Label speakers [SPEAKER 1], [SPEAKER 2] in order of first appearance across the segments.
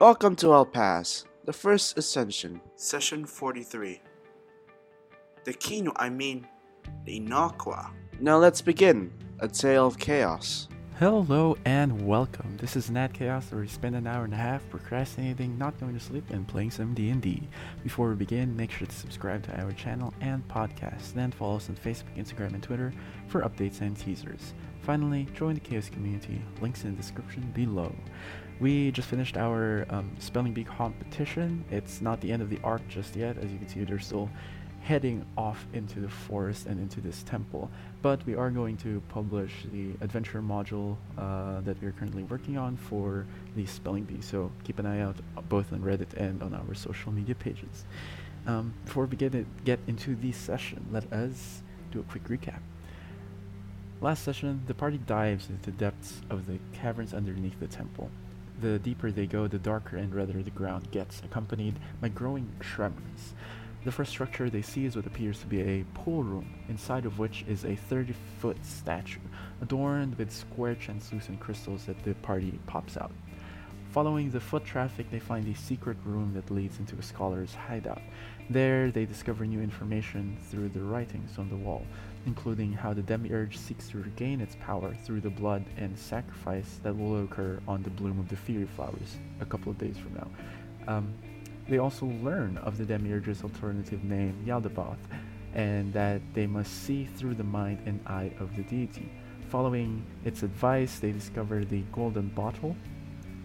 [SPEAKER 1] Welcome to El Pass, the first ascension.
[SPEAKER 2] Session 43. The Kino, I mean, the Inaqua.
[SPEAKER 1] Now let's begin a tale of chaos.
[SPEAKER 3] Hello and welcome. This is Nat Chaos, where we spend an hour and a half procrastinating, not going to sleep, and playing some D&D. Before we begin, make sure to subscribe to our channel and podcast. Then follow us on Facebook, Instagram, and Twitter for updates and teasers. Finally, join the Chaos community. Links in the description below. We just finished our um, spelling bee competition. It's not the end of the arc just yet. As you can see, they're still heading off into the forest and into this temple. But we are going to publish the adventure module uh, that we are currently working on for the spelling bee. So keep an eye out uh, both on Reddit and on our social media pages. Um, before we get, it, get into the session, let us do a quick recap. Last session, the party dives into the depths of the caverns underneath the temple. The deeper they go, the darker and redder the ground gets, accompanied by growing tremors. The first structure they see is what appears to be a pool room, inside of which is a 30 foot statue, adorned with square translucent crystals that the party pops out. Following the foot traffic, they find a secret room that leads into a scholar's hideout. There, they discover new information through the writings on the wall, including how the demiurge seeks to regain its power through the blood and sacrifice that will occur on the bloom of the Fury Flowers a couple of days from now. Um, they also learn of the demiurge's alternative name, Yaldabaoth, and that they must see through the mind and eye of the deity. Following its advice, they discover the golden bottle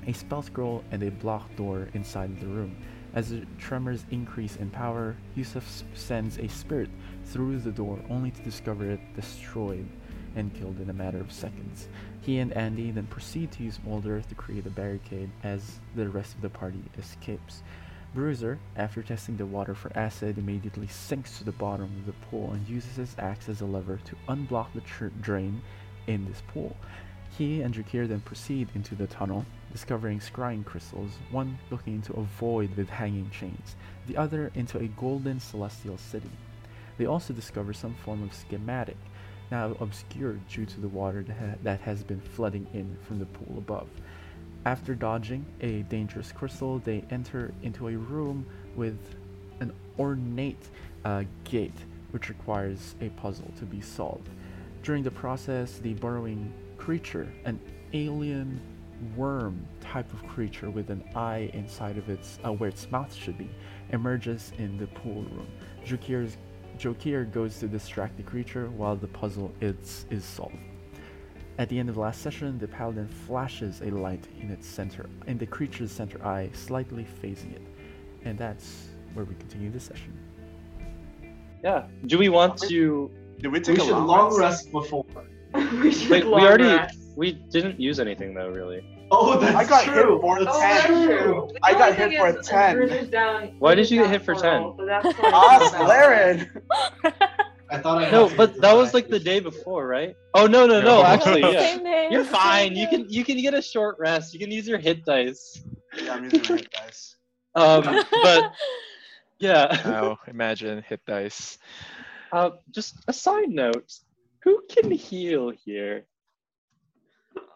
[SPEAKER 3] a spell scroll, and a blocked door inside the room. As the tremors increase in power, Yusuf s- sends a spirit through the door only to discover it destroyed and killed in a matter of seconds. He and Andy then proceed to use Mold Earth to create a barricade as the rest of the party escapes. Bruiser, after testing the water for acid, immediately sinks to the bottom of the pool and uses his axe as a lever to unblock the tr- drain in this pool. He and Drakir then proceed into the tunnel, discovering scrying crystals, one looking into a void with hanging chains, the other into a golden celestial city. They also discover some form of schematic, now obscured due to the water that, ha- that has been flooding in from the pool above. After dodging a dangerous crystal, they enter into a room with an ornate uh, gate, which requires a puzzle to be solved. During the process, the burrowing creature, an alien worm type of creature with an eye inside of its uh, where its mouth should be, emerges in the pool room. Jokir's, Jokir goes to distract the creature while the puzzle is, is solved. At the end of the last session, the paladin flashes a light in its center, in the creature's center eye, slightly phasing it, and that's where we continue the session.
[SPEAKER 4] Yeah. Do we want to?
[SPEAKER 2] Did we take
[SPEAKER 5] We
[SPEAKER 2] a
[SPEAKER 5] should
[SPEAKER 2] long,
[SPEAKER 5] long
[SPEAKER 2] rest?
[SPEAKER 5] rest before.
[SPEAKER 6] we should
[SPEAKER 4] Wait, we
[SPEAKER 6] long
[SPEAKER 4] already-
[SPEAKER 6] rest.
[SPEAKER 4] We didn't use anything though, really.
[SPEAKER 5] Oh, that's
[SPEAKER 2] I got
[SPEAKER 5] true.
[SPEAKER 2] hit for the
[SPEAKER 6] Oh,
[SPEAKER 2] 10.
[SPEAKER 6] that's true.
[SPEAKER 2] I
[SPEAKER 6] The
[SPEAKER 2] got
[SPEAKER 6] only
[SPEAKER 2] hit
[SPEAKER 6] thing
[SPEAKER 2] for
[SPEAKER 6] is
[SPEAKER 2] 10.
[SPEAKER 6] Bruiser's down-
[SPEAKER 4] Why did you get
[SPEAKER 6] down
[SPEAKER 4] hit for
[SPEAKER 6] plural, so that's sort of
[SPEAKER 2] Ah,
[SPEAKER 6] not
[SPEAKER 2] Laren!
[SPEAKER 5] I thought I
[SPEAKER 4] No,
[SPEAKER 5] had
[SPEAKER 4] but
[SPEAKER 5] to
[SPEAKER 4] that was
[SPEAKER 5] decide.
[SPEAKER 4] like the day before, right? Oh no, no, no.
[SPEAKER 7] No.
[SPEAKER 4] Actually, yeah.
[SPEAKER 8] Same name.
[SPEAKER 4] You're
[SPEAKER 8] same
[SPEAKER 4] fine. You can
[SPEAKER 8] name.
[SPEAKER 4] you can get a short rest. You can use your hit dice.
[SPEAKER 2] Yeah, I'm using my hit dice.
[SPEAKER 4] Um, but yeah.
[SPEAKER 7] Wow, imagine hit dice.
[SPEAKER 4] Uh, just a side note. Who can heal here?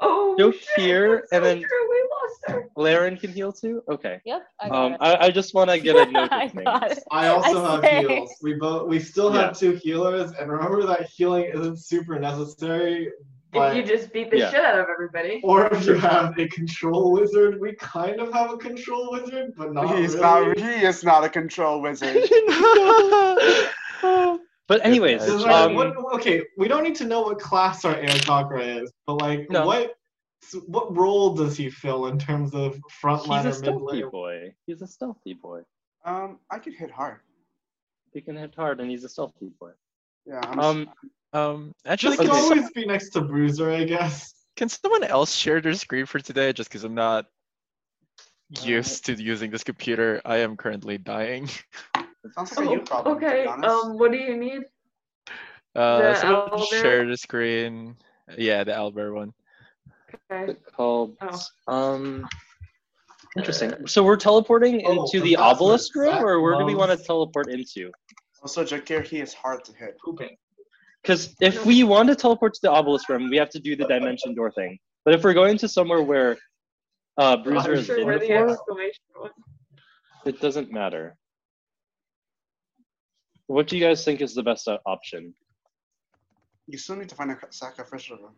[SPEAKER 6] oh,
[SPEAKER 4] Go
[SPEAKER 6] shit,
[SPEAKER 4] here,
[SPEAKER 6] that's
[SPEAKER 4] and
[SPEAKER 6] so
[SPEAKER 4] then-
[SPEAKER 6] true, we lost her.
[SPEAKER 4] Laren can heal too. Okay.
[SPEAKER 8] Yep. I got
[SPEAKER 4] Um,
[SPEAKER 8] it.
[SPEAKER 4] I, I just want to get a note
[SPEAKER 8] I
[SPEAKER 4] of
[SPEAKER 8] got
[SPEAKER 4] things.
[SPEAKER 8] it.
[SPEAKER 5] I also
[SPEAKER 8] I
[SPEAKER 5] have
[SPEAKER 8] say.
[SPEAKER 5] heals. We both. We still
[SPEAKER 4] Yeah.
[SPEAKER 5] have two healers, and remember that healing isn't super necessary.
[SPEAKER 6] If
[SPEAKER 5] But
[SPEAKER 6] you just beat the
[SPEAKER 4] Yeah.
[SPEAKER 6] shit out of everybody.
[SPEAKER 5] or if you have a control wizard, we kind of have a control wizard, but not
[SPEAKER 2] He's
[SPEAKER 5] really.
[SPEAKER 2] not, he is not a control wizard.
[SPEAKER 4] But anyways,
[SPEAKER 5] This is
[SPEAKER 7] That's
[SPEAKER 5] like,
[SPEAKER 4] um,
[SPEAKER 5] what- okay, we don't need to know what class our Aircockra is, but like,
[SPEAKER 4] No.
[SPEAKER 5] what what role does he fill in terms of
[SPEAKER 4] he's
[SPEAKER 5] frontline
[SPEAKER 4] a
[SPEAKER 5] or
[SPEAKER 4] stealthy
[SPEAKER 5] midline?
[SPEAKER 4] boy. He's a stealthy boy.
[SPEAKER 2] um, I could hit hard.
[SPEAKER 4] He can hit hard, and he's a stealthy boy.
[SPEAKER 2] Yeah, I'm
[SPEAKER 4] Um,
[SPEAKER 7] um,
[SPEAKER 5] Just
[SPEAKER 7] actually,
[SPEAKER 4] Okay.
[SPEAKER 7] can,
[SPEAKER 5] can
[SPEAKER 7] some-
[SPEAKER 5] always be next to Bruiser, I guess.
[SPEAKER 7] can someone else share their screen for today? Just because I'm not used to using this computer, I am currently dying.
[SPEAKER 2] sounds like a
[SPEAKER 6] Oh,
[SPEAKER 2] you problem. to be
[SPEAKER 6] okay.
[SPEAKER 2] honest.
[SPEAKER 6] Um, what do you need?
[SPEAKER 7] Uh,
[SPEAKER 6] The
[SPEAKER 7] someone
[SPEAKER 6] owlbear?
[SPEAKER 7] share the screen. Yeah, the Albert one.
[SPEAKER 6] Okay.
[SPEAKER 4] called
[SPEAKER 6] Oh.
[SPEAKER 4] um interesting so we're teleporting
[SPEAKER 5] Oh,
[SPEAKER 4] into
[SPEAKER 5] the
[SPEAKER 4] the
[SPEAKER 5] bathroom.
[SPEAKER 4] obelisk room or where do we
[SPEAKER 5] Bathroom.
[SPEAKER 4] want to teleport into
[SPEAKER 2] also, Jakir, he is hard to hit.
[SPEAKER 5] Pooping.
[SPEAKER 4] because if we want to teleport to the obelisk room we have to do the dimension door thing but if we're going to somewhere where Uh, Bruiser
[SPEAKER 6] I'm
[SPEAKER 4] is
[SPEAKER 6] sure where the
[SPEAKER 4] wonderful.
[SPEAKER 6] exclamation was.
[SPEAKER 4] It doesn't matter. What do you guys think is the best uh, option?
[SPEAKER 9] You still need to find a sacrificial one.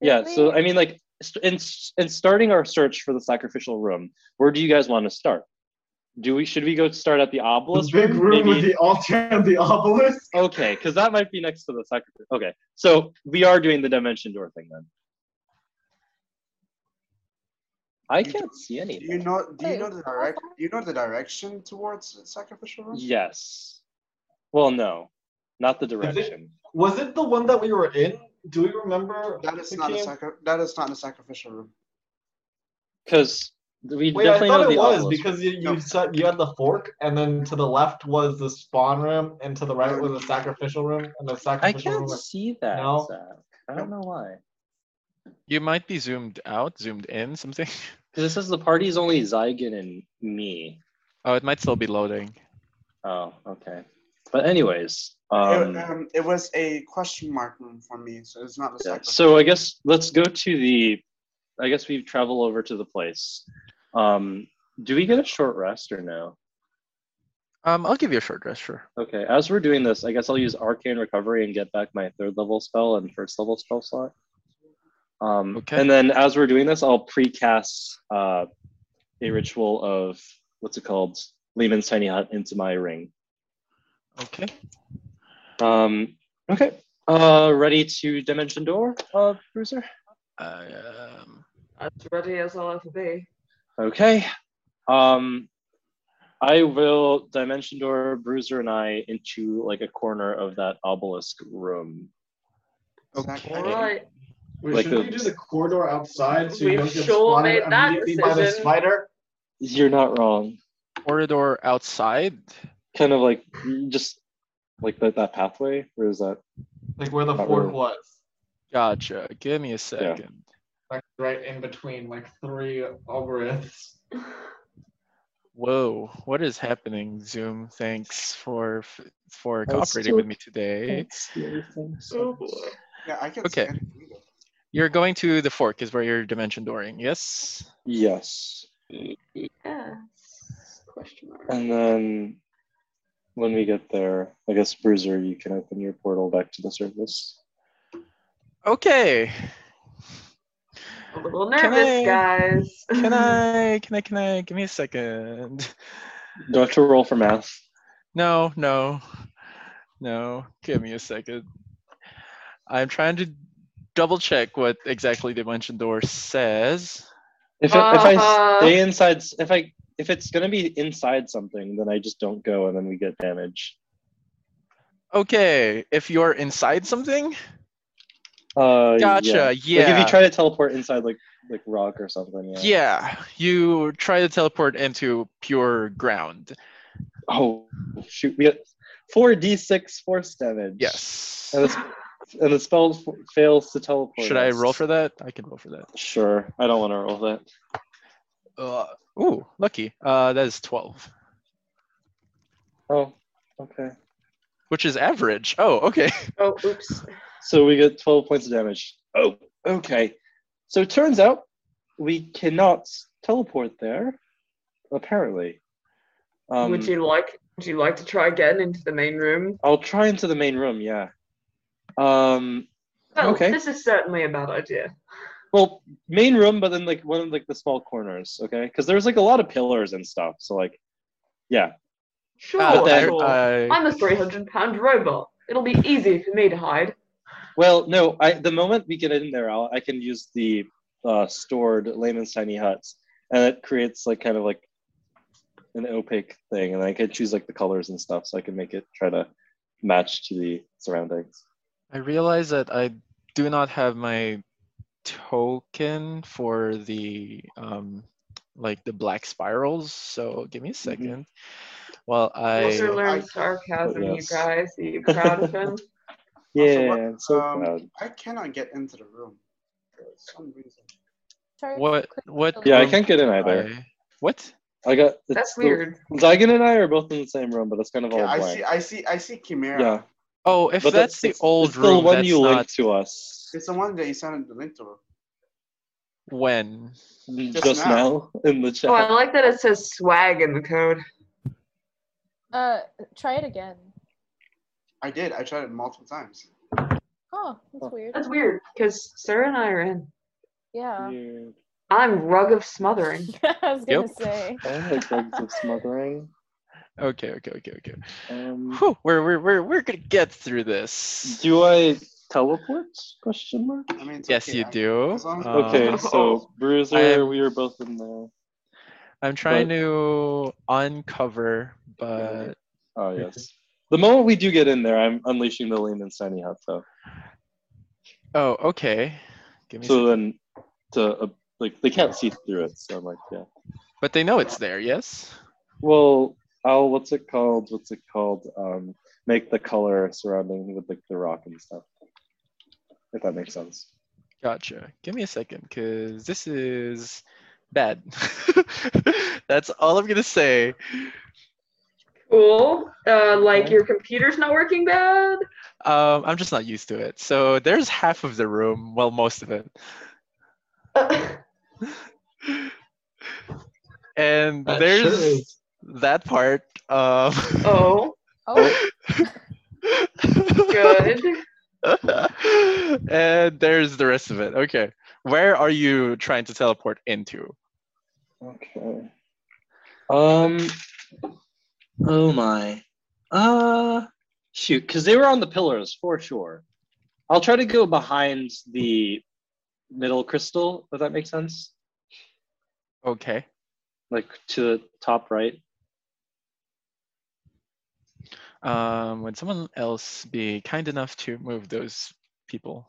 [SPEAKER 4] Yeah, so I mean, like, st- in, s- in starting our search for the sacrificial room, where do you guys want to start? Do we should we go start at the
[SPEAKER 5] The
[SPEAKER 4] obelisk
[SPEAKER 5] big room with
[SPEAKER 4] Maybe-
[SPEAKER 5] the altar and the obelisk.
[SPEAKER 4] Okay, because that might be next to the sacrifice. Okay, so we are doing the dimension door thing then. I
[SPEAKER 9] You
[SPEAKER 4] can't
[SPEAKER 9] Do
[SPEAKER 4] see
[SPEAKER 9] you
[SPEAKER 4] anything.
[SPEAKER 9] know? Do you
[SPEAKER 8] Wait,
[SPEAKER 9] know the
[SPEAKER 8] how
[SPEAKER 9] direct?
[SPEAKER 8] far-
[SPEAKER 9] Do you know the direction towards the sacrificial room?
[SPEAKER 4] Yes. Well, no, not the direction.
[SPEAKER 5] Was it the one that we were in? Do we remember?
[SPEAKER 9] That is
[SPEAKER 5] the
[SPEAKER 9] not a
[SPEAKER 5] game?
[SPEAKER 9] sacri- That is not a sacrificial room.
[SPEAKER 4] Because we
[SPEAKER 5] Wait, I
[SPEAKER 4] definitely know
[SPEAKER 5] thought
[SPEAKER 4] the
[SPEAKER 5] it was
[SPEAKER 4] obelisk.
[SPEAKER 5] because you, you
[SPEAKER 9] No.
[SPEAKER 5] said you had the fork, and then to the left was the spawn room, and to the right was the sacrificial room, and the
[SPEAKER 4] I
[SPEAKER 5] sacrificial room.
[SPEAKER 4] can't
[SPEAKER 5] was-
[SPEAKER 4] see that.
[SPEAKER 5] No.
[SPEAKER 4] Zach. I don't know why.
[SPEAKER 3] You might be zoomed out, zoomed in, something.
[SPEAKER 4] Because it says the party is only Zygon and me.
[SPEAKER 3] Oh, it might still be loading.
[SPEAKER 4] Oh, okay. But anyways,
[SPEAKER 9] It-
[SPEAKER 4] um,
[SPEAKER 2] uh,
[SPEAKER 9] um, it was a question mark room for me, so it's not a
[SPEAKER 4] Yeah,
[SPEAKER 9] sacrificial.
[SPEAKER 4] so I guess let's go to the. I guess we travel over to the place. Um, do we get a short rest or no?
[SPEAKER 3] Um, I'll give you a short rest, sure.
[SPEAKER 4] Okay, as we're doing this, I guess I'll use Arcane Recovery and get back my third level spell and first level spell slot. Um,
[SPEAKER 3] Okay.
[SPEAKER 4] And then as we're doing this, I'll precast uh, a ritual of what's it called? Lehman's Tiny Hut into my ring.
[SPEAKER 3] Okay.
[SPEAKER 4] Um, okay. Uh, ready to Dimension Door, uh, Bruiser?
[SPEAKER 3] Um,
[SPEAKER 6] As ready as I'll ever be.
[SPEAKER 4] Okay. Um, I will dimension door Bruiser and I into like a corner of that obelisk room.
[SPEAKER 3] okay.
[SPEAKER 6] All right.
[SPEAKER 5] Wait,
[SPEAKER 4] Like
[SPEAKER 5] shouldn't
[SPEAKER 4] the-
[SPEAKER 5] you do the corridor outside so you
[SPEAKER 6] We've
[SPEAKER 5] don't get
[SPEAKER 6] sure
[SPEAKER 5] spotted
[SPEAKER 6] made that
[SPEAKER 5] immediately by the
[SPEAKER 6] decision.
[SPEAKER 5] spider?
[SPEAKER 4] You're not wrong.
[SPEAKER 3] Corridor outside.
[SPEAKER 4] Kind of like just like that, that pathway. Where is that?
[SPEAKER 5] Like where the
[SPEAKER 4] Not
[SPEAKER 5] fork
[SPEAKER 4] really.
[SPEAKER 5] was.
[SPEAKER 3] Gotcha. Give me a second.
[SPEAKER 5] Like right in between, like three obelisks.
[SPEAKER 3] Whoa, what is happening, Zoom? Thanks for f- for
[SPEAKER 4] Oh, it's
[SPEAKER 3] cooperating
[SPEAKER 4] still-
[SPEAKER 3] with me today.
[SPEAKER 4] Can't see anything, so-
[SPEAKER 6] Oh boy.
[SPEAKER 9] Yeah, I can
[SPEAKER 3] Okay.
[SPEAKER 9] see anything either.
[SPEAKER 3] You're going to the fork is where you're dimension dooring, yes?
[SPEAKER 4] Yes.
[SPEAKER 6] Yes. Question mark.
[SPEAKER 4] And then when we get there, I guess Bruiser, you can open your portal back to the surface.
[SPEAKER 3] Okay.
[SPEAKER 6] I'm a little
[SPEAKER 3] Can
[SPEAKER 6] nervous,
[SPEAKER 3] I-
[SPEAKER 6] guys.
[SPEAKER 3] Can I can I can I give me a second?
[SPEAKER 4] Do I have to roll for math?
[SPEAKER 3] No, no, no. Give me a second. I'm trying to double check what exactly Dimension Door says.
[SPEAKER 4] If, I if I
[SPEAKER 6] Uh-huh.
[SPEAKER 4] stay inside, s- if I if it's gonna be inside something, then I just don't go, and then we get damage.
[SPEAKER 3] Okay, if you're inside something,
[SPEAKER 4] Uh,
[SPEAKER 3] gotcha. Yeah,
[SPEAKER 4] Yeah. Like if you try to teleport inside, like like rock or something. Yeah.
[SPEAKER 3] yeah. You try to teleport into pure ground.
[SPEAKER 4] Oh shoot! We got four d six force damage.
[SPEAKER 3] Yes.
[SPEAKER 4] And, it's, and the spell f- fails to teleport.
[SPEAKER 3] Should I
[SPEAKER 4] us.
[SPEAKER 3] roll for that? I can roll for that.
[SPEAKER 4] Sure. I don't want to roll that.
[SPEAKER 3] Uh, ooh, lucky. Uh, that is 12,
[SPEAKER 4] Oh. Okay.
[SPEAKER 3] which is average. Oh, okay.
[SPEAKER 6] Oh, oops.
[SPEAKER 4] So we get twelve points of damage. Oh. Okay. So it turns out we cannot teleport there. Apparently. Um,
[SPEAKER 6] would you like? Would you like to try again into the main room?
[SPEAKER 4] I'll try into the main room, yeah. Um
[SPEAKER 6] Well,
[SPEAKER 4] Okay.
[SPEAKER 6] this is certainly a bad idea.
[SPEAKER 4] well, main room, but then like one of like the small corners, okay? Because there's like a lot of pillars and stuff. So like yeah.
[SPEAKER 6] Sure.
[SPEAKER 3] Uh,
[SPEAKER 4] then,
[SPEAKER 6] sure.
[SPEAKER 3] I-
[SPEAKER 6] I'm a 300 pound robot. It'll be easy for me to hide.
[SPEAKER 4] Well, no, I the moment we get in there, I'll, I can use the uh, stored layman's tiny huts, and it creates like kind of like an opaque thing, and I can choose like the colors and stuff, so I can make it try to match to the surroundings.
[SPEAKER 3] I realize that I do not have my token for the um like the black spirals, so give me a
[SPEAKER 4] Mm-hmm.
[SPEAKER 3] 2nd While I
[SPEAKER 6] Walter learned
[SPEAKER 9] I-
[SPEAKER 6] sarcasm,
[SPEAKER 4] Yes.
[SPEAKER 6] you guys. Are you proud of him?
[SPEAKER 9] Also, what-
[SPEAKER 4] Yeah, I'm so
[SPEAKER 9] um,
[SPEAKER 4] proud.
[SPEAKER 9] I cannot get into the room for some reason.
[SPEAKER 8] Sorry,
[SPEAKER 3] what
[SPEAKER 8] quick-
[SPEAKER 3] what
[SPEAKER 8] quick-
[SPEAKER 4] Yeah, I
[SPEAKER 3] room
[SPEAKER 4] can't get in either.
[SPEAKER 3] I- what?
[SPEAKER 4] I got it's
[SPEAKER 6] That's
[SPEAKER 4] the-
[SPEAKER 6] weird.
[SPEAKER 4] Zygon and I are both in the same room, but it's kind of
[SPEAKER 9] Okay,
[SPEAKER 4] all
[SPEAKER 9] I
[SPEAKER 4] blank.
[SPEAKER 9] see. I see. I see Chimera.
[SPEAKER 4] yeah,
[SPEAKER 3] Oh, if
[SPEAKER 4] But
[SPEAKER 3] that's,
[SPEAKER 4] that's-
[SPEAKER 3] the old
[SPEAKER 4] it's
[SPEAKER 3] room,
[SPEAKER 4] the one
[SPEAKER 3] that's
[SPEAKER 4] you
[SPEAKER 3] not.
[SPEAKER 4] linked to us.
[SPEAKER 9] It's the one that you sent the link to.
[SPEAKER 3] When?
[SPEAKER 4] Just, now.
[SPEAKER 9] now.
[SPEAKER 4] in the chat.
[SPEAKER 6] Oh, I like that it says swag in the code.
[SPEAKER 8] Uh, try it again.
[SPEAKER 9] I did. I tried it multiple times.
[SPEAKER 8] Oh,
[SPEAKER 4] Oh.
[SPEAKER 8] that's weird.
[SPEAKER 6] That's weird because Sarah and I are in.
[SPEAKER 8] Yeah.
[SPEAKER 4] Weird.
[SPEAKER 6] I'm rug of smothering.
[SPEAKER 8] I was gonna
[SPEAKER 3] Yep.
[SPEAKER 8] say.
[SPEAKER 4] I don't like drugs of smothering.
[SPEAKER 3] Okay, okay, okay, okay.
[SPEAKER 4] Um,
[SPEAKER 3] Whew, we're we're we're we're gonna get through this.
[SPEAKER 4] do I teleport? Question mark.
[SPEAKER 9] I mean, it's
[SPEAKER 3] Yes,
[SPEAKER 9] okay.
[SPEAKER 3] you
[SPEAKER 9] I-
[SPEAKER 3] do.
[SPEAKER 9] as long as-
[SPEAKER 4] Okay,
[SPEAKER 3] Uh,
[SPEAKER 4] so Bruiser,
[SPEAKER 3] I am-
[SPEAKER 4] we were both in there.
[SPEAKER 3] I'm trying to uncover, but
[SPEAKER 4] Oh yes. The moment we do get in there, I'm unleashing the layman's tiny hot tub.
[SPEAKER 3] oh, okay. Give me.
[SPEAKER 4] So
[SPEAKER 3] some-
[SPEAKER 4] then, to uh, like they can't see through it. So I'm like, yeah.
[SPEAKER 3] But they know it's there. Yes.
[SPEAKER 4] Well, I'll what's it called? What's it called? Um, make the color surrounding with like the rock and stuff. If that makes sense.
[SPEAKER 3] Gotcha. Give me a second, cause this is bad. That's all I'm gonna say.
[SPEAKER 6] Cool. Uh, like your computer's not working bad.
[SPEAKER 3] Um, I'm just not used to it. So there's half of the room. Well, most of it.
[SPEAKER 6] Uh,
[SPEAKER 3] And
[SPEAKER 5] That
[SPEAKER 3] there's
[SPEAKER 5] sure is.
[SPEAKER 3] that part. Um,
[SPEAKER 6] oh,
[SPEAKER 8] Oh,
[SPEAKER 6] good.
[SPEAKER 3] and there's the rest of it. Okay. Where are you trying to teleport into?
[SPEAKER 4] Okay. Um. Oh my. Uh. Shoot, because they were on the pillars for sure. I'll try to go behind the middle crystal. If that makes sense,
[SPEAKER 3] Okay.
[SPEAKER 4] like to the top right.
[SPEAKER 3] Um, would someone else be kind enough to move those people?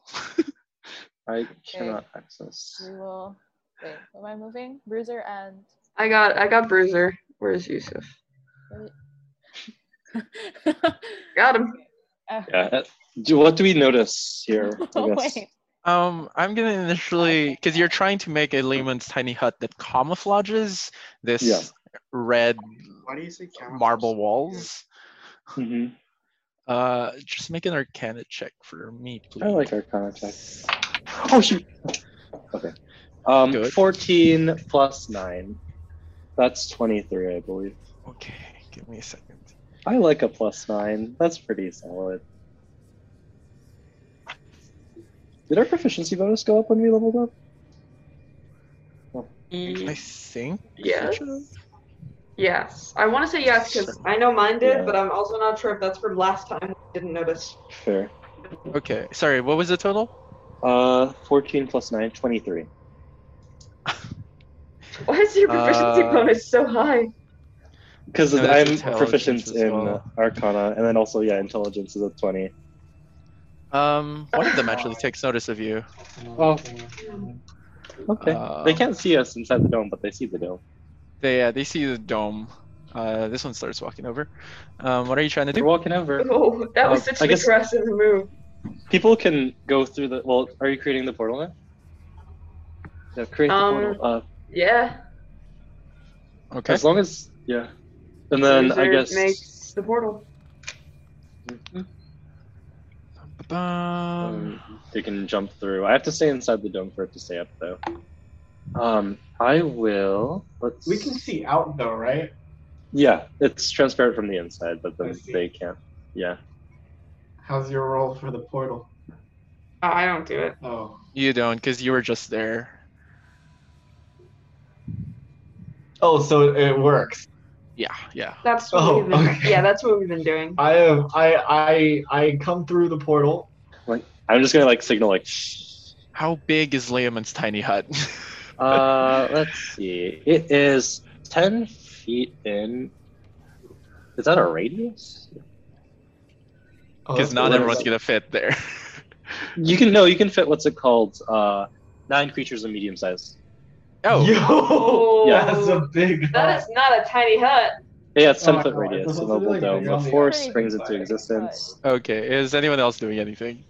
[SPEAKER 4] I cannot access.
[SPEAKER 8] we will. Wait, am I moving? Bruiser and.
[SPEAKER 6] I got I got Bruiser. Where's Yusuf? Got him.
[SPEAKER 8] Uh,
[SPEAKER 4] Yeah. Do what do we notice here? I
[SPEAKER 8] oh,
[SPEAKER 4] guess?
[SPEAKER 8] wait.
[SPEAKER 3] um, I'm gonna initially because you're trying to make a layman's tiny hut that camouflages this
[SPEAKER 4] Yeah.
[SPEAKER 3] red
[SPEAKER 9] Why do you say camouflage?
[SPEAKER 3] marble walls.
[SPEAKER 4] Mhm.
[SPEAKER 3] Uh, just make an Arcana check for me, please.
[SPEAKER 4] I like our contact. Oh shoot. Okay. Um,
[SPEAKER 3] Good.
[SPEAKER 4] fourteen plus nine. That's twenty-three, I believe.
[SPEAKER 3] Okay, give me a second.
[SPEAKER 4] I like a plus nine. That's pretty solid. Did our proficiency bonus go up when we leveled up?
[SPEAKER 3] I think.
[SPEAKER 6] Yes.
[SPEAKER 3] Sure.
[SPEAKER 6] Yes. I want to say yes because I know mine did,
[SPEAKER 4] Yeah.
[SPEAKER 6] but I'm also not sure if that's from last time. Didn't notice.
[SPEAKER 4] Fair.
[SPEAKER 3] Okay. Sorry. What was the total?
[SPEAKER 4] Uh, 14 plus 9, 23.
[SPEAKER 6] Why is your proficiency
[SPEAKER 3] Uh,
[SPEAKER 6] bonus so high?
[SPEAKER 4] Because
[SPEAKER 3] No,
[SPEAKER 4] I'm
[SPEAKER 3] that's
[SPEAKER 4] proficient
[SPEAKER 3] intelligence as
[SPEAKER 4] in
[SPEAKER 3] well.
[SPEAKER 4] Arcana, and then also, yeah, intelligence is a 20.
[SPEAKER 3] Um, one of them actually takes notice of you.
[SPEAKER 4] Oh. Okay.
[SPEAKER 3] Uh,
[SPEAKER 4] they can't see us inside the dome, but they see the dome.
[SPEAKER 3] They uh, they see the dome. Uh, this one starts walking over. Um, what are you trying to
[SPEAKER 4] They're
[SPEAKER 3] do?
[SPEAKER 4] walking over.
[SPEAKER 6] Oh, that was
[SPEAKER 4] Uh,
[SPEAKER 6] such
[SPEAKER 4] I
[SPEAKER 6] an
[SPEAKER 4] guess-
[SPEAKER 6] aggressive move.
[SPEAKER 4] People can go through the. Well, are you creating the portal now? Yeah, create the
[SPEAKER 6] Um,
[SPEAKER 4] portal. Uh,
[SPEAKER 6] Yeah.
[SPEAKER 3] Okay.
[SPEAKER 4] As long as. Yeah. And then I
[SPEAKER 6] Bruiser
[SPEAKER 4] guess. Mm-hmm.
[SPEAKER 6] makes the portal.
[SPEAKER 3] Um,
[SPEAKER 4] they can jump through. I have to stay inside the dome for it to stay up, though. Um, I will. Let's.
[SPEAKER 5] We can see out though, right?
[SPEAKER 4] Yeah, it's transparent from the inside, but
[SPEAKER 5] I
[SPEAKER 4] then
[SPEAKER 5] see.
[SPEAKER 4] they can't. Yeah.
[SPEAKER 5] How's your roll for the portal?
[SPEAKER 6] Oh, I don't do it.
[SPEAKER 5] Oh,
[SPEAKER 3] you don't, because you were just there.
[SPEAKER 5] oh, so it, it works.
[SPEAKER 3] Yeah. Yeah.
[SPEAKER 6] That's what
[SPEAKER 5] Oh,
[SPEAKER 6] we've been,
[SPEAKER 5] okay.
[SPEAKER 6] yeah, that's what we've been doing.
[SPEAKER 5] I have, I, I, I come through the portal.
[SPEAKER 4] I'm just gonna like signal like.
[SPEAKER 3] How big is Liam's tiny hut?
[SPEAKER 4] Uh, let's see. It is ten feet in. Is that a radius?
[SPEAKER 5] Oh,
[SPEAKER 3] Because
[SPEAKER 5] that's
[SPEAKER 3] not
[SPEAKER 5] what it
[SPEAKER 3] everyone's
[SPEAKER 5] is.
[SPEAKER 3] gonna fit there.
[SPEAKER 4] You can no. You can fit what's it called? Uh, nine creatures of medium size.
[SPEAKER 3] oh.
[SPEAKER 5] Yo,
[SPEAKER 6] Oh,
[SPEAKER 4] yeah.
[SPEAKER 5] that's a big.
[SPEAKER 6] that is not a tiny hut.
[SPEAKER 4] Yeah, it's ten
[SPEAKER 5] Oh,
[SPEAKER 4] foot
[SPEAKER 5] no,
[SPEAKER 4] radius.
[SPEAKER 5] it's
[SPEAKER 4] So
[SPEAKER 5] supposed to
[SPEAKER 4] noble
[SPEAKER 5] be, like,
[SPEAKER 4] dome.
[SPEAKER 5] beyond
[SPEAKER 4] The
[SPEAKER 5] the
[SPEAKER 4] force
[SPEAKER 8] outside.
[SPEAKER 4] brings it to existence.
[SPEAKER 3] Okay. Is anyone else doing anything?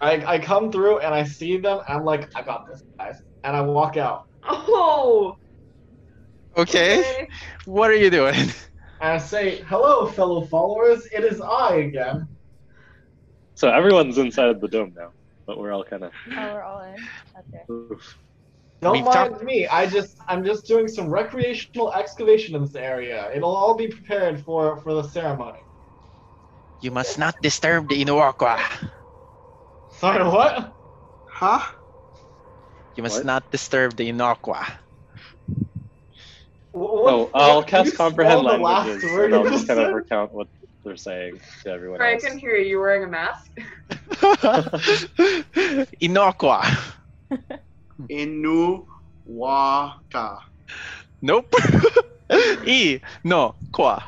[SPEAKER 5] I, I come through and I see them. And I'm like, I got this, guys, and I walk out
[SPEAKER 6] Oh.
[SPEAKER 3] Okay. What are you doing?
[SPEAKER 5] and I say, "Hello, fellow followers. It is I again."
[SPEAKER 4] So everyone's inside the dome now, but we're all kind of. Uh,
[SPEAKER 8] Oh, we're all in. Okay.
[SPEAKER 5] Don't
[SPEAKER 3] We've
[SPEAKER 5] mind
[SPEAKER 3] talked-
[SPEAKER 5] me. I just I'm just doing some recreational excavation in this area. It'll all be prepared for for the ceremony.
[SPEAKER 3] You must not disturb the Inuwakwa.
[SPEAKER 5] Sorry, what?
[SPEAKER 9] Huh?
[SPEAKER 3] You must
[SPEAKER 4] What?
[SPEAKER 3] not disturb the Inuwakwa.
[SPEAKER 5] Wha-
[SPEAKER 4] Oh,
[SPEAKER 5] what-
[SPEAKER 4] I'll
[SPEAKER 5] what-
[SPEAKER 4] cast
[SPEAKER 5] you spelled
[SPEAKER 4] comprehend
[SPEAKER 5] the last
[SPEAKER 4] languages,
[SPEAKER 5] word
[SPEAKER 4] and I'll
[SPEAKER 5] you
[SPEAKER 4] just kind of
[SPEAKER 5] said.
[SPEAKER 4] recount what they're saying to everyone
[SPEAKER 6] Sorry, I
[SPEAKER 4] else.
[SPEAKER 6] couldn't hear you. You wearing a mask?
[SPEAKER 3] Inuwakwa.
[SPEAKER 9] Inuwaka.
[SPEAKER 3] Nope. e no qua.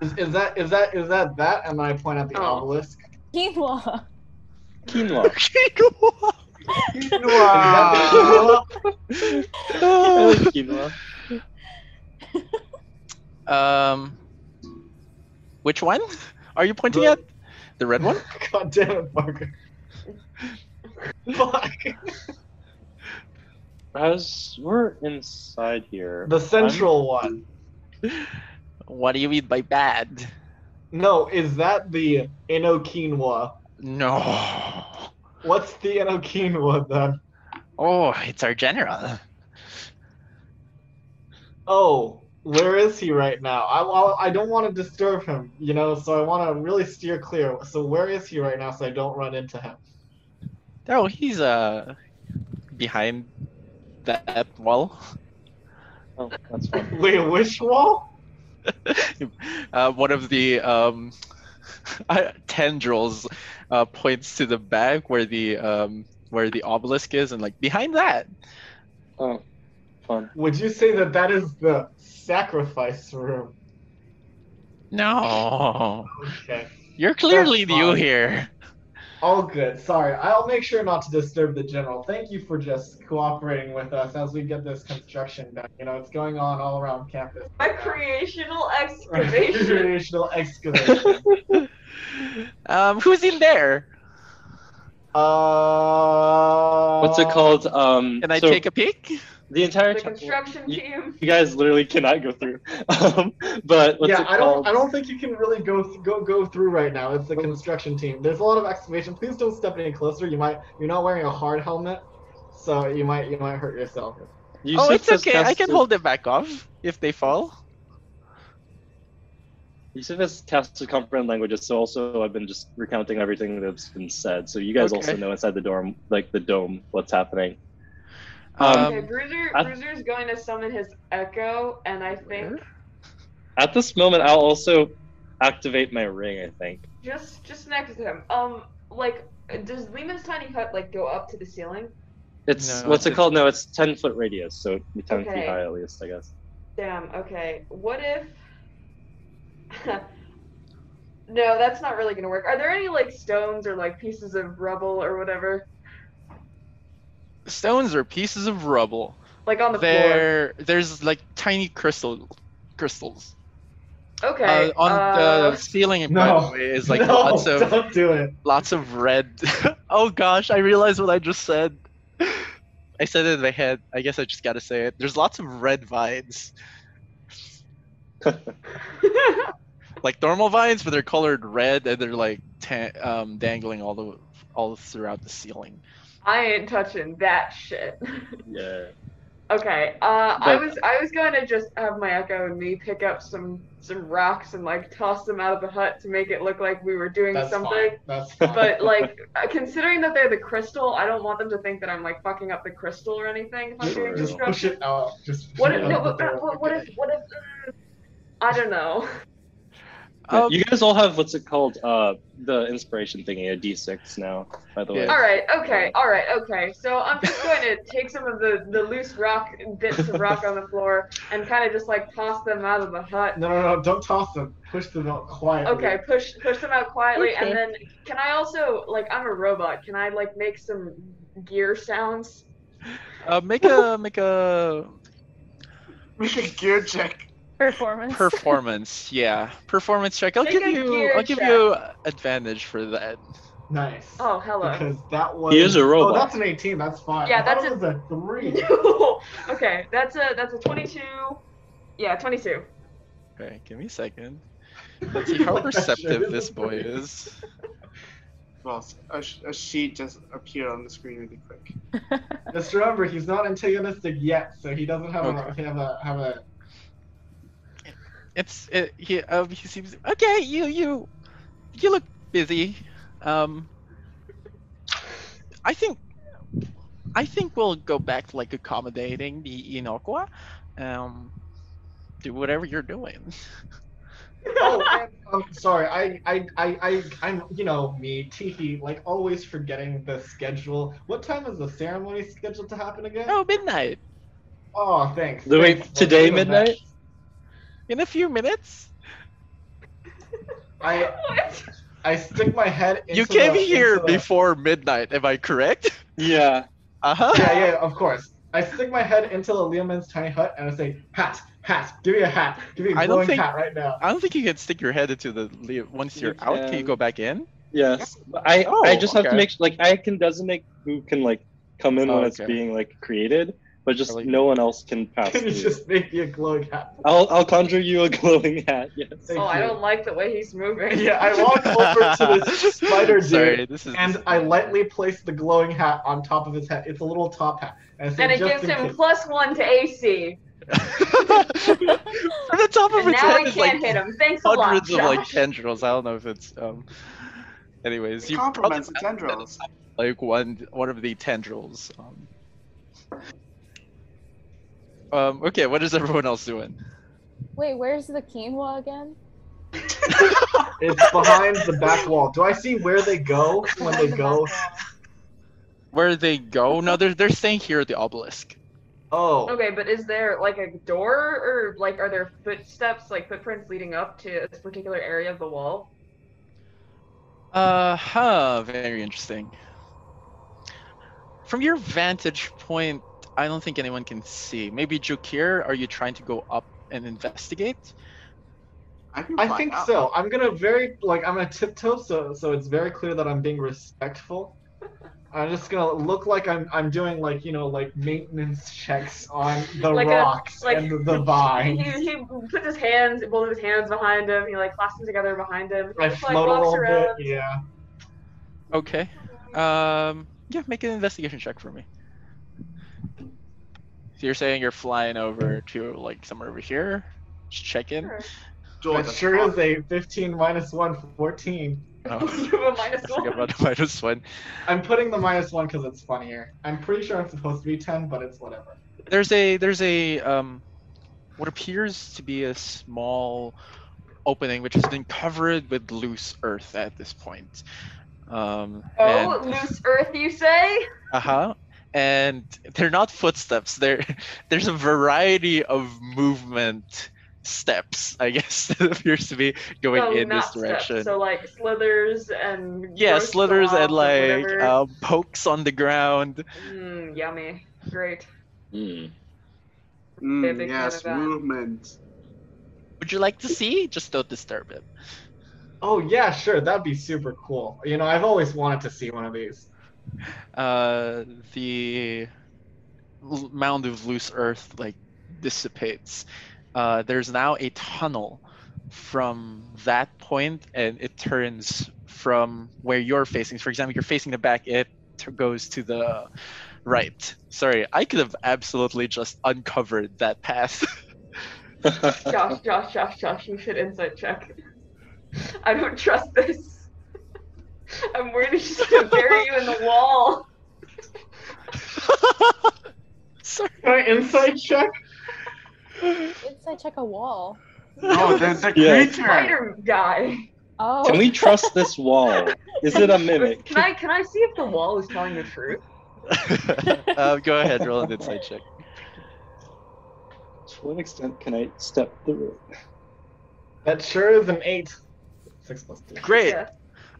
[SPEAKER 5] Is, is that is that is that that? And then I point at the
[SPEAKER 6] Oh.
[SPEAKER 5] obelisk.
[SPEAKER 8] Quinoa.
[SPEAKER 4] Quinoa.
[SPEAKER 9] Inuwa.
[SPEAKER 4] I like quinoa.
[SPEAKER 3] um, which one are you pointing
[SPEAKER 5] The-
[SPEAKER 3] at? The red one.
[SPEAKER 5] God damn it, Parker. Fuck.
[SPEAKER 4] As we're inside here,
[SPEAKER 5] The central one.
[SPEAKER 3] What do you mean by bad?
[SPEAKER 5] No, is that the Enoquinwa?
[SPEAKER 3] No.
[SPEAKER 5] What's the Enoquinwa then?
[SPEAKER 3] Oh, it's our general.
[SPEAKER 5] Oh, where is he right now? I, I, I don't want to disturb him, you know, so I want to really steer clear. So where is he right now so I don't run into him?
[SPEAKER 3] Oh, he's uh behind that, that wall.
[SPEAKER 4] oh, that's fun.
[SPEAKER 5] Wait, which wall?
[SPEAKER 3] uh, one of the um, uh, tendrils uh, points to the back where the um, where the obelisk is, and like behind that.
[SPEAKER 4] Oh, fun.
[SPEAKER 5] Would you say that that is the sacrifice room?
[SPEAKER 3] No,
[SPEAKER 5] Okay.
[SPEAKER 3] you're clearly
[SPEAKER 5] Oh. That's
[SPEAKER 3] new
[SPEAKER 5] fine.
[SPEAKER 3] here.
[SPEAKER 5] All good. Sorry. I'll make sure not to disturb the general. Thank you for just cooperating with us as we get this construction done. You know, it's going on all around campus.
[SPEAKER 6] Recreational excavation.
[SPEAKER 5] Recreational excavation.
[SPEAKER 3] um, who's in there?
[SPEAKER 5] uh,
[SPEAKER 4] What's it called? Um,
[SPEAKER 3] Can I
[SPEAKER 4] so
[SPEAKER 3] take a peek?
[SPEAKER 4] the entire
[SPEAKER 6] the
[SPEAKER 4] temple-
[SPEAKER 6] construction
[SPEAKER 4] you,
[SPEAKER 6] team.
[SPEAKER 4] you guys literally cannot go through. Um, but what's
[SPEAKER 5] yeah,
[SPEAKER 4] it
[SPEAKER 5] I
[SPEAKER 4] called?
[SPEAKER 5] don't. I don't think you can really go th- go go through right now. It's the construction team. There's a lot of excavation. Please don't step any closer. You might. You're not wearing a hard helmet, so you might you might hurt yourself.
[SPEAKER 4] You
[SPEAKER 3] oh,
[SPEAKER 4] said
[SPEAKER 3] it's
[SPEAKER 4] says
[SPEAKER 3] okay. I
[SPEAKER 4] cast
[SPEAKER 3] can
[SPEAKER 4] a-
[SPEAKER 3] hold them back off if they fall.
[SPEAKER 4] Yusuf has cast to comprehend languages, so also I've been just recounting everything that's been said. So you guys
[SPEAKER 3] Okay.
[SPEAKER 4] also know inside the dorm, like the dome, what's happening.
[SPEAKER 6] okay,
[SPEAKER 3] Um,
[SPEAKER 6] Bruiser.
[SPEAKER 4] I-
[SPEAKER 6] Bruiser's going to summon his echo, and I think
[SPEAKER 3] Where?
[SPEAKER 4] At this moment, I'll also activate my ring. I think.
[SPEAKER 6] just just next to him. Um, like, does Lehman's tiny hut like go up to the ceiling?
[SPEAKER 4] It's
[SPEAKER 3] No,
[SPEAKER 4] what's it
[SPEAKER 3] it's-
[SPEAKER 4] called? No, it's ten foot radius, so it'd be ten
[SPEAKER 6] Okay.
[SPEAKER 4] feet high at least, I guess.
[SPEAKER 6] Damn, okay. What if No, that's not really gonna work. Are there any like stones or like pieces of rubble or whatever?
[SPEAKER 3] stones are pieces of rubble.
[SPEAKER 6] Like on the
[SPEAKER 3] There, there's like tiny crystal crystals.
[SPEAKER 6] floor. Okay.
[SPEAKER 3] Uh, on
[SPEAKER 6] uh,
[SPEAKER 3] the ceiling, by
[SPEAKER 5] No.
[SPEAKER 3] the way, is like
[SPEAKER 5] no,
[SPEAKER 3] lots of
[SPEAKER 5] don't do it.
[SPEAKER 3] lots of red. oh gosh, I realized what I just said. I said it in my head. I guess I just gotta say it. There's lots of red vines,
[SPEAKER 6] uh,
[SPEAKER 3] like normal vines, but they're colored red and they're like ta- um, dangling all the all throughout the ceiling.
[SPEAKER 6] I ain't touching that shit.
[SPEAKER 4] Yeah.
[SPEAKER 6] okay. Uh I
[SPEAKER 4] But-
[SPEAKER 6] was I was gonna just have my echo and me pick up some some rocks and like toss them out of the hut to make it look like we were doing
[SPEAKER 5] That's
[SPEAKER 6] something.
[SPEAKER 5] fine. That's fine.
[SPEAKER 6] But like, uh, considering that they're the crystal, I don't want them to think that I'm like fucking up the crystal or anything. If I'm doing
[SPEAKER 4] Sure.
[SPEAKER 5] just push
[SPEAKER 6] construction.
[SPEAKER 5] it out. Just push
[SPEAKER 6] What
[SPEAKER 5] it
[SPEAKER 6] if?
[SPEAKER 5] out
[SPEAKER 6] No,
[SPEAKER 5] the
[SPEAKER 6] but,
[SPEAKER 5] door.
[SPEAKER 6] but what, what if? What if? mm, I don't know.
[SPEAKER 4] Yeah,
[SPEAKER 3] Um,
[SPEAKER 4] you guys all have what's it called? Uh, the inspiration thingy, a D6 now, by the way.
[SPEAKER 3] Yeah.
[SPEAKER 6] All right. Okay. All right. Okay. So I'm just going to take some of the the loose rock bits of rock on the floor and kind of just like toss them out of the hut.
[SPEAKER 5] No, no, no! Don't toss them. Push them out quietly.
[SPEAKER 6] Okay. Push push them out quietly,
[SPEAKER 8] Okay.
[SPEAKER 6] and then can I also like I'm a robot? Can I like make some gear sounds?
[SPEAKER 3] Uh, make a make a
[SPEAKER 9] Make a gear check.
[SPEAKER 8] Performance.
[SPEAKER 3] performance. yeah, performance check. I'll
[SPEAKER 6] Make
[SPEAKER 3] give
[SPEAKER 6] a
[SPEAKER 3] you.
[SPEAKER 6] gear
[SPEAKER 3] I'll give
[SPEAKER 6] check.
[SPEAKER 3] you advantage for that.
[SPEAKER 5] Nice.
[SPEAKER 6] Oh, hello.
[SPEAKER 5] Because that was.
[SPEAKER 4] He is a
[SPEAKER 5] Oh,
[SPEAKER 4] robot.
[SPEAKER 5] that's an 18. That's fine.
[SPEAKER 6] Yeah,
[SPEAKER 5] I thought
[SPEAKER 6] that's
[SPEAKER 5] it was a three.
[SPEAKER 6] No. okay, that's a that's a 22. Yeah, 22.
[SPEAKER 3] Okay, give me a second. Let's see how
[SPEAKER 5] That shit
[SPEAKER 3] perceptive
[SPEAKER 5] is
[SPEAKER 3] this
[SPEAKER 5] a
[SPEAKER 3] boy
[SPEAKER 5] three.
[SPEAKER 3] is.
[SPEAKER 2] well, a, sh- a sheet just appeared on the screen really quick.
[SPEAKER 5] Just remember, he's not antagonistic yet, so he doesn't have
[SPEAKER 3] Okay.
[SPEAKER 5] a have a have a.
[SPEAKER 3] It's it, he um he seems okay. You you you look busy. Um, I think I think we'll go back to like accommodating the Inokwa. Um, do whatever you're doing.
[SPEAKER 5] Oh, and, um, sorry. I, I I I I'm you know me Tiki like always forgetting the schedule. What time is the ceremony scheduled to happen again?
[SPEAKER 3] Oh, midnight
[SPEAKER 5] Oh, thanks.
[SPEAKER 4] The- wait,
[SPEAKER 5] Thanks. Well,
[SPEAKER 4] today
[SPEAKER 5] doing that.
[SPEAKER 4] midnight?
[SPEAKER 3] in a few minutes.
[SPEAKER 5] I
[SPEAKER 6] What?
[SPEAKER 5] I stick my head. Into
[SPEAKER 3] you came
[SPEAKER 5] the-
[SPEAKER 3] here
[SPEAKER 5] into the-
[SPEAKER 3] before midnight. Am I correct?
[SPEAKER 4] Yeah.
[SPEAKER 3] Uh huh.
[SPEAKER 5] Yeah, yeah, of course. I stick my head into the Leoman's tiny hut and I say, "Hat, hat, give me a hat, give me
[SPEAKER 3] I
[SPEAKER 5] a
[SPEAKER 3] don't
[SPEAKER 5] glowing
[SPEAKER 3] think-
[SPEAKER 5] hat right now."
[SPEAKER 3] I don't think you can stick your head into the le- once
[SPEAKER 4] You
[SPEAKER 3] you're out. Can you
[SPEAKER 4] can.
[SPEAKER 3] go back in?
[SPEAKER 4] Yes. I
[SPEAKER 3] Oh,
[SPEAKER 4] I just have
[SPEAKER 3] okay.
[SPEAKER 4] to make sure like I can designate who can like come in
[SPEAKER 3] Oh,
[SPEAKER 4] when it's
[SPEAKER 3] okay.
[SPEAKER 4] being like created, but just
[SPEAKER 3] Probably-
[SPEAKER 4] no one else can pass.
[SPEAKER 5] Can you
[SPEAKER 4] through.
[SPEAKER 5] just make me a glowing hat?
[SPEAKER 4] I'll I'll conjure you a glowing hat. Yes.
[SPEAKER 5] Thank
[SPEAKER 6] oh, I
[SPEAKER 5] you.
[SPEAKER 6] don't like the way he's moving.
[SPEAKER 5] Yeah, I walk over to this spider dude
[SPEAKER 3] Sorry, this is
[SPEAKER 5] and I lightly place the glowing hat on top of his head. It's a little top hat. And, I say,
[SPEAKER 6] and it
[SPEAKER 5] "Just
[SPEAKER 6] gives
[SPEAKER 5] in
[SPEAKER 6] him
[SPEAKER 5] case."
[SPEAKER 6] plus one to AC,
[SPEAKER 3] from the top of
[SPEAKER 6] and
[SPEAKER 3] its
[SPEAKER 6] now I
[SPEAKER 3] head is
[SPEAKER 6] can't
[SPEAKER 3] like
[SPEAKER 6] hit him. Thanks a lot,
[SPEAKER 3] hundreds of like
[SPEAKER 6] Josh.
[SPEAKER 3] tendrils. I don't know if it's um. Anyways, you probably
[SPEAKER 2] Compliments the tendrils.
[SPEAKER 3] like one one of the tendrils. Um, um okay, what is everyone else doing?
[SPEAKER 8] Wait, where's the quinoa again?
[SPEAKER 5] It's behind the back wall. Do I see where they go when they
[SPEAKER 8] Behind the
[SPEAKER 5] go?
[SPEAKER 8] back
[SPEAKER 3] Where they go? No, they're they're staying here at the obelisk.
[SPEAKER 5] Oh,
[SPEAKER 6] Okay, but is there like a door, or like are there footsteps, like footprints leading up to this particular area of the wall?
[SPEAKER 3] Uh huh, very interesting. From your vantage point, I don't think anyone can see. Maybe Jukir, are you trying to go up and investigate?
[SPEAKER 2] I, can
[SPEAKER 5] I
[SPEAKER 2] find
[SPEAKER 5] think
[SPEAKER 6] uh,
[SPEAKER 2] out.
[SPEAKER 5] so. I'm gonna very like I'm gonna tiptoe so so it's very clear that I'm being respectful. I'm just gonna look like I'm I'm doing like you know like maintenance checks on the
[SPEAKER 6] Like a-
[SPEAKER 5] rocks
[SPEAKER 6] like-
[SPEAKER 5] and the
[SPEAKER 6] He,
[SPEAKER 5] vines.
[SPEAKER 6] he puts his hands, both of his hands behind him. He like clasps them together behind him.
[SPEAKER 5] I
[SPEAKER 6] just, like,
[SPEAKER 5] float a
[SPEAKER 6] walks
[SPEAKER 5] little
[SPEAKER 6] around.
[SPEAKER 5] bit. Yeah.
[SPEAKER 3] Okay. Um yeah, make an investigation check for me. So you're saying you're flying over to like somewhere over here? Just check in?
[SPEAKER 6] Sure.
[SPEAKER 2] Joel,
[SPEAKER 5] That
[SPEAKER 2] the
[SPEAKER 5] sure
[SPEAKER 2] fuck?
[SPEAKER 5] is a 15 minus 1, 14.
[SPEAKER 3] Oh.
[SPEAKER 6] you have a minus
[SPEAKER 3] I
[SPEAKER 6] one.
[SPEAKER 3] forgot about the minus one.
[SPEAKER 5] I'm putting the minus 1 because it's funnier. I'm pretty sure I'm supposed to be 10, but it's whatever.
[SPEAKER 3] there's a there's a um what appears to be a small opening which has been covered with loose earth at this point um
[SPEAKER 6] Oh,
[SPEAKER 3] and,
[SPEAKER 6] loose earth, you say?
[SPEAKER 3] uh-huh and they're not footsteps they're there's a variety of movement steps i guess that appears to be going
[SPEAKER 6] so
[SPEAKER 3] in
[SPEAKER 6] not
[SPEAKER 3] this direction
[SPEAKER 6] Steps, so like slithers and
[SPEAKER 3] yeah
[SPEAKER 6] gross
[SPEAKER 3] slithers
[SPEAKER 6] globs
[SPEAKER 3] and
[SPEAKER 6] or
[SPEAKER 3] like
[SPEAKER 6] whatever.
[SPEAKER 3] uh, pokes on the ground
[SPEAKER 6] Mm, yummy, great.
[SPEAKER 2] Mm,
[SPEAKER 6] big fan of
[SPEAKER 2] yes,
[SPEAKER 5] uh,
[SPEAKER 6] that.
[SPEAKER 2] movement.
[SPEAKER 3] would you like to see just don't disturb it
[SPEAKER 5] Oh, yeah, sure. That'd be super cool. You know, I've always wanted to see one of these.
[SPEAKER 3] uh, the l- mound of loose earth like dissipates. Uh, there's now a tunnel from that point, and it turns from where you're facing. For example, you're facing the back; it t- goes to the right. Sorry, I could have absolutely just uncovered that path.
[SPEAKER 4] Hmm.
[SPEAKER 6] Josh, Josh, Josh, Josh, you should insight check. I don't trust this. I'm worried it's just gonna bury you in the wall.
[SPEAKER 3] Sorry.
[SPEAKER 5] Can I insight check?
[SPEAKER 8] wall. Inside check a wall.
[SPEAKER 2] No, Oh, there's a
[SPEAKER 4] Yeah.
[SPEAKER 2] creature.
[SPEAKER 6] Spider guy.
[SPEAKER 8] Oh.
[SPEAKER 4] Can we trust this wall? Is it a mimic?
[SPEAKER 6] Can I can I see if the wall is telling the truth?
[SPEAKER 3] um, go ahead, roll an insight check.
[SPEAKER 4] To what extent can I step through it?
[SPEAKER 5] That sure is an 8. 6 plus 2.
[SPEAKER 3] Great.
[SPEAKER 6] Yeah.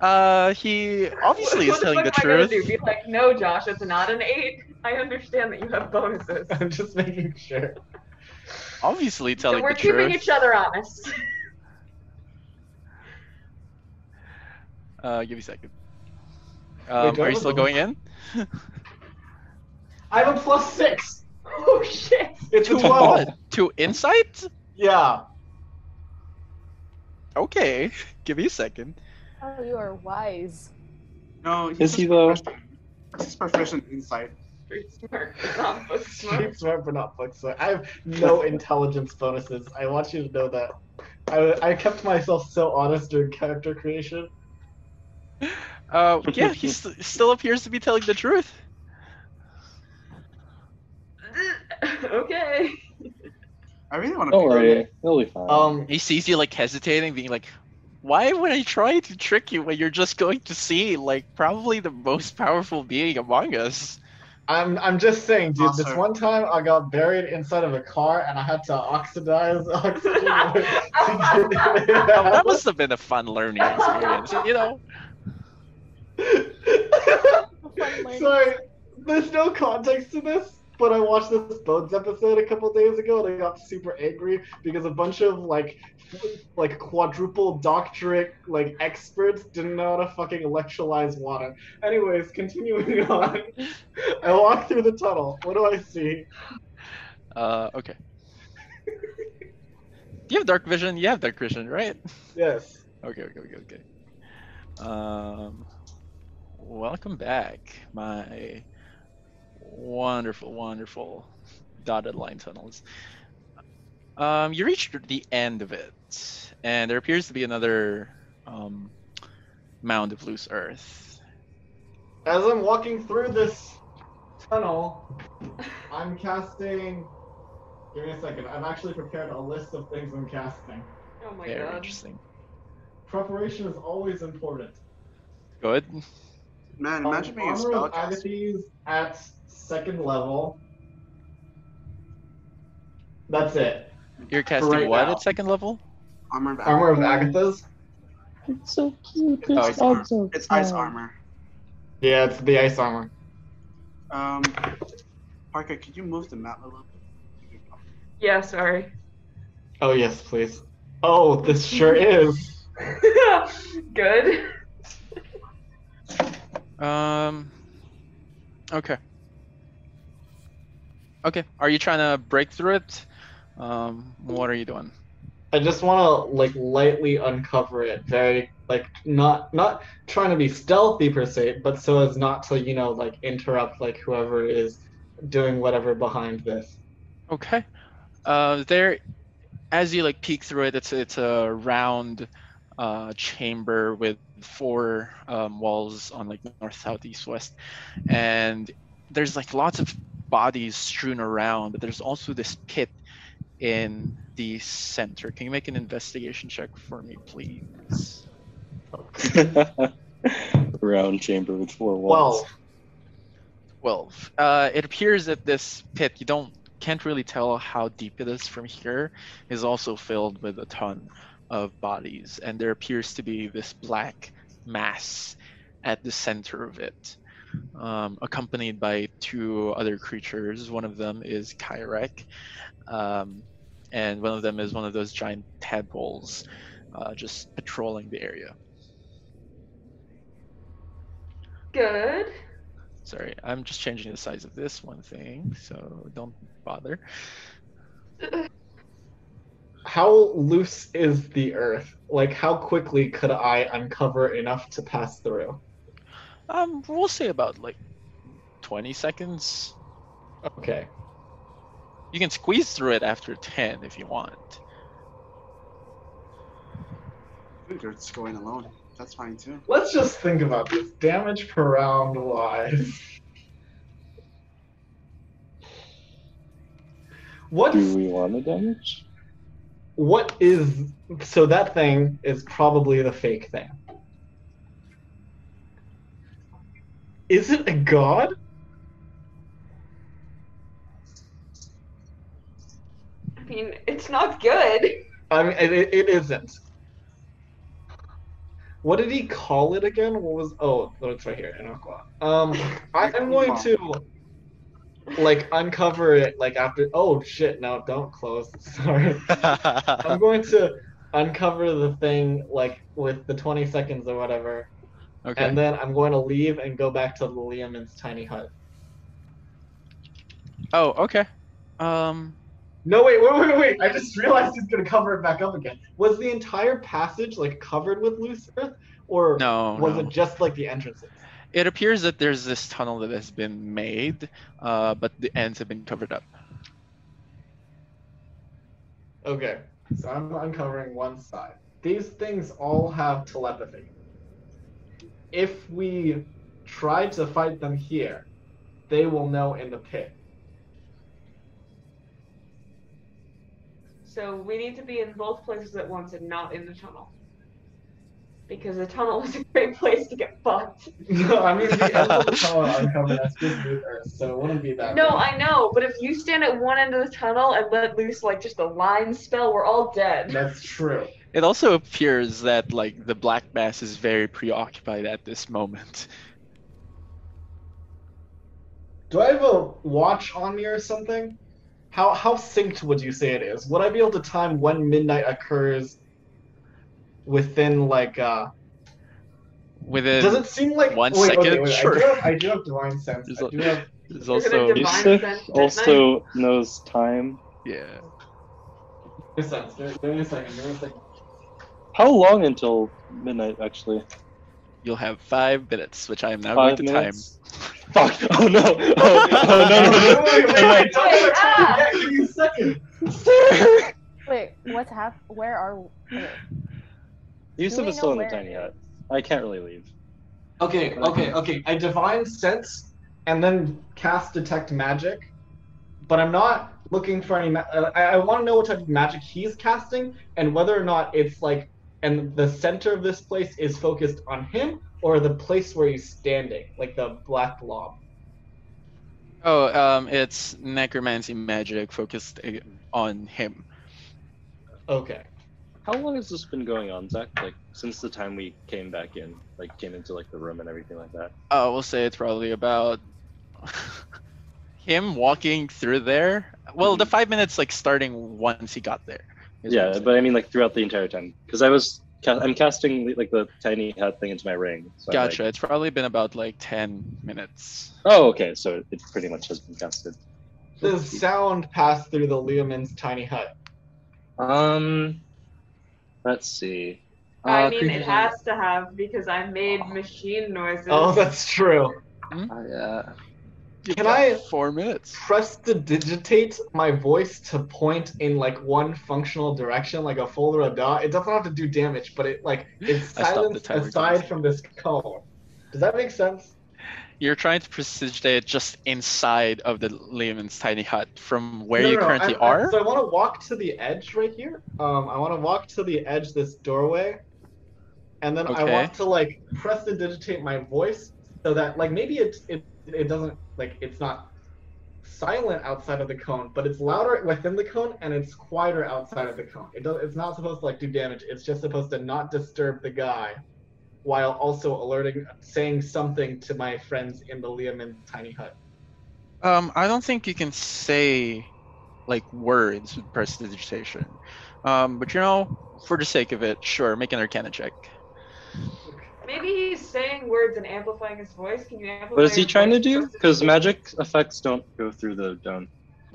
[SPEAKER 3] Uh, he obviously
[SPEAKER 6] What
[SPEAKER 3] is telling the
[SPEAKER 6] fuck am I gonna
[SPEAKER 3] truth.
[SPEAKER 6] do? Be like, no, Josh, it's not an eight. I understand that you have bonuses.
[SPEAKER 5] I'm just making sure.
[SPEAKER 3] obviously telling
[SPEAKER 6] we're
[SPEAKER 3] the
[SPEAKER 6] keeping
[SPEAKER 3] truth.
[SPEAKER 6] each other honest.
[SPEAKER 3] Uh, give me a second. Um, are you
[SPEAKER 5] don't
[SPEAKER 3] still
[SPEAKER 5] know.
[SPEAKER 3] going in?
[SPEAKER 5] I have a plus 6.
[SPEAKER 6] oh shit.
[SPEAKER 5] It's a
[SPEAKER 3] To
[SPEAKER 5] 12.
[SPEAKER 3] what? To insight?
[SPEAKER 5] Yeah.
[SPEAKER 3] Okay. Give me a second.
[SPEAKER 8] Oh, you are wise.
[SPEAKER 2] No, he's
[SPEAKER 4] Is
[SPEAKER 2] just
[SPEAKER 4] he, though?
[SPEAKER 2] proficient- He's just proficient insight.
[SPEAKER 6] Street smart, not book smart.
[SPEAKER 5] Street smart, but not book smart. I have no intelligence bonuses. I want you to know that. I, I kept myself so honest during character creation.
[SPEAKER 3] Uh, yeah, he st- still appears to be telling the truth.
[SPEAKER 6] okay.
[SPEAKER 2] I really want to
[SPEAKER 4] Don't worry, he'll be fine.
[SPEAKER 5] Um,
[SPEAKER 3] He sees you like hesitating, being like, "Why would I try to trick you when you're just going to see like probably the most powerful being among us?"
[SPEAKER 5] I'm I'm just saying, dude. This
[SPEAKER 2] Awesome.
[SPEAKER 5] one time I got buried inside of a car and I had to oxidize oxygen. to get it
[SPEAKER 3] Now, that
[SPEAKER 5] out.
[SPEAKER 3] must have been a fun learning experience, you know.
[SPEAKER 5] Sorry, there's no context to this, but I watched this Bones episode a couple days ago and I got super angry because a bunch of like like quadruple doctorate like experts didn't know how to fucking electrolyze water. Anyways, continuing on. I walk through the tunnel. What do I see?
[SPEAKER 3] Uh, okay. you have dark vision. You have dark vision, right?
[SPEAKER 5] Yes.
[SPEAKER 3] Okay, okay, okay, okay. Um, welcome back, my wonderful, wonderful dotted line tunnels. Um, you reached the end of it, and there appears to be another um, mound of loose earth.
[SPEAKER 5] As I'm walking through this tunnel, I'm casting. Give me a second. I've actually prepared a list of things I'm casting.
[SPEAKER 6] Oh my
[SPEAKER 3] Very
[SPEAKER 6] god.
[SPEAKER 3] interesting.
[SPEAKER 5] Preparation is always important.
[SPEAKER 3] Good.
[SPEAKER 2] Man, imagine being a
[SPEAKER 5] Honor of
[SPEAKER 2] spellcaster.
[SPEAKER 5] Agathys at second level. That's it.
[SPEAKER 3] You're casting
[SPEAKER 5] right
[SPEAKER 3] what
[SPEAKER 5] now.
[SPEAKER 3] at second level?
[SPEAKER 2] Armor of
[SPEAKER 5] Armor of Agathys.
[SPEAKER 10] It's so cute.
[SPEAKER 2] Oh,
[SPEAKER 10] It's
[SPEAKER 2] it's armor.
[SPEAKER 10] also
[SPEAKER 2] It's ice
[SPEAKER 8] Oh.
[SPEAKER 10] cute.
[SPEAKER 2] armor.
[SPEAKER 5] Yeah, it's the ice armor.
[SPEAKER 2] Um, Parker, could you move the map a little bit?
[SPEAKER 6] Yeah, sorry.
[SPEAKER 5] Oh yes, please. Oh, this sure is.
[SPEAKER 6] Good.
[SPEAKER 3] Um. Okay. Okay. Are you trying to break through it? Um. What are you doing?
[SPEAKER 5] I just want to like lightly uncover it, very like not not trying to be stealthy per se, but so as not to you know like interrupt like whoever is doing whatever behind this.
[SPEAKER 3] Okay. Uh. There. As you like peek through it, it's it's a round, uh, chamber with four um, walls on like north, south, east, west, and there's like lots of bodies strewn around. But there's also this pit in the center. Can you make an investigation check for me, please? Oh.
[SPEAKER 4] Round chamber with four walls.
[SPEAKER 5] Well,
[SPEAKER 3] 12 uh, it appears that this pit you don't can't really tell how deep it is from here is also filled with a ton of bodies and there appears to be this black mass at the center of it um, accompanied by two other creatures one of them is kyrek um, and one of them is one of those giant tadpoles uh, just patrolling the area
[SPEAKER 6] Good.
[SPEAKER 3] sorry i'm just changing the size of this one thing so don't bother
[SPEAKER 5] how loose is the earth? Like how quickly could I uncover enough to pass through?
[SPEAKER 3] Um, we'll say about like 20 seconds.
[SPEAKER 5] Okay.
[SPEAKER 3] You can squeeze through it after 10 if you want.
[SPEAKER 2] Dude, you're just going alone. That's fine too.
[SPEAKER 5] Let's just think about this. Damage per round wise. What's
[SPEAKER 4] Do we want the damage?
[SPEAKER 5] what is so that thing is probably the fake thing is it a god
[SPEAKER 6] I mean, it's not good.
[SPEAKER 5] i mean it, it isn't what did he call it again what was oh it's right here Inokwa. um I, i'm going to like uncover it like after oh shit no don't close sorry I'm going to uncover the thing like with the 20 seconds or whatever,
[SPEAKER 3] okay.
[SPEAKER 5] and then I'm going to leave and go back to Liliuman's tiny hut.
[SPEAKER 3] oh, okay. Um,
[SPEAKER 5] No, wait, wait, wait, wait! I just realized he's going to cover it back up again. Was the entire passage like covered with loose earth, or
[SPEAKER 3] no.
[SPEAKER 5] was
[SPEAKER 3] Oh, no.
[SPEAKER 5] it just like the entrances?
[SPEAKER 3] It appears that there's this tunnel that has been made, uh, but the ends have been covered up.
[SPEAKER 5] Okay, so I'm uncovering one side. These things all have telepathy. If we try to fight them here, they will know in the pit.
[SPEAKER 6] So we need to be in both places at once and not in the tunnel. Because the tunnel is a great place to get fucked.
[SPEAKER 5] No, I mean the end of the tunnel I'm uncovering that's just with Earth, so it wouldn't be that.
[SPEAKER 6] No,
[SPEAKER 5] bad.
[SPEAKER 6] I know, but if you stand at one end of the tunnel and let loose like just a line spell, we're all dead.
[SPEAKER 5] That's true.
[SPEAKER 3] It also appears that like the black mass is very preoccupied at this moment.
[SPEAKER 5] Do I have a watch on me or something? How how synced would you say it is? Would I be able to time when midnight occurs within like uh
[SPEAKER 3] Within
[SPEAKER 5] does it seem like
[SPEAKER 3] one
[SPEAKER 5] wait, okay,
[SPEAKER 3] second?
[SPEAKER 5] wait,
[SPEAKER 3] Sure.
[SPEAKER 5] I do, have, I do have divine sense.
[SPEAKER 3] There's
[SPEAKER 5] I
[SPEAKER 3] a-
[SPEAKER 5] do have
[SPEAKER 3] there's
[SPEAKER 6] You're
[SPEAKER 3] also
[SPEAKER 6] gonna divide- Divine
[SPEAKER 4] Yusuf
[SPEAKER 6] sense at
[SPEAKER 4] also knows time.
[SPEAKER 3] yeah.
[SPEAKER 5] divine sense. Give give me a second. Give me a second.
[SPEAKER 4] How long until midnight? Actually,
[SPEAKER 3] You'll have five minutes, which I am now
[SPEAKER 4] five
[SPEAKER 3] going to
[SPEAKER 4] minutes. Fuck! Oh no! Oh, oh, no, no,
[SPEAKER 5] Wait, wait, wait,
[SPEAKER 4] no, no.
[SPEAKER 5] wait, don't
[SPEAKER 6] Wait,
[SPEAKER 5] let time
[SPEAKER 6] ah!
[SPEAKER 5] yet, Give me a second.
[SPEAKER 8] Wait, what's hap? Where are? Wait, do
[SPEAKER 4] Yusuf
[SPEAKER 8] we
[SPEAKER 4] is still in
[SPEAKER 8] know
[SPEAKER 4] the
[SPEAKER 8] where
[SPEAKER 4] tiny
[SPEAKER 8] it
[SPEAKER 4] hut.
[SPEAKER 8] is?
[SPEAKER 4] I can't really leave.
[SPEAKER 5] Okay, okay, okay. I divine sense and then cast detect magic, but I'm not looking for any. Ma- uh, I, I want to know what type of magic he's casting and whether or not it's like, and the center of this place is focused on him or the place where he's standing, like the black blob.
[SPEAKER 3] Oh, um, it's necromancy magic focused uh, on him.
[SPEAKER 5] Okay.
[SPEAKER 4] How long has this been going on, Zach? Like since the time we came back in, like came into like the room and everything like that.
[SPEAKER 3] Uh, we'll say it's probably about him walking through there. Well, the five minutes like starting once he got there. is what I'm
[SPEAKER 4] Yeah,
[SPEAKER 3] saying.
[SPEAKER 4] but I mean like throughout the entire time because I was ca- I'm casting like the tiny hat thing into my ring. So I'm, like,
[SPEAKER 3] gotcha. It's probably been about like ten minutes.
[SPEAKER 4] oh, okay. So it pretty much has been casted.
[SPEAKER 5] The sound passed through the Leoman's tiny hut.
[SPEAKER 4] Um, let's see.
[SPEAKER 6] I
[SPEAKER 4] Uh,
[SPEAKER 6] mean,
[SPEAKER 4] creepy-
[SPEAKER 6] it has to have because I made machine noises.
[SPEAKER 5] Oh, that's true.
[SPEAKER 4] Uh, yeah.
[SPEAKER 3] You've
[SPEAKER 5] Can
[SPEAKER 3] got
[SPEAKER 5] I-
[SPEAKER 3] Four minutes.
[SPEAKER 5] Press to digitate my voice to point in like one functional direction, like a folder or a dot. It doesn't have to do damage, but it like it's
[SPEAKER 3] I stopped the
[SPEAKER 5] silenced
[SPEAKER 3] timer,
[SPEAKER 5] aside
[SPEAKER 3] Johnson.
[SPEAKER 5] from this cone. Does that make sense?
[SPEAKER 3] You're trying to precipitate just inside of the Lehman's tiny hut from where
[SPEAKER 5] No,
[SPEAKER 3] you
[SPEAKER 5] no, no,
[SPEAKER 3] currently
[SPEAKER 5] I- I-
[SPEAKER 3] are.
[SPEAKER 5] so I want to walk to the edge right here. Um, I want to walk to the edge this doorway, and then I
[SPEAKER 3] Okay.
[SPEAKER 5] want to like press to digitate my voice so that like maybe it it it doesn't like it's not silent outside of the cone, but it's louder within the cone and it's quieter outside of the cone. It does it's not supposed to like do damage. It's just supposed to not disturb the guy. While also alerting, saying something to my friends in the Leoman tiny hut.
[SPEAKER 3] Um, I don't think you can say like words with prestidigitation. Um, but you know, for the sake of it, sure, make an arcana check.
[SPEAKER 6] Maybe he's saying words and amplifying his voice. Can you amplify?
[SPEAKER 4] What is he
[SPEAKER 6] your
[SPEAKER 4] trying to
[SPEAKER 6] voice?
[SPEAKER 4] do? Because magic effects don't go through the dome.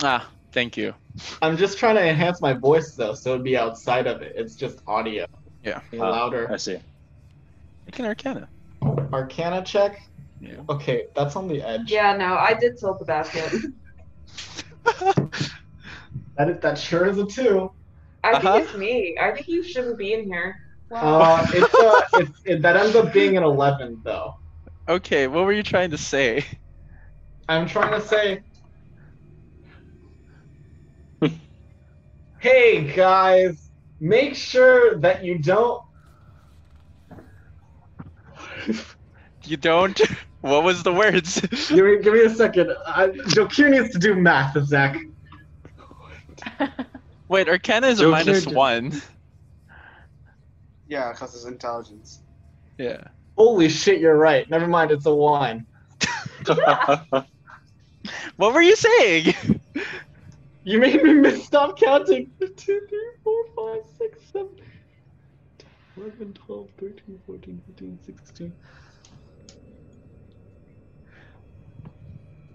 [SPEAKER 3] Ah, thank you.
[SPEAKER 5] I'm just trying to enhance my voice though, so it'd be outside of it. It's just audio.
[SPEAKER 3] Yeah.
[SPEAKER 5] Be
[SPEAKER 4] Ah.
[SPEAKER 5] louder.
[SPEAKER 4] I see.
[SPEAKER 3] Make an arcana.
[SPEAKER 5] Arcana check.
[SPEAKER 3] Yeah.
[SPEAKER 5] Okay, that's on the edge.
[SPEAKER 6] Yeah, no, I did tilt the basket.
[SPEAKER 5] That is, that sure is a two.
[SPEAKER 6] I
[SPEAKER 3] Uh-huh.
[SPEAKER 6] think it's me. I think you shouldn't be in here.
[SPEAKER 8] wow.
[SPEAKER 5] Uh, it's uh it's, it, that ends up being an eleven though.
[SPEAKER 3] okay, what were you trying to say?
[SPEAKER 5] I'm trying to say. hey guys, make sure that you don't.
[SPEAKER 3] You don't. What was the words?
[SPEAKER 5] Give me, give me a second. I, Jokir needs to do math, Zach.
[SPEAKER 3] Wait, arcana is a
[SPEAKER 4] Don't
[SPEAKER 3] minus
[SPEAKER 4] care, don't-
[SPEAKER 3] one.
[SPEAKER 2] Yeah, because it's intelligence.
[SPEAKER 3] Yeah.
[SPEAKER 5] Holy shit, you're right. Never mind, it's a one.
[SPEAKER 3] What were you saying?
[SPEAKER 5] You made me miss stop counting. 2, 3, 4, 5, 6, 7, 11, 12, 13, 14, 15, 16.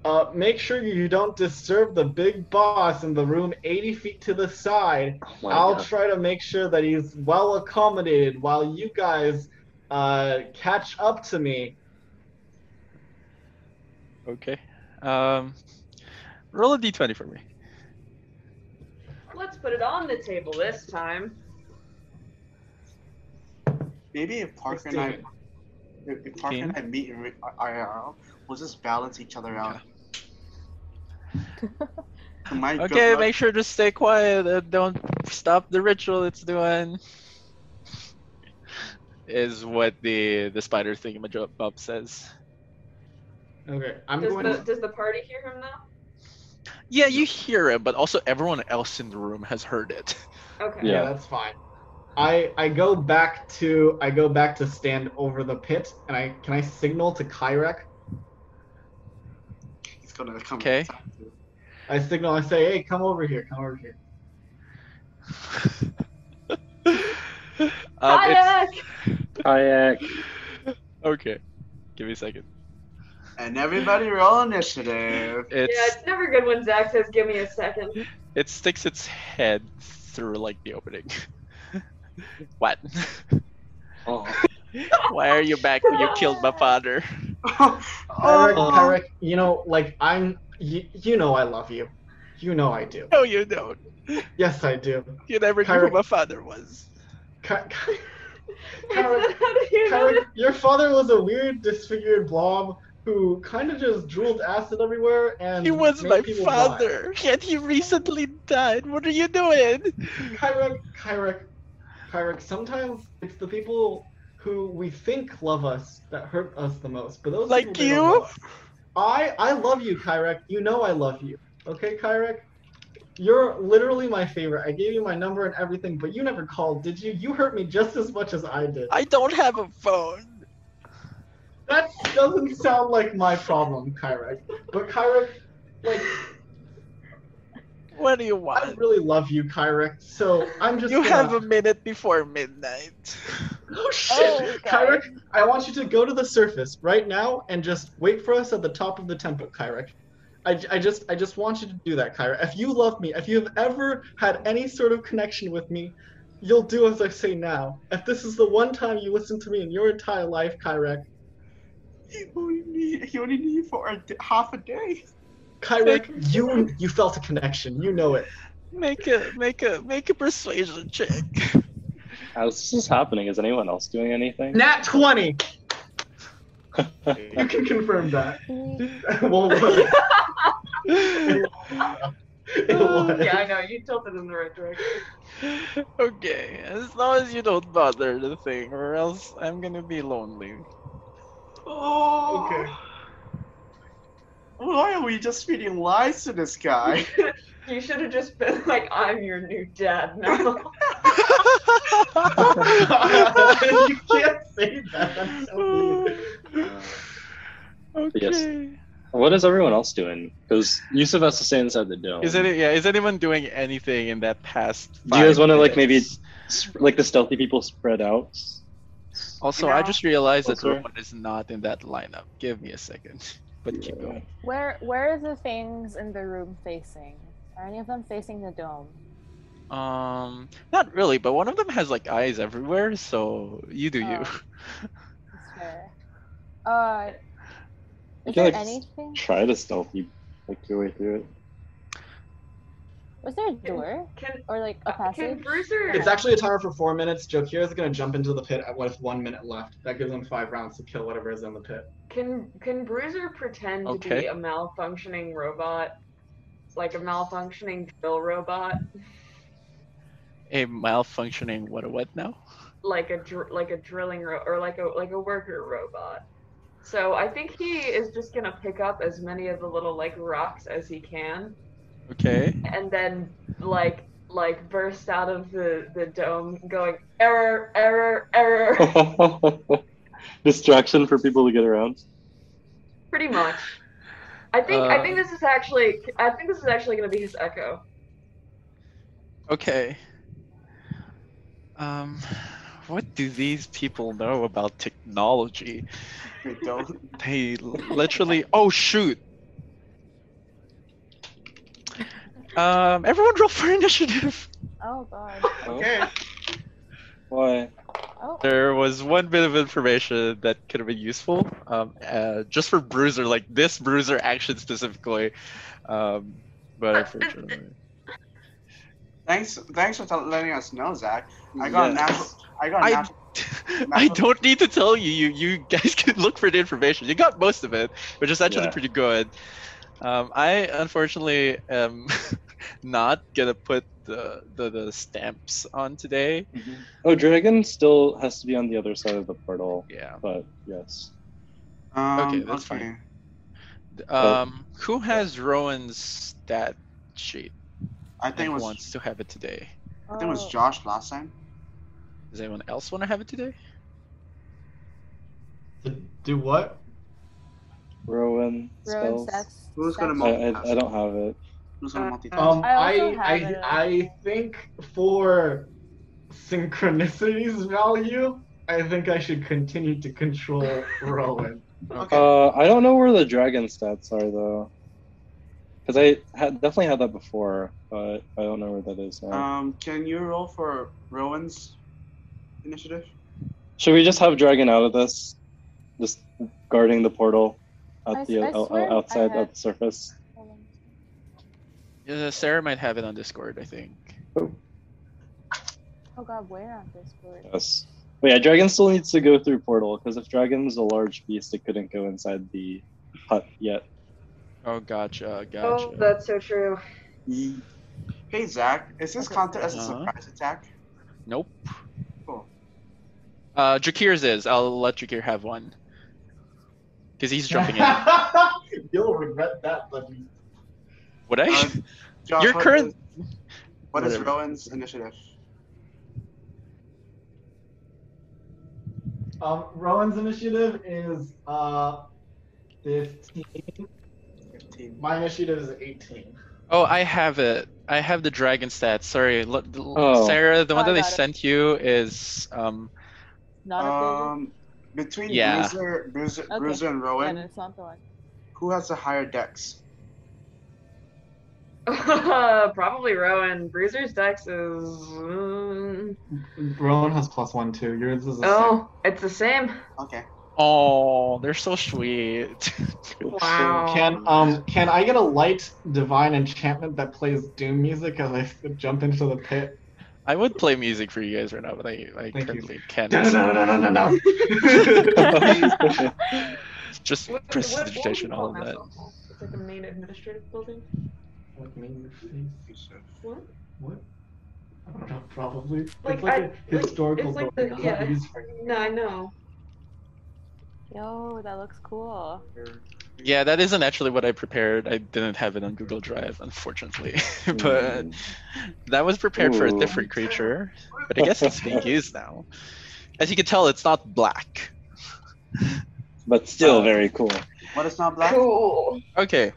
[SPEAKER 5] Uh, make sure you don't disturb the big boss in the room 80 feet to the side.
[SPEAKER 4] Oh my
[SPEAKER 5] I'll
[SPEAKER 4] God.
[SPEAKER 5] try to make sure that he's well accommodated while you guys uh, catch up to me.
[SPEAKER 3] Okay. Um, roll a d20 for me.
[SPEAKER 6] Let's put it on the table this time.
[SPEAKER 2] Maybe if Parker and I, if, if Parker and I meet in re- IRL, we'll just balance each other out. My good
[SPEAKER 3] Okay,
[SPEAKER 2] luck-
[SPEAKER 3] make sure to stay quiet and don't stop the ritual it's doing. Is what the the spider thingamabob says.
[SPEAKER 5] Okay, I'm
[SPEAKER 6] does
[SPEAKER 5] going.
[SPEAKER 6] the
[SPEAKER 5] to...
[SPEAKER 6] does the party hear him now?
[SPEAKER 3] Yeah, you hear it, but also everyone else in the room has heard it.
[SPEAKER 6] Okay.
[SPEAKER 5] Yeah.
[SPEAKER 4] Yeah.
[SPEAKER 5] that's fine. I I go back to I go back to stand over the pit, and I can I signal to Kyrek.
[SPEAKER 2] He's gonna come.
[SPEAKER 3] Okay.
[SPEAKER 2] attack you.
[SPEAKER 5] I signal. I say, hey, come over here, come over here.
[SPEAKER 3] Um, it's-
[SPEAKER 6] Kayak!
[SPEAKER 4] Kayak.
[SPEAKER 3] okay, give me a second.
[SPEAKER 2] And everybody roll initiative.
[SPEAKER 3] It's
[SPEAKER 6] Yeah, it's never good when Zach says, "Give me a second.
[SPEAKER 3] it sticks its head through like the opening. what?
[SPEAKER 4] Oh.
[SPEAKER 3] Why are you back when you killed my father?
[SPEAKER 5] Kyrek,
[SPEAKER 2] Oh.
[SPEAKER 5] Kyrek, you know, like I'm. You, you know, I love you. You know, I do.
[SPEAKER 3] No, you don't.
[SPEAKER 5] Yes, I do.
[SPEAKER 3] You never knew who
[SPEAKER 5] Kyrie-
[SPEAKER 3] my father was.
[SPEAKER 5] Ky- Ky-
[SPEAKER 6] It's not how to hear
[SPEAKER 5] Kyrek,
[SPEAKER 6] that.
[SPEAKER 5] your father was a weird, disfigured blob who kind of just drooled acid everywhere, and
[SPEAKER 3] He was
[SPEAKER 5] made
[SPEAKER 3] my
[SPEAKER 5] people die.
[SPEAKER 3] father, yet he recently died. What are you doing?
[SPEAKER 5] Kyrek, Kyrek, Kyrek, sometimes it's the people who we think love us that hurt us the most. But those
[SPEAKER 3] Like
[SPEAKER 5] people, they don't
[SPEAKER 3] you?
[SPEAKER 5] love us. I I love you, Kyrek. You know I love you. Okay, Kyrek? You're literally my favorite. I gave you my number and everything, but you never called, did you? You hurt me just as much as I did.
[SPEAKER 3] I don't have a phone.
[SPEAKER 5] That doesn't sound like my problem, Kyrek. But Kyrek, like
[SPEAKER 3] What do you
[SPEAKER 5] I
[SPEAKER 3] want?
[SPEAKER 5] really love you, Kyrek. So I'm just
[SPEAKER 3] You
[SPEAKER 5] gonna-
[SPEAKER 3] have a minute before midnight.
[SPEAKER 5] Oh shit!
[SPEAKER 8] Oh, God.
[SPEAKER 5] Kyrek, I want you to go to the surface right now and just wait for us at the top of the temple, Kyrek. I, I just I just want you to do that, Kyrek. If you love me, if you have ever had any sort of connection with me, you'll do as I say now. If this is the one time you listen to me in your entire life, Kyrek,
[SPEAKER 2] He only need, he only need you for a d- half a day.
[SPEAKER 5] Kyrek, you you felt a connection. You know it.
[SPEAKER 3] Make a make a make a persuasion check.
[SPEAKER 4] As this is happening, is anyone else doing anything?
[SPEAKER 5] Nat twenty. You can confirm that. It won't work. It won't.
[SPEAKER 6] Yeah, I know. You tilted in the right direction.
[SPEAKER 3] okay, as long as you don't bother the thing, or else I'm gonna be lonely.
[SPEAKER 2] Oh.
[SPEAKER 5] Okay.
[SPEAKER 2] Why are we just feeding lies to this guy?
[SPEAKER 6] You should have just been like, "I'm your new dad now."
[SPEAKER 5] you can't say that. That's so mean.
[SPEAKER 4] Uh,
[SPEAKER 3] okay.
[SPEAKER 4] what is everyone else doing? Because Yusuf has to stay inside the dome.
[SPEAKER 3] Is any yeah? Is anyone doing anything in that past?
[SPEAKER 4] Do you guys
[SPEAKER 3] five
[SPEAKER 4] wanna, like, maybe-
[SPEAKER 3] minutes?
[SPEAKER 4] Sp- like the stealthy people spread out?
[SPEAKER 3] Also,
[SPEAKER 6] You
[SPEAKER 3] I
[SPEAKER 6] know,
[SPEAKER 3] just realized that
[SPEAKER 4] also-
[SPEAKER 3] Roman is not in that lineup. Give me a second. But keep
[SPEAKER 4] Yeah.
[SPEAKER 3] going.
[SPEAKER 8] Where where are the things in the room facing? Are any of them facing the dome?
[SPEAKER 3] Um, not really, but one of them has like eyes everywhere, so you do you.
[SPEAKER 8] Oh. That's fair. Uh,
[SPEAKER 4] You
[SPEAKER 8] is
[SPEAKER 4] can,
[SPEAKER 8] there
[SPEAKER 4] like, s-
[SPEAKER 8] anything?
[SPEAKER 4] Try to stealthy, like your way through it.
[SPEAKER 8] Was there a door
[SPEAKER 6] Can
[SPEAKER 8] or like a
[SPEAKER 6] can
[SPEAKER 8] passage?
[SPEAKER 6] Bruiser?
[SPEAKER 5] It's actually a timer for four minutes. Jokira is gonna jump into the pit at with one minute left. That gives him five rounds to kill whatever is in the pit.
[SPEAKER 6] Can can Bruiser pretend to
[SPEAKER 3] Okay.
[SPEAKER 6] be a malfunctioning robot? Like a malfunctioning drill robot,
[SPEAKER 3] A malfunctioning what what now?
[SPEAKER 6] like a dr- like a drilling ro- or like a like a worker robot. So I think he is just gonna pick up as many of the little like rocks as he can,
[SPEAKER 3] Okay.
[SPEAKER 6] and then like like burst out of the the dome, going error, error,
[SPEAKER 3] Oh.
[SPEAKER 6] error,
[SPEAKER 4] Distraction for people to get around.
[SPEAKER 6] pretty much. I think I
[SPEAKER 3] Uh,
[SPEAKER 6] think this is actually I think this is actually gonna be his echo.
[SPEAKER 3] Okay. Um, what do these people know about technology?
[SPEAKER 2] We don't.
[SPEAKER 3] They l- literally. Oh shoot. Um, everyone roll for initiative.
[SPEAKER 8] Oh god.
[SPEAKER 4] Oh,
[SPEAKER 2] Okay.
[SPEAKER 4] Why?
[SPEAKER 8] Oh.
[SPEAKER 3] There was one bit of information that could have been useful, um, uh, just for Bruiser, like this Bruiser action specifically. Um, but unfortunately,
[SPEAKER 2] Thanks, thanks for tell- letting us know, Zach. I got a
[SPEAKER 3] Yes.
[SPEAKER 2] natural. I got a
[SPEAKER 3] I-
[SPEAKER 2] natural.
[SPEAKER 3] I don't need to tell you. You you guys can look for the information. You got most of it, which is actually
[SPEAKER 4] Yeah.
[SPEAKER 3] pretty good. Um, I unfortunately am not gonna put the, the the stamps on today.
[SPEAKER 4] Oh, Dragon still has to be on the other side of the portal,
[SPEAKER 3] Yeah.
[SPEAKER 4] but yes.
[SPEAKER 2] Um,
[SPEAKER 3] Okay, that's fine.
[SPEAKER 4] Oh.
[SPEAKER 3] Um, who has Rowan's stat sheet?
[SPEAKER 2] I think it
[SPEAKER 3] and
[SPEAKER 2] was.
[SPEAKER 3] wants to have it today.
[SPEAKER 2] I think it was
[SPEAKER 8] Oh.
[SPEAKER 2] Josh last time.
[SPEAKER 3] Does anyone else want to have it today?
[SPEAKER 5] To do what?
[SPEAKER 4] Rowan
[SPEAKER 8] Rowan
[SPEAKER 4] spells.
[SPEAKER 8] sets.
[SPEAKER 2] Who's gonna
[SPEAKER 4] I, I, I don't have it.
[SPEAKER 2] Who's gonna multitask?
[SPEAKER 5] Um,
[SPEAKER 8] I
[SPEAKER 5] I
[SPEAKER 8] also
[SPEAKER 5] I,
[SPEAKER 8] have it.
[SPEAKER 5] I think for synchronicity's value, I think I should continue to control Rowan.
[SPEAKER 2] okay.
[SPEAKER 4] Uh, I don't know where the dragon stats are though, because I had definitely had that before, but I don't know where that is now.
[SPEAKER 3] Uh,
[SPEAKER 2] um, can you roll for Rowan's initiative?
[SPEAKER 4] Should we just have dragon out of this, just guarding the portal,
[SPEAKER 8] I
[SPEAKER 4] at
[SPEAKER 8] s-
[SPEAKER 4] the
[SPEAKER 8] I
[SPEAKER 4] o-
[SPEAKER 8] swear
[SPEAKER 4] o- outside
[SPEAKER 8] I had-
[SPEAKER 4] of the surface?
[SPEAKER 3] Uh, Sarah might have it on Discord, I think.
[SPEAKER 8] Oh god, where on Discord?
[SPEAKER 4] Yes. But yeah, dragon still needs to go through portal because if dragon was a large beast, it couldn't go inside the hut yet.
[SPEAKER 3] Oh, gotcha, gotcha.
[SPEAKER 6] Oh, that's so true.
[SPEAKER 2] Hey Zach, is this
[SPEAKER 8] Okay.
[SPEAKER 2] counted as a
[SPEAKER 3] Mm. Uh-huh.
[SPEAKER 2] surprise attack?
[SPEAKER 3] Nope.
[SPEAKER 2] Cool.
[SPEAKER 3] Uh, Jakir's is. I'll let Jakir have one. Because he's jumping in.
[SPEAKER 5] You'll regret that, buddy.
[SPEAKER 3] Would I?
[SPEAKER 2] Uh,
[SPEAKER 5] Um,
[SPEAKER 2] Josh,
[SPEAKER 3] Your
[SPEAKER 2] what
[SPEAKER 3] current-
[SPEAKER 2] is- what is
[SPEAKER 3] Whatever.
[SPEAKER 2] Rowan's initiative?
[SPEAKER 5] Um, Rowan's initiative is uh, fifteen.
[SPEAKER 2] Fifteen.
[SPEAKER 5] My initiative is eighteen.
[SPEAKER 3] Oh, I have it. I have the dragon stats. Sorry, l- l-
[SPEAKER 4] Oh.
[SPEAKER 3] Sarah. The one
[SPEAKER 8] I
[SPEAKER 3] that I
[SPEAKER 8] got it.
[SPEAKER 3] sent you is um.
[SPEAKER 8] Not updated.
[SPEAKER 2] Um, between
[SPEAKER 3] Yeah.
[SPEAKER 2] Bruiser, Bruiser,
[SPEAKER 8] Okay.
[SPEAKER 2] Bruiser and
[SPEAKER 8] Then
[SPEAKER 2] Rowan,
[SPEAKER 8] it's not the one.
[SPEAKER 2] who has the higher dex?
[SPEAKER 6] Probably Rowan. Bruiser's dex is. mm,
[SPEAKER 5] Rowan has plus one too. Yours is a
[SPEAKER 6] Oh, it's the same.
[SPEAKER 2] Okay.
[SPEAKER 3] Oh, they're so sweet.
[SPEAKER 6] Wow.
[SPEAKER 5] Can um can I get a light divine enchantment that plays doom music as I s- jump into the pit?
[SPEAKER 3] I would play music for you guys right now, but I, I
[SPEAKER 5] you.
[SPEAKER 3] currently can't.
[SPEAKER 5] No no no no no no.
[SPEAKER 3] Just
[SPEAKER 6] What- what-
[SPEAKER 3] prestidigitation,
[SPEAKER 6] what
[SPEAKER 3] all
[SPEAKER 6] would
[SPEAKER 3] of
[SPEAKER 6] you
[SPEAKER 3] that.
[SPEAKER 6] call that? It's like the main administrative building. What?
[SPEAKER 5] What? I don't know. Probably.
[SPEAKER 6] Like,
[SPEAKER 5] it's like
[SPEAKER 6] I-
[SPEAKER 5] a
[SPEAKER 6] like,
[SPEAKER 5] historical
[SPEAKER 6] it's like the-
[SPEAKER 5] building. I'm
[SPEAKER 6] yeah.
[SPEAKER 5] not used for
[SPEAKER 6] No, I know.
[SPEAKER 8] Yo, that looks cool.
[SPEAKER 3] Yeah, that isn't actually what I prepared. I didn't have it on Google Drive, unfortunately.
[SPEAKER 5] Hmm.
[SPEAKER 3] but that was prepared for a
[SPEAKER 4] Ooh.
[SPEAKER 3] different creature. But I guess it's being used now. As you can tell, it's not black.
[SPEAKER 4] But still
[SPEAKER 3] Uh,
[SPEAKER 4] very cool.
[SPEAKER 2] What is not black?
[SPEAKER 6] Cool.
[SPEAKER 3] Okay,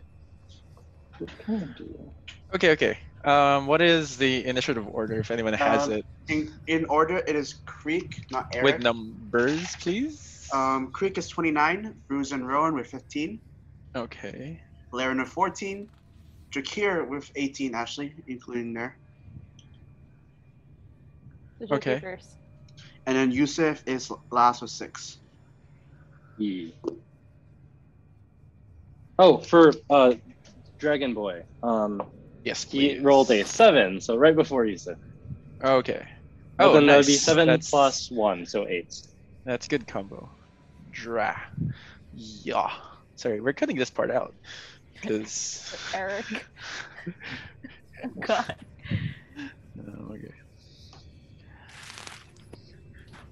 [SPEAKER 3] okay, okay. Um, what is the initiative order if anyone has
[SPEAKER 2] Um,
[SPEAKER 3] it?
[SPEAKER 2] In, in order, it is Creek, not Eric.
[SPEAKER 3] With numbers, please.
[SPEAKER 2] Um, Creek is 29, Bruiser and Rowan with 15,
[SPEAKER 3] okay.
[SPEAKER 2] Laren with 14, Drakir with 18, Ashley, including there.
[SPEAKER 8] Did you
[SPEAKER 3] Okay.
[SPEAKER 8] do First?
[SPEAKER 2] And then Yusuf is last with 6.
[SPEAKER 4] Oh, for uh, Dragon Boy, um,
[SPEAKER 3] Yes,
[SPEAKER 4] he
[SPEAKER 3] please.
[SPEAKER 4] rolled a seven, so right before you said.
[SPEAKER 3] Okay.
[SPEAKER 4] Oh, then that would be
[SPEAKER 3] nice.
[SPEAKER 4] seven
[SPEAKER 3] That's-
[SPEAKER 4] plus one, so eight.
[SPEAKER 3] That's good combo. Dra. Yeah. Sorry, we're cutting this part out. Because.
[SPEAKER 8] Eric. God.
[SPEAKER 3] Oh, okay.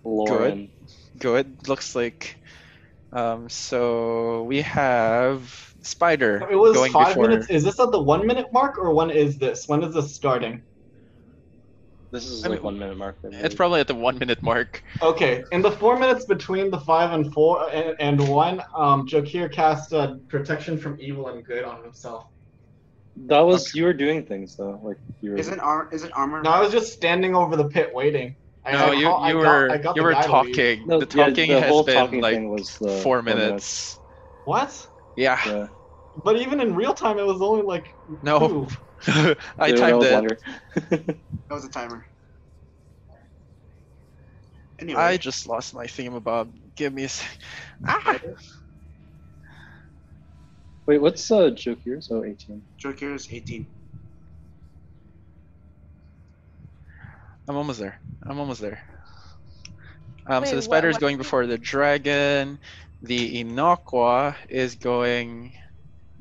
[SPEAKER 4] Lauren.
[SPEAKER 3] Good. Looks like. Um, so we have Spider
[SPEAKER 5] it. It was
[SPEAKER 3] going
[SPEAKER 5] five
[SPEAKER 3] before.
[SPEAKER 5] minutes. Is this at the one minute mark or when is this? When is this starting?
[SPEAKER 4] This is
[SPEAKER 3] I
[SPEAKER 4] like
[SPEAKER 3] mean,
[SPEAKER 4] one minute mark. that
[SPEAKER 3] It's
[SPEAKER 4] we-
[SPEAKER 3] probably at the one minute mark.
[SPEAKER 5] Okay, in the four minutes between the five and four and, and one, um, Jokir cast uh, protection from evil and good on himself.
[SPEAKER 4] that was you were doing things though, like you were.
[SPEAKER 2] Isn't arm? Is it armor?
[SPEAKER 5] No, I was just standing over the pit waiting. I,
[SPEAKER 3] No,
[SPEAKER 5] I
[SPEAKER 3] you,
[SPEAKER 5] call- I
[SPEAKER 3] you
[SPEAKER 5] got-
[SPEAKER 3] were
[SPEAKER 5] I got
[SPEAKER 3] you
[SPEAKER 5] the
[SPEAKER 3] were
[SPEAKER 5] guy to leave.
[SPEAKER 3] talking.
[SPEAKER 4] No,
[SPEAKER 3] the
[SPEAKER 4] yeah,
[SPEAKER 3] talking
[SPEAKER 4] the
[SPEAKER 3] has
[SPEAKER 4] whole
[SPEAKER 3] been
[SPEAKER 4] talking
[SPEAKER 3] like
[SPEAKER 4] thing was the
[SPEAKER 3] four minutes.
[SPEAKER 5] What?
[SPEAKER 3] Yeah.
[SPEAKER 4] Yeah,
[SPEAKER 5] But even in real time, it was only like
[SPEAKER 3] No,
[SPEAKER 5] two.
[SPEAKER 3] I
[SPEAKER 4] that
[SPEAKER 3] timed
[SPEAKER 4] was
[SPEAKER 3] it.
[SPEAKER 4] longer.
[SPEAKER 2] That was a timer.
[SPEAKER 9] Anyway,
[SPEAKER 3] I just lost my thingamabob. Give me a sec. Ah!
[SPEAKER 4] Wait, what's uh, joke here? So 18.
[SPEAKER 9] Joker is 18.
[SPEAKER 3] I'm almost there. I'm almost there. Um,
[SPEAKER 8] Wait,
[SPEAKER 3] so the
[SPEAKER 8] what-
[SPEAKER 3] spider is
[SPEAKER 8] what-
[SPEAKER 3] going before the dragon. The Inokwa is going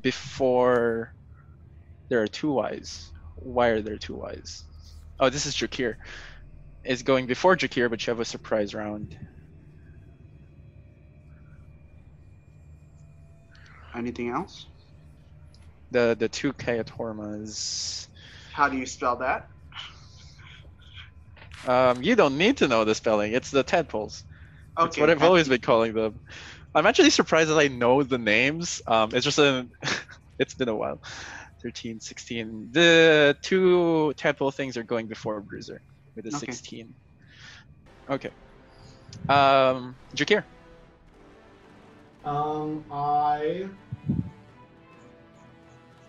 [SPEAKER 3] before. There are two Ys. Why are there two Ys? Oh, this is Jakir. Is going before Jakir, but you have a surprise round.
[SPEAKER 9] Anything else?
[SPEAKER 3] The the two Kayatormas.
[SPEAKER 2] How do you spell that?
[SPEAKER 3] Um, you don't need to know the spelling. It's the tadpoles.
[SPEAKER 2] Okay.
[SPEAKER 3] It's what I've always been calling them. I'm actually surprised that I know the names. Um, it's just a, it's been a while. 13, 16. The two tadpole things are going before Bruiser with a
[SPEAKER 2] Okay.
[SPEAKER 3] 16. Okay. Um, Jakir.
[SPEAKER 5] Um, I.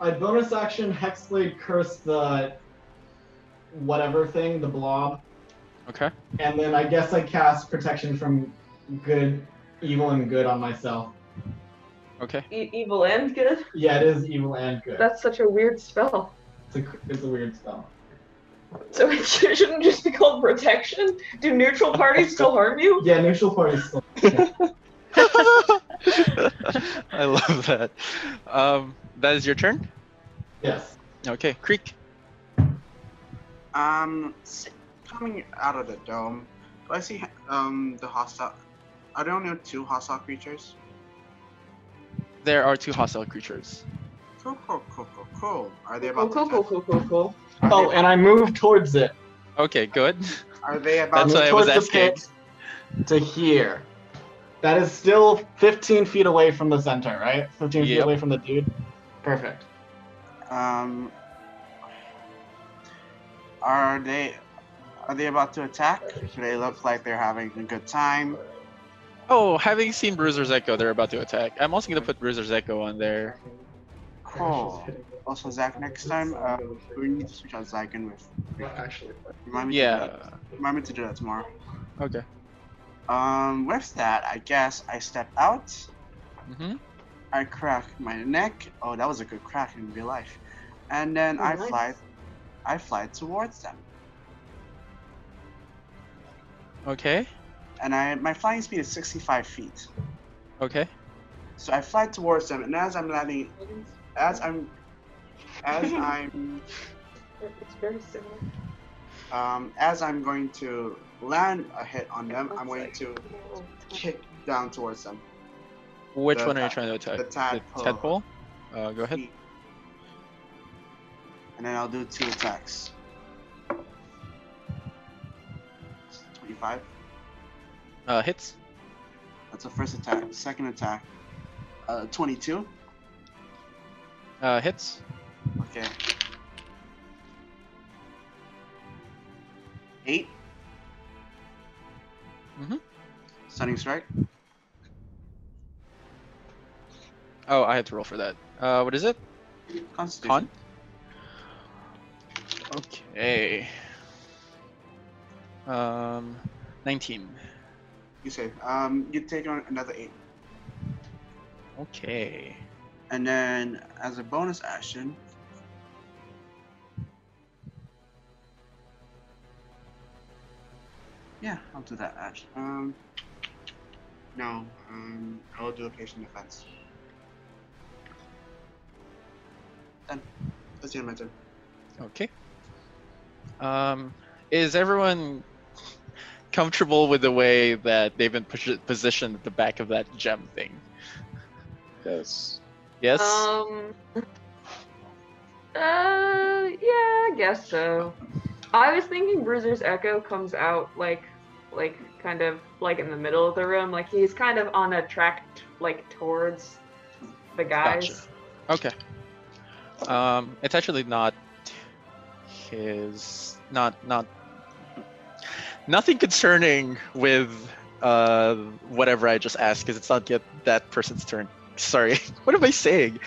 [SPEAKER 5] I bonus action Hexblade curse the whatever thing, the blob,
[SPEAKER 3] Okay.
[SPEAKER 5] and then I guess I cast protection from good, evil, and good on myself.
[SPEAKER 3] Okay.
[SPEAKER 6] E- evil and good?
[SPEAKER 5] Yeah, it is evil and good.
[SPEAKER 6] That's such a weird spell.
[SPEAKER 5] It's a, it's a weird spell.
[SPEAKER 6] So it shouldn't just be called protection? Do neutral parties still harm you?
[SPEAKER 5] Yeah, neutral party is still.
[SPEAKER 3] I love that. Um, that is your turn.
[SPEAKER 5] Yes.
[SPEAKER 3] Okay. Creek.
[SPEAKER 2] Um, s- coming out of the dome, do I see um the hostile? I don't know two hostile creatures.
[SPEAKER 3] There are two hostile creatures.
[SPEAKER 2] Cool, cool, cool, cool, cool. Are they
[SPEAKER 6] Cool,
[SPEAKER 2] about?
[SPEAKER 6] Oh, cool,
[SPEAKER 2] to
[SPEAKER 6] cool,
[SPEAKER 2] attack-
[SPEAKER 6] cool, cool,
[SPEAKER 2] Are
[SPEAKER 6] cool.
[SPEAKER 5] Oh,
[SPEAKER 2] they,
[SPEAKER 5] and I move towards it.
[SPEAKER 3] Okay. Good.
[SPEAKER 2] are they about?
[SPEAKER 3] That's
[SPEAKER 2] To,
[SPEAKER 3] what I was
[SPEAKER 5] towards the
[SPEAKER 3] asking.
[SPEAKER 5] pit to here. That is still 15 feet away from the center, right? 15 feet
[SPEAKER 3] Yep.
[SPEAKER 5] away from the dude. Perfect.
[SPEAKER 2] um, are they? Are they about to attack? Do they look like they're having a good time?
[SPEAKER 3] Oh, having seen Bruiser's Echo, they're about to attack. I'm also gonna put Bruiser's Echo on there.
[SPEAKER 2] Cool. Also, Zach, next time uh, we need to switch out Zach and with. Remind me To do
[SPEAKER 3] Yeah.
[SPEAKER 2] that. Remind me to do that tomorrow.
[SPEAKER 3] Okay.
[SPEAKER 2] Um, with that, I guess I step out.
[SPEAKER 3] Mm-hmm.
[SPEAKER 2] I crack my neck. Oh, that was a good crack in real life. And then
[SPEAKER 6] Oh,
[SPEAKER 2] I
[SPEAKER 6] nice.
[SPEAKER 2] fly, I fly towards them.
[SPEAKER 3] Okay.
[SPEAKER 2] And I my flying speed is 65 feet.
[SPEAKER 3] Okay.
[SPEAKER 2] So I fly towards them, and as I'm landing, as I'm, as I'm,
[SPEAKER 6] It's very similar.
[SPEAKER 2] um, as I'm going to land a hit on them, I'm going to kick down towards them.
[SPEAKER 3] Which
[SPEAKER 2] The
[SPEAKER 3] one are you
[SPEAKER 2] ta-
[SPEAKER 3] trying to attack?
[SPEAKER 2] the tadpole.
[SPEAKER 3] Uh, tadpole? Uh, go ahead.
[SPEAKER 2] And then I'll do two attacks. 25.
[SPEAKER 3] Uh, hits.
[SPEAKER 2] That's the first attack. Second attack. Uh, 22.
[SPEAKER 3] Uh, hits.
[SPEAKER 2] Okay. Eight.
[SPEAKER 3] Mhm.
[SPEAKER 2] Stunning strike.
[SPEAKER 3] Oh, I had to roll for that. Uh, what is it?
[SPEAKER 2] Constitution.
[SPEAKER 3] Con. Okay. Um, 19.
[SPEAKER 2] You say. Um, you take on another eight,
[SPEAKER 3] Okay.
[SPEAKER 2] and then as a bonus action. Yeah, I'll do that action. Um, no, um, I'll do a patient defense. Done. That's the end of my turn.
[SPEAKER 3] Okay. Um, is everyone comfortable with the way that they've been pos- positioned at the back of that gem thing?
[SPEAKER 4] Yes.
[SPEAKER 3] Yes.
[SPEAKER 6] Um. Uh, yeah, I guess so. I was thinking Bruiser's Echo comes out like, like kind of like in the middle of the room, like he's kind of on a track t- like towards the guys.
[SPEAKER 3] Gotcha. Okay. Um, it's actually not his. Not not. Nothing concerning with uh whatever I just asked because it's not yet that person's turn. Sorry. what am I saying?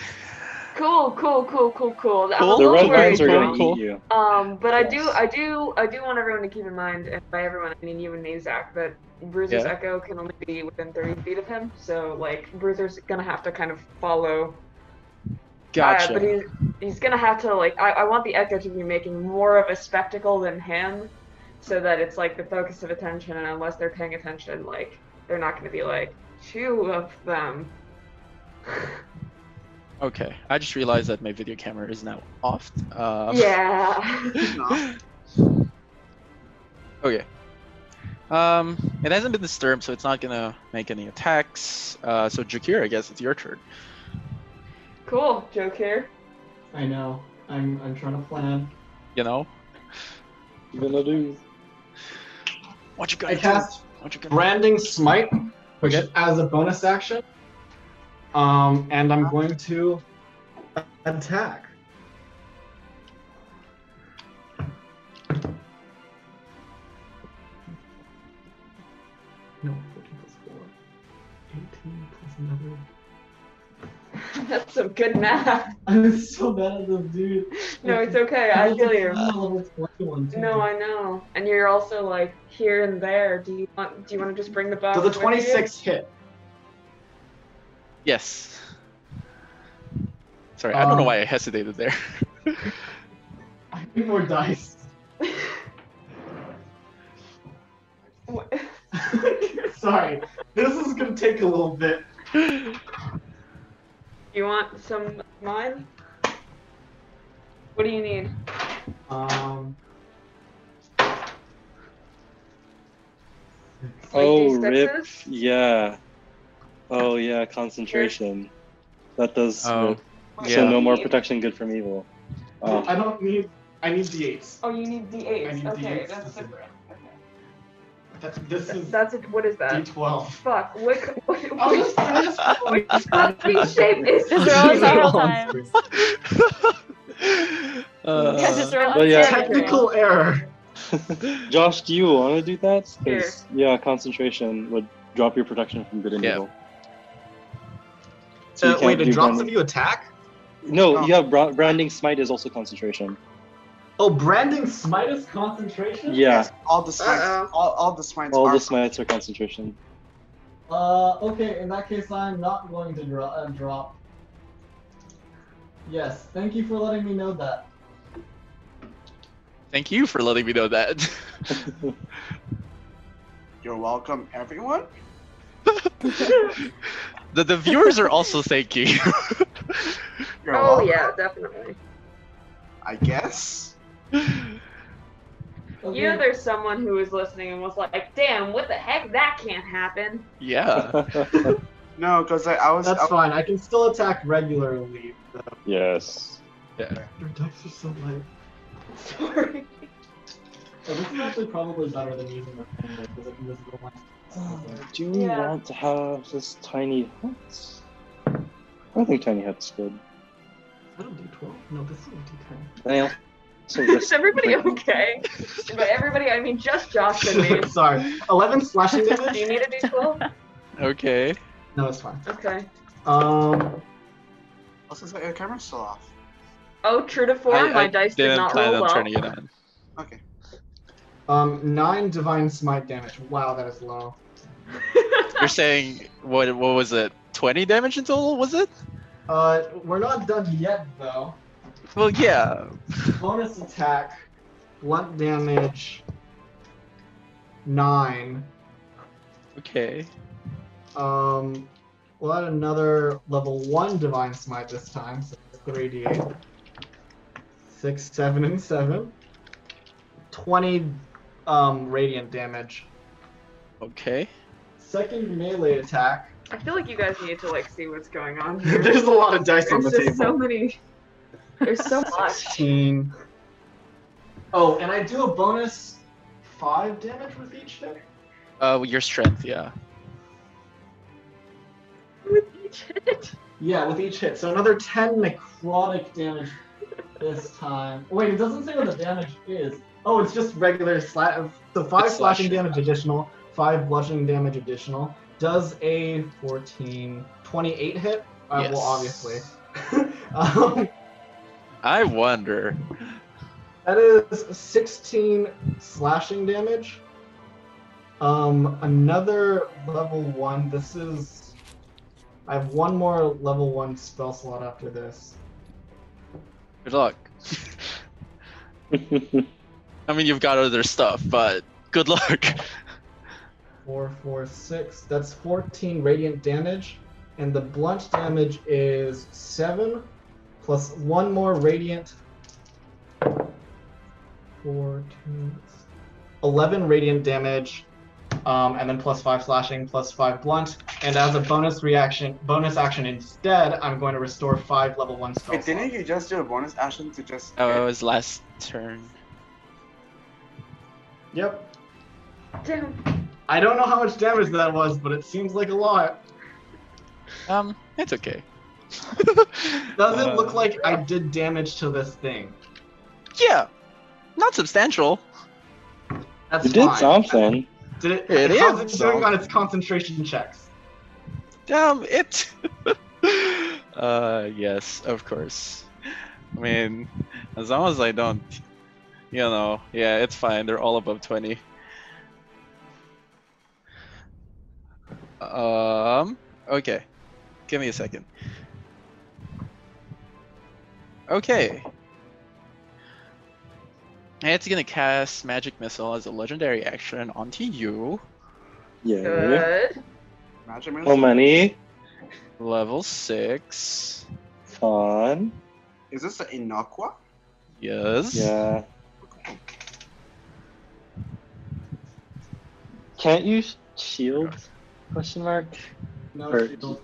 [SPEAKER 6] Cool, cool, cool, cool, cool. I'm a
[SPEAKER 3] Cool.
[SPEAKER 4] The
[SPEAKER 6] little
[SPEAKER 4] red
[SPEAKER 6] worried
[SPEAKER 4] vines are
[SPEAKER 6] now.
[SPEAKER 4] gonna
[SPEAKER 3] Cool.
[SPEAKER 4] eat you.
[SPEAKER 6] Um, but I do,
[SPEAKER 4] Yes.
[SPEAKER 6] I do, I do want everyone to keep in mind, and by everyone I mean you and me, Zach, that Bruiser's
[SPEAKER 3] Yeah.
[SPEAKER 6] Echo can only be within 30 feet of him. So like, Bruiser's gonna have to kind of follow. Uh, but
[SPEAKER 3] Gotcha.
[SPEAKER 6] he's he's gonna have to like. I, I want the Echo to be making more of a spectacle than him, so that it's like the focus of attention. And unless they're paying attention, like they're not gonna be like two of them.
[SPEAKER 3] Okay. I just realized that my video camera is now off. Um,
[SPEAKER 6] yeah.
[SPEAKER 3] okay. Um, it hasn't been disturbed, so it's not gonna make any attacks. Uh, so Jakir, I guess it's your turn.
[SPEAKER 6] cool, joke here.
[SPEAKER 5] I know. I'm I'm trying to plan.
[SPEAKER 3] You know
[SPEAKER 4] You gonna do?
[SPEAKER 3] what you
[SPEAKER 5] I
[SPEAKER 3] gonna do?
[SPEAKER 5] cast
[SPEAKER 3] What you gonna?
[SPEAKER 5] branding smite, which
[SPEAKER 3] Okay.
[SPEAKER 5] as a bonus action. Um, and I'm going to attack. No, 14 plus 4. 18 plus another.
[SPEAKER 6] That's some good math.
[SPEAKER 5] I'm so bad at this, dude. Oh,
[SPEAKER 6] No, it's okay. I feel you.
[SPEAKER 5] Level 21, too.
[SPEAKER 6] No, I know. And you're also like here and there. Do you want? Do you want to just bring the box?
[SPEAKER 5] Does a
[SPEAKER 6] with you?
[SPEAKER 5] 26 hit?
[SPEAKER 3] Yes. Sorry, I don't know
[SPEAKER 5] Um,
[SPEAKER 3] why I hesitated there.
[SPEAKER 5] I need more dice.
[SPEAKER 6] What-
[SPEAKER 5] Sorry, this is gonna take a little bit.
[SPEAKER 6] you want some of mine? What do you need?
[SPEAKER 5] Um,
[SPEAKER 6] Like
[SPEAKER 4] oh,
[SPEAKER 6] these
[SPEAKER 4] rip.
[SPEAKER 6] sixes?
[SPEAKER 4] Yeah. Oh, yeah. Concentration. That does.
[SPEAKER 3] Oh,
[SPEAKER 4] rip.
[SPEAKER 6] What
[SPEAKER 3] yeah.
[SPEAKER 4] So
[SPEAKER 6] do you
[SPEAKER 4] no more
[SPEAKER 6] need?
[SPEAKER 4] protection good from evil. Oh.
[SPEAKER 5] I don't need. I need d8s.
[SPEAKER 6] Oh, you need
[SPEAKER 5] I
[SPEAKER 6] d8s.
[SPEAKER 5] need
[SPEAKER 6] Okay,
[SPEAKER 5] D8s.
[SPEAKER 6] that's different. Okay.
[SPEAKER 5] That's, this is
[SPEAKER 6] That's it. What is that?
[SPEAKER 5] d12.
[SPEAKER 6] Fuck. What? co- What?
[SPEAKER 5] I'll
[SPEAKER 6] What?
[SPEAKER 5] just, I'll just
[SPEAKER 6] Which fucking shape is this?
[SPEAKER 8] Throw
[SPEAKER 6] Roll
[SPEAKER 8] it several
[SPEAKER 6] out.
[SPEAKER 8] times. Yeah, just
[SPEAKER 3] uh,
[SPEAKER 8] roll
[SPEAKER 4] but yeah.
[SPEAKER 8] several times.
[SPEAKER 5] technical error.
[SPEAKER 4] Josh, do you want to do that? 'Cause,
[SPEAKER 6] Here.
[SPEAKER 4] yeah, concentration would drop your protection from good and
[SPEAKER 3] Yeah.
[SPEAKER 4] evil. So
[SPEAKER 5] Uh,
[SPEAKER 4] you
[SPEAKER 5] wait,
[SPEAKER 4] can't
[SPEAKER 5] it
[SPEAKER 4] do
[SPEAKER 5] drops if
[SPEAKER 4] branding.
[SPEAKER 5] you attack.
[SPEAKER 4] No,
[SPEAKER 2] Oh.
[SPEAKER 4] you have bra- branding smite is also concentration.
[SPEAKER 5] Oh, branding smite is concentration.
[SPEAKER 4] Yeah,
[SPEAKER 2] All the smites,
[SPEAKER 6] Uh-oh.
[SPEAKER 2] all, all the smites
[SPEAKER 4] all
[SPEAKER 2] are
[SPEAKER 4] the smites are concentration.
[SPEAKER 5] Uh, okay. In that case, I'm not going to dro- uh, drop. Yes, thank you for letting me know that.
[SPEAKER 3] thank you for letting me know that.
[SPEAKER 2] You're welcome, everyone.
[SPEAKER 3] the, the viewers are also thank you.
[SPEAKER 2] You're
[SPEAKER 6] Oh
[SPEAKER 2] welcome,
[SPEAKER 6] yeah, definitely.
[SPEAKER 2] I guess.
[SPEAKER 5] Okay.
[SPEAKER 6] You know, there's someone who was listening and was like, "Damn, what the heck? That can't happen."
[SPEAKER 3] yeah.
[SPEAKER 2] No, because I, I was.
[SPEAKER 5] That's
[SPEAKER 2] I-
[SPEAKER 4] Oh.
[SPEAKER 5] fine. I can still attack regularly. Though.
[SPEAKER 4] yes.
[SPEAKER 5] Your dice are so light.
[SPEAKER 6] Sorry.
[SPEAKER 5] Oh, this is actually probably better than using the pen because I can just go one.
[SPEAKER 4] Do we
[SPEAKER 6] Yeah.
[SPEAKER 4] want to have this tiny hut? I think tiny hut's good.
[SPEAKER 5] I don't do 12. No, this is a d10.
[SPEAKER 4] And I also
[SPEAKER 6] Is
[SPEAKER 4] risk
[SPEAKER 6] everybody
[SPEAKER 4] breaking-
[SPEAKER 6] okay? By everybody, I mean just Josh and me.
[SPEAKER 5] Sorry. 11 slashing
[SPEAKER 6] Do
[SPEAKER 5] damage?
[SPEAKER 6] you need a D12?
[SPEAKER 3] Okay.
[SPEAKER 5] No, it's fine.
[SPEAKER 6] Okay.
[SPEAKER 5] Um,
[SPEAKER 2] Also, it's like your camera's still off.
[SPEAKER 6] Oh, true to form,
[SPEAKER 3] I,
[SPEAKER 6] my
[SPEAKER 3] I
[SPEAKER 6] dice did
[SPEAKER 3] didn't
[SPEAKER 6] not
[SPEAKER 3] plan
[SPEAKER 6] roll
[SPEAKER 3] on
[SPEAKER 6] well.
[SPEAKER 3] turning it on.
[SPEAKER 2] Okay.
[SPEAKER 5] um, 9 divine smite damage. Wow, that is low.
[SPEAKER 3] You're saying what? What was it? Twenty damage in total? Was it?
[SPEAKER 5] Uh, we're not done yet, though.
[SPEAKER 3] Well, yeah.
[SPEAKER 5] Bonus attack, blunt damage, 9.
[SPEAKER 3] Okay.
[SPEAKER 5] Um, we'll add another level one divine smite this time, so three d eight. Six, seven, and seven. Twenty um, radiant damage.
[SPEAKER 3] Okay.
[SPEAKER 5] Second melee attack.
[SPEAKER 6] I feel like you guys need to like see what's going on. Here.
[SPEAKER 5] There's a lot of dice on
[SPEAKER 6] There's
[SPEAKER 5] the
[SPEAKER 6] just
[SPEAKER 5] table.
[SPEAKER 6] so many. There's so much.
[SPEAKER 5] Sixteen. Oh, and I do a bonus five damage with each hit.
[SPEAKER 3] Uh, your strength, yeah.
[SPEAKER 6] With each hit.
[SPEAKER 5] Yeah, with each hit. So another 10 necrotic damage this time. Wait, it doesn't say what the damage is. Oh, it's just regular sla uh, So 5
[SPEAKER 3] It's
[SPEAKER 5] slashing
[SPEAKER 3] slashing.
[SPEAKER 5] damage additional, 5 bludgeoning damage additional. Does a 14, 28 hit? I
[SPEAKER 3] Yes.
[SPEAKER 5] will obviously. Um,
[SPEAKER 3] I wonder.
[SPEAKER 5] that is 16 slashing damage. Um, another level one. This is. I have one more level one spell slot after this.
[SPEAKER 3] Good luck. I mean, you've got other stuff, but good luck.
[SPEAKER 5] Four, four, six. That's 14 radiant damage, and the blunt damage is seven, plus one more radiant. Four, two, s- 11 radiant damage, um, and then plus five slashing, plus five blunt. And as a bonus reaction, bonus action instead, I'm going to restore five level one spell
[SPEAKER 2] Wait, didn't
[SPEAKER 5] slots.
[SPEAKER 2] you just do a bonus action to just?
[SPEAKER 3] Oh, it was last turn.
[SPEAKER 5] Yep.
[SPEAKER 6] Damn.
[SPEAKER 5] I don't know how much damage that was, but it seems like a lot.
[SPEAKER 3] Um, it's okay.
[SPEAKER 5] Doesn't
[SPEAKER 3] Uh,
[SPEAKER 5] look like I did damage to this thing.
[SPEAKER 3] Yeah, not substantial.
[SPEAKER 5] That's
[SPEAKER 4] You did
[SPEAKER 5] fine.
[SPEAKER 4] something.
[SPEAKER 5] Did it,
[SPEAKER 3] It
[SPEAKER 5] how's
[SPEAKER 3] is
[SPEAKER 5] it doing on its concentration checks?
[SPEAKER 3] Damn it. uh, yes, of course. I mean, as long as I don't, you know, yeah, it's fine. They're all above twenty. Um. Okay. Give me a second. Okay. It's gonna cast magic missile as a legendary action onto you.
[SPEAKER 4] Yeah.
[SPEAKER 6] Good.
[SPEAKER 2] Magic
[SPEAKER 3] oh,
[SPEAKER 4] How
[SPEAKER 2] missile?
[SPEAKER 4] many?
[SPEAKER 3] Level 6.
[SPEAKER 4] Fun.
[SPEAKER 2] Is this an Inaqua?
[SPEAKER 3] Yes.
[SPEAKER 4] Yeah. Can't you shield? Question mark.
[SPEAKER 5] No,
[SPEAKER 4] Or-
[SPEAKER 5] you don't.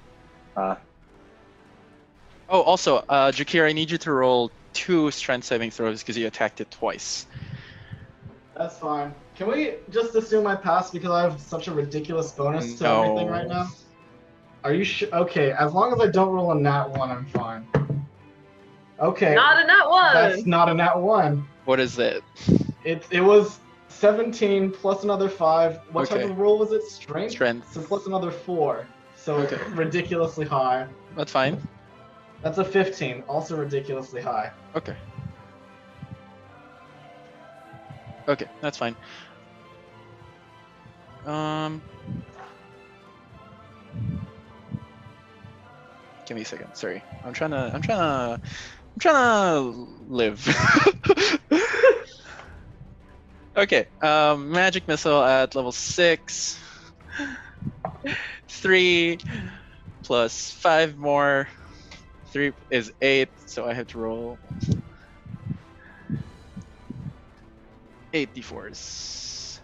[SPEAKER 4] Ah,
[SPEAKER 3] Oh, also, uh, Jakir, I need you to roll two strength saving throws because you attacked it twice.
[SPEAKER 5] that's fine. Can we just assume I passed because I have such a ridiculous bonus to
[SPEAKER 3] No.
[SPEAKER 5] everything right now? Are you sh- okay? As long as I don't roll a nat one, I'm fine. Okay,
[SPEAKER 6] Not in that one.
[SPEAKER 5] that's not a nat one.
[SPEAKER 3] What is it?
[SPEAKER 5] It it was 17 plus another five. What
[SPEAKER 3] Okay.
[SPEAKER 5] type of roll was it? Strength.
[SPEAKER 3] Strength.
[SPEAKER 5] So plus another four. So it's
[SPEAKER 3] Okay.
[SPEAKER 5] ridiculously high.
[SPEAKER 3] That's fine.
[SPEAKER 5] That's a 15, also ridiculously high.
[SPEAKER 3] Okay. Okay, that's fine. Um. Give me a second. Sorry, I'm trying to. I'm trying to. I'm trying to live. okay. Um, magic missile at level six. Three plus five more. Three is eight, so I have to roll eight d4s.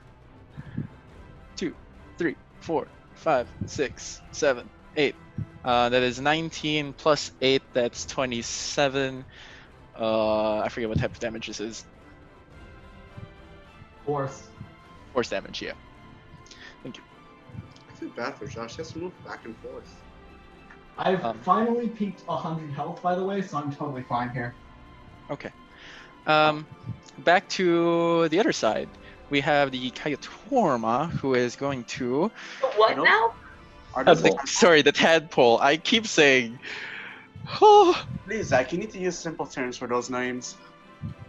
[SPEAKER 3] Two, three, four, five, six, seven, eight. Uh, that is 19 plus eight. That's 27. Uh, I forget what type of damage this is.
[SPEAKER 5] Force.
[SPEAKER 3] Force damage, yeah.
[SPEAKER 2] I feel bad for Josh. He has to move back and forth.
[SPEAKER 5] I've
[SPEAKER 3] Um.
[SPEAKER 5] finally peaked 100 health, by the way, so I'm totally fine here.
[SPEAKER 3] Okay. Um, back to the other side. We have the Kayatorma, who is going to.
[SPEAKER 6] What now?
[SPEAKER 2] Are
[SPEAKER 4] That's
[SPEAKER 2] those
[SPEAKER 4] cool.
[SPEAKER 3] Sorry, the tadpole. I keep saying. Oh,
[SPEAKER 2] Please, Zach, you need to use simple terms for those names.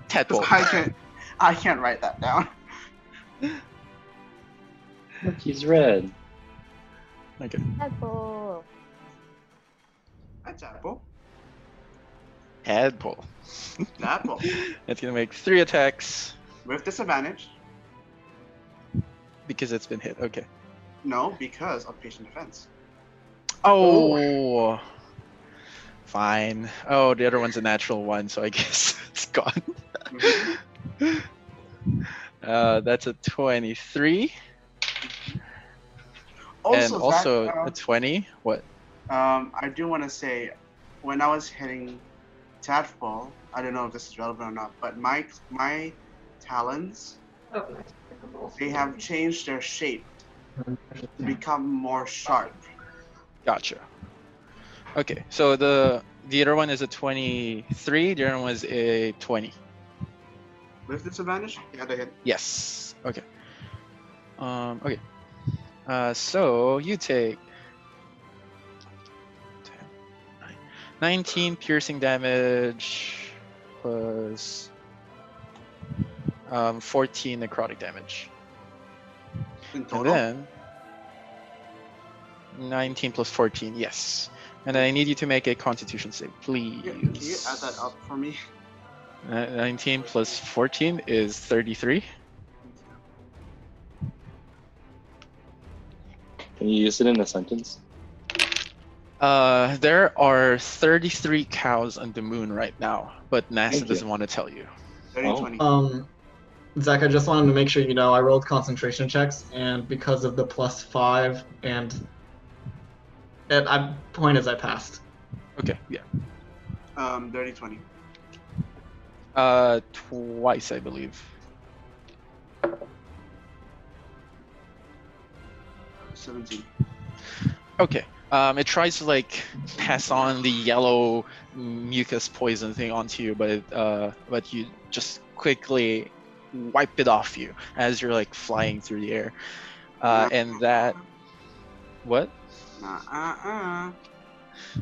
[SPEAKER 3] tadpole.
[SPEAKER 2] Because I can't, I can't write that down.
[SPEAKER 4] look, he's red.
[SPEAKER 3] Okay.
[SPEAKER 8] Apple.
[SPEAKER 2] That's apple.
[SPEAKER 3] Tadpole.
[SPEAKER 2] The apple.
[SPEAKER 3] It's gonna make three attacks
[SPEAKER 2] With disadvantage.
[SPEAKER 3] because it's been hit. Okay.
[SPEAKER 2] No, because of patient defense.
[SPEAKER 3] Oh. Fine. Oh, the other one's a natural one, so I guess it's gone.
[SPEAKER 2] Mhm.
[SPEAKER 3] Uh, that's a 23 and
[SPEAKER 2] Zach,
[SPEAKER 3] also
[SPEAKER 2] um,
[SPEAKER 3] a 20. What?
[SPEAKER 2] Um, I do want to say, when I was hitting Tadpole, I don't know if this is relevant or not, but my my talons
[SPEAKER 6] Oh,
[SPEAKER 2] they have changed their shape to become more sharp.
[SPEAKER 3] Gotcha. Okay, so the the other one is a 23. The other one was a 20.
[SPEAKER 2] With disadvantage, yeah, they hit.
[SPEAKER 3] Yes. Okay. Um, okay. Uh, so you take 10, 9, 19 piercing damage plus um, 14 necrotic damage.
[SPEAKER 2] In
[SPEAKER 3] And
[SPEAKER 2] total?
[SPEAKER 3] then 19 plus 14, yes. And then I need you to make a constitution save, please.
[SPEAKER 2] Yeah, Can you add that up for me?
[SPEAKER 3] Uh, 19 plus 14 is 33.
[SPEAKER 4] Can you use it in a sentence?
[SPEAKER 3] Uh, there are 33 cows on the moon right now, but NASA
[SPEAKER 4] Thank you.
[SPEAKER 3] doesn't want to tell you.
[SPEAKER 2] 30,
[SPEAKER 4] Oh.
[SPEAKER 2] 20.
[SPEAKER 5] Um, Zach, I just wanted to make sure you know I rolled concentration checks, and because of the plus five, and and I point is I passed.
[SPEAKER 3] Okay, yeah.
[SPEAKER 2] Um, 30, 20.
[SPEAKER 3] Uh, twice, I believe.
[SPEAKER 2] Seventeen.
[SPEAKER 3] Okay. Um, it tries to like pass on the yellow mucus poison thing onto you, but it, uh, but you just quickly wipe it off you as you're like flying through the air. Uh, and that what?
[SPEAKER 2] Nah, uh, uh.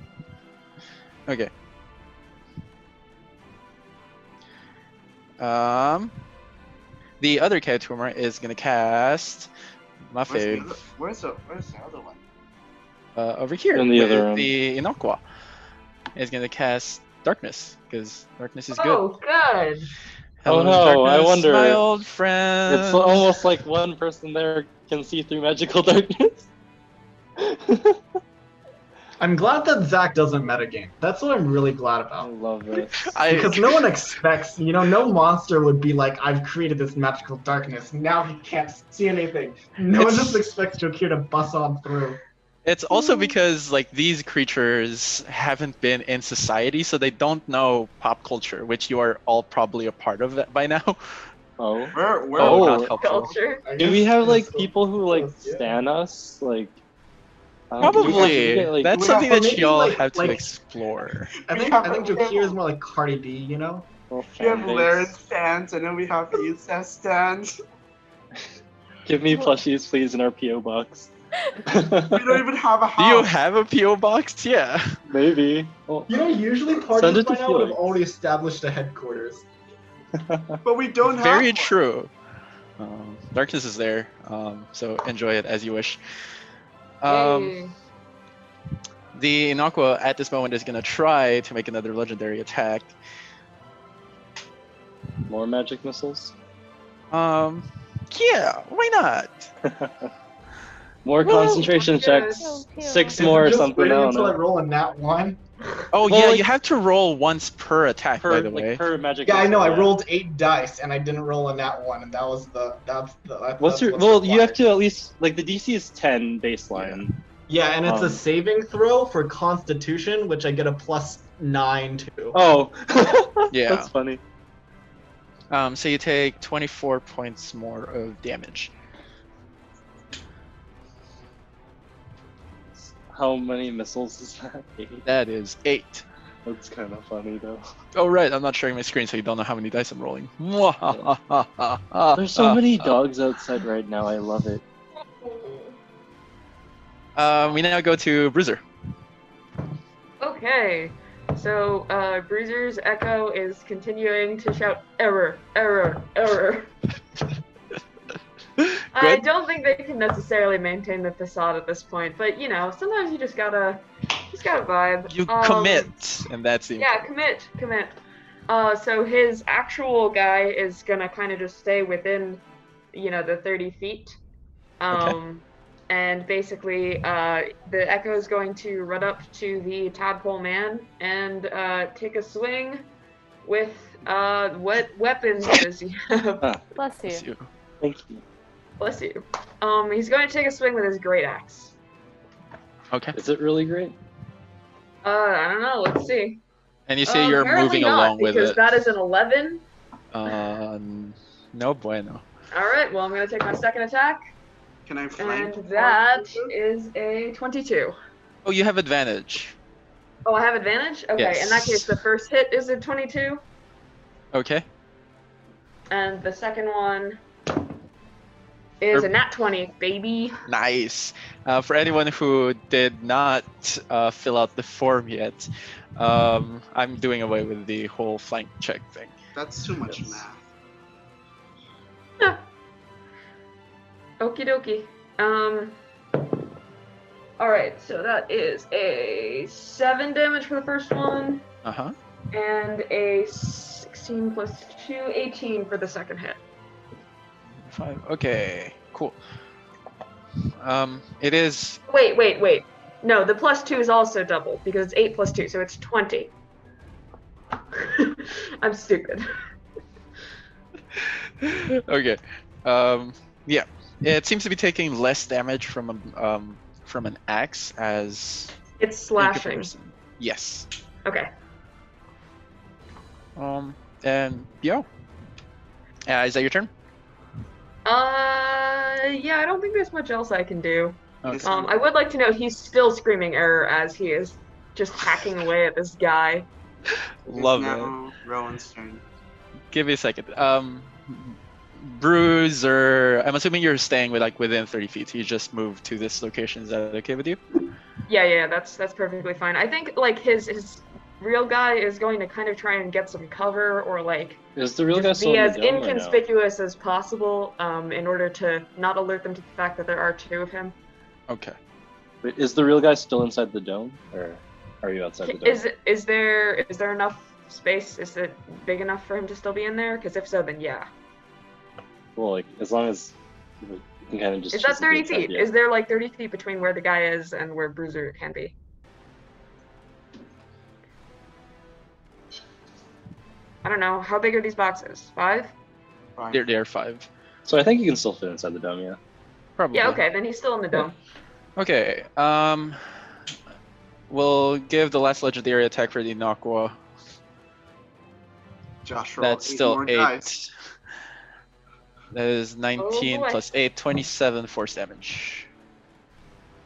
[SPEAKER 3] Okay. Um, the other cat tumor is gonna cast my
[SPEAKER 2] Where's the, other,
[SPEAKER 3] fave
[SPEAKER 2] where's the where's the other one?
[SPEAKER 3] uh, over here.
[SPEAKER 4] In the
[SPEAKER 3] with
[SPEAKER 4] other room.
[SPEAKER 3] the Inokwa is gonna cast darkness because darkness is good.
[SPEAKER 6] Oh, good.
[SPEAKER 3] Hello,
[SPEAKER 4] Oh no, I
[SPEAKER 3] darkness,
[SPEAKER 4] wonder.
[SPEAKER 3] My old friend.
[SPEAKER 4] It's almost like one person there can see through magical darkness. I
[SPEAKER 5] I'm glad that Zach doesn't metagame. That's what I'm really glad about.
[SPEAKER 4] love this.
[SPEAKER 5] Because no one expects, you know, no monster would be like, I've created this magical darkness. Now he can't see anything. No one
[SPEAKER 3] It's-
[SPEAKER 5] just expects Jokir to bust on through.
[SPEAKER 3] It's also because like these creatures haven't been in society, so they don't know pop culture, which you are all probably a part of by now.
[SPEAKER 4] Oh.
[SPEAKER 2] Where where
[SPEAKER 3] Oh,
[SPEAKER 4] Oh.
[SPEAKER 3] not helpful.
[SPEAKER 6] Culture.
[SPEAKER 5] I
[SPEAKER 4] Do we
[SPEAKER 5] guess
[SPEAKER 4] have like
[SPEAKER 5] so.
[SPEAKER 4] people who like
[SPEAKER 5] Yeah.
[SPEAKER 4] stan us? Like I don't- we have to
[SPEAKER 3] Probably.
[SPEAKER 4] get, like-
[SPEAKER 3] That's
[SPEAKER 5] we
[SPEAKER 3] something
[SPEAKER 5] have-
[SPEAKER 3] that
[SPEAKER 5] maybe,
[SPEAKER 3] y'all
[SPEAKER 5] like-
[SPEAKER 3] have to
[SPEAKER 5] like-
[SPEAKER 3] explore.
[SPEAKER 5] I think, I think Jokir is more like Cardi B, you know?
[SPEAKER 4] well,
[SPEAKER 2] we have
[SPEAKER 4] fan base.
[SPEAKER 2] Laren stands and then we have Yusef stands.
[SPEAKER 4] Give me plushies, please, in our PO box.
[SPEAKER 2] We don't even have a
[SPEAKER 3] Do
[SPEAKER 2] house.
[SPEAKER 3] you have a PO box? Yeah.
[SPEAKER 4] Maybe. Oh,
[SPEAKER 5] You know, usually
[SPEAKER 4] Send
[SPEAKER 5] parties
[SPEAKER 4] it
[SPEAKER 5] by
[SPEAKER 4] to
[SPEAKER 5] now would have
[SPEAKER 4] Felix.
[SPEAKER 5] already established a headquarters.
[SPEAKER 2] But we don't have.
[SPEAKER 3] Very
[SPEAKER 2] one.
[SPEAKER 3] true. Um, darkness is there, um, so enjoy it as you wish. Um,
[SPEAKER 6] Yay.
[SPEAKER 3] The Inakwa at this moment is gonna try to make another legendary attack.
[SPEAKER 4] more magic missiles.
[SPEAKER 3] Um, yeah, why not?
[SPEAKER 4] More
[SPEAKER 3] Well,
[SPEAKER 4] concentration
[SPEAKER 6] yes.
[SPEAKER 4] checks.
[SPEAKER 8] Pew, pew.
[SPEAKER 4] Six
[SPEAKER 5] Is it
[SPEAKER 4] more or
[SPEAKER 5] just
[SPEAKER 4] something. I
[SPEAKER 5] waiting
[SPEAKER 4] don't
[SPEAKER 5] until I
[SPEAKER 4] know.
[SPEAKER 5] roll a nat one.
[SPEAKER 3] Oh
[SPEAKER 4] Well,
[SPEAKER 3] yeah,
[SPEAKER 4] like-
[SPEAKER 3] you have to roll once per attack, by
[SPEAKER 4] Per,
[SPEAKER 3] the way.
[SPEAKER 4] like, per magic.
[SPEAKER 5] Yeah, I know. I
[SPEAKER 4] missile,
[SPEAKER 5] rolled eight dice and I didn't roll a nat one, and that was the that's the. That's,
[SPEAKER 4] What's
[SPEAKER 5] that's
[SPEAKER 4] your? Well, you have
[SPEAKER 5] required.
[SPEAKER 4] to at least like the DC is ten baseline.
[SPEAKER 5] Yeah, and it's
[SPEAKER 4] um,
[SPEAKER 5] a saving throw for Constitution, which I get a plus nine to.
[SPEAKER 4] Oh,
[SPEAKER 3] yeah.
[SPEAKER 4] that's funny.
[SPEAKER 3] Um, so you take 24 points more of damage.
[SPEAKER 4] How many missiles is that? Eight.
[SPEAKER 3] That is eight.
[SPEAKER 4] That's kind of funny though.
[SPEAKER 3] Oh right, I'm not sharing my screen, so you don't know how many dice I'm rolling. Uh,
[SPEAKER 4] There's so many dogs outside right now. I love it.
[SPEAKER 3] Um, we now go to Bruiser.
[SPEAKER 6] Okay. So, uh, Bruiser's Echo is continuing to shout error, error, error. I
[SPEAKER 3] Good.
[SPEAKER 6] don't think they can necessarily maintain the facade at this point, but you know, sometimes you just gotta, just gotta vibe.
[SPEAKER 3] You
[SPEAKER 6] Um,
[SPEAKER 3] commit, and that's the
[SPEAKER 6] Yeah, commit, commit. Uh, so his actual guy is gonna kind of just stay within, you know, the 30 feet. Um, And basically, uh, the Echo is going to run up to the tadpole man and uh, take a swing with uh, what weapons does he have?
[SPEAKER 8] Bless you.
[SPEAKER 3] That's you.
[SPEAKER 4] Thank you.
[SPEAKER 6] Bless you. Um, he's going to take a swing with his great axe.
[SPEAKER 3] Okay.
[SPEAKER 4] Is it really great?
[SPEAKER 6] Uh, I don't know. Let's see.
[SPEAKER 3] And you say
[SPEAKER 6] Uh,
[SPEAKER 3] you're
[SPEAKER 6] apparently
[SPEAKER 3] moving
[SPEAKER 6] not,
[SPEAKER 3] along with
[SPEAKER 6] because
[SPEAKER 3] it.
[SPEAKER 6] that is an 11.
[SPEAKER 3] Um, no bueno.
[SPEAKER 6] All right. Well, I'm going to take my second attack.
[SPEAKER 2] Can I flank?
[SPEAKER 6] And that is a 22.
[SPEAKER 3] Oh, you have advantage.
[SPEAKER 6] Oh, I have advantage? Okay, in
[SPEAKER 3] Yes.
[SPEAKER 6] that case, the first hit is a 22,
[SPEAKER 3] Okay.
[SPEAKER 6] and the second one is a nat 20, baby.
[SPEAKER 3] Nice. Uh, for anyone who did not uh, fill out the form yet, um, I'm doing away with the whole flank check thing.
[SPEAKER 2] That's too much
[SPEAKER 3] Yes.
[SPEAKER 2] math.
[SPEAKER 6] Okie dokie. Um. Alright, so that is a 7 damage for the first one,
[SPEAKER 3] Uh huh.
[SPEAKER 6] and a 16 plus 2, 18 for the second hit.
[SPEAKER 3] Five. Okay. Cool. Um, it is.
[SPEAKER 6] Wait, wait, wait. No, the plus 2 is also double, because it's 8 plus 2, so it's 20. I'm stupid.
[SPEAKER 3] okay. Um, yeah. It seems to be taking less damage from a, um, from an axe as
[SPEAKER 6] It's
[SPEAKER 3] in
[SPEAKER 6] slashing.
[SPEAKER 3] comparison. Yes.
[SPEAKER 6] Okay.
[SPEAKER 3] Um, and yeah. Uh, is that your turn?
[SPEAKER 6] Uh, yeah, I don't think there's much else I can do.
[SPEAKER 3] Okay.
[SPEAKER 6] Um, I would like to note he's still screaming error as he is just hacking away at this guy.
[SPEAKER 3] Love
[SPEAKER 2] it's
[SPEAKER 3] it.
[SPEAKER 2] now Rowan's turn.
[SPEAKER 3] Give me a second. Um, Bruiser, I'm assuming you're staying with like within 30 feet. You just moved to this location. Is that okay with you?
[SPEAKER 6] Yeah, yeah, that's that's perfectly fine. I think like his his real guy is going to kind of try and get some cover or like
[SPEAKER 4] Is the real guy
[SPEAKER 6] just
[SPEAKER 4] still
[SPEAKER 6] be
[SPEAKER 4] in
[SPEAKER 6] as
[SPEAKER 4] the dome or no?
[SPEAKER 6] inconspicuous as possible um, in order to not alert them to the fact that there are two of him.
[SPEAKER 3] Okay.
[SPEAKER 4] Wait, Is the real guy still inside the dome, or are you outside the dome?
[SPEAKER 6] Is is there is there enough space? Is it big enough for him to still be in there? Because if so, then yeah.
[SPEAKER 4] well, like as long as you can kind of just.
[SPEAKER 6] Is that
[SPEAKER 4] choose to be
[SPEAKER 6] 30
[SPEAKER 4] inside,
[SPEAKER 6] feet?
[SPEAKER 4] yeah.
[SPEAKER 6] Is there like 30 feet between where the guy is and where Bruiser can be? I don't know. How big are these boxes? Five?
[SPEAKER 2] Fine.
[SPEAKER 3] There, there are five.
[SPEAKER 4] So I think you can still fit inside the dome. Yeah.
[SPEAKER 3] Probably.
[SPEAKER 6] Yeah, okay, then he's still in the dome.
[SPEAKER 3] Okay. Um, we'll give the last legendary attack for the Inakwa.
[SPEAKER 2] Josh roll
[SPEAKER 3] That's
[SPEAKER 2] eight
[SPEAKER 3] still
[SPEAKER 2] more
[SPEAKER 3] eight.
[SPEAKER 2] dice.
[SPEAKER 3] That is 19
[SPEAKER 6] boy.
[SPEAKER 3] plus 8, 27 force damage.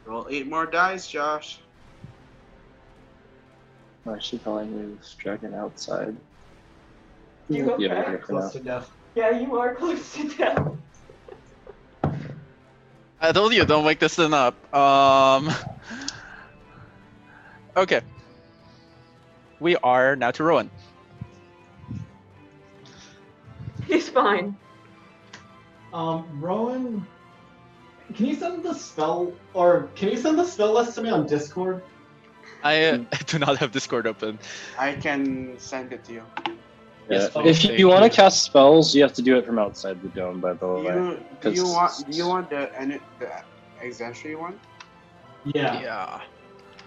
[SPEAKER 2] Roll eight more dice, Josh.
[SPEAKER 4] I should probably move Dragon outside.
[SPEAKER 5] You
[SPEAKER 4] Yeah, right here for now.
[SPEAKER 5] close to death.
[SPEAKER 6] Yeah, you are close to death.
[SPEAKER 3] I told you, don't make this thing up. Um, okay. We are now to Rowan.
[SPEAKER 6] He's fine.
[SPEAKER 5] Um, Rowan, can you send the spell or can you send the spell list to me on Discord?
[SPEAKER 3] I, I do not have Discord open.
[SPEAKER 2] I can send it to you.
[SPEAKER 4] Yeah.
[SPEAKER 3] Yes, please,
[SPEAKER 4] if
[SPEAKER 3] thank
[SPEAKER 4] you want
[SPEAKER 3] you.
[SPEAKER 4] to cast spells, you have to do it from outside the dome. By the
[SPEAKER 2] Do
[SPEAKER 4] way,
[SPEAKER 2] you, do you
[SPEAKER 4] Cause-
[SPEAKER 2] want do you want the and the exemplary one?
[SPEAKER 5] Yeah,
[SPEAKER 3] Yeah.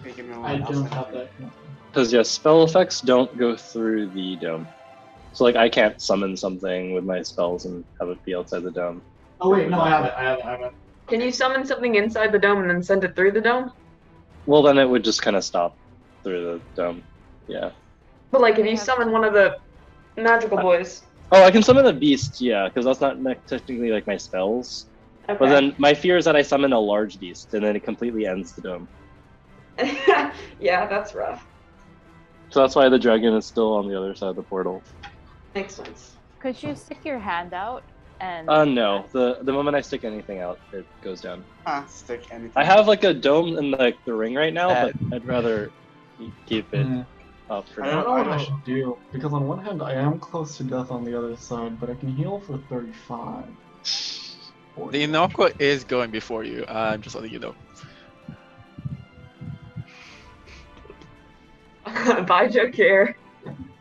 [SPEAKER 2] Okay, give me one.
[SPEAKER 5] I
[SPEAKER 2] I'll
[SPEAKER 5] don't
[SPEAKER 2] send it
[SPEAKER 5] have
[SPEAKER 2] to you.
[SPEAKER 5] that.
[SPEAKER 4] because yeah, spell effects don't go through the dome. So like, I can't summon something with my spells and have it be outside the dome.
[SPEAKER 5] Oh wait, no, I have it. I have it. I have it.
[SPEAKER 6] Can you summon something inside the dome and then send it through the dome?
[SPEAKER 4] Well, then it would just kind of stop through the dome. Yeah.
[SPEAKER 6] But like if you summon one of the magical boys.
[SPEAKER 4] Oh, I can summon a beast. Yeah, because that's not ne- technically like my spells.
[SPEAKER 6] Okay.
[SPEAKER 4] But then my fear is that I summon a large beast and then it completely ends the dome.
[SPEAKER 6] yeah, that's rough.
[SPEAKER 4] So that's why the dragon is still on the other side of the portal.
[SPEAKER 6] Makes sense.
[SPEAKER 8] Could you stick your hand out and?
[SPEAKER 4] Uh, no. The the moment I stick anything out, it goes down.
[SPEAKER 2] Ah, stick anything.
[SPEAKER 4] I have like a dome in like the ring right now,
[SPEAKER 3] Uh,
[SPEAKER 4] but I'd rather keep it
[SPEAKER 5] Mm.
[SPEAKER 4] up for
[SPEAKER 2] I
[SPEAKER 5] I
[SPEAKER 4] now.
[SPEAKER 5] don't know what I should do because on one hand I am close to death on the other side, but I can heal for thirty-five.
[SPEAKER 3] The Inokwa is going before you. Uh, I'm just letting you know.
[SPEAKER 6] Bye, Joe Kier.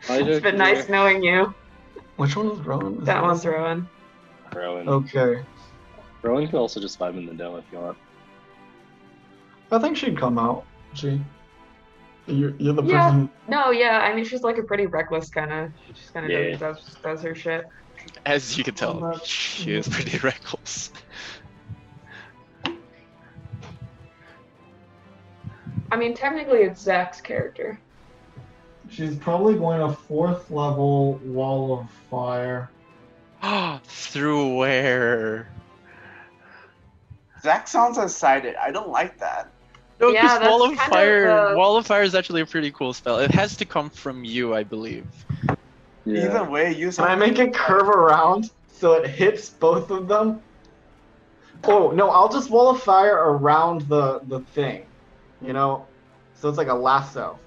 [SPEAKER 4] I
[SPEAKER 6] It's
[SPEAKER 4] don't
[SPEAKER 6] been nice
[SPEAKER 4] care.
[SPEAKER 6] knowing you.
[SPEAKER 5] Which one was Rowan? Is
[SPEAKER 6] That one's Rowan.
[SPEAKER 4] Rowan.
[SPEAKER 5] Okay,
[SPEAKER 4] Rowan can also just vibe in the dome if you want.
[SPEAKER 5] I think she'd come out. She, you're, you're the
[SPEAKER 6] Yeah.
[SPEAKER 5] person.
[SPEAKER 6] No, yeah, I mean she's like a pretty reckless kind of. She just kind of
[SPEAKER 4] Yeah.
[SPEAKER 6] does, does does her shit.
[SPEAKER 3] As you can
[SPEAKER 5] Oh,
[SPEAKER 3] tell,
[SPEAKER 5] that's-
[SPEAKER 3] she is pretty reckless.
[SPEAKER 6] I mean, technically it's Zach's character.
[SPEAKER 5] She's probably going to fourth level wall of fire.
[SPEAKER 3] Through where?
[SPEAKER 2] Zach sounds unsighted. I don't like that.
[SPEAKER 3] No,
[SPEAKER 6] Yeah,
[SPEAKER 3] because
[SPEAKER 6] that's
[SPEAKER 3] Wall of
[SPEAKER 6] kind of,
[SPEAKER 3] Fire.
[SPEAKER 6] uh,
[SPEAKER 3] Wall of Fire is actually a pretty cool spell. It has to come from you, I believe.
[SPEAKER 2] Either way, use.
[SPEAKER 5] Can I make it curve around so it hits both of them? Oh no, I'll just wall of fire around the the thing, you know. So it's like a lasso.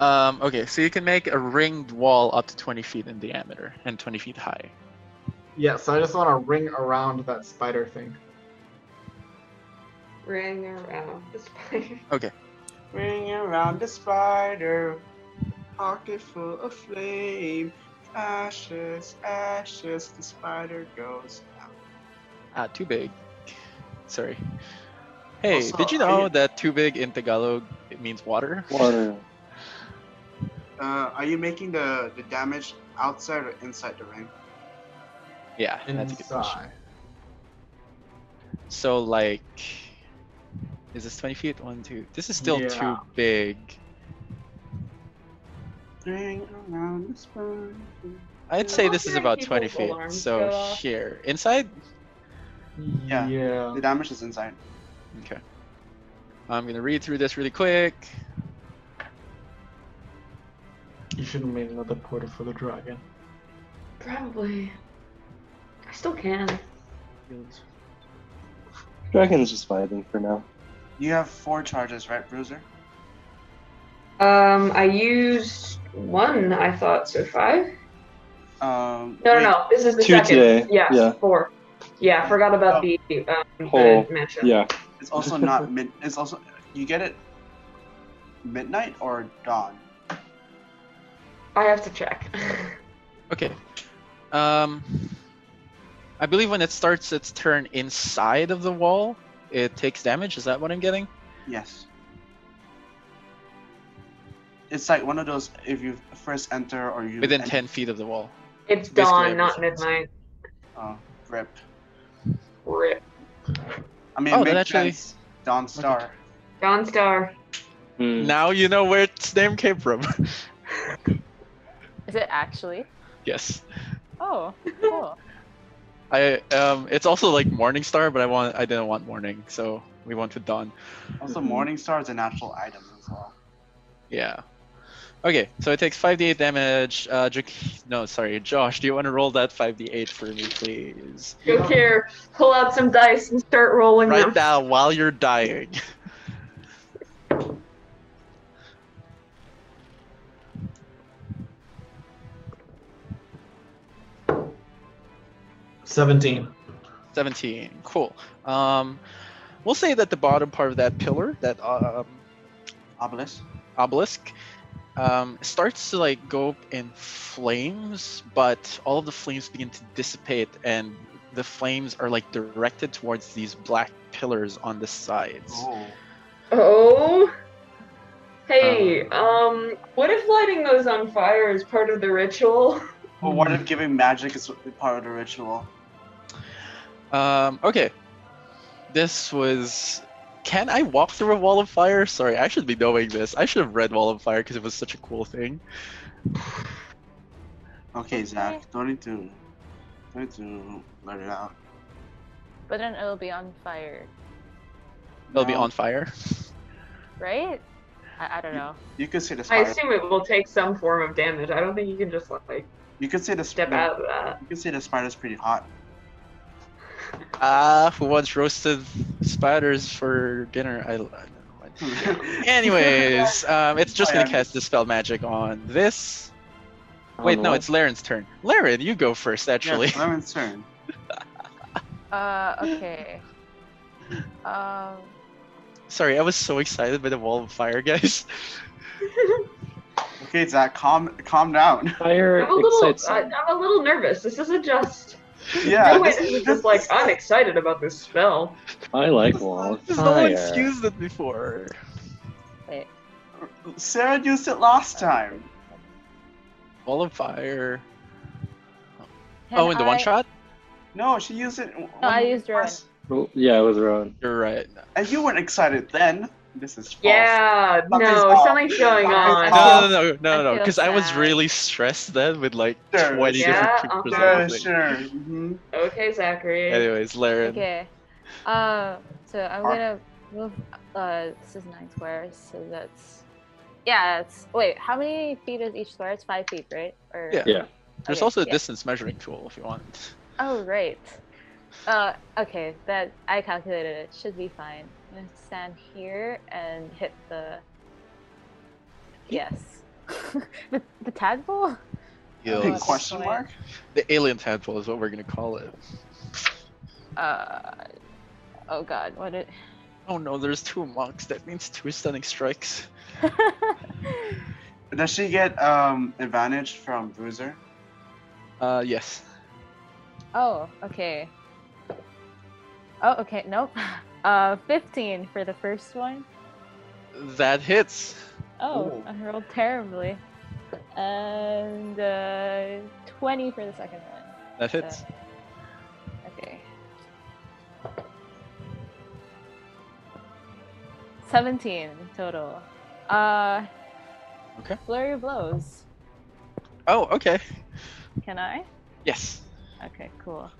[SPEAKER 3] Um, okay, so you can make a ringed wall up to 20 feet in diameter and 20 feet high.
[SPEAKER 5] Yeah. So I just want to ring around that spider thing.
[SPEAKER 6] Ring around the spider.
[SPEAKER 2] Ring around the spider, pocket full of flame. Ashes, ashes, the spider goes out.
[SPEAKER 3] Ah, too big. Sorry. Hey,
[SPEAKER 2] Also,
[SPEAKER 3] did you
[SPEAKER 2] I-
[SPEAKER 3] know that too big in Tagalog it means water?
[SPEAKER 4] Water.
[SPEAKER 2] Uh, are you making the, the damage outside or inside the ring?
[SPEAKER 3] Yeah, that's a good question.
[SPEAKER 5] Inside.
[SPEAKER 3] So like, is this 20 feet? One, two. This is still too
[SPEAKER 5] Yeah.
[SPEAKER 3] big.
[SPEAKER 2] Ring around the spider.
[SPEAKER 3] I'd say
[SPEAKER 6] How
[SPEAKER 3] this is
[SPEAKER 6] can
[SPEAKER 3] about
[SPEAKER 6] people's
[SPEAKER 3] 20 feet.
[SPEAKER 6] alarms
[SPEAKER 3] So
[SPEAKER 6] go off?
[SPEAKER 3] here, inside.
[SPEAKER 2] Yeah.
[SPEAKER 5] Yeah.
[SPEAKER 2] The damage is inside.
[SPEAKER 3] Okay. I'm gonna read through this really quick.
[SPEAKER 5] You should have made another portal for the dragon.
[SPEAKER 6] Probably. I still can.
[SPEAKER 4] Dragon's just vibing for now.
[SPEAKER 2] You have four charges, right, Bruiser?
[SPEAKER 6] Um, I used one, I thought, so five?
[SPEAKER 2] Um,
[SPEAKER 6] No,
[SPEAKER 2] wait,
[SPEAKER 6] no, no. This is the
[SPEAKER 4] Two
[SPEAKER 6] second.
[SPEAKER 4] today,
[SPEAKER 6] Yeah,
[SPEAKER 4] yeah.
[SPEAKER 6] four. Yeah, I forgot about the, um,
[SPEAKER 4] Whole-
[SPEAKER 6] the mansion.
[SPEAKER 4] Yeah.
[SPEAKER 2] It's also not mid. It's also you get it midnight or dawn.
[SPEAKER 6] I have to check.
[SPEAKER 3] Okay. Um, I believe when it starts its turn inside of the wall, it takes damage. Is that what I'm getting?
[SPEAKER 2] Yes. It's like one of those if you first enter or you
[SPEAKER 3] Within
[SPEAKER 2] en-
[SPEAKER 3] 10 feet of the wall.
[SPEAKER 6] it's
[SPEAKER 3] Basically
[SPEAKER 6] dawn, not
[SPEAKER 3] everything's-
[SPEAKER 6] midnight.
[SPEAKER 2] Oh, rip.
[SPEAKER 6] Rip.
[SPEAKER 2] I mean,
[SPEAKER 3] Oh,
[SPEAKER 2] it
[SPEAKER 3] that
[SPEAKER 2] makes
[SPEAKER 3] actually-
[SPEAKER 2] sense. Dawn Star.
[SPEAKER 6] Dawn Star.
[SPEAKER 4] Hmm.
[SPEAKER 3] Now you know where its name came from.
[SPEAKER 8] Is it actually?
[SPEAKER 3] yes.
[SPEAKER 8] Oh, cool.
[SPEAKER 3] I um, it's also like Morning Star, but I want I didn't want morning, so we went with dawn.
[SPEAKER 2] Also,
[SPEAKER 3] Mm-hmm.
[SPEAKER 2] Morning Star is an actual item as well.
[SPEAKER 3] Yeah. Okay, so it takes 5d8 damage. Uh, Jac- no, sorry, Josh, do you want to roll that 5d8 for me, please?
[SPEAKER 6] Go care. Pull out some dice and start rolling
[SPEAKER 3] Right
[SPEAKER 6] them.
[SPEAKER 3] now, while you're dying.
[SPEAKER 5] Seventeen.
[SPEAKER 3] 17 cool um we'll say that the bottom part of that pillar that um
[SPEAKER 2] Obelisk.
[SPEAKER 3] obelisk um starts to like go up in flames but all of the flames begin to dissipate and the flames are like directed towards these black pillars on the sides
[SPEAKER 2] Oh.
[SPEAKER 6] Oh. Hey, um, what if lighting those on fire is part of the ritual?
[SPEAKER 2] Well, what if giving magic is part of the ritual?
[SPEAKER 3] um okay this was can i walk through a wall of fire sorry i should be knowing this i should have read wall of fire because it was such a cool thing
[SPEAKER 2] Okay,
[SPEAKER 6] Eh.
[SPEAKER 2] Zach. Don't need to. Don't need to let it out.
[SPEAKER 8] But then it'll be on fire,
[SPEAKER 3] it'll be
[SPEAKER 2] No,
[SPEAKER 3] on fire
[SPEAKER 8] right? I, I don't know.
[SPEAKER 2] You could say the
[SPEAKER 6] I
[SPEAKER 2] spider.
[SPEAKER 6] assume it will take some form of damage. I don't think you can just like
[SPEAKER 2] You could say the
[SPEAKER 6] step
[SPEAKER 2] spider.
[SPEAKER 6] out of that.
[SPEAKER 2] You could say the spider's pretty hot.
[SPEAKER 3] Ah, who wants roasted spiders for dinner? I, I don't know. what. Anyways, um, it's
[SPEAKER 4] Oh,
[SPEAKER 3] just gonna cast dispel magic on this.
[SPEAKER 4] Hmm.
[SPEAKER 3] Wait, no, it's Laren's turn. Laren, you go first, actually.
[SPEAKER 2] Yes, Lemon's turn.
[SPEAKER 8] Uh, okay. Um,
[SPEAKER 3] Sorry, I was so excited by the wall of fire, guys.
[SPEAKER 2] Okay, Zach, calm, calm down.
[SPEAKER 4] Fire
[SPEAKER 6] I'm a little,
[SPEAKER 4] excites.
[SPEAKER 6] I, I'm a little nervous. This isn't just.
[SPEAKER 2] Yeah.
[SPEAKER 6] no way. This is just like I'm excited about this spell.
[SPEAKER 4] I like wall of
[SPEAKER 3] Because No one's
[SPEAKER 4] fire.
[SPEAKER 3] used it before.
[SPEAKER 8] wait.
[SPEAKER 2] Sarah used it last
[SPEAKER 6] uh,
[SPEAKER 2] time.
[SPEAKER 3] Wall of fire.
[SPEAKER 8] Can
[SPEAKER 3] oh, in the one
[SPEAKER 8] I-
[SPEAKER 3] shot?
[SPEAKER 2] No, she used it. No,
[SPEAKER 8] I used Rowan.
[SPEAKER 4] Well, Oh, Yeah, with Rowan.
[SPEAKER 3] You're right.
[SPEAKER 2] And you weren't excited then. This is false.
[SPEAKER 6] Yeah.
[SPEAKER 2] Something's
[SPEAKER 6] No,
[SPEAKER 2] off.
[SPEAKER 6] something's going
[SPEAKER 2] Something's
[SPEAKER 6] on.
[SPEAKER 2] off.
[SPEAKER 3] no, no, no, no,
[SPEAKER 8] I
[SPEAKER 3] no,
[SPEAKER 8] feel
[SPEAKER 3] because I was
[SPEAKER 8] sad.
[SPEAKER 3] really stressed then with like
[SPEAKER 2] Sure.
[SPEAKER 3] 20
[SPEAKER 6] Yeah,
[SPEAKER 3] different creatures. on
[SPEAKER 6] okay.
[SPEAKER 2] Sure,
[SPEAKER 3] the thing.
[SPEAKER 2] sure. hmm
[SPEAKER 6] Okay, Zachary.
[SPEAKER 3] Anyways, Laren.
[SPEAKER 8] Okay. Uh, so I'm
[SPEAKER 2] Ar-
[SPEAKER 8] gonna move. Uh, this is nine squares, so that's. Yeah, it's. Wait, how many feet is each square? It's five feet, right? Or
[SPEAKER 3] Yeah.
[SPEAKER 4] Yeah.
[SPEAKER 3] There's
[SPEAKER 8] Okay,
[SPEAKER 3] also a
[SPEAKER 8] yeah.
[SPEAKER 3] distance measuring tool if you want.
[SPEAKER 8] Oh, right. Uh, okay, that I calculated it. Should be fine. I'm gonna stand here and hit the. Yes. the, the tadpole?
[SPEAKER 3] Yo,
[SPEAKER 8] Big
[SPEAKER 3] it's-
[SPEAKER 8] question mark?
[SPEAKER 3] The alien tadpole is what we're gonna call it.
[SPEAKER 8] Uh, oh god, what it.
[SPEAKER 3] Oh no, there's two monks. That means two stunning strikes.
[SPEAKER 2] Does she get um, advantage from Bruiser?
[SPEAKER 3] Uh, yes.
[SPEAKER 8] Oh, okay. Oh, okay, nope. Uh, 15 for the first one.
[SPEAKER 3] That hits.
[SPEAKER 8] Oh, I rolled terribly. And uh, 20 for the second one.
[SPEAKER 3] That hits.
[SPEAKER 8] Okay. 17 total. Uh,
[SPEAKER 3] Okay.
[SPEAKER 8] Flurry of blows.
[SPEAKER 3] Oh, okay.
[SPEAKER 8] Can I?
[SPEAKER 3] Yes.
[SPEAKER 8] Okay, cool.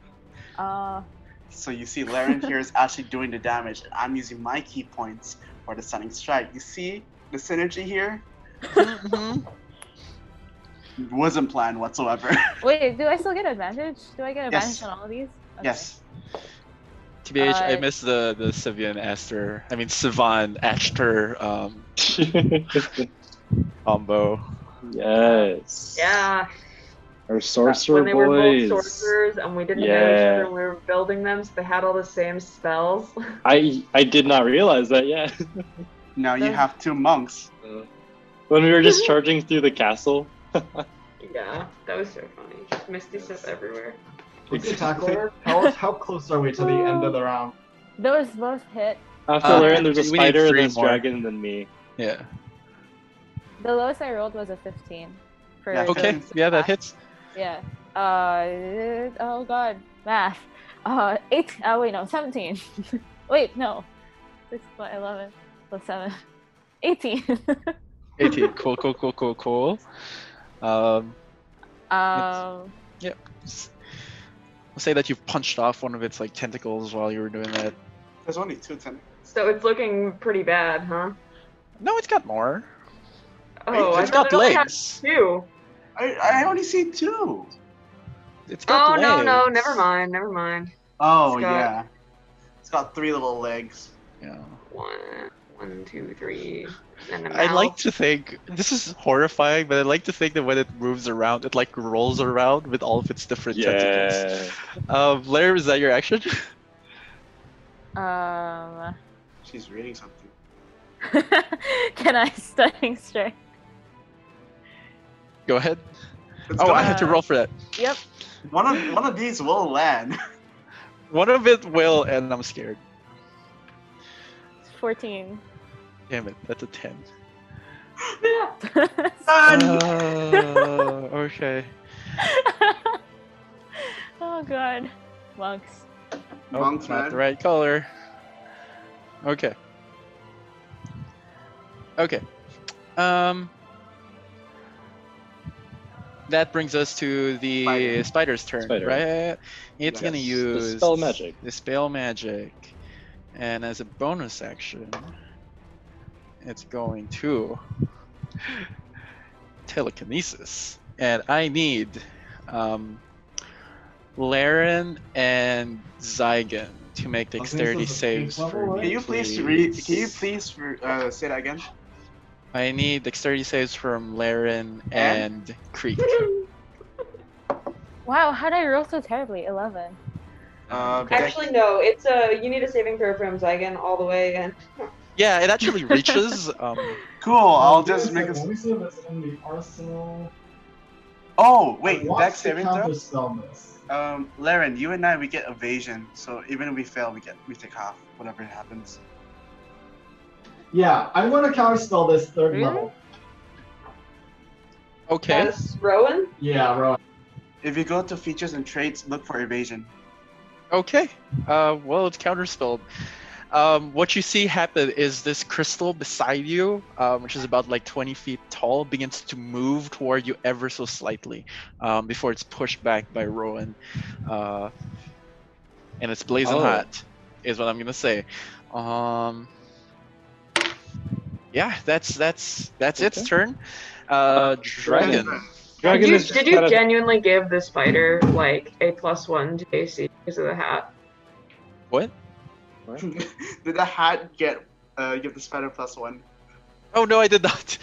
[SPEAKER 8] Uh,
[SPEAKER 2] So you see, Laren here is actually doing the damage, and I'm using my key points for the stunning strike. You see the synergy here?
[SPEAKER 6] Mm-hmm.
[SPEAKER 2] Wasn't planned whatsoever.
[SPEAKER 8] wait, do I still get advantage? Do I get advantage
[SPEAKER 2] Yes.
[SPEAKER 8] on all of these? Okay.
[SPEAKER 2] yes.
[SPEAKER 3] TBH, I
[SPEAKER 8] Uh,
[SPEAKER 3] missed the the Savian Aster. I mean Savan Aster um, combo.
[SPEAKER 4] yes.
[SPEAKER 6] Yeah.
[SPEAKER 4] Our sorcerer
[SPEAKER 6] when they were both
[SPEAKER 4] boys.
[SPEAKER 6] sorcerers and we didn't know each
[SPEAKER 4] Yeah.
[SPEAKER 6] other when we were building them, so they had all the same spells.
[SPEAKER 4] I I did not realize that yet.
[SPEAKER 2] Now you
[SPEAKER 6] Those-
[SPEAKER 2] have two monks.
[SPEAKER 4] when we were just charging through the castle.
[SPEAKER 6] yeah, that was so funny. Just misty stuff everywhere.
[SPEAKER 5] What's the attack order? How, how close are we to the end of the round?
[SPEAKER 8] Those both hit.
[SPEAKER 4] After
[SPEAKER 3] Uh,
[SPEAKER 4] Laren, there's a
[SPEAKER 3] we need
[SPEAKER 4] spider,
[SPEAKER 3] three
[SPEAKER 4] there's
[SPEAKER 3] more.
[SPEAKER 4] dragon, then me.
[SPEAKER 3] Yeah.
[SPEAKER 8] The lowest I rolled was a 15. For
[SPEAKER 2] Yeah,
[SPEAKER 8] the
[SPEAKER 3] Okay.
[SPEAKER 8] six
[SPEAKER 3] Yeah, that
[SPEAKER 8] attack.
[SPEAKER 3] hits.
[SPEAKER 8] Yeah. Uh, oh god, math. Uh, eight. Oh wait, no, seventeen. wait, no, six plus eleven plus seven. 18.
[SPEAKER 3] 18. Cool, cool, cool, cool, cool. Um,
[SPEAKER 8] um,
[SPEAKER 3] s- say that you punched off one of its like tentacles while you were doing that.
[SPEAKER 2] There's only two ten.
[SPEAKER 6] So it's looking pretty bad, huh?
[SPEAKER 3] No, it's got more.
[SPEAKER 6] Oh, I
[SPEAKER 3] it's
[SPEAKER 6] thought
[SPEAKER 3] got
[SPEAKER 6] it only had
[SPEAKER 3] legs.
[SPEAKER 6] two.
[SPEAKER 2] I, I only see two.
[SPEAKER 3] It's got
[SPEAKER 6] Oh
[SPEAKER 3] legs.
[SPEAKER 6] no, no, never mind, never mind.
[SPEAKER 2] Oh
[SPEAKER 6] It's got-
[SPEAKER 2] yeah. It's got three little legs.
[SPEAKER 3] Yeah.
[SPEAKER 6] One, one, two, three, and a
[SPEAKER 3] I like
[SPEAKER 6] mouth.
[SPEAKER 3] to think this is horrifying, but I like to think that when it moves around, it like rolls around with all of its different tentacles.
[SPEAKER 4] Yeah.
[SPEAKER 3] Um, Lair, is that your action?
[SPEAKER 8] um,
[SPEAKER 2] She's reading something.
[SPEAKER 8] can I stunning strike?
[SPEAKER 3] Go ahead.
[SPEAKER 2] Let's
[SPEAKER 3] Oh,
[SPEAKER 2] go
[SPEAKER 3] I had to
[SPEAKER 8] ahead.
[SPEAKER 3] roll for that.
[SPEAKER 8] Yep.
[SPEAKER 2] One of one of these will land.
[SPEAKER 3] One of it will, and I'm scared.
[SPEAKER 8] 14.
[SPEAKER 3] Damn it, that's a ten. Uh, okay.
[SPEAKER 8] oh god, monks.
[SPEAKER 3] Oh,
[SPEAKER 2] Monks,
[SPEAKER 3] not
[SPEAKER 2] man.
[SPEAKER 3] the right color. Okay. Okay. Um. That brings us to the
[SPEAKER 2] Spider.
[SPEAKER 3] spider's turn,
[SPEAKER 4] Spider.
[SPEAKER 3] right? It's gonna
[SPEAKER 4] Yes.
[SPEAKER 3] use
[SPEAKER 4] The spell magic.
[SPEAKER 3] The spell magic, and as a bonus action, it's going to telekinesis, and I need um, Laren and Zygon to make
[SPEAKER 5] Oh, this is
[SPEAKER 3] dexterity
[SPEAKER 5] the fifth
[SPEAKER 3] saves
[SPEAKER 5] level,
[SPEAKER 3] for
[SPEAKER 5] right?
[SPEAKER 3] me.
[SPEAKER 2] Can you please read? Can you please uh, say that again?
[SPEAKER 3] I need dexterity saves from Laren
[SPEAKER 2] And?
[SPEAKER 3] and Creek.
[SPEAKER 8] Wow, how did I roll so terribly? 11.
[SPEAKER 2] Uh,
[SPEAKER 6] Actually, no. It's a you need a saving throw from Zygon all the way, and
[SPEAKER 3] Yeah, it actually reaches. Um,
[SPEAKER 2] cool. I'll just make a.
[SPEAKER 5] When we said that's in the arsenal.
[SPEAKER 2] Oh wait,
[SPEAKER 5] What's
[SPEAKER 2] dex
[SPEAKER 5] the
[SPEAKER 2] saving throw.
[SPEAKER 5] counterspell miss?
[SPEAKER 2] Um, Laren, you and I, we get evasion. So even if we fail, we get we take half, whatever happens.
[SPEAKER 5] Yeah, I'm going to counterspell this third
[SPEAKER 8] Really?
[SPEAKER 5] level.
[SPEAKER 3] okay.
[SPEAKER 6] as Uh, Rowan.
[SPEAKER 5] Yeah, right.
[SPEAKER 2] If you go to features and traits, look for evasion.
[SPEAKER 3] Okay. Uh, well, it's counterspelled. Um, what you see happen is this crystal beside you, um, which is about like 20 feet tall, begins to move toward you ever so slightly um, before it's pushed back by Rowan. Uh, and it's blazing
[SPEAKER 4] Oh.
[SPEAKER 3] hot, is what I'm gonna say. Um, yeah, that's that's that's its
[SPEAKER 4] Okay.
[SPEAKER 3] turn. Uh,
[SPEAKER 4] Dragon.
[SPEAKER 3] dragon.
[SPEAKER 6] Did
[SPEAKER 4] Dragon
[SPEAKER 6] you,
[SPEAKER 4] is
[SPEAKER 6] did
[SPEAKER 4] kind
[SPEAKER 6] you
[SPEAKER 4] of-
[SPEAKER 6] genuinely give the spider like a plus one to AC because of the hat?
[SPEAKER 3] What?
[SPEAKER 2] Did the hat get uh, give the spider plus one?
[SPEAKER 3] Oh no, I did not.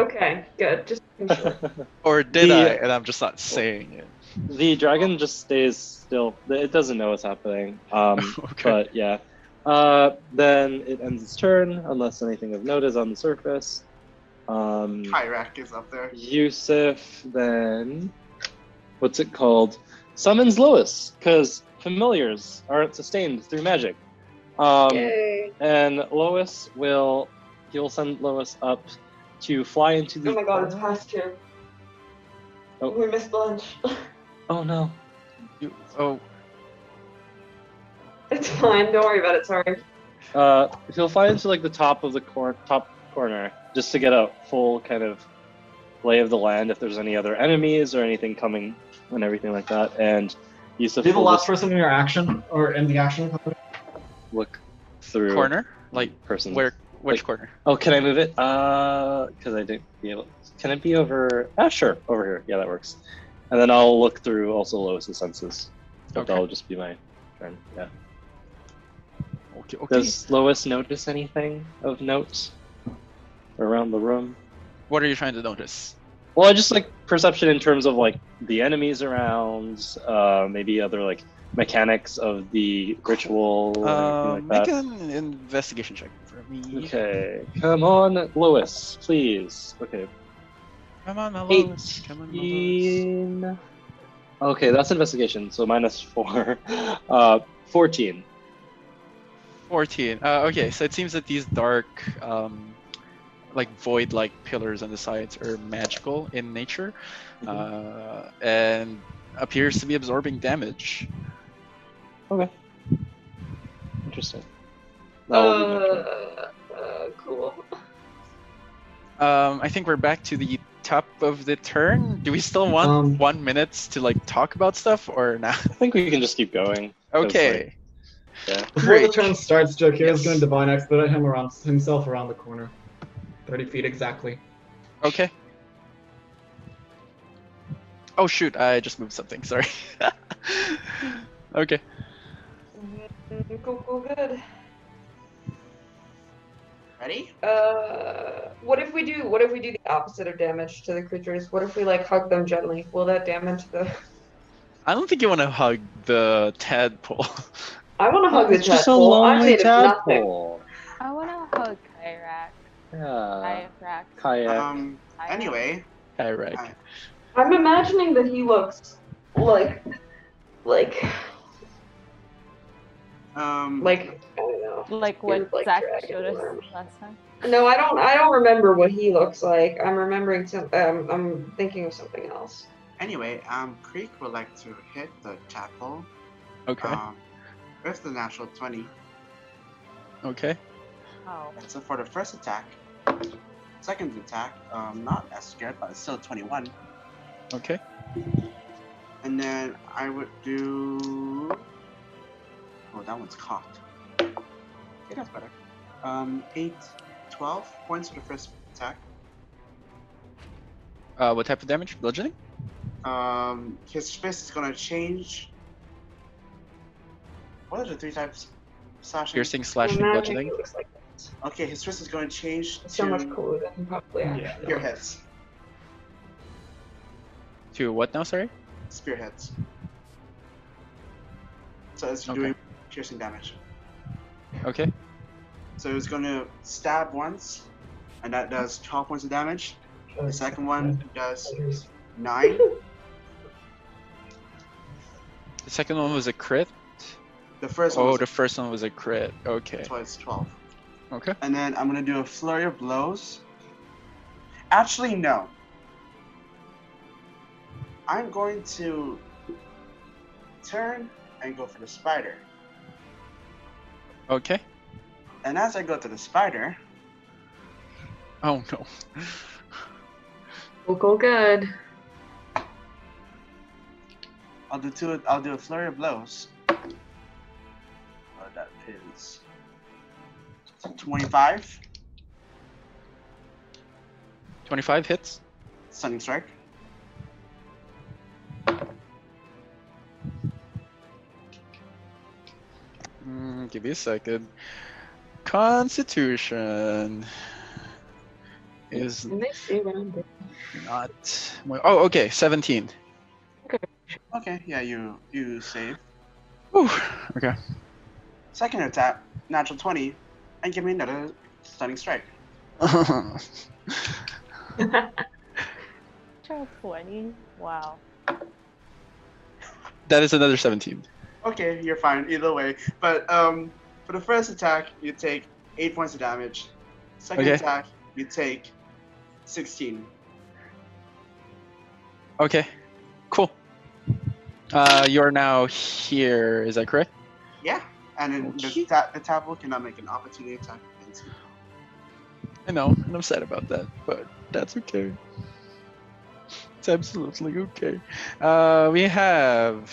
[SPEAKER 6] Okay, good. Just making sure.
[SPEAKER 3] Or did
[SPEAKER 4] The-
[SPEAKER 3] I? And I'm just not saying it.
[SPEAKER 4] The dragon just stays still. It doesn't know what's happening. Um,
[SPEAKER 3] Okay.
[SPEAKER 4] but yeah. Uh, then it ends its turn unless anything of note is on the surface. Um,
[SPEAKER 2] Kyrak is up there.
[SPEAKER 4] Yusuf then, what's it called? Summons Lois because familiars aren't sustained through magic. Um,
[SPEAKER 6] Yay.
[SPEAKER 4] and Lois will he'll send Lois up to fly into the
[SPEAKER 6] Oh my god, it's past two.
[SPEAKER 4] Oh.
[SPEAKER 6] We missed lunch.
[SPEAKER 4] Oh no.
[SPEAKER 3] You, oh,
[SPEAKER 6] it's fine. Don't worry about it. Sorry.
[SPEAKER 4] Uh, he'll fly into like the top of the cor- top corner just to get a full kind of lay of the land if there's any other enemies or anything coming and everything like that. And Yusuf
[SPEAKER 5] Be the
[SPEAKER 4] will
[SPEAKER 5] last
[SPEAKER 4] just
[SPEAKER 5] person in your action or in the action.
[SPEAKER 4] look through
[SPEAKER 3] corner? Like
[SPEAKER 4] person.
[SPEAKER 3] where? Which
[SPEAKER 4] Like-
[SPEAKER 3] corner?
[SPEAKER 4] Oh, can I move it? Uh, because I didn't be able. Can it be over? Ah, sure, over here. Yeah, that works. And then I'll look through also Lois's senses. But
[SPEAKER 3] Okay.
[SPEAKER 4] That'll just be my turn. Yeah.
[SPEAKER 3] Okay. okay.
[SPEAKER 4] Does Lois notice anything of note around the room?
[SPEAKER 3] What are you trying to notice?
[SPEAKER 4] Well, I just like perception in terms of like the enemies around, uh, maybe other like mechanics of the ritual. or
[SPEAKER 3] Um,
[SPEAKER 4] anything like
[SPEAKER 3] make
[SPEAKER 4] that.
[SPEAKER 3] an investigation check for me.
[SPEAKER 4] Okay, come on, Lois, please. Okay,
[SPEAKER 3] Come on, Malone. Come on, Malone.
[SPEAKER 4] 18. Okay, that's investigation. So minus four. Uh, 14.
[SPEAKER 3] 14. Uh, okay, so it seems that these dark, um, like void like pillars on the sides are magical in nature
[SPEAKER 4] Mm-hmm.
[SPEAKER 3] uh, and appears to be absorbing damage.
[SPEAKER 4] Interesting. That will be my turn.
[SPEAKER 6] Uh, uh, cool.
[SPEAKER 3] Um, I think we're back to the top of the turn. Do we still want
[SPEAKER 5] Um,
[SPEAKER 3] one minutes to like talk about stuff or not?
[SPEAKER 4] I think we can just keep going. 'cause,
[SPEAKER 3] Okay.
[SPEAKER 4] like, yeah.
[SPEAKER 5] Before
[SPEAKER 3] Great.
[SPEAKER 5] the turn starts, Jokira's
[SPEAKER 3] Yes.
[SPEAKER 5] going to divine expedite him around himself around the corner, thirty feet exactly.
[SPEAKER 3] Okay. Oh shoot! I just moved something. Sorry. okay.
[SPEAKER 6] Mm, Cool, cool, good.
[SPEAKER 2] Ready?
[SPEAKER 6] Uh, what if we do? What if we do the opposite of damage to the creatures? What if we like hug them gently? Will that damage the?
[SPEAKER 3] I don't think you want to hug the tadpole.
[SPEAKER 6] I want to hug the
[SPEAKER 4] It's just a
[SPEAKER 6] tadpole. I
[SPEAKER 4] lonely
[SPEAKER 6] did nothing.
[SPEAKER 4] tadpole.
[SPEAKER 8] I want to hug Kyrak.
[SPEAKER 4] Yeah.
[SPEAKER 8] Kyrak.
[SPEAKER 4] Kayak.
[SPEAKER 3] Uh,
[SPEAKER 2] Um.
[SPEAKER 8] Kyrak.
[SPEAKER 2] Uh, Anyway,
[SPEAKER 3] Iraq.
[SPEAKER 6] I'm imagining that he looks like, like,
[SPEAKER 2] um.
[SPEAKER 6] like. I don't know.
[SPEAKER 8] Like
[SPEAKER 6] Here's,
[SPEAKER 8] what
[SPEAKER 6] like,
[SPEAKER 8] Zach
[SPEAKER 6] dragon
[SPEAKER 8] showed us
[SPEAKER 6] worm.
[SPEAKER 8] last time.
[SPEAKER 6] No, I don't. I don't remember what he looks like. I'm remembering some. Um, I'm thinking of something else.
[SPEAKER 2] Anyway, um, Creek would like to hit the chapel.
[SPEAKER 3] Okay.
[SPEAKER 2] Um, with the natural twenty.
[SPEAKER 3] Okay.
[SPEAKER 8] Oh.
[SPEAKER 2] So for the first attack, second attack, um, not as good, but it's still twenty-one.
[SPEAKER 3] Okay.
[SPEAKER 2] And then I would do. Oh, that one's caught. Okay, that's better. Um, 8, 12 points for the first attack.
[SPEAKER 3] Uh, what type of damage? Bludgeoning.
[SPEAKER 2] Mm-hmm. Um, his fist is gonna change. What are the three types? Slashing.
[SPEAKER 3] Piercing, slashing,
[SPEAKER 6] Imagine
[SPEAKER 3] bludgeoning.
[SPEAKER 6] he looks like
[SPEAKER 2] Okay, his fist is gonna change
[SPEAKER 6] so
[SPEAKER 2] to
[SPEAKER 6] much cooler than he probably
[SPEAKER 4] Yeah.
[SPEAKER 6] actually looks.
[SPEAKER 2] spearheads.
[SPEAKER 3] To what now? Sorry.
[SPEAKER 2] Spearheads. So it's
[SPEAKER 3] Okay.
[SPEAKER 2] doing piercing damage.
[SPEAKER 3] Okay.
[SPEAKER 2] So it's gonna stab once, and that does 12 points of damage. The second one does nine.
[SPEAKER 3] The second one was a crit.
[SPEAKER 2] The first one
[SPEAKER 3] Oh,
[SPEAKER 2] was
[SPEAKER 3] the first one was a crit. Okay.
[SPEAKER 2] twice 12.
[SPEAKER 3] Okay.
[SPEAKER 2] And then I'm gonna do a flurry of blows. Actually, no. I'm going to turn and go for the spider.
[SPEAKER 3] Okay.
[SPEAKER 2] And as I go to the spider,
[SPEAKER 3] Oh no.
[SPEAKER 6] Cool, cool, good.
[SPEAKER 2] I'll do two. I'll do a flurry of blows. Uh, that is 25
[SPEAKER 3] Twenty-five hits.
[SPEAKER 2] stunning strike.
[SPEAKER 3] Mm, Give me a second. Constitution is
[SPEAKER 6] And they see what I'm doing.
[SPEAKER 3] not. my- Oh, okay, 17.
[SPEAKER 2] Okay, yeah, you you save.
[SPEAKER 3] Whew, okay.
[SPEAKER 2] Second attack, natural 20, and give me another stunning strike.
[SPEAKER 8] Natural 20. Wow.
[SPEAKER 3] that is another 17.
[SPEAKER 2] Okay, you're fine either way. But um, for the first attack, you take 8 points of damage. Second
[SPEAKER 3] Okay.
[SPEAKER 2] attack, you take 16.
[SPEAKER 3] Okay, cool. Uh, you're now here, is that correct?
[SPEAKER 2] Yeah, and then
[SPEAKER 3] Okay.
[SPEAKER 2] the, ta- the tableau cannot make an opportunity attack against you.
[SPEAKER 3] I know, and I'm sad about that, but that's okay. It's absolutely okay. Uh, we have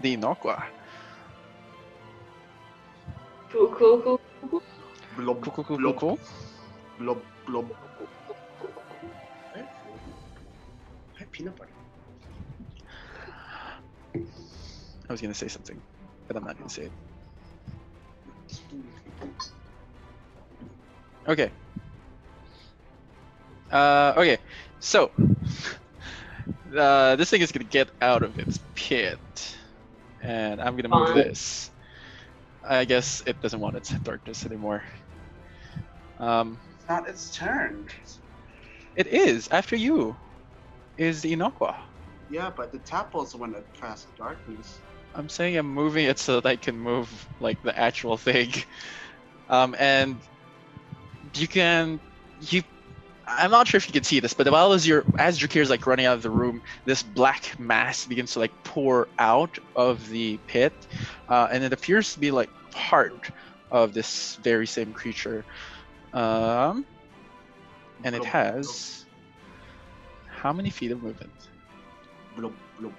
[SPEAKER 3] the Inokwa.
[SPEAKER 6] Cool, cool, cool.
[SPEAKER 2] Blob,
[SPEAKER 3] Cool, cool, cool, cool, cool.
[SPEAKER 2] blob, blob. Hey, hey, Eh, peanut butter.
[SPEAKER 3] I was gonna say something, but I'm not gonna say it. Okay. Uh, okay, so uh, this thing is gonna get out of its pit, and I'm gonna move
[SPEAKER 6] Fine.
[SPEAKER 3] this. I guess it doesn't want its darkness anymore. Um,
[SPEAKER 2] It's not its turn.
[SPEAKER 3] it is after you. Is the Inokwa?
[SPEAKER 2] Yeah, but the tableau's the one that casts darkness.
[SPEAKER 3] I'm saying I'm moving it so that I can move like the actual thing. Um, and you can you I'm not sure if you can see this, but while as your as Drakir is like running out of the room, this black mass begins to like pour out of the pit, uh, and it appears to be like part of this very same creature. Um, and it
[SPEAKER 2] Blob,
[SPEAKER 3] has how many feet of movement?
[SPEAKER 2] Blob, blob.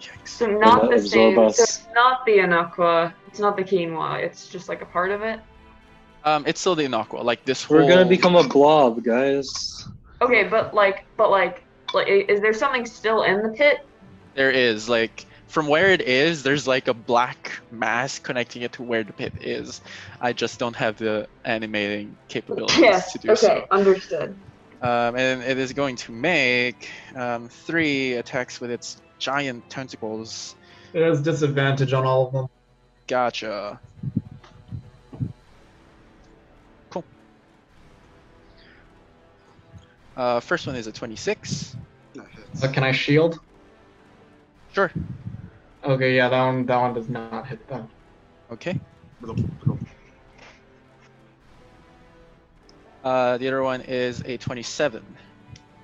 [SPEAKER 3] Yikes.
[SPEAKER 6] So not
[SPEAKER 4] that
[SPEAKER 6] the
[SPEAKER 4] absorb
[SPEAKER 6] same. So
[SPEAKER 4] us.
[SPEAKER 6] it's not the Anakwa. It's not the quinoa. It's just like a part of it.
[SPEAKER 3] Um, it's still the Inakwa, like this
[SPEAKER 4] We're gonna
[SPEAKER 3] whole-
[SPEAKER 4] become a blob, guys.
[SPEAKER 6] Okay, but like, but like, like, i- is there something still in the pit?
[SPEAKER 3] There is like from where it is, there's like a black mass connecting it to where the pit is. I just don't have the animating capabilities to do so.
[SPEAKER 6] understood.
[SPEAKER 3] Um, and it is going to make um, three attacks with its giant tentacles.
[SPEAKER 5] It has disadvantage on all of them.
[SPEAKER 3] Gotcha. Cool. Uh, first one is a 26.
[SPEAKER 2] That hits.
[SPEAKER 5] Uh, can I shield?
[SPEAKER 3] Sure.
[SPEAKER 5] Okay, yeah, that one that one does not hit them.
[SPEAKER 3] Okay.
[SPEAKER 2] Blob, blob.
[SPEAKER 3] Uh, the other one is a 27.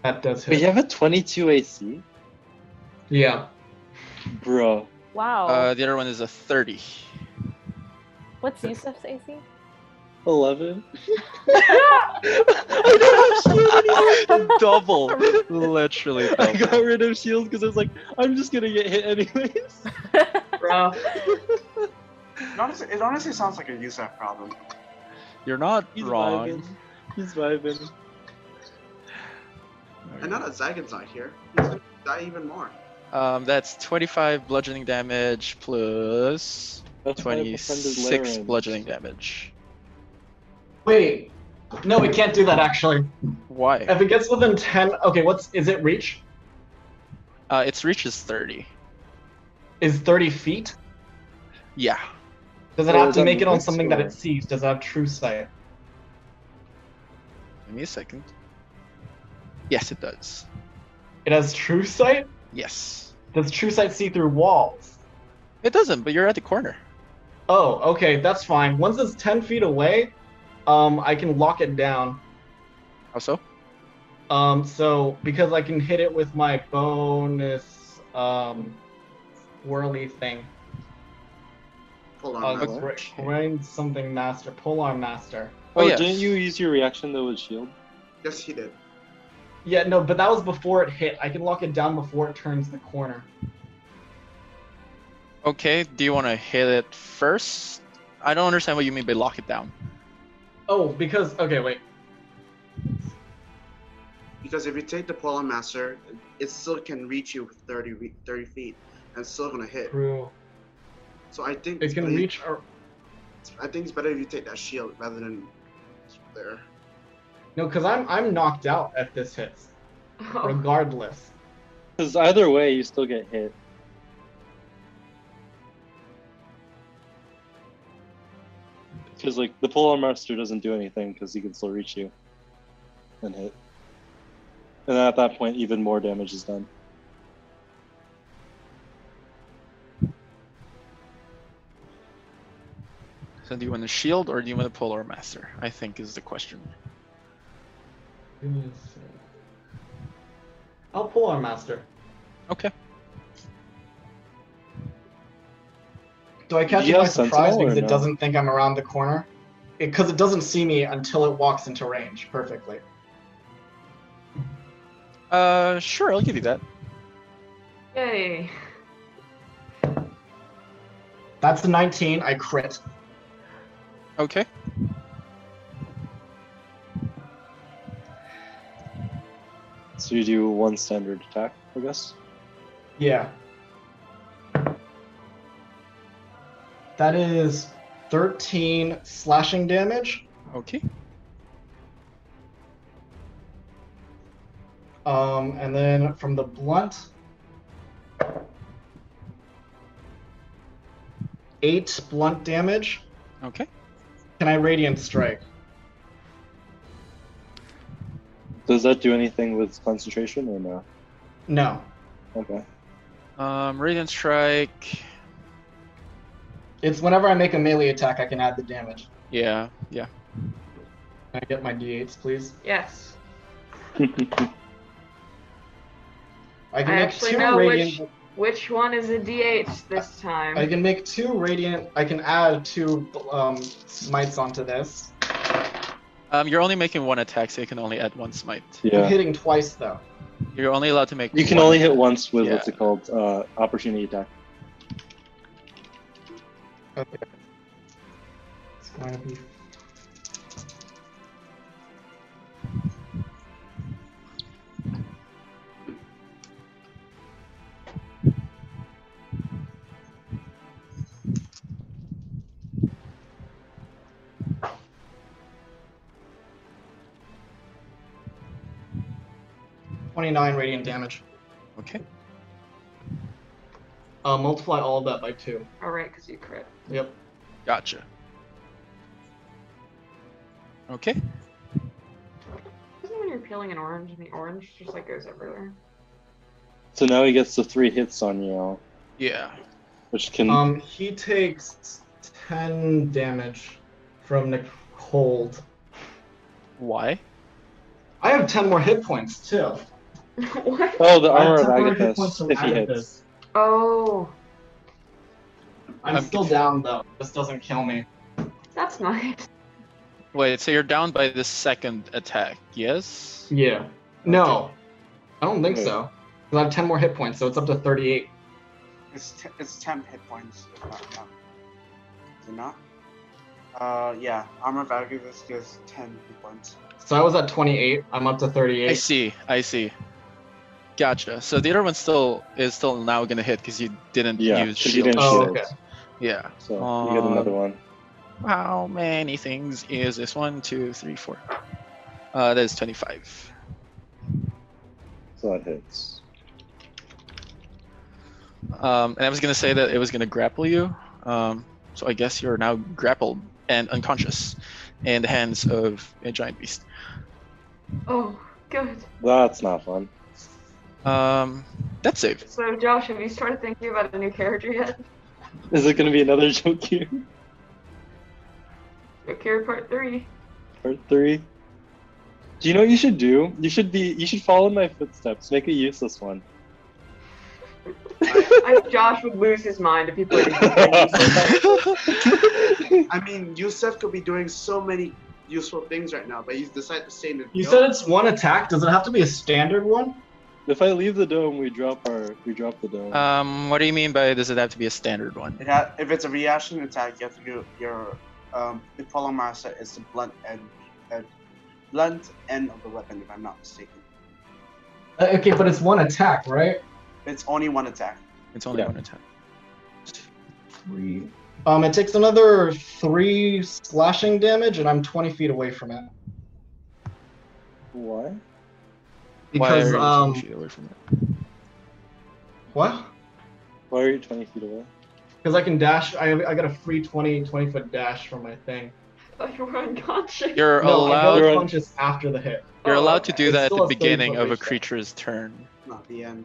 [SPEAKER 5] That does
[SPEAKER 4] We
[SPEAKER 5] hit.
[SPEAKER 4] have a 22 AC,
[SPEAKER 5] Yeah.
[SPEAKER 4] bro. Oh.
[SPEAKER 8] Wow.
[SPEAKER 3] Uh, the other one is a 30.
[SPEAKER 8] What's Yusuf's AC?
[SPEAKER 4] 11.
[SPEAKER 3] I don't have shield anymore. double, literally
[SPEAKER 4] I got
[SPEAKER 3] double.
[SPEAKER 4] rid of shield because I was like, I'm just gonna get hit anyways.
[SPEAKER 6] Bro,
[SPEAKER 2] It honestly, it honestly sounds like a USAF problem.
[SPEAKER 3] You're not
[SPEAKER 4] He's
[SPEAKER 3] wrong.
[SPEAKER 4] vibing. He's vibing.
[SPEAKER 2] And now that Zagan's not here, he's gonna die even more.
[SPEAKER 3] Um, that's 25 bludgeoning damage plus
[SPEAKER 4] That's why I befriended
[SPEAKER 3] 26
[SPEAKER 4] Laren.
[SPEAKER 3] bludgeoning damage.
[SPEAKER 5] Wait. No, we can't do that actually.
[SPEAKER 3] Why?
[SPEAKER 5] If it gets within ten, okay, what's is it reach?
[SPEAKER 3] Uh, its reach is 30.
[SPEAKER 5] Is thirty feet?
[SPEAKER 3] Yeah.
[SPEAKER 5] Does it
[SPEAKER 4] Or
[SPEAKER 5] have
[SPEAKER 4] is
[SPEAKER 5] to
[SPEAKER 4] that
[SPEAKER 5] make it on
[SPEAKER 4] mixed
[SPEAKER 5] something that
[SPEAKER 4] or-
[SPEAKER 5] it sees? Does it have true sight?
[SPEAKER 3] Give me a second. Yes, it does.
[SPEAKER 5] It has true sight.
[SPEAKER 3] Yes.
[SPEAKER 5] Does true sight see through walls?
[SPEAKER 3] It doesn't, but you're at the corner.
[SPEAKER 5] Oh, okay, that's fine. Once it's ten feet away, um, I can lock it down.
[SPEAKER 3] How so?
[SPEAKER 5] Um, so because I can hit it with my bonus um whirly thing.
[SPEAKER 2] Hold on.
[SPEAKER 5] Uh,
[SPEAKER 2] Matt.
[SPEAKER 5] gr- grind something master, polearm master.
[SPEAKER 3] Oh,
[SPEAKER 4] Oh,
[SPEAKER 3] yes.
[SPEAKER 4] didn't you use your reaction though with shield?
[SPEAKER 2] Yes, he did.
[SPEAKER 5] Yeah, no, but that was before it hit. I can lock it down before it turns the corner.
[SPEAKER 3] Okay, do you want to hit it first? I don't understand what you mean by lock it down.
[SPEAKER 5] Oh, because okay, wait.
[SPEAKER 2] Because if you take the Polar Master, it still can reach you 30, re- 30 feet and it's still gonna hit.
[SPEAKER 5] True.
[SPEAKER 9] So I think
[SPEAKER 5] It can
[SPEAKER 9] better-
[SPEAKER 5] reach our.
[SPEAKER 9] I think it's better if you take that shield rather than there.
[SPEAKER 5] No, because I'm I'm knocked out at this hit,
[SPEAKER 6] Oh,
[SPEAKER 5] regardless.
[SPEAKER 4] Because either way, you still get hit. Because like the polearm master doesn't do anything because he can still reach you and hit. And then at that point, even more damage is done.
[SPEAKER 3] So do you want a shield or do you want a polar master? I think is the question.
[SPEAKER 5] Give me a sec. I'll pull our master.
[SPEAKER 3] Okay.
[SPEAKER 5] Do I catch
[SPEAKER 4] You
[SPEAKER 5] it by
[SPEAKER 4] have sentinel
[SPEAKER 5] surprise because
[SPEAKER 4] or
[SPEAKER 5] it
[SPEAKER 4] no?
[SPEAKER 5] doesn't think I'm around the corner? Because it, doesn't see me until it walks into range perfectly.
[SPEAKER 3] Uh, sure, I'll give you that.
[SPEAKER 6] yay.
[SPEAKER 5] That's a 19. I crit.
[SPEAKER 3] Okay.
[SPEAKER 4] So you do one standard attack, I guess.
[SPEAKER 5] Yeah. That is 13 slashing damage.
[SPEAKER 3] Okay.
[SPEAKER 5] Um, and then from the blunt, eight blunt damage.
[SPEAKER 3] Okay.
[SPEAKER 5] Can I radiant strike?
[SPEAKER 4] Does that do anything with concentration or no?
[SPEAKER 5] No.
[SPEAKER 4] Okay.
[SPEAKER 3] Um, radiant strike.
[SPEAKER 5] It's whenever I make a melee attack, I can add the damage.
[SPEAKER 3] Yeah. Yeah.
[SPEAKER 5] Can I get my d8s, please?
[SPEAKER 6] Yes.
[SPEAKER 5] I can
[SPEAKER 6] I
[SPEAKER 5] make
[SPEAKER 6] actually
[SPEAKER 5] two
[SPEAKER 6] know
[SPEAKER 5] radiant.
[SPEAKER 6] Which one is a DH this time?
[SPEAKER 5] I can make two radiant. I can add two um, smites onto this.
[SPEAKER 3] Um, you're only making one attack, so you can only add one smite.
[SPEAKER 5] I'm
[SPEAKER 4] yeah.
[SPEAKER 5] hitting twice though.
[SPEAKER 3] You're only allowed to make.
[SPEAKER 4] You can
[SPEAKER 3] one.
[SPEAKER 4] only hit once with what's
[SPEAKER 3] Yeah.
[SPEAKER 4] it called? Uh, opportunity attack.
[SPEAKER 5] Okay. It's going to be. Twenty-nine radiant damage.
[SPEAKER 3] Okay.
[SPEAKER 5] Uh, multiply all of that by two.
[SPEAKER 6] All Oh, right, because you crit.
[SPEAKER 5] Yep.
[SPEAKER 3] Gotcha. Okay.
[SPEAKER 6] Isn't when you're peeling an orange and the orange just like goes everywhere?
[SPEAKER 4] So now he gets the three hits on you,
[SPEAKER 3] Yeah.
[SPEAKER 4] which can
[SPEAKER 5] Um, he takes ten damage from the cold.
[SPEAKER 3] Why?
[SPEAKER 5] I have ten more hit points too.
[SPEAKER 6] what?
[SPEAKER 4] Oh, the
[SPEAKER 5] I
[SPEAKER 4] armor
[SPEAKER 5] have
[SPEAKER 4] of
[SPEAKER 5] 10 more hit points
[SPEAKER 4] Agathis.
[SPEAKER 5] from
[SPEAKER 4] If he
[SPEAKER 5] Agathis.
[SPEAKER 4] hits.
[SPEAKER 6] Oh,
[SPEAKER 5] I'm,
[SPEAKER 3] I'm
[SPEAKER 5] still
[SPEAKER 3] confused.
[SPEAKER 5] down though. This doesn't kill me.
[SPEAKER 6] that's nice.
[SPEAKER 3] Wait. So you're down by the second attack. Yes.
[SPEAKER 5] Yeah. No, I don't think
[SPEAKER 4] Wait.
[SPEAKER 5] so. 'Cause I have ten more hit points, so it's up to thirty-eight.
[SPEAKER 2] It's, t- it's 10 hit points. If not enough. Is it not? Uh, yeah. Armor value this gives 10 hit points.
[SPEAKER 5] So I was at twenty-eight. I'm up to
[SPEAKER 3] I
[SPEAKER 5] thirty-eight.
[SPEAKER 3] see. I see. Gotcha. So the other one still is still now gonna hit because you didn't
[SPEAKER 4] Yeah,
[SPEAKER 3] use
[SPEAKER 4] 'cause
[SPEAKER 3] shield.
[SPEAKER 4] you didn't
[SPEAKER 5] Oh,
[SPEAKER 4] shield.
[SPEAKER 5] okay.
[SPEAKER 3] Yeah.
[SPEAKER 4] So you get
[SPEAKER 3] Um,
[SPEAKER 4] another one.
[SPEAKER 3] How many things is this? One, two, three, four. Uh, that is twenty-five.
[SPEAKER 4] So that hits.
[SPEAKER 3] Um, and I was gonna say that it was gonna grapple you. Um, so I guess you're now grappled and unconscious in the hands of a giant beast.
[SPEAKER 6] Oh, good.
[SPEAKER 4] That's not fun.
[SPEAKER 3] Um, that save.
[SPEAKER 6] So, Josh, have you started thinking about a new character yet?
[SPEAKER 4] Is it going to be another joke here?
[SPEAKER 6] Your character part three.
[SPEAKER 4] Part three? Do you know what you should do? You should be. You should follow in my footsteps. Make a useless one.
[SPEAKER 6] I think Josh would lose his mind if he played. it.
[SPEAKER 9] I mean, Yusef could be doing so many useful things right now, but he's decided to stay in the.
[SPEAKER 5] You
[SPEAKER 9] field.
[SPEAKER 5] said it's one attack. Does it have to be a standard one?
[SPEAKER 4] If I leave the dome, we drop our. We drop the dome.
[SPEAKER 3] Um, what do you mean by does it have to be a standard one?
[SPEAKER 2] It ha- if it's a reaction attack, you have to do your um, the follow master is the blunt end, uh, blunt end of the weapon, if I'm not mistaken.
[SPEAKER 5] Uh, okay, but it's one attack, right?
[SPEAKER 2] It's only one attack.
[SPEAKER 3] It's only
[SPEAKER 4] Yeah.
[SPEAKER 3] one attack.
[SPEAKER 11] three.
[SPEAKER 5] Um, it takes another three slashing damage, and I'm 20 feet away from it.
[SPEAKER 4] Why?
[SPEAKER 3] Why are
[SPEAKER 5] Because
[SPEAKER 3] you
[SPEAKER 5] um,
[SPEAKER 3] 20 feet away from it?
[SPEAKER 5] what?
[SPEAKER 4] Why are you 20 feet away?
[SPEAKER 5] Because I can dash. I I got a free 20 20 foot dash from my thing.
[SPEAKER 6] Oh, you were unconscious.
[SPEAKER 3] You're
[SPEAKER 5] no, I
[SPEAKER 3] allowed.
[SPEAKER 5] go
[SPEAKER 4] You're-
[SPEAKER 5] punches after the hit.
[SPEAKER 3] You're
[SPEAKER 6] Oh,
[SPEAKER 3] allowed to
[SPEAKER 6] okay.
[SPEAKER 3] do
[SPEAKER 5] It's
[SPEAKER 3] that at
[SPEAKER 5] still
[SPEAKER 3] the
[SPEAKER 5] a thirty
[SPEAKER 3] beginning
[SPEAKER 5] foot
[SPEAKER 3] of a
[SPEAKER 5] reach, though.
[SPEAKER 3] creature's turn.
[SPEAKER 2] Not the end.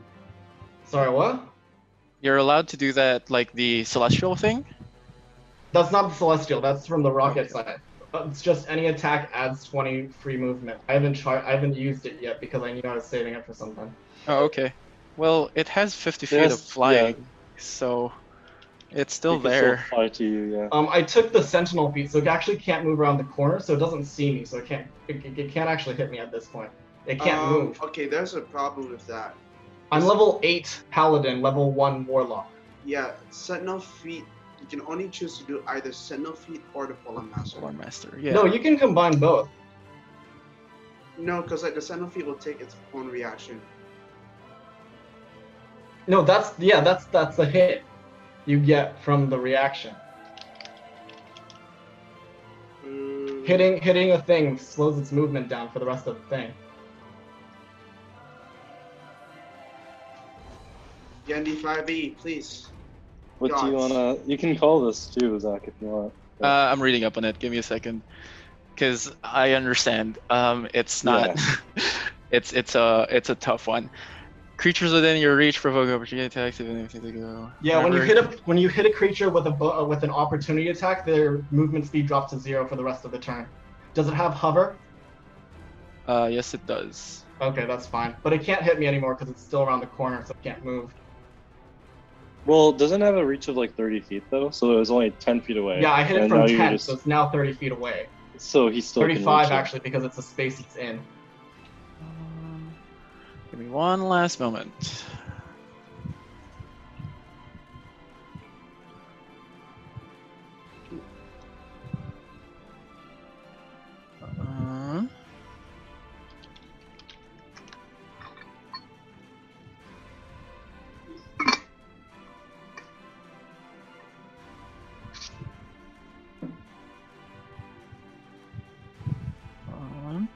[SPEAKER 5] Sorry, what?
[SPEAKER 3] You're allowed to do that, like the celestial thing.
[SPEAKER 5] That's not the celestial. That's from the rocket side. Uh, It's just any attack adds 20 free movement. I haven't tried. I haven't used it yet because I knew I was saving it for something.
[SPEAKER 3] Oh, okay. Well, it has 50 feet
[SPEAKER 4] Yes,
[SPEAKER 3] of flying, so it's still
[SPEAKER 4] It can
[SPEAKER 3] there.
[SPEAKER 4] fly to you, yeah.
[SPEAKER 5] Um, I took the sentinel feat, so it actually can't move around the corner, so it doesn't see me, so it can't. It, it- it can't actually hit me at this point. It can't
[SPEAKER 2] Um,
[SPEAKER 5] move.
[SPEAKER 2] Okay, there's a problem with that.
[SPEAKER 5] I'm level eight paladin, level one warlock.
[SPEAKER 2] Yeah, Sentinel Feet. You can only choose to do either Sentinel Feet or the Fallen Master.
[SPEAKER 3] Lord Master. Yeah.
[SPEAKER 5] No, you can combine both.
[SPEAKER 2] No, because like the Sentinel Feet will take its own reaction.
[SPEAKER 5] No, that's yeah, that's that's the hit you get from the reaction.
[SPEAKER 2] Mm,
[SPEAKER 5] Hitting hitting a thing slows its movement down for the rest of the thing.
[SPEAKER 2] Yandy 5e, please.
[SPEAKER 4] What do you
[SPEAKER 2] Gods.
[SPEAKER 4] wanna? You can call this too, Zach, if you want.
[SPEAKER 3] Uh, I'm reading up on it. Give me a second, because I understand. Um, it's not. it's it's a it's a tough one. Creatures within your reach provoke opportunity attacks if anything they go.
[SPEAKER 5] Yeah, when you
[SPEAKER 3] Remember-
[SPEAKER 5] hit a when you hit a creature with a bo- uh, with an opportunity attack, their movement speed drops to zero for the rest of the turn. Does it have hover?
[SPEAKER 3] Uh, yes, it does.
[SPEAKER 5] Okay, that's fine. But it can't hit me anymore because it's still around the corner, so it can't move.
[SPEAKER 4] Well, doesn't it have a reach of like 30 feet though, so it was only 10 feet away.
[SPEAKER 5] Yeah, I hit it
[SPEAKER 4] And
[SPEAKER 5] from
[SPEAKER 4] now you
[SPEAKER 5] ten,
[SPEAKER 4] just-
[SPEAKER 5] so it's now thirty feet away.
[SPEAKER 4] So he still can reach
[SPEAKER 5] Thirty-five
[SPEAKER 4] it.
[SPEAKER 5] actually, because it's the space it's in.
[SPEAKER 3] Um, Give me one last moment. Uh, um,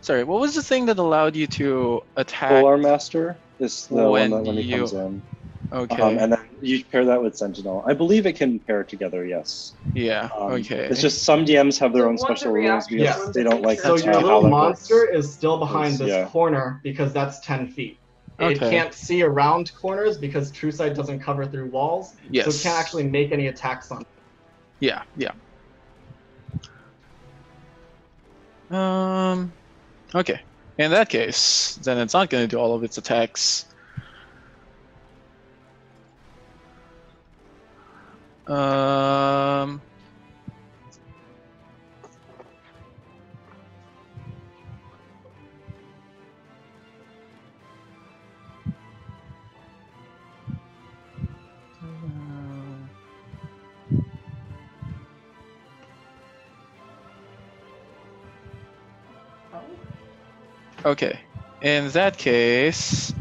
[SPEAKER 3] Sorry, what was the thing that allowed you to attack?
[SPEAKER 4] Polar Master is the
[SPEAKER 3] When
[SPEAKER 4] one that when he
[SPEAKER 3] you-
[SPEAKER 4] comes in.
[SPEAKER 3] okay.
[SPEAKER 4] Um, and then you pair that with Sentinel. I believe it can pair together, yes.
[SPEAKER 3] yeah.
[SPEAKER 4] Um,
[SPEAKER 3] okay.
[SPEAKER 4] It's just some DMs have their own
[SPEAKER 6] One's a
[SPEAKER 4] special rules
[SPEAKER 6] reaction,
[SPEAKER 4] because
[SPEAKER 5] one's
[SPEAKER 4] they
[SPEAKER 6] a
[SPEAKER 4] don't like
[SPEAKER 6] feature.
[SPEAKER 5] So
[SPEAKER 4] how
[SPEAKER 6] That's
[SPEAKER 5] your
[SPEAKER 6] how
[SPEAKER 5] little
[SPEAKER 4] that
[SPEAKER 5] monster
[SPEAKER 4] works.
[SPEAKER 5] is still behind
[SPEAKER 4] Yes,
[SPEAKER 5] this
[SPEAKER 4] yeah.
[SPEAKER 5] corner because that's ten feet. It
[SPEAKER 3] Okay.
[SPEAKER 5] can't see around corners because True Sight doesn't cover through walls,
[SPEAKER 3] yes.
[SPEAKER 5] so it can't actually make any attacks on.
[SPEAKER 3] Yeah. Yeah. Um. Okay. In that case, then it's not going to do all of its attacks. Um. Okay. In that case.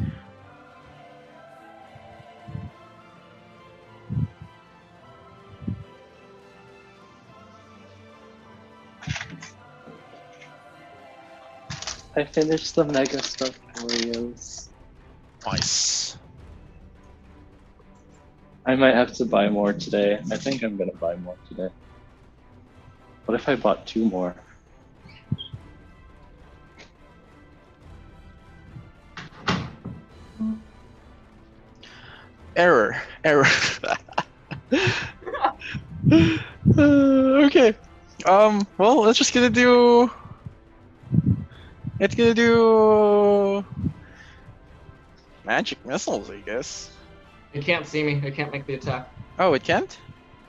[SPEAKER 4] I finished the Mega Stuff Oreos.
[SPEAKER 3] Nice.
[SPEAKER 4] I might have to buy more today. I think I'm gonna buy more today. What if I bought two more?
[SPEAKER 3] Error. Error. Uh, okay. Um. Well, it's just gonna do. It's gonna do. Magic missiles, I guess.
[SPEAKER 5] It can't see me. It can't make the attack.
[SPEAKER 3] Oh, it can't.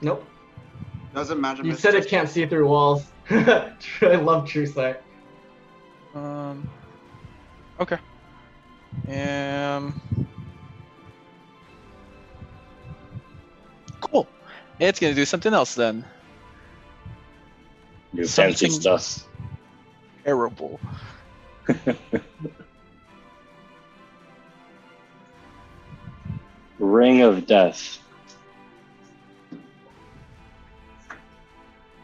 [SPEAKER 5] Nope.
[SPEAKER 2] Doesn't matter.
[SPEAKER 5] You
[SPEAKER 2] Mr.
[SPEAKER 5] said it can't see through walls. I love True Sight.
[SPEAKER 3] Um. Okay. Um. Cool. It's gonna do something else then.
[SPEAKER 4] New
[SPEAKER 3] fancy
[SPEAKER 4] stuff.
[SPEAKER 3] Terrible.
[SPEAKER 4] Ring of Death.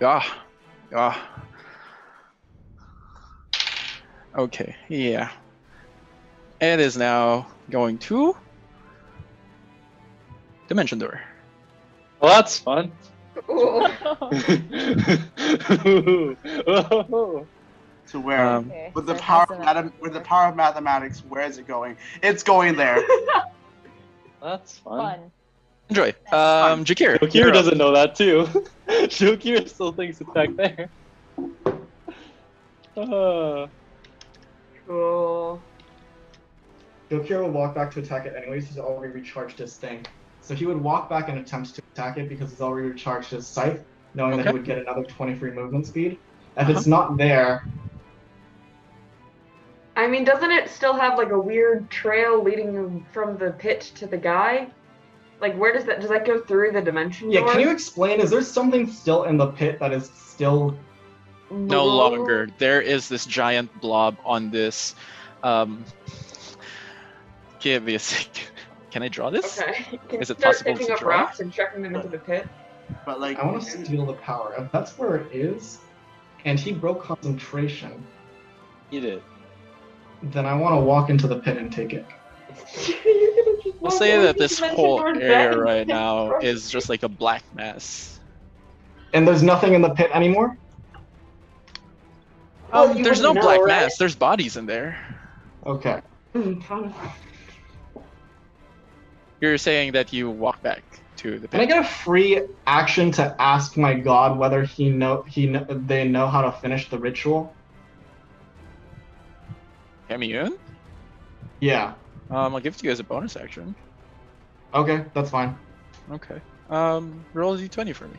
[SPEAKER 3] Yeah. Yeah. Okay. Yeah. It is now going to Dimension Door.
[SPEAKER 4] Well, that's fun.
[SPEAKER 6] Ooh.
[SPEAKER 2] To where?
[SPEAKER 5] Uh,
[SPEAKER 3] Um,
[SPEAKER 8] Okay,
[SPEAKER 2] with
[SPEAKER 8] so
[SPEAKER 2] the
[SPEAKER 8] it
[SPEAKER 2] power
[SPEAKER 8] has
[SPEAKER 2] of
[SPEAKER 8] an
[SPEAKER 2] math- with the power of mathematics, where is it going? It's going there.
[SPEAKER 4] that's fun.
[SPEAKER 8] Fun.
[SPEAKER 3] Enjoy.
[SPEAKER 8] fine.
[SPEAKER 3] Um, Jakir. you're
[SPEAKER 4] Shokir
[SPEAKER 3] up.
[SPEAKER 4] doesn't know that too. Shokir still thinks it's back there. Uh,
[SPEAKER 6] cool.
[SPEAKER 5] Gokira would walk back to attack it anyways. He's already recharged his thing. So he would walk back and attempt to attack it because he's already recharged his scythe, knowing that
[SPEAKER 3] Okay.
[SPEAKER 5] he would get another 23 movement speed. If it's not there,
[SPEAKER 6] I mean, doesn't it still have like a weird trail leading from the pit to the guy? Like, where does that does that go through the dimension?
[SPEAKER 5] yeah,
[SPEAKER 6] door?
[SPEAKER 5] can you explain? Is there something still in the pit that is still
[SPEAKER 3] no longer. There is this giant blob on this. Um, give me a second. Can I draw this?
[SPEAKER 6] Okay. Can
[SPEAKER 3] Is
[SPEAKER 6] you
[SPEAKER 3] it
[SPEAKER 6] start
[SPEAKER 3] possible to
[SPEAKER 6] picking up
[SPEAKER 3] draw?
[SPEAKER 6] rocks and chucking them into the pit?
[SPEAKER 2] But like,
[SPEAKER 5] I want to steal the power. If that's where it is, and he broke concentration,
[SPEAKER 4] eat it.
[SPEAKER 5] then I want to walk into the pit and take it.
[SPEAKER 6] You're gonna just
[SPEAKER 3] We'll
[SPEAKER 6] walk
[SPEAKER 3] say
[SPEAKER 6] over
[SPEAKER 3] that
[SPEAKER 6] to
[SPEAKER 3] this
[SPEAKER 6] dimension
[SPEAKER 3] whole
[SPEAKER 6] door and
[SPEAKER 3] area
[SPEAKER 6] bang.
[SPEAKER 3] right now is just like a black mess.
[SPEAKER 5] And there's nothing in the pit anymore.
[SPEAKER 6] Well,
[SPEAKER 3] Um,
[SPEAKER 6] you
[SPEAKER 3] there's no
[SPEAKER 6] wouldn't know,
[SPEAKER 3] black
[SPEAKER 6] right?
[SPEAKER 3] mass. There's bodies in there.
[SPEAKER 5] Okay.
[SPEAKER 6] Mm, fun.
[SPEAKER 3] You're saying that you walk back to the
[SPEAKER 5] Can I
[SPEAKER 3] pit.
[SPEAKER 5] get a free action to ask my god whether he know he kn- they know how to finish the ritual?
[SPEAKER 3] Commune?
[SPEAKER 5] Yeah.
[SPEAKER 3] Um, I'll give it to you as a bonus action.
[SPEAKER 5] Okay, that's fine.
[SPEAKER 3] Okay. Um, roll a d20 for me.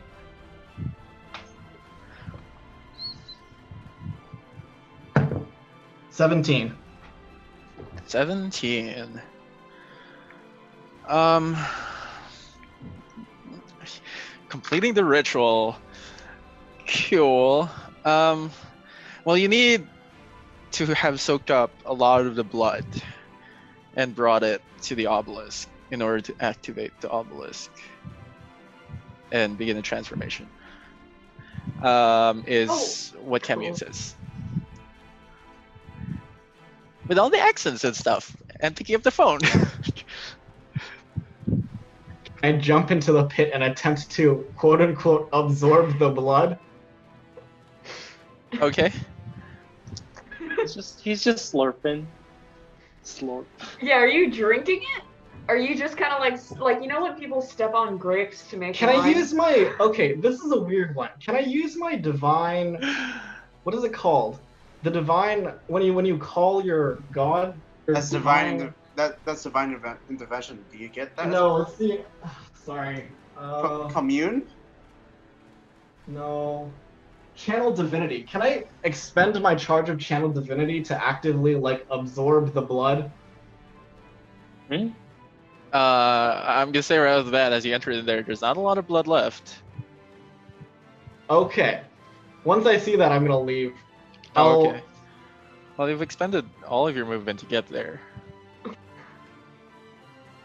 [SPEAKER 5] Seventeen.
[SPEAKER 3] 17. Um, completing the ritual. Cool. Um, well, you need to have soaked up a lot of the blood and brought it to the obelisk in order to activate the obelisk and begin the transformation. Um, is what Camion
[SPEAKER 6] cool.
[SPEAKER 3] says. With all the accents and stuff, and picking up the phone.
[SPEAKER 5] I jump into the pit and attempt to quote unquote absorb the blood.
[SPEAKER 3] okay.
[SPEAKER 4] It's just he's just slurping. Slurp.
[SPEAKER 6] Yeah, are you drinking it? Are you just kind of like like you know when people step on grapes to make
[SPEAKER 5] Can I
[SPEAKER 6] wine?
[SPEAKER 5] use my okay? This is a weird one. Can I use my divine? What is it called? The divine when you when you call your god. your
[SPEAKER 2] that's divine. inter- that that's divine inve- intervention. Do you get that?
[SPEAKER 5] No, it's the. Sorry.
[SPEAKER 2] Co-
[SPEAKER 5] Uh,
[SPEAKER 2] commune.
[SPEAKER 5] no. Channel divinity. Can I expend my charge of channel divinity to actively like absorb the blood?
[SPEAKER 3] Uh, I'm gonna say right off the bat, as you enter in there, there's not a lot of blood left.
[SPEAKER 5] Okay. Once I see that, I'm gonna leave.
[SPEAKER 3] Oh,
[SPEAKER 5] I'll-
[SPEAKER 3] okay. Well, you've expended all of your movement to get there.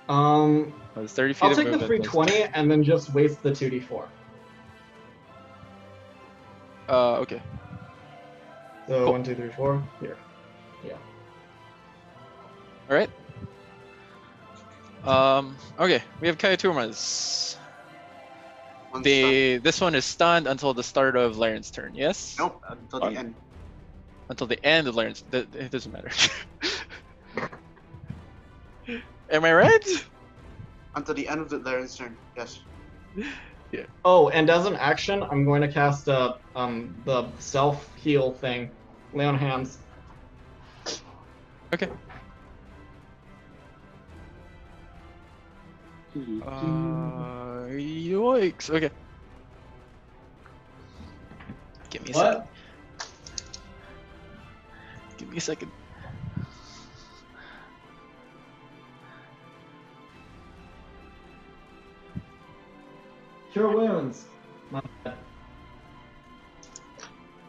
[SPEAKER 5] Um,
[SPEAKER 3] Well, It's 30 feet
[SPEAKER 5] I'll
[SPEAKER 3] of
[SPEAKER 5] take the
[SPEAKER 3] movement.
[SPEAKER 5] free
[SPEAKER 3] plus-
[SPEAKER 5] twenty and then just waste the 2d4.
[SPEAKER 3] Uh, okay.
[SPEAKER 5] So
[SPEAKER 3] Cool.
[SPEAKER 5] one, two, three, four. Here.
[SPEAKER 3] All right. Um, okay. We have Kayatumas.
[SPEAKER 2] One stop.
[SPEAKER 3] The this one is stunned until the start of Laren's turn. Yes.
[SPEAKER 2] Nope. Until the
[SPEAKER 3] Fine.
[SPEAKER 2] end.
[SPEAKER 3] Until the end of Laren's. Th- it doesn't matter. Am I right?
[SPEAKER 2] Until the end of the Laren's turn. Yes.
[SPEAKER 5] Oh, and as an action, I'm going to cast uh, um the self heal thing, lay on hands.
[SPEAKER 3] Uh, yikes. Okay. Give me a
[SPEAKER 5] What?
[SPEAKER 3] second. Give me a second.
[SPEAKER 5] Cure wounds. My bad.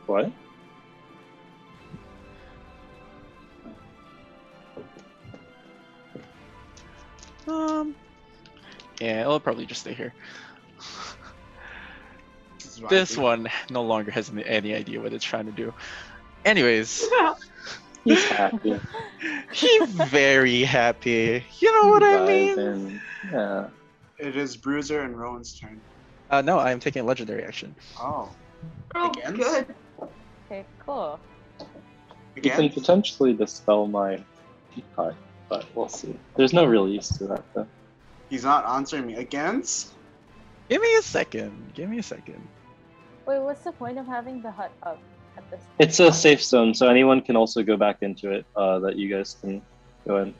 [SPEAKER 4] What?
[SPEAKER 3] Um, yeah, it'll probably just stay here.
[SPEAKER 2] This, is what I
[SPEAKER 3] This
[SPEAKER 2] do.
[SPEAKER 3] one no longer has any- any idea what it's trying to do. Anyways,
[SPEAKER 4] He's happy.
[SPEAKER 3] he's very happy. You know what I mean?
[SPEAKER 4] Vibing. Yeah.
[SPEAKER 2] It is Bruiser and Rowan's turn.
[SPEAKER 3] Uh, no, I'm taking a legendary action.
[SPEAKER 2] Oh,
[SPEAKER 6] Oh,
[SPEAKER 2] Against?
[SPEAKER 6] good.
[SPEAKER 8] Okay, cool.
[SPEAKER 4] You can
[SPEAKER 2] again.
[SPEAKER 4] potentially dispel my teapot, but we'll see. There's no real use to that, though.
[SPEAKER 2] He's not answering me. Against?
[SPEAKER 3] Give me a second. Give me a second.
[SPEAKER 8] Wait, what's the point of having the hut up at this point?
[SPEAKER 4] It's a safe zone, so anyone can also go back into it. Uh, that you guys can go in,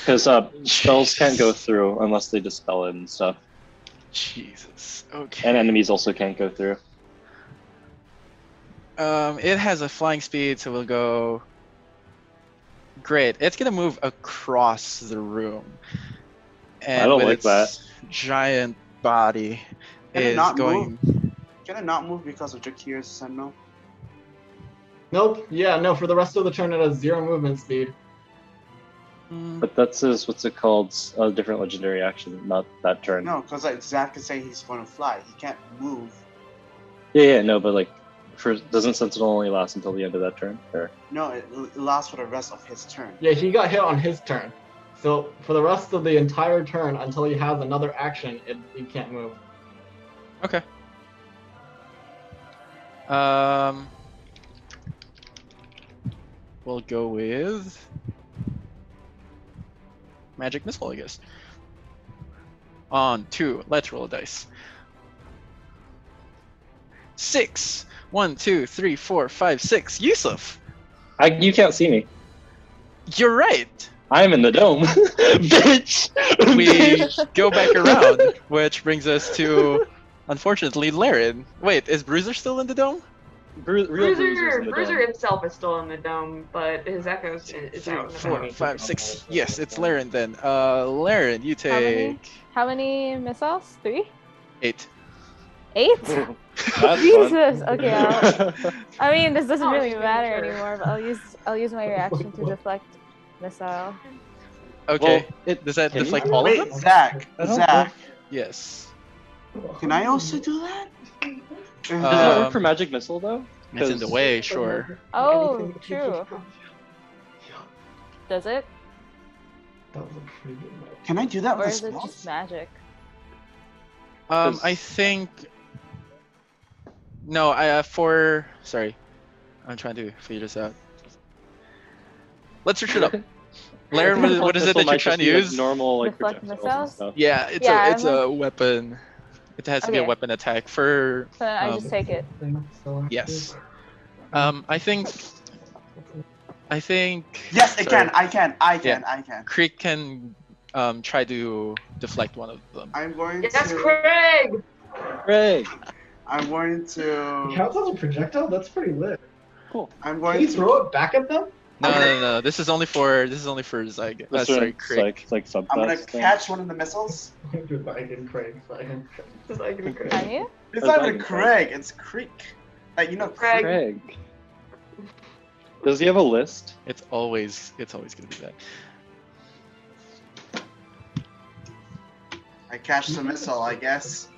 [SPEAKER 4] because uh, spells can't go through unless they dispel it and stuff,
[SPEAKER 3] Jesus. Okay.
[SPEAKER 4] and enemies also can't go through.
[SPEAKER 3] Um, it has a flying speed, so we'll go. Great. It's gonna move across the room. And
[SPEAKER 4] I don't
[SPEAKER 3] with
[SPEAKER 4] like
[SPEAKER 3] its
[SPEAKER 4] that.
[SPEAKER 3] Giant body
[SPEAKER 2] Can it
[SPEAKER 3] is
[SPEAKER 2] not
[SPEAKER 3] going.
[SPEAKER 2] Can it not move because of Jakir's Sentinel?
[SPEAKER 5] Nope. Yeah, no, for the rest of the turn it has zero movement speed.
[SPEAKER 3] Mm,
[SPEAKER 4] But that's his what's it called? A different legendary action, not that turn.
[SPEAKER 2] No, because like Zach is saying he's going to fly. He can't move.
[SPEAKER 4] Yeah, yeah, no, but like, for doesn't Sentinel only last until the end of that turn? Or
[SPEAKER 2] No, it, it lasts for the rest of his turn.
[SPEAKER 5] Yeah, he got hit on his turn. So for the rest of the entire turn until he has another action, it, he can't move.
[SPEAKER 3] Um, we'll go with magic missile, I guess. On two, let's roll a dice. Six. One, two, three, four, five, six. Yusuf,
[SPEAKER 4] I, you can't see me.
[SPEAKER 3] you're right.
[SPEAKER 4] I'm in the dome, bitch.
[SPEAKER 3] We go back around, which brings us to, unfortunately, Laren. Wait, is Bruiser still in the dome?
[SPEAKER 4] Bru- real bruisers
[SPEAKER 6] Bruiser,
[SPEAKER 4] in the
[SPEAKER 6] Bruiser
[SPEAKER 4] dome.
[SPEAKER 6] himself is still in the dome, but his echo is, is out in the
[SPEAKER 3] Four,
[SPEAKER 6] dome.
[SPEAKER 3] five, six. Yes, it's Laren then. Uh, Laren, you
[SPEAKER 8] many?
[SPEAKER 3] take
[SPEAKER 8] How many missiles? Three?
[SPEAKER 3] eight.
[SPEAKER 8] Eight?
[SPEAKER 4] That's
[SPEAKER 8] Jesus.
[SPEAKER 4] fun.
[SPEAKER 8] Okay. I'll, I mean, this doesn't
[SPEAKER 6] Oh,
[SPEAKER 8] really
[SPEAKER 6] just making
[SPEAKER 8] matter
[SPEAKER 6] sure.
[SPEAKER 8] anymore. But I'll use I'll use my reaction to deflect missile.
[SPEAKER 3] Okay.
[SPEAKER 4] Well, it,
[SPEAKER 3] Does that
[SPEAKER 4] can you-
[SPEAKER 3] deflect all of
[SPEAKER 2] Wait,
[SPEAKER 3] them?
[SPEAKER 2] Zach,
[SPEAKER 4] I don't
[SPEAKER 2] Zach,
[SPEAKER 3] Yes.
[SPEAKER 2] can I also do that?
[SPEAKER 4] Uh, does that work
[SPEAKER 3] Um,
[SPEAKER 4] for magic missile though?
[SPEAKER 3] It's in the way, sure.
[SPEAKER 8] Oh, true. Does it?
[SPEAKER 5] That was a pretty good move.
[SPEAKER 2] Can I do that
[SPEAKER 8] Or
[SPEAKER 2] with a
[SPEAKER 8] is it just
[SPEAKER 2] spell?
[SPEAKER 8] magic?
[SPEAKER 3] Um,
[SPEAKER 4] Does-
[SPEAKER 3] I think. No, I uh, for sorry, I'm trying to figure this out. Let's search it up. Laren, what, what is it that you're trying to use?
[SPEAKER 4] normal like
[SPEAKER 8] Deflect
[SPEAKER 4] projectiles and
[SPEAKER 8] missiles?
[SPEAKER 4] stuff.
[SPEAKER 3] Yeah, it's
[SPEAKER 8] Yeah,
[SPEAKER 3] a
[SPEAKER 8] I'm
[SPEAKER 3] it's a weapon. It has to be a
[SPEAKER 8] Okay.
[SPEAKER 3] weapon attack for.
[SPEAKER 8] So then I
[SPEAKER 3] Um,
[SPEAKER 8] just take it.
[SPEAKER 3] Yes. Um, I think. I think.
[SPEAKER 2] Yes, I
[SPEAKER 3] sorry,
[SPEAKER 2] can. I can. I can. I can.
[SPEAKER 3] Creek can um, try to deflect one of them.
[SPEAKER 2] I'm going
[SPEAKER 6] Yes,
[SPEAKER 2] to.
[SPEAKER 6] Craig!
[SPEAKER 4] Hooray!
[SPEAKER 2] I'm going to.
[SPEAKER 5] Counts as a projectile? That's pretty lit.
[SPEAKER 2] I'm
[SPEAKER 5] Can
[SPEAKER 2] going
[SPEAKER 5] you
[SPEAKER 2] to.
[SPEAKER 5] throw it back at them?
[SPEAKER 3] No, no, no, no. This is only for this is only for Zyg. Uh,
[SPEAKER 4] That's
[SPEAKER 3] sorry,
[SPEAKER 4] like,
[SPEAKER 3] Crick.
[SPEAKER 4] like like sub
[SPEAKER 2] I'm gonna catch one of the missiles.
[SPEAKER 5] Dude, I can Craig. I can Craig.
[SPEAKER 6] Just like in Craig.
[SPEAKER 8] Can you?
[SPEAKER 2] It's
[SPEAKER 4] Oh,
[SPEAKER 2] not
[SPEAKER 4] that'd
[SPEAKER 2] even
[SPEAKER 4] be
[SPEAKER 2] Craig. It's Creek. Like you know,
[SPEAKER 6] Craig.
[SPEAKER 2] Creek.
[SPEAKER 4] Craig. Does he have a list?
[SPEAKER 3] It's always it's always gonna be that.
[SPEAKER 2] I catch the missile. I guess.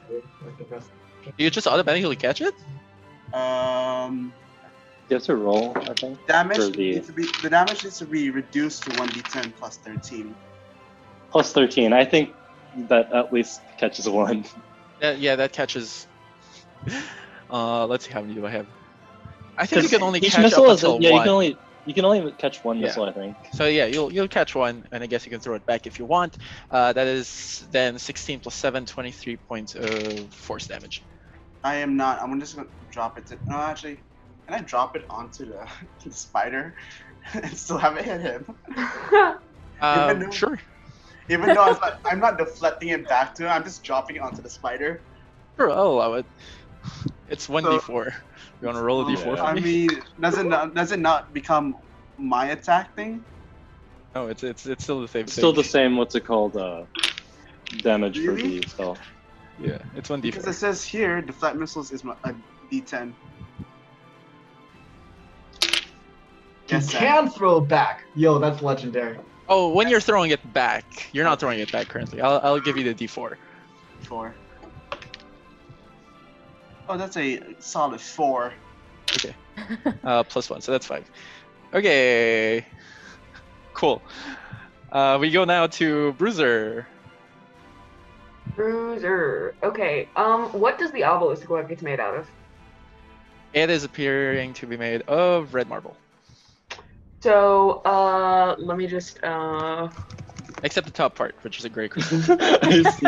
[SPEAKER 5] Like the best.
[SPEAKER 3] Do you just automatically catch it?
[SPEAKER 2] Um,
[SPEAKER 4] You have to roll, I think. For
[SPEAKER 2] damage
[SPEAKER 4] the-
[SPEAKER 2] needs to be the damage needs to be reduced to one d10 plus 13.
[SPEAKER 4] Plus thirteen. I think that at least catches one.
[SPEAKER 3] That, yeah, that catches. Uh, let's see how many do I have. I think you can only
[SPEAKER 4] Each
[SPEAKER 3] catch up
[SPEAKER 4] missile is
[SPEAKER 3] until
[SPEAKER 4] yeah. You
[SPEAKER 3] one.
[SPEAKER 4] can only you can only catch one
[SPEAKER 3] Yeah.
[SPEAKER 4] missile, I think.
[SPEAKER 3] So yeah, you'll you'll catch one, and I guess you can throw it back if you want. Uh, that is then 16 plus 7, 23 points of force damage.
[SPEAKER 2] I am not. I'm just gonna drop it. To, no, actually, can I drop it onto the, the spider and still have it hit him?
[SPEAKER 3] Um,
[SPEAKER 2] though-
[SPEAKER 3] sure,
[SPEAKER 2] Even though I'm not, I'm not deflecting it back to him, I'm just dropping it onto the spider.
[SPEAKER 3] sure, I'll allow it. It's 1d4. You want to roll a
[SPEAKER 2] Um,
[SPEAKER 3] d4 for
[SPEAKER 2] I
[SPEAKER 3] me?
[SPEAKER 2] mean, does it not, does it not become my attack thing?
[SPEAKER 3] no, it's it's it's still the same.
[SPEAKER 4] It's still
[SPEAKER 3] thing.
[SPEAKER 4] the same. What's it called? Uh, damage
[SPEAKER 2] Really?
[SPEAKER 4] for the spell.
[SPEAKER 3] Yeah, it's 1d4.
[SPEAKER 2] Because it says here, deflect missiles is my, a D10.
[SPEAKER 5] You
[SPEAKER 2] Yes, sir.
[SPEAKER 5] can throw it back. Yo, that's legendary.
[SPEAKER 3] Oh, when you're throwing it back, you're not throwing it back currently. I'll, I'll give you the d4.
[SPEAKER 2] Four. Oh, that's a solid four.
[SPEAKER 3] Uh, plus one, so that's five. Okay. Cool. Uh, we go now to Bruiser.
[SPEAKER 6] Bruiser. Okay. Um, what does the obelisk look like it's made out of?
[SPEAKER 3] It is appearing to be made of red marble,
[SPEAKER 6] So, uh, let me just uh,
[SPEAKER 3] except the top part, which is a gray crystal.
[SPEAKER 4] I
[SPEAKER 6] let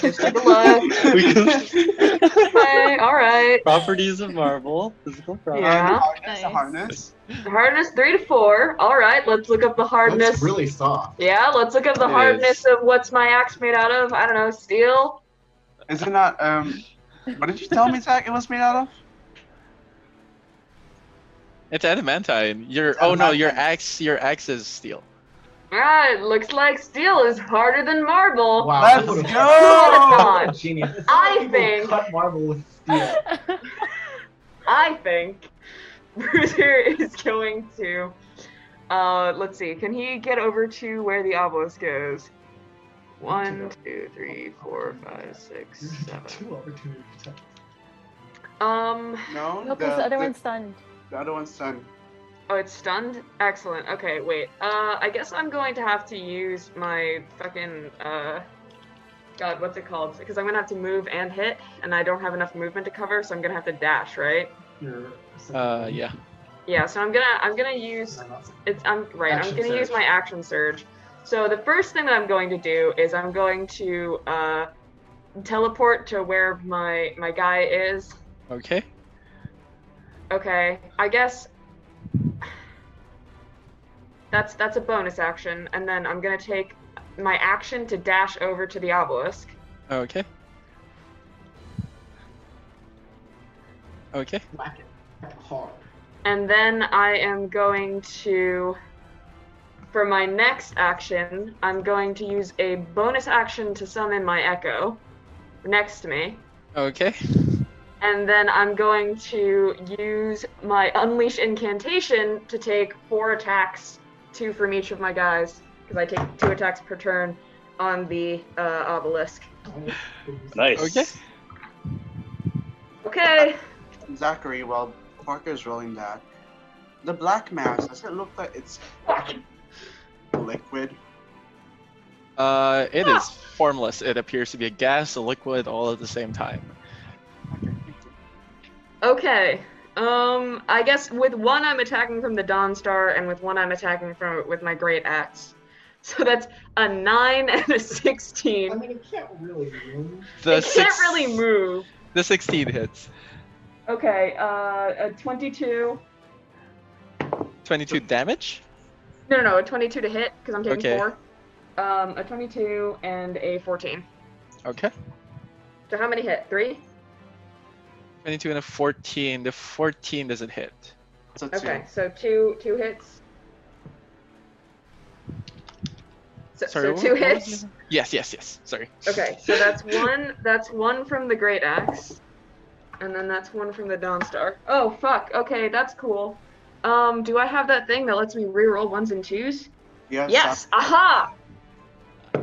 [SPEAKER 4] see.
[SPEAKER 6] just take a look.
[SPEAKER 4] We can-
[SPEAKER 6] Okay. All right.
[SPEAKER 4] Properties of marble, physical properties.
[SPEAKER 6] Yeah.
[SPEAKER 2] Harness, a
[SPEAKER 8] Nice.
[SPEAKER 2] harness.
[SPEAKER 6] Hardness three to four. All right. Let's look up the hardness.
[SPEAKER 5] That's really soft.
[SPEAKER 6] Yeah. Let's look up the
[SPEAKER 3] It
[SPEAKER 6] hardness
[SPEAKER 3] is.
[SPEAKER 6] of what's my axe made out of. I don't know. Steel.
[SPEAKER 2] Is it not? Um, what did you tell me, Zach? It was made out of?
[SPEAKER 3] It's adamantine. Your
[SPEAKER 2] It's
[SPEAKER 3] oh no, your
[SPEAKER 2] adamantine.
[SPEAKER 3] axe, your axe is steel.
[SPEAKER 6] Ah, it looks like steel is harder than marble.
[SPEAKER 5] Wow.
[SPEAKER 2] Let's
[SPEAKER 5] that would've-
[SPEAKER 2] go!
[SPEAKER 5] that would've been Genius. It's not
[SPEAKER 6] I
[SPEAKER 5] like people
[SPEAKER 6] think-
[SPEAKER 5] cut marble with steel.
[SPEAKER 6] I think Bruiser is going to. Uh, let's see. Can he get over to where the obelisk goes? One, two, three, four, five, six, seven.
[SPEAKER 5] Two opportunities. to touch.
[SPEAKER 6] Um.
[SPEAKER 2] No.
[SPEAKER 8] No, because the other one's stunned.
[SPEAKER 2] The other one's done.
[SPEAKER 6] Oh, it's stunned. Excellent. Okay, wait. Uh, I guess I'm going to have to use my fucking uh, God, what's it called? Because I'm gonna have to move and hit, and I don't have enough movement to cover, so I'm gonna have to dash, right?
[SPEAKER 5] Your-
[SPEAKER 3] Uh, yeah.
[SPEAKER 6] Yeah. So I'm gonna I'm gonna use
[SPEAKER 5] No, not-
[SPEAKER 6] It's I'm right.
[SPEAKER 5] Action
[SPEAKER 6] I'm going to use
[SPEAKER 5] surge.
[SPEAKER 6] my action surge. So the first thing that I'm going to do is I'm going to uh, teleport to where my my guy is.
[SPEAKER 3] Okay.
[SPEAKER 6] Okay, I guess that's that's a bonus action, and then I'm going to take my action to dash over to the obelisk.
[SPEAKER 3] Okay. Okay.
[SPEAKER 5] Whack it. Whack it hard.
[SPEAKER 6] And then I am going to, for my next action, I'm going to use a bonus action to summon my echo next to me.
[SPEAKER 3] Okay.
[SPEAKER 6] And then I'm going to use my Unleash Incantation to take four attacks, two from each of my guys, because I take two attacks per turn on the uh, obelisk.
[SPEAKER 4] Nice.
[SPEAKER 3] Okay.
[SPEAKER 6] Okay.
[SPEAKER 2] Zachary, while Parker's rolling that, the black mass does it look like it's liquid?
[SPEAKER 3] Uh, it is formless. It appears to be a gas, a liquid, all at the same time.
[SPEAKER 6] Okay. Um, I guess with one I'm attacking from the Dawn Star, and with one I'm attacking from with my Great Axe. So that's a nine and a
[SPEAKER 5] I
[SPEAKER 6] sixteen.
[SPEAKER 5] mean, it can't really move.
[SPEAKER 3] The
[SPEAKER 6] it
[SPEAKER 3] six-
[SPEAKER 6] can't really move.
[SPEAKER 3] The 16 hits.
[SPEAKER 6] Okay. Uh, a twenty-two.
[SPEAKER 3] 22 damage.
[SPEAKER 6] No, no, no, a 22 to hit because I'm taking
[SPEAKER 3] Okay.
[SPEAKER 6] four. Um, a 22 and a 14.
[SPEAKER 3] Okay.
[SPEAKER 6] So how many hit? Three.
[SPEAKER 3] 22 and a 14. The 14 doesn't hit.
[SPEAKER 2] So two.
[SPEAKER 6] Okay, so two two hits. So,
[SPEAKER 3] Sorry.
[SPEAKER 6] so
[SPEAKER 3] what-
[SPEAKER 6] two
[SPEAKER 3] what was
[SPEAKER 6] hits.
[SPEAKER 3] your- Yes, yes, yes. Sorry.
[SPEAKER 6] Okay, so that's one. That's one from the Great Axe, and then that's one from the Dawn Star. Oh fuck. Okay, that's cool. Um, do I have that thing that lets me reroll ones and twos?
[SPEAKER 2] Yes.
[SPEAKER 6] Yes. Aha.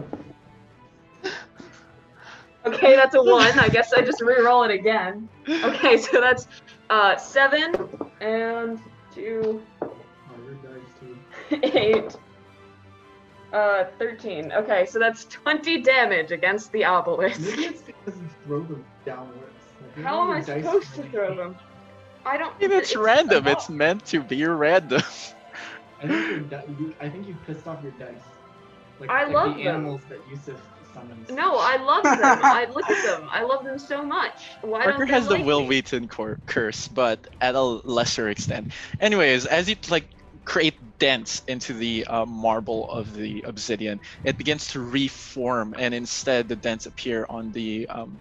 [SPEAKER 6] Okay, that's a one. I guess I just re-roll it again. Okay, so that's uh, seven and two,
[SPEAKER 5] Oh, your dice, too.
[SPEAKER 6] eight, uh, thirteen. Okay, so that's twenty damage against the
[SPEAKER 5] Maybe
[SPEAKER 6] obelisk.
[SPEAKER 5] it's because you throw them downwards. Like, maybe
[SPEAKER 6] How am
[SPEAKER 5] your
[SPEAKER 6] I
[SPEAKER 5] dice
[SPEAKER 6] supposed to
[SPEAKER 5] really-
[SPEAKER 6] throw them? I don't.
[SPEAKER 3] If it's random, it's meant to be random.
[SPEAKER 5] I think, your di- you, I think you pissed off your dice. Like,
[SPEAKER 6] I
[SPEAKER 5] like
[SPEAKER 6] love
[SPEAKER 5] the
[SPEAKER 6] them.
[SPEAKER 5] animals that Yusuf summons.
[SPEAKER 6] No, I love them. I look at them. I love them so much. Why
[SPEAKER 3] Parker
[SPEAKER 6] don't they
[SPEAKER 3] has the
[SPEAKER 6] like
[SPEAKER 3] Will
[SPEAKER 6] me?
[SPEAKER 3] Wheaton cor- curse, but at a lesser extent. Anyways, as you like create dents into the uh, marble of the obsidian, it begins to reform, and instead the dents appear on the um,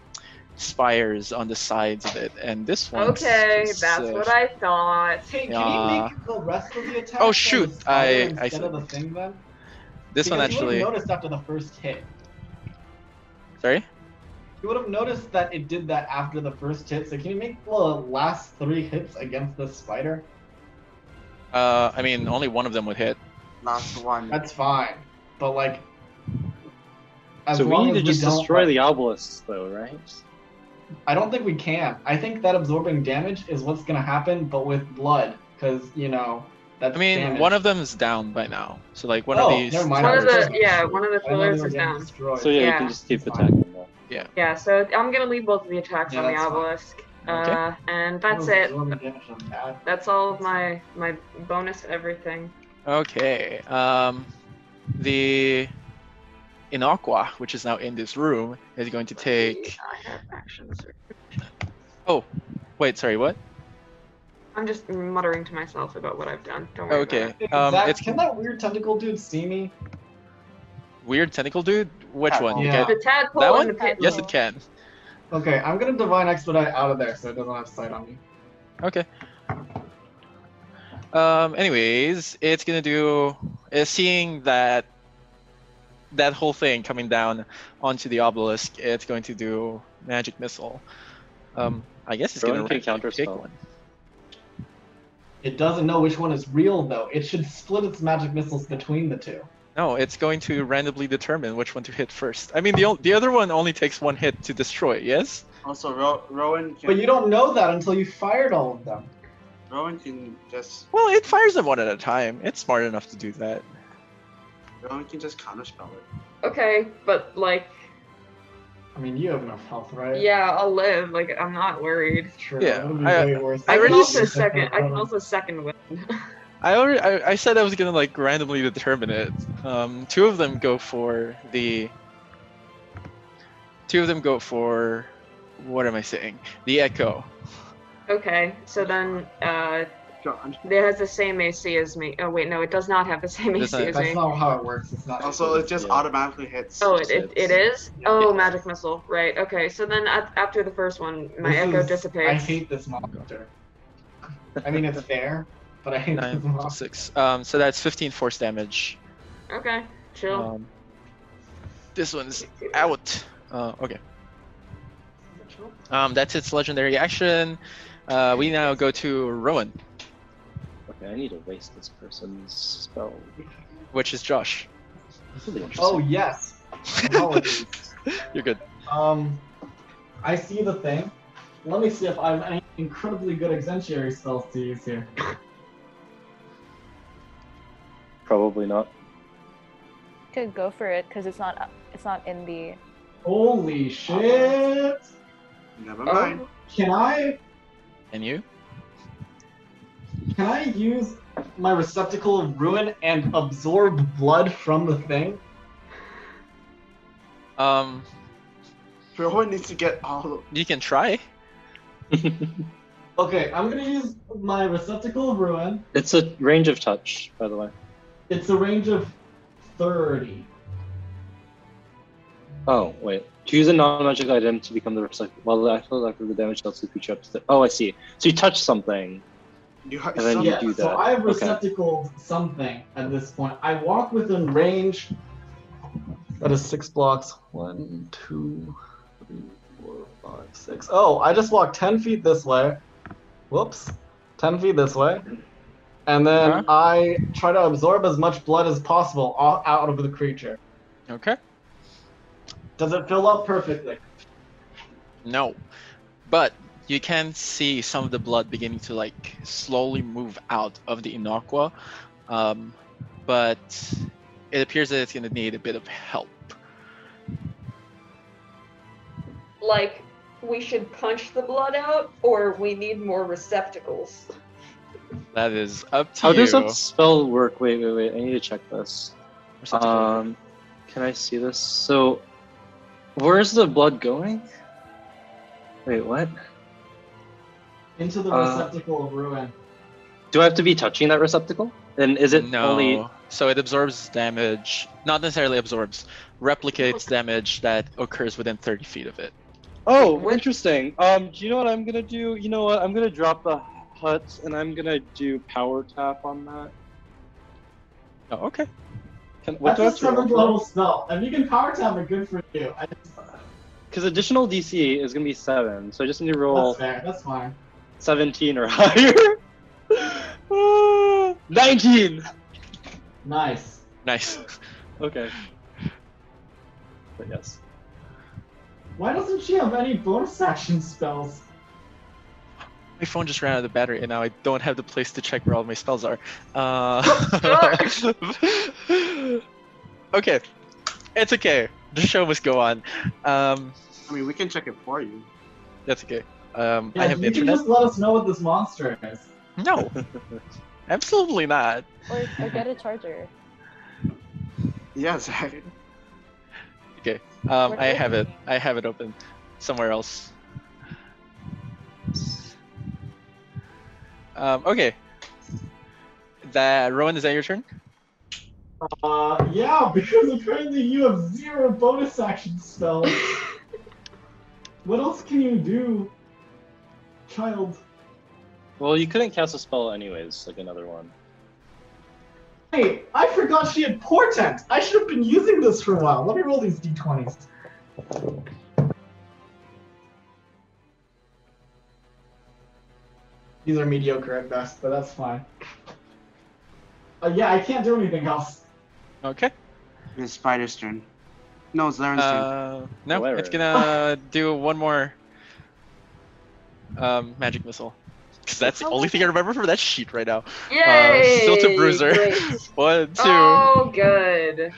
[SPEAKER 3] spires on the sides of it. And this one. uh,
[SPEAKER 6] Okay, that's what I thought.
[SPEAKER 5] Hey, can you
[SPEAKER 3] Yeah.
[SPEAKER 5] make the rest of the attack?
[SPEAKER 3] Oh,
[SPEAKER 5] on the
[SPEAKER 3] shoot,
[SPEAKER 5] spider
[SPEAKER 3] I- I
[SPEAKER 5] Instead
[SPEAKER 3] see.
[SPEAKER 5] of the thing, then.
[SPEAKER 3] This one
[SPEAKER 5] Because you
[SPEAKER 3] actually.
[SPEAKER 5] would've noticed after the first hit.
[SPEAKER 3] Sorry.
[SPEAKER 5] You would have noticed that it did that after the first hit. So can you make the last three hits against the spider?
[SPEAKER 3] Uh, I mean, only one of them would hit.
[SPEAKER 2] Last one.
[SPEAKER 5] That's fine. But like, as
[SPEAKER 4] so we
[SPEAKER 5] long
[SPEAKER 4] need to
[SPEAKER 5] as
[SPEAKER 4] just
[SPEAKER 5] don't,
[SPEAKER 4] destroy the obelisks, though, right?
[SPEAKER 5] I don't think we can. I think that absorbing damage is what's gonna happen, but with blood, because you know that's.
[SPEAKER 3] I mean,
[SPEAKER 5] damage.
[SPEAKER 3] one of them is down by now. So like one
[SPEAKER 5] Oh,
[SPEAKER 3] of these.
[SPEAKER 5] never mind.
[SPEAKER 6] One of
[SPEAKER 5] I was
[SPEAKER 6] the
[SPEAKER 5] just-
[SPEAKER 6] yeah, one of the
[SPEAKER 5] I didn't know they
[SPEAKER 6] pillars
[SPEAKER 5] were
[SPEAKER 6] is
[SPEAKER 5] getting
[SPEAKER 6] down.
[SPEAKER 5] destroyed.
[SPEAKER 4] So yeah, you
[SPEAKER 6] Yeah.
[SPEAKER 4] can just keep
[SPEAKER 5] Fine.
[SPEAKER 4] attacking them.
[SPEAKER 6] Yeah, so I'm gonna leave both of the attacks
[SPEAKER 5] Yeah,
[SPEAKER 6] on the
[SPEAKER 5] that's fine. Oh,
[SPEAKER 6] obelisk.
[SPEAKER 3] Okay.
[SPEAKER 6] Uh, and
[SPEAKER 5] One
[SPEAKER 6] that's
[SPEAKER 5] of
[SPEAKER 6] it.
[SPEAKER 5] absorbing damage on that.
[SPEAKER 6] That's all of my my bonus everything.
[SPEAKER 3] Okay. Um, the Inaqua, which is now in this room, is going to take.
[SPEAKER 6] I have actions.
[SPEAKER 3] Oh, wait. Sorry. What?
[SPEAKER 6] I'm just muttering to myself about what I've done. Don't worry.
[SPEAKER 3] Okay.
[SPEAKER 5] Hey,
[SPEAKER 3] Um,
[SPEAKER 5] Zach,
[SPEAKER 3] it's
[SPEAKER 5] can that weird tentacle dude see me?
[SPEAKER 3] weird tentacle dude. Which one?
[SPEAKER 5] Yeah.
[SPEAKER 6] About it. The tadpole
[SPEAKER 3] That
[SPEAKER 6] and
[SPEAKER 3] one?
[SPEAKER 6] the pit.
[SPEAKER 3] Yes, it can.
[SPEAKER 5] Okay, I'm gonna divine expedite out of there so it doesn't have sight on me.
[SPEAKER 3] Okay. Um. Anyways, it's gonna do. Is seeing that that whole thing coming down onto the obelisk, it's going to do magic missile. Um. I guess it's
[SPEAKER 4] Everyone
[SPEAKER 3] gonna
[SPEAKER 4] can
[SPEAKER 3] randomly pick
[SPEAKER 4] counterspell.
[SPEAKER 3] one.
[SPEAKER 5] It doesn't know which one is real though. It should split its magic missiles between the two.
[SPEAKER 3] No, it's going to randomly determine which one to hit first. I mean, the o- the other one only takes one hit to destroy. Yes.
[SPEAKER 2] Also, Ro- Rowan. Can,
[SPEAKER 5] But you don't know that until you fired all of them.
[SPEAKER 2] Rowan can just
[SPEAKER 3] Well, it fires them one at a time. It's smart enough to do that.
[SPEAKER 2] Rowan can just counterspell it.
[SPEAKER 6] Okay, but like,
[SPEAKER 5] I mean, you have enough health, right?
[SPEAKER 6] yeah, I'll live. Like, I'm not worried.
[SPEAKER 5] True.
[SPEAKER 3] Yeah,
[SPEAKER 5] it would be
[SPEAKER 3] I-
[SPEAKER 5] way worse.
[SPEAKER 3] I
[SPEAKER 6] I can
[SPEAKER 3] already
[SPEAKER 6] also
[SPEAKER 3] said
[SPEAKER 6] second. I can also second win.
[SPEAKER 3] I already I, I said I was gonna like randomly determine it. Um, two of them go for the. Two of them go for, what am I saying? The echo.
[SPEAKER 6] Okay, so then uh,
[SPEAKER 2] John.
[SPEAKER 6] it has the same AC as me. Oh wait, no, it does not have the same
[SPEAKER 3] It
[SPEAKER 6] AC
[SPEAKER 3] doesn't.
[SPEAKER 6] as
[SPEAKER 5] That's
[SPEAKER 6] me.
[SPEAKER 5] not how it works. It's not.
[SPEAKER 2] Also, it just
[SPEAKER 4] Yeah.
[SPEAKER 2] automatically hits.
[SPEAKER 6] Oh, it, it, it is?
[SPEAKER 2] Yeah.
[SPEAKER 6] Oh, magic missile. Right. Okay. So then at, after the first one, my
[SPEAKER 5] This
[SPEAKER 6] echo
[SPEAKER 5] is- I
[SPEAKER 6] dissipates.
[SPEAKER 5] hate this monster. I mean, it's fair, but I hate this
[SPEAKER 3] Nine,
[SPEAKER 5] monster.
[SPEAKER 3] six. Um, so that's 15 force damage.
[SPEAKER 6] Okay. Chill.
[SPEAKER 3] Um, this one's
[SPEAKER 5] Um,
[SPEAKER 3] out. Uh, okay. Um, that's its legendary action. Uh, we now go to Rowan,
[SPEAKER 4] Okay, I need to waste this person's spell.
[SPEAKER 3] which is Josh.
[SPEAKER 4] That's really interesting.
[SPEAKER 5] Oh yes. Apologies.
[SPEAKER 3] You're good.
[SPEAKER 5] um, I see the thing. Let me see if I have any incredibly good incendiary spells to use here.
[SPEAKER 4] Probably not.
[SPEAKER 8] Could go for it because it's not it's not in the.
[SPEAKER 5] Holy shit!
[SPEAKER 2] Never
[SPEAKER 6] Oh.
[SPEAKER 2] mind.
[SPEAKER 5] Can I
[SPEAKER 3] And you?
[SPEAKER 5] Can I use my receptacle of ruin and absorb blood from the thing?
[SPEAKER 3] Um,
[SPEAKER 2] Rowan needs to get all. of-
[SPEAKER 3] you can try.
[SPEAKER 5] Okay, I'm gonna use my receptacle of ruin.
[SPEAKER 4] It's a range of touch, by the way.
[SPEAKER 5] It's a range of 30.
[SPEAKER 4] Oh, wait. Choose a non-magical item to become the recycle. Well, the actual effect of the damage dealt to the creature up to the- Oh, I see. So you touch something.
[SPEAKER 2] You have
[SPEAKER 4] And then
[SPEAKER 2] some-
[SPEAKER 4] you
[SPEAKER 5] Yeah,
[SPEAKER 4] do
[SPEAKER 5] so
[SPEAKER 4] that.
[SPEAKER 5] I have
[SPEAKER 4] Okay.
[SPEAKER 5] receptacled something at this point. I walk within range. That is six blocks. One, two, three, four, five, six. Oh, I just walked 10 feet this way. Whoops. 10 feet this way. And then
[SPEAKER 3] Uh-huh.
[SPEAKER 5] I try to absorb as much blood as possible o- out of the creature.
[SPEAKER 3] Okay.
[SPEAKER 5] Does it fill up perfectly?
[SPEAKER 3] No, but you can see some of the blood beginning to like slowly move out of the Inaqua, um, but it appears that it's gonna need a bit of help.
[SPEAKER 11] Like, we should punch the blood out, or we need more receptacles.
[SPEAKER 3] That is up to
[SPEAKER 4] How
[SPEAKER 3] you.
[SPEAKER 4] does that spell work? Wait, wait, wait. I need to check this.
[SPEAKER 3] Receptacle.
[SPEAKER 4] Um, can I see this? So, where's the blood going? Wait, what?
[SPEAKER 5] Into the
[SPEAKER 4] Uh,
[SPEAKER 5] receptacle of ruin.
[SPEAKER 4] Do I have to be touching that receptacle? And is it
[SPEAKER 3] no.
[SPEAKER 4] only?
[SPEAKER 3] So it absorbs damage, not necessarily absorbs, replicates damage that occurs within 30 feet of it.
[SPEAKER 4] Oh, interesting. Um, do you know what I'm gonna do? You know what? I'm gonna drop the hut, and I'm gonna do power tap on that.
[SPEAKER 3] Oh, okay.
[SPEAKER 4] Can, what
[SPEAKER 5] That's
[SPEAKER 4] do I
[SPEAKER 5] a
[SPEAKER 4] have to roll for that?
[SPEAKER 5] seventh level spell. If you can power tap it, good for you. I just,
[SPEAKER 4] Because additional DC is going to be 7, so I just need to roll
[SPEAKER 5] that's fair. That's fine.
[SPEAKER 4] 17 or higher. Ah, 19!
[SPEAKER 5] Nice.
[SPEAKER 3] Nice.
[SPEAKER 4] Okay. But yes.
[SPEAKER 5] Why doesn't she have any bonus action spells?
[SPEAKER 3] My phone just ran out of battery, and now I don't have the place to check where all my spells are. Uh... okay, it's okay. The show must go on. Um,
[SPEAKER 2] I mean, we can check it for you.
[SPEAKER 3] that's okay. Um,
[SPEAKER 5] Yeah,
[SPEAKER 3] I have
[SPEAKER 5] you can
[SPEAKER 3] internet.
[SPEAKER 5] just let us know what this monster is.
[SPEAKER 3] No, absolutely not.
[SPEAKER 8] Or, or get a charger.
[SPEAKER 2] Yes, I,
[SPEAKER 3] Okay, um,
[SPEAKER 8] Where
[SPEAKER 3] I
[SPEAKER 8] is
[SPEAKER 3] have it.
[SPEAKER 8] it?
[SPEAKER 3] I have it open somewhere else. Um, okay. That Rowan, is that your turn?
[SPEAKER 5] Uh, yeah, because apparently you have zero bonus action spells. what else can you do, child?
[SPEAKER 4] Well, you couldn't cast a spell anyways, like another one.
[SPEAKER 5] Hey, I forgot she had portent. I should have been using this for a while. Let me roll these d20s. These are mediocre at best, but that's fine. Uh, yeah, I can't do anything else.
[SPEAKER 3] Okay.
[SPEAKER 2] it's Spider's turn. No, it's Laren's turn.
[SPEAKER 3] Uh, no, it's
[SPEAKER 4] Hilarious.
[SPEAKER 3] gonna do one more um, magic missile. Because that's the only thing I remember from that sheet right now.
[SPEAKER 6] Yay!
[SPEAKER 3] Uh, still to Bruiser.
[SPEAKER 6] Great.
[SPEAKER 3] One, two.
[SPEAKER 6] Oh, good.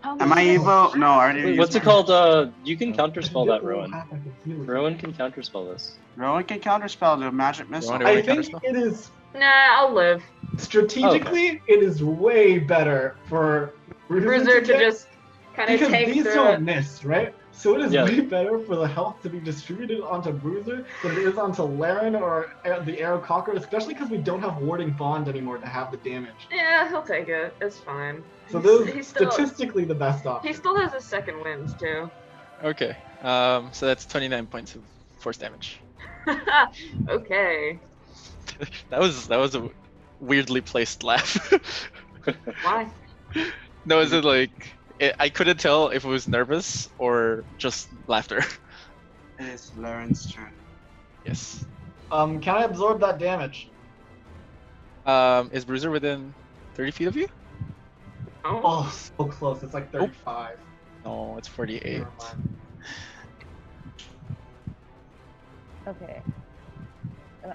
[SPEAKER 8] How
[SPEAKER 2] Am
[SPEAKER 8] much
[SPEAKER 2] I
[SPEAKER 8] is-
[SPEAKER 2] able? No, I already.
[SPEAKER 4] Wait,
[SPEAKER 2] used
[SPEAKER 4] what's it
[SPEAKER 2] mine.
[SPEAKER 4] called? Uh, you
[SPEAKER 3] Oh.
[SPEAKER 4] can counterspell
[SPEAKER 5] Spell
[SPEAKER 4] that, Rowan. Rowan can counterspell this.
[SPEAKER 2] Rowan can counterspell the magic missile.
[SPEAKER 3] Rowan, do you
[SPEAKER 5] I
[SPEAKER 3] wanna
[SPEAKER 5] think
[SPEAKER 3] counterspell?
[SPEAKER 5] it is
[SPEAKER 6] Nah, I'll live.
[SPEAKER 5] strategically, it is way better for
[SPEAKER 6] Bruiser to
[SPEAKER 5] get-
[SPEAKER 6] just kind of
[SPEAKER 5] because
[SPEAKER 6] take
[SPEAKER 5] these
[SPEAKER 6] the.
[SPEAKER 5] don't miss, right? So it is
[SPEAKER 4] Yeah.
[SPEAKER 5] way better for the health to be distributed onto Bruiser than it is onto Laren or A- the Arrow Cocker, especially because we don't have Warding Bond anymore to have the damage.
[SPEAKER 6] Yeah, he'll take it. It's fine.
[SPEAKER 5] So
[SPEAKER 6] He's-
[SPEAKER 5] this
[SPEAKER 6] he's
[SPEAKER 5] is
[SPEAKER 6] still-
[SPEAKER 5] statistically the best
[SPEAKER 6] He
[SPEAKER 5] option.
[SPEAKER 6] still has his second wind too.
[SPEAKER 3] Okay. Um, so that's 29 points of force damage.
[SPEAKER 6] okay.
[SPEAKER 3] that was that was a weirdly placed laugh.
[SPEAKER 6] Why?
[SPEAKER 3] no, is it like it, I couldn't tell if it was nervous or just laughter.
[SPEAKER 2] It's Laren's turn.
[SPEAKER 3] yes.
[SPEAKER 5] Um, can I absorb that damage?
[SPEAKER 3] Um, is Bruiser within 30 feet of you?
[SPEAKER 6] Oh.
[SPEAKER 5] Oh, so close. It's like 35.
[SPEAKER 3] No, it's 48.
[SPEAKER 5] Never mind.
[SPEAKER 8] Okay. Uh,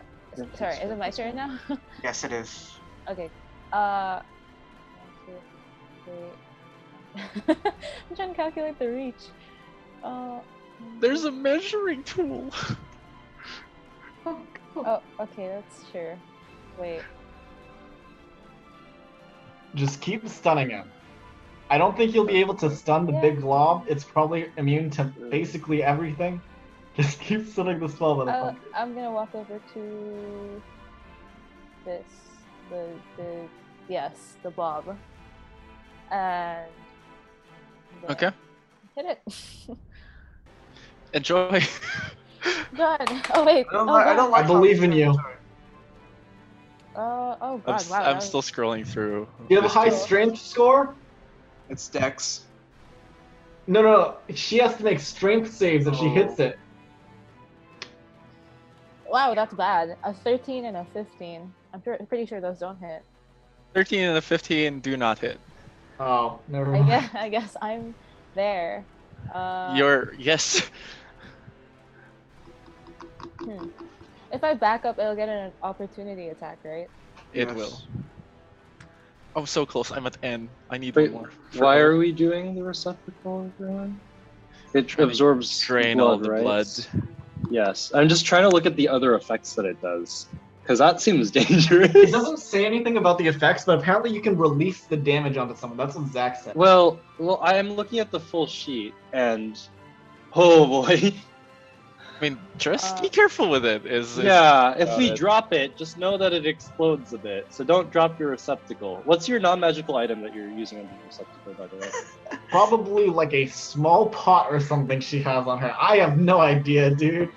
[SPEAKER 8] Sorry, is it my turn now?
[SPEAKER 2] Yes, it is.
[SPEAKER 8] okay. Uh, one, two, three. I'm trying to calculate the reach. Uh,
[SPEAKER 3] There's a measuring tool.
[SPEAKER 8] oh, okay, that's sure. Wait.
[SPEAKER 5] Just keep stunning him. I don't think you'll be able to stun the
[SPEAKER 8] Yeah.
[SPEAKER 5] big glob. It's probably immune to basically everything. Just keep stunning the spell,
[SPEAKER 8] Uh,
[SPEAKER 3] Oh,
[SPEAKER 5] motherfucker.
[SPEAKER 8] I'm gonna walk over to this, the the yes, the bob, and yeah,
[SPEAKER 3] Okay.
[SPEAKER 8] hit it.
[SPEAKER 3] Enjoy.
[SPEAKER 8] God. Oh wait.
[SPEAKER 2] I don't,
[SPEAKER 8] oh,
[SPEAKER 2] like, I
[SPEAKER 8] God.
[SPEAKER 2] don't like.
[SPEAKER 5] I
[SPEAKER 2] how
[SPEAKER 5] believe in
[SPEAKER 2] he's
[SPEAKER 5] you.
[SPEAKER 2] doing
[SPEAKER 8] Oh, oh
[SPEAKER 3] I'm,
[SPEAKER 8] God.
[SPEAKER 3] s-
[SPEAKER 8] wow.
[SPEAKER 3] I'm
[SPEAKER 8] that
[SPEAKER 3] still scrolling through.
[SPEAKER 5] Do you have a
[SPEAKER 3] this
[SPEAKER 5] high
[SPEAKER 3] thing.
[SPEAKER 5] strength score?
[SPEAKER 2] it. It's Dex.
[SPEAKER 5] No, no, no. She has to make strength saves if she
[SPEAKER 4] Oh.
[SPEAKER 5] hits it.
[SPEAKER 8] was- wow, that's bad. A 13 and a 15. I'm pre- pretty sure those don't hit.
[SPEAKER 3] 13 and a 15 do not hit.
[SPEAKER 5] Oh, never
[SPEAKER 8] I
[SPEAKER 5] mind.
[SPEAKER 8] guess. I guess I'm there. Uh,
[SPEAKER 3] You're yes.
[SPEAKER 8] If I back up, it'll get an opportunity attack, right?
[SPEAKER 3] It
[SPEAKER 2] Yes.
[SPEAKER 3] will. Oh, so close. I'm at N. I need
[SPEAKER 4] Wait,
[SPEAKER 3] one more. for
[SPEAKER 4] why
[SPEAKER 3] all-
[SPEAKER 4] are we doing the receptacle, Rowan? It absorbs
[SPEAKER 3] drain
[SPEAKER 4] blood,
[SPEAKER 3] all the
[SPEAKER 4] right?
[SPEAKER 3] blood?
[SPEAKER 4] Yes, I'm just trying to look at the other effects that it does, because that seems
[SPEAKER 5] It
[SPEAKER 4] dangerous.
[SPEAKER 5] doesn't say anything about the effects, but apparently you can release the damage onto someone. That's what Zach said.
[SPEAKER 4] well, well, I am looking at the full sheet, and oh boy,
[SPEAKER 3] I mean, just
[SPEAKER 8] Uh,
[SPEAKER 3] be careful with it. Is is-
[SPEAKER 4] yeah. If
[SPEAKER 3] Got
[SPEAKER 4] we
[SPEAKER 3] it.
[SPEAKER 4] drop it, just know that it explodes a bit. So don't drop your receptacle. What's your non-magical item that you're using under the receptacle, by the way?
[SPEAKER 5] Probably like a small pot or something she has on her. I have no idea, dude.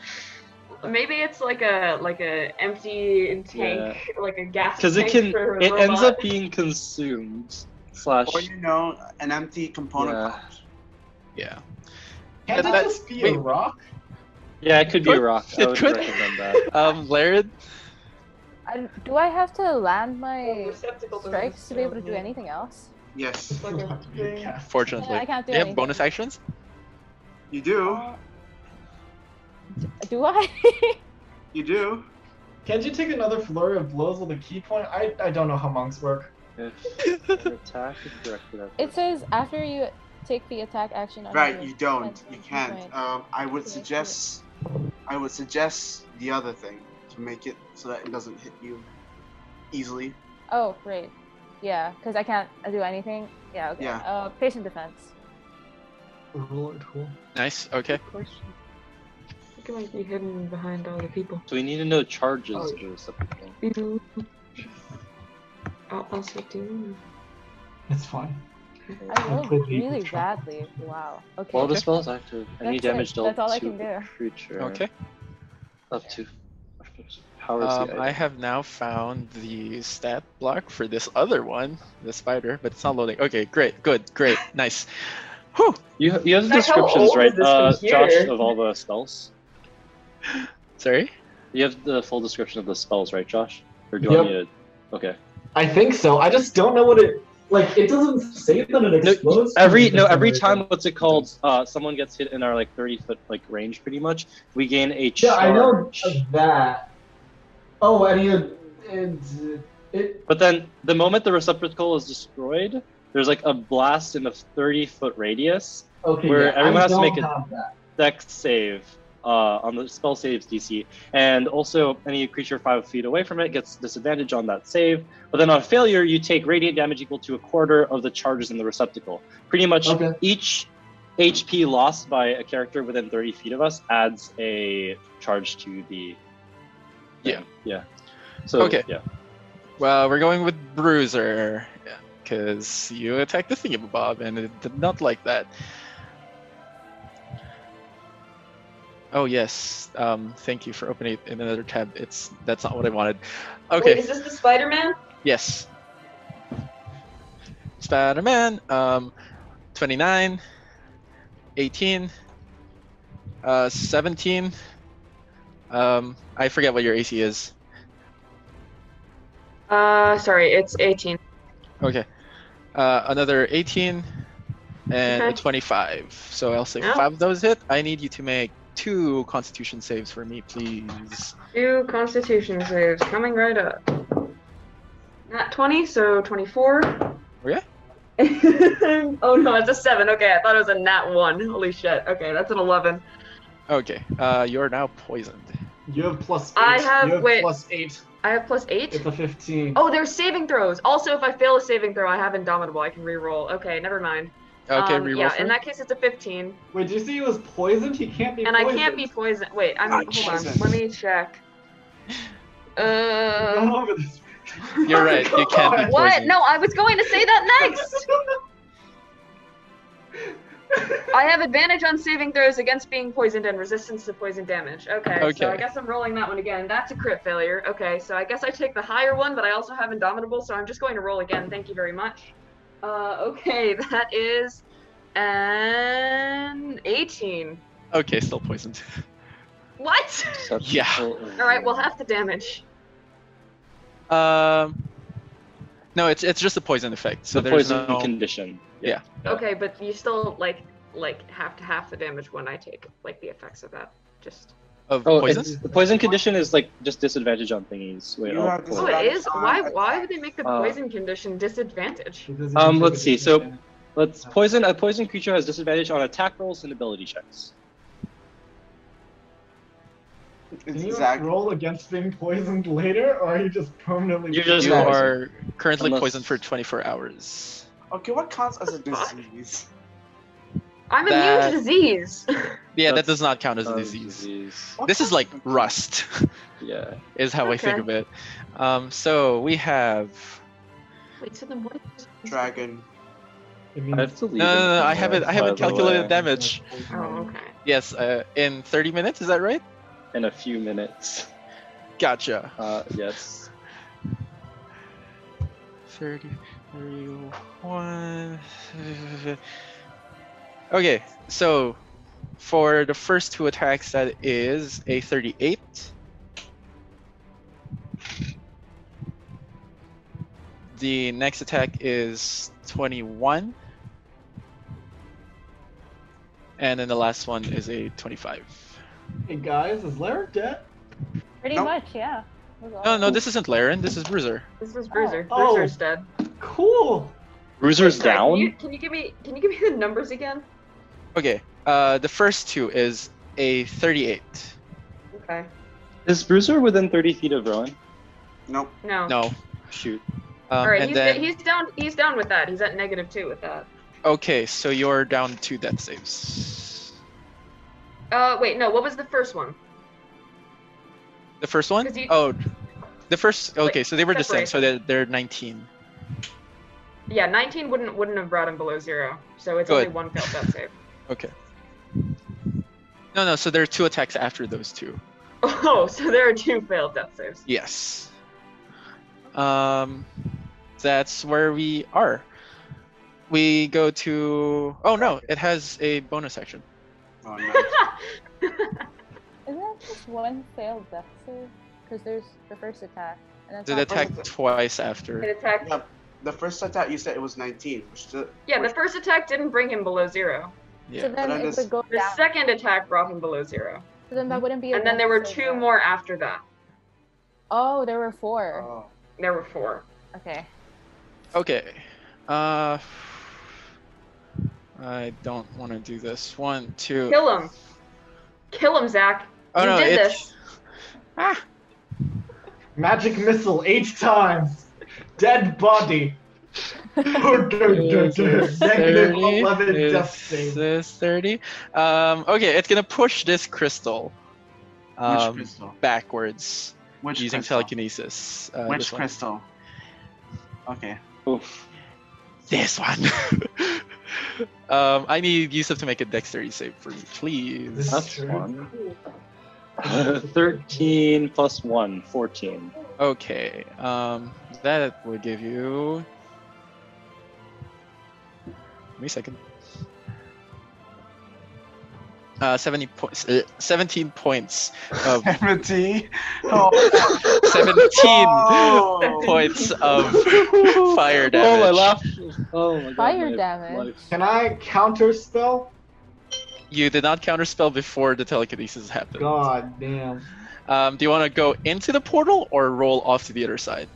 [SPEAKER 6] Maybe it's like a like a empty tank, like a gas
[SPEAKER 4] Because it
[SPEAKER 6] tank
[SPEAKER 4] can,
[SPEAKER 6] for a
[SPEAKER 4] it ends
[SPEAKER 6] robot.
[SPEAKER 4] up being consumed slash.
[SPEAKER 2] Or you know, an empty component.
[SPEAKER 4] Yeah.
[SPEAKER 2] pouch.
[SPEAKER 3] yeah. That-
[SPEAKER 5] Can't that,
[SPEAKER 3] that-
[SPEAKER 5] just be
[SPEAKER 3] wait.
[SPEAKER 5] a rock?
[SPEAKER 4] Yeah, it could be a
[SPEAKER 3] Could-
[SPEAKER 4] rock. I
[SPEAKER 3] it
[SPEAKER 4] would
[SPEAKER 3] could.
[SPEAKER 4] recommend that.
[SPEAKER 3] Um, Laird,
[SPEAKER 8] I, do I have to land my
[SPEAKER 11] receptacle doesn't
[SPEAKER 8] strikes to be able to do
[SPEAKER 11] necessarily-
[SPEAKER 8] anything else?
[SPEAKER 2] Yes,
[SPEAKER 11] Like a thing.
[SPEAKER 3] Fortunately,
[SPEAKER 8] I can't do
[SPEAKER 3] you have
[SPEAKER 8] anything.
[SPEAKER 3] bonus actions.
[SPEAKER 2] you do.
[SPEAKER 8] Uh, do I?
[SPEAKER 2] You do.
[SPEAKER 5] Can't you take another flurry of blows with a key point? I, I don't know how monks work.
[SPEAKER 4] If an attack is directed at
[SPEAKER 8] it says after you take the attack action. on
[SPEAKER 2] Right,
[SPEAKER 8] your
[SPEAKER 2] you don't.
[SPEAKER 8] defense
[SPEAKER 2] You
[SPEAKER 8] key
[SPEAKER 2] can't.
[SPEAKER 8] point.
[SPEAKER 2] Um, I would
[SPEAKER 8] Okay.
[SPEAKER 2] suggest. I would suggest the other thing to make it so that it doesn't hit you easily.
[SPEAKER 8] Oh, great. Yeah, because I can't do anything. Yeah, okay.
[SPEAKER 2] Yeah.
[SPEAKER 8] Uh, patient defense.
[SPEAKER 5] Roll it, roll.
[SPEAKER 3] Nice. Okay.
[SPEAKER 6] question. It might be hidden behind all the people.
[SPEAKER 4] So we need to know charges
[SPEAKER 5] Oh.
[SPEAKER 4] for receptacle.
[SPEAKER 6] I'll also do.
[SPEAKER 5] It's fine.
[SPEAKER 8] I rolled
[SPEAKER 5] Completely
[SPEAKER 8] really
[SPEAKER 5] neutral.
[SPEAKER 8] badly. Wow. Okay.
[SPEAKER 4] While the spell is active, any
[SPEAKER 8] That's
[SPEAKER 4] damage
[SPEAKER 8] it.
[SPEAKER 4] dealt
[SPEAKER 8] That's all I
[SPEAKER 4] to
[SPEAKER 8] can
[SPEAKER 4] the
[SPEAKER 8] do.
[SPEAKER 4] creature
[SPEAKER 3] Okay.
[SPEAKER 4] up to powers
[SPEAKER 3] Um,
[SPEAKER 4] the
[SPEAKER 3] I
[SPEAKER 4] item.
[SPEAKER 3] have now found the stat block for this other one, the spider, but it's not loading. Okay. Great. Good. Great. Nice. Whew.
[SPEAKER 4] You, ha- you have the
[SPEAKER 11] Like, how
[SPEAKER 4] descriptions
[SPEAKER 11] old
[SPEAKER 4] right,
[SPEAKER 11] is this
[SPEAKER 4] uh,
[SPEAKER 11] computer?
[SPEAKER 4] Josh, of all the spells.
[SPEAKER 3] Sorry.
[SPEAKER 4] You have the full description of the spells, right, Josh? Or do I
[SPEAKER 5] Yep.
[SPEAKER 4] need to? Okay.
[SPEAKER 5] I think so. I just don't know what it like. It doesn't say that it
[SPEAKER 4] No,
[SPEAKER 5] explodes.
[SPEAKER 4] Every no, every time what's it called? Uh, someone gets hit in our like thirty foot like range, pretty much. We gain a charge.
[SPEAKER 5] Yeah, I know that. Oh, and you, it, it,
[SPEAKER 4] But then the moment the receptacle is destroyed, there's like a blast in the 30 foot radius.
[SPEAKER 5] okay.
[SPEAKER 4] Where
[SPEAKER 5] yeah,
[SPEAKER 4] everyone
[SPEAKER 5] I
[SPEAKER 4] has to
[SPEAKER 5] don't
[SPEAKER 4] make it-
[SPEAKER 5] have that.
[SPEAKER 4] Dex save uh, on the spell saves DC. And also, any creature five feet away from it gets disadvantage on that save. But then on failure, you take radiant damage equal to a quarter of the charges in the receptacle. Pretty much
[SPEAKER 5] Okay.
[SPEAKER 4] each HP lost by a character within 30 feet of us adds a charge to the.
[SPEAKER 3] Yeah.
[SPEAKER 4] Yeah. So,
[SPEAKER 3] Okay.
[SPEAKER 4] yeah.
[SPEAKER 3] Well, we're going with Bruiser, because you attacked the thingamabob, and it did not like that. Oh yes, um, thank you for opening it in another tab. It's that's not what I wanted. Okay,
[SPEAKER 11] Wait, is this the Spider Man?
[SPEAKER 3] yes. Spider-Man, um, 29, 18, uh, 17. Um, I forget what your AC is.
[SPEAKER 6] Uh, sorry, it's 18.
[SPEAKER 3] Okay. Uh, another 18 and a
[SPEAKER 6] Okay. Oh.
[SPEAKER 3] 25. So I'll say
[SPEAKER 6] Yeah.
[SPEAKER 3] five of those hit. I need you to make two constitution saves for me, please.
[SPEAKER 6] Two Constitution saves coming right up. Not 20, so 24.
[SPEAKER 3] Okay.
[SPEAKER 6] oh no, it's a 7. Okay, I thought it was a nat 1. Holy shit. Okay, that's an 11.
[SPEAKER 3] Okay. Uh, you're now poisoned.
[SPEAKER 5] You have plus. Eight.
[SPEAKER 6] I have-
[SPEAKER 5] You have
[SPEAKER 6] wait.
[SPEAKER 5] plus eight.
[SPEAKER 6] I have plus 8.
[SPEAKER 5] It's a fifteen.
[SPEAKER 6] Oh, there's saving throws. Also, if I fail a saving throw, I have Indomitable. I can reroll. Okay, never mind.
[SPEAKER 3] Okay,
[SPEAKER 6] um,
[SPEAKER 3] reroll
[SPEAKER 6] Yeah,
[SPEAKER 3] for
[SPEAKER 6] in
[SPEAKER 3] me.
[SPEAKER 6] that case, it's a 15.
[SPEAKER 5] Wait, did you say he was poisoned? He can't be.
[SPEAKER 6] And I
[SPEAKER 5] poisoned.
[SPEAKER 6] can't be poisoned. Wait, I'm.
[SPEAKER 2] Ah,
[SPEAKER 6] hold
[SPEAKER 2] Jesus.
[SPEAKER 6] on. Let me check.
[SPEAKER 5] Go
[SPEAKER 6] Uh.
[SPEAKER 5] over this.
[SPEAKER 3] You're right. You can't be poisoned.
[SPEAKER 6] What? No, I was going to say that next! I have advantage on saving throws against being poisoned and resistance to poison damage. Okay,
[SPEAKER 3] Okay.
[SPEAKER 6] so I guess I'm rolling that one again. That's a crit failure. Okay, so I guess I take the higher one, but I also have Indomitable, so I'm just going to roll again. Thank you very much. Uh, okay, that is an 18.
[SPEAKER 3] Okay, still poisoned.
[SPEAKER 6] What? All right, well, half the damage.
[SPEAKER 3] Um, no, it's it's just a poison effect. So
[SPEAKER 4] the
[SPEAKER 3] there's
[SPEAKER 4] poison
[SPEAKER 3] no.
[SPEAKER 4] condition.
[SPEAKER 3] Yeah.
[SPEAKER 6] Okay, but you still like like half to half the damage when I take like the effects of that. Just
[SPEAKER 3] of
[SPEAKER 4] Oh,
[SPEAKER 3] poison.
[SPEAKER 4] it's- the poison condition is like just disadvantage on thingies. Wait,
[SPEAKER 2] You
[SPEAKER 4] I'll
[SPEAKER 2] have
[SPEAKER 4] pull
[SPEAKER 2] Well,
[SPEAKER 6] oh,
[SPEAKER 2] disadvantage.
[SPEAKER 4] it.
[SPEAKER 6] it is.
[SPEAKER 2] that's, uh,
[SPEAKER 6] Why? Why would they make the
[SPEAKER 4] uh,
[SPEAKER 6] poison condition disadvantage?
[SPEAKER 4] Um, let's see, so- Let's
[SPEAKER 3] Uh-huh.
[SPEAKER 4] poison a poison creature has disadvantage on attack rolls and ability checks.
[SPEAKER 5] Can
[SPEAKER 2] It's
[SPEAKER 5] you
[SPEAKER 2] exactly.
[SPEAKER 5] roll against being poisoned later, or are you just permanently?
[SPEAKER 4] You're just
[SPEAKER 3] You
[SPEAKER 4] poison.
[SPEAKER 3] are currently
[SPEAKER 4] Unless-
[SPEAKER 3] poisoned for 24 hours.
[SPEAKER 2] Okay, what counts as a
[SPEAKER 6] Fuck.
[SPEAKER 2] disease?
[SPEAKER 6] I'm
[SPEAKER 3] That-
[SPEAKER 6] immune to disease.
[SPEAKER 3] Yeah, that
[SPEAKER 4] That's-
[SPEAKER 3] does not count as a
[SPEAKER 4] Um,
[SPEAKER 3] disease.
[SPEAKER 4] disease.
[SPEAKER 2] What
[SPEAKER 3] This is like
[SPEAKER 2] counts as a
[SPEAKER 3] rust.
[SPEAKER 4] Yeah.
[SPEAKER 3] is how I think of
[SPEAKER 6] Okay.
[SPEAKER 3] it. Um, so we have
[SPEAKER 6] Wait, so then what? is-
[SPEAKER 2] Dragon.
[SPEAKER 5] I
[SPEAKER 4] I
[SPEAKER 5] mean,
[SPEAKER 4] have to leave.
[SPEAKER 3] no, no, no, no, I
[SPEAKER 4] it,
[SPEAKER 3] haven't, I
[SPEAKER 4] by
[SPEAKER 3] haven't
[SPEAKER 4] the
[SPEAKER 3] calculated
[SPEAKER 4] way.
[SPEAKER 3] damage.
[SPEAKER 6] Oh, okay.
[SPEAKER 3] Yes, uh, in 30 minutes, is that right?
[SPEAKER 4] In a few minutes.
[SPEAKER 3] Gotcha.
[SPEAKER 4] Uh, yes.
[SPEAKER 3] 30, 31. okay, so for the first two attacks, that is a 38 The next attack is 21. And then the last one is a 25.
[SPEAKER 5] Hey guys, is Larry dead?
[SPEAKER 8] Pretty
[SPEAKER 3] Nope.
[SPEAKER 8] much, yeah. That was
[SPEAKER 3] No,
[SPEAKER 8] all.
[SPEAKER 3] no, this isn't Laren. This is Bruiser.
[SPEAKER 6] This was Bruiser.
[SPEAKER 5] Oh.
[SPEAKER 6] Bruiser's dead.
[SPEAKER 5] Cool.
[SPEAKER 4] Bruiser's
[SPEAKER 6] Sorry, Can
[SPEAKER 4] down.
[SPEAKER 6] you, can you give me can you give me the numbers again?
[SPEAKER 3] Okay. Uh, the first two is a 38.
[SPEAKER 6] Okay.
[SPEAKER 4] Is Bruiser within 30 feet of Rowan?
[SPEAKER 2] Nope.
[SPEAKER 6] No.
[SPEAKER 3] No.
[SPEAKER 4] Shoot.
[SPEAKER 3] Um,
[SPEAKER 6] All right.
[SPEAKER 3] and
[SPEAKER 6] He's,
[SPEAKER 3] then
[SPEAKER 6] he's down. He's down with that. He's at negative two with that.
[SPEAKER 3] okay, so you're down two death saves.
[SPEAKER 6] Uh, wait. No. What was the first one?
[SPEAKER 3] The first one?
[SPEAKER 6] 'Cause you-
[SPEAKER 3] Oh, the first. Okay, so they were the same.
[SPEAKER 6] separate.
[SPEAKER 3] So they're, they're 19.
[SPEAKER 6] Yeah, 19 wouldn't wouldn't have brought him below zero. So it's only
[SPEAKER 3] Good.
[SPEAKER 6] one failed death save.
[SPEAKER 3] Okay. No, no. So there are two attacks after those two.
[SPEAKER 6] Oh, so there are two failed death saves.
[SPEAKER 3] Yes. Um, that's where we are. We go to. Oh no! It has a bonus action.
[SPEAKER 2] Oh, no.
[SPEAKER 8] Isn't that just one failed death save? Because there's the first attack. And that's
[SPEAKER 3] Did
[SPEAKER 8] not-
[SPEAKER 3] attack twice after.
[SPEAKER 6] It attacked.
[SPEAKER 2] Yeah, the first attack you said it was 19, which the,
[SPEAKER 6] Yeah, the
[SPEAKER 2] which,
[SPEAKER 6] first attack didn't bring him below zero.
[SPEAKER 8] So
[SPEAKER 3] Yeah.
[SPEAKER 8] then
[SPEAKER 2] But I
[SPEAKER 8] it
[SPEAKER 2] just-
[SPEAKER 8] would go
[SPEAKER 6] The
[SPEAKER 8] down.
[SPEAKER 6] second attack brought him below zero.
[SPEAKER 8] so then that wouldn't be. a
[SPEAKER 6] And then there were
[SPEAKER 8] death save
[SPEAKER 6] two
[SPEAKER 8] then.
[SPEAKER 6] more after that.
[SPEAKER 8] Oh, there were four.
[SPEAKER 2] oh,
[SPEAKER 6] There were four.
[SPEAKER 8] Okay.
[SPEAKER 3] Okay. Uh. I don't want to do this. One, two.
[SPEAKER 6] Kill him. Kill him, Zach.
[SPEAKER 3] oh
[SPEAKER 6] you
[SPEAKER 3] no!
[SPEAKER 6] did
[SPEAKER 3] it's ah.
[SPEAKER 5] Magic missile eight times. Dead body.
[SPEAKER 3] Is this 30?
[SPEAKER 5] Negative eleven death
[SPEAKER 3] Is
[SPEAKER 5] save.
[SPEAKER 3] this 30? Um, okay, it's gonna push this crystal
[SPEAKER 2] which
[SPEAKER 3] um,
[SPEAKER 2] crystal?
[SPEAKER 3] backwards
[SPEAKER 2] Which
[SPEAKER 3] using
[SPEAKER 2] crystal?
[SPEAKER 3] telekinesis. Uh,
[SPEAKER 2] Which
[SPEAKER 3] this one.
[SPEAKER 2] crystal? Okay.
[SPEAKER 4] Oof.
[SPEAKER 3] This one. um, I need Yusuf to make a dexterity save for me, please.
[SPEAKER 5] This is
[SPEAKER 4] That's
[SPEAKER 5] true.
[SPEAKER 4] one. 13 plus 1, 14.
[SPEAKER 3] Okay, um, that will give you. Give me a second. Uh, 70 points, uh, 17 points of
[SPEAKER 2] 70. Oh,
[SPEAKER 3] 17
[SPEAKER 2] Oh.
[SPEAKER 3] points of fire
[SPEAKER 4] Oh, I
[SPEAKER 3] damage.
[SPEAKER 4] laughed. Oh my god.
[SPEAKER 8] Fire
[SPEAKER 4] my
[SPEAKER 8] damage.
[SPEAKER 4] life.
[SPEAKER 5] Can I counter spell?
[SPEAKER 3] You did not counterspell before the telekinesis happened.
[SPEAKER 5] God damn.
[SPEAKER 3] Um, do you want to go into the portal or roll off to the other side,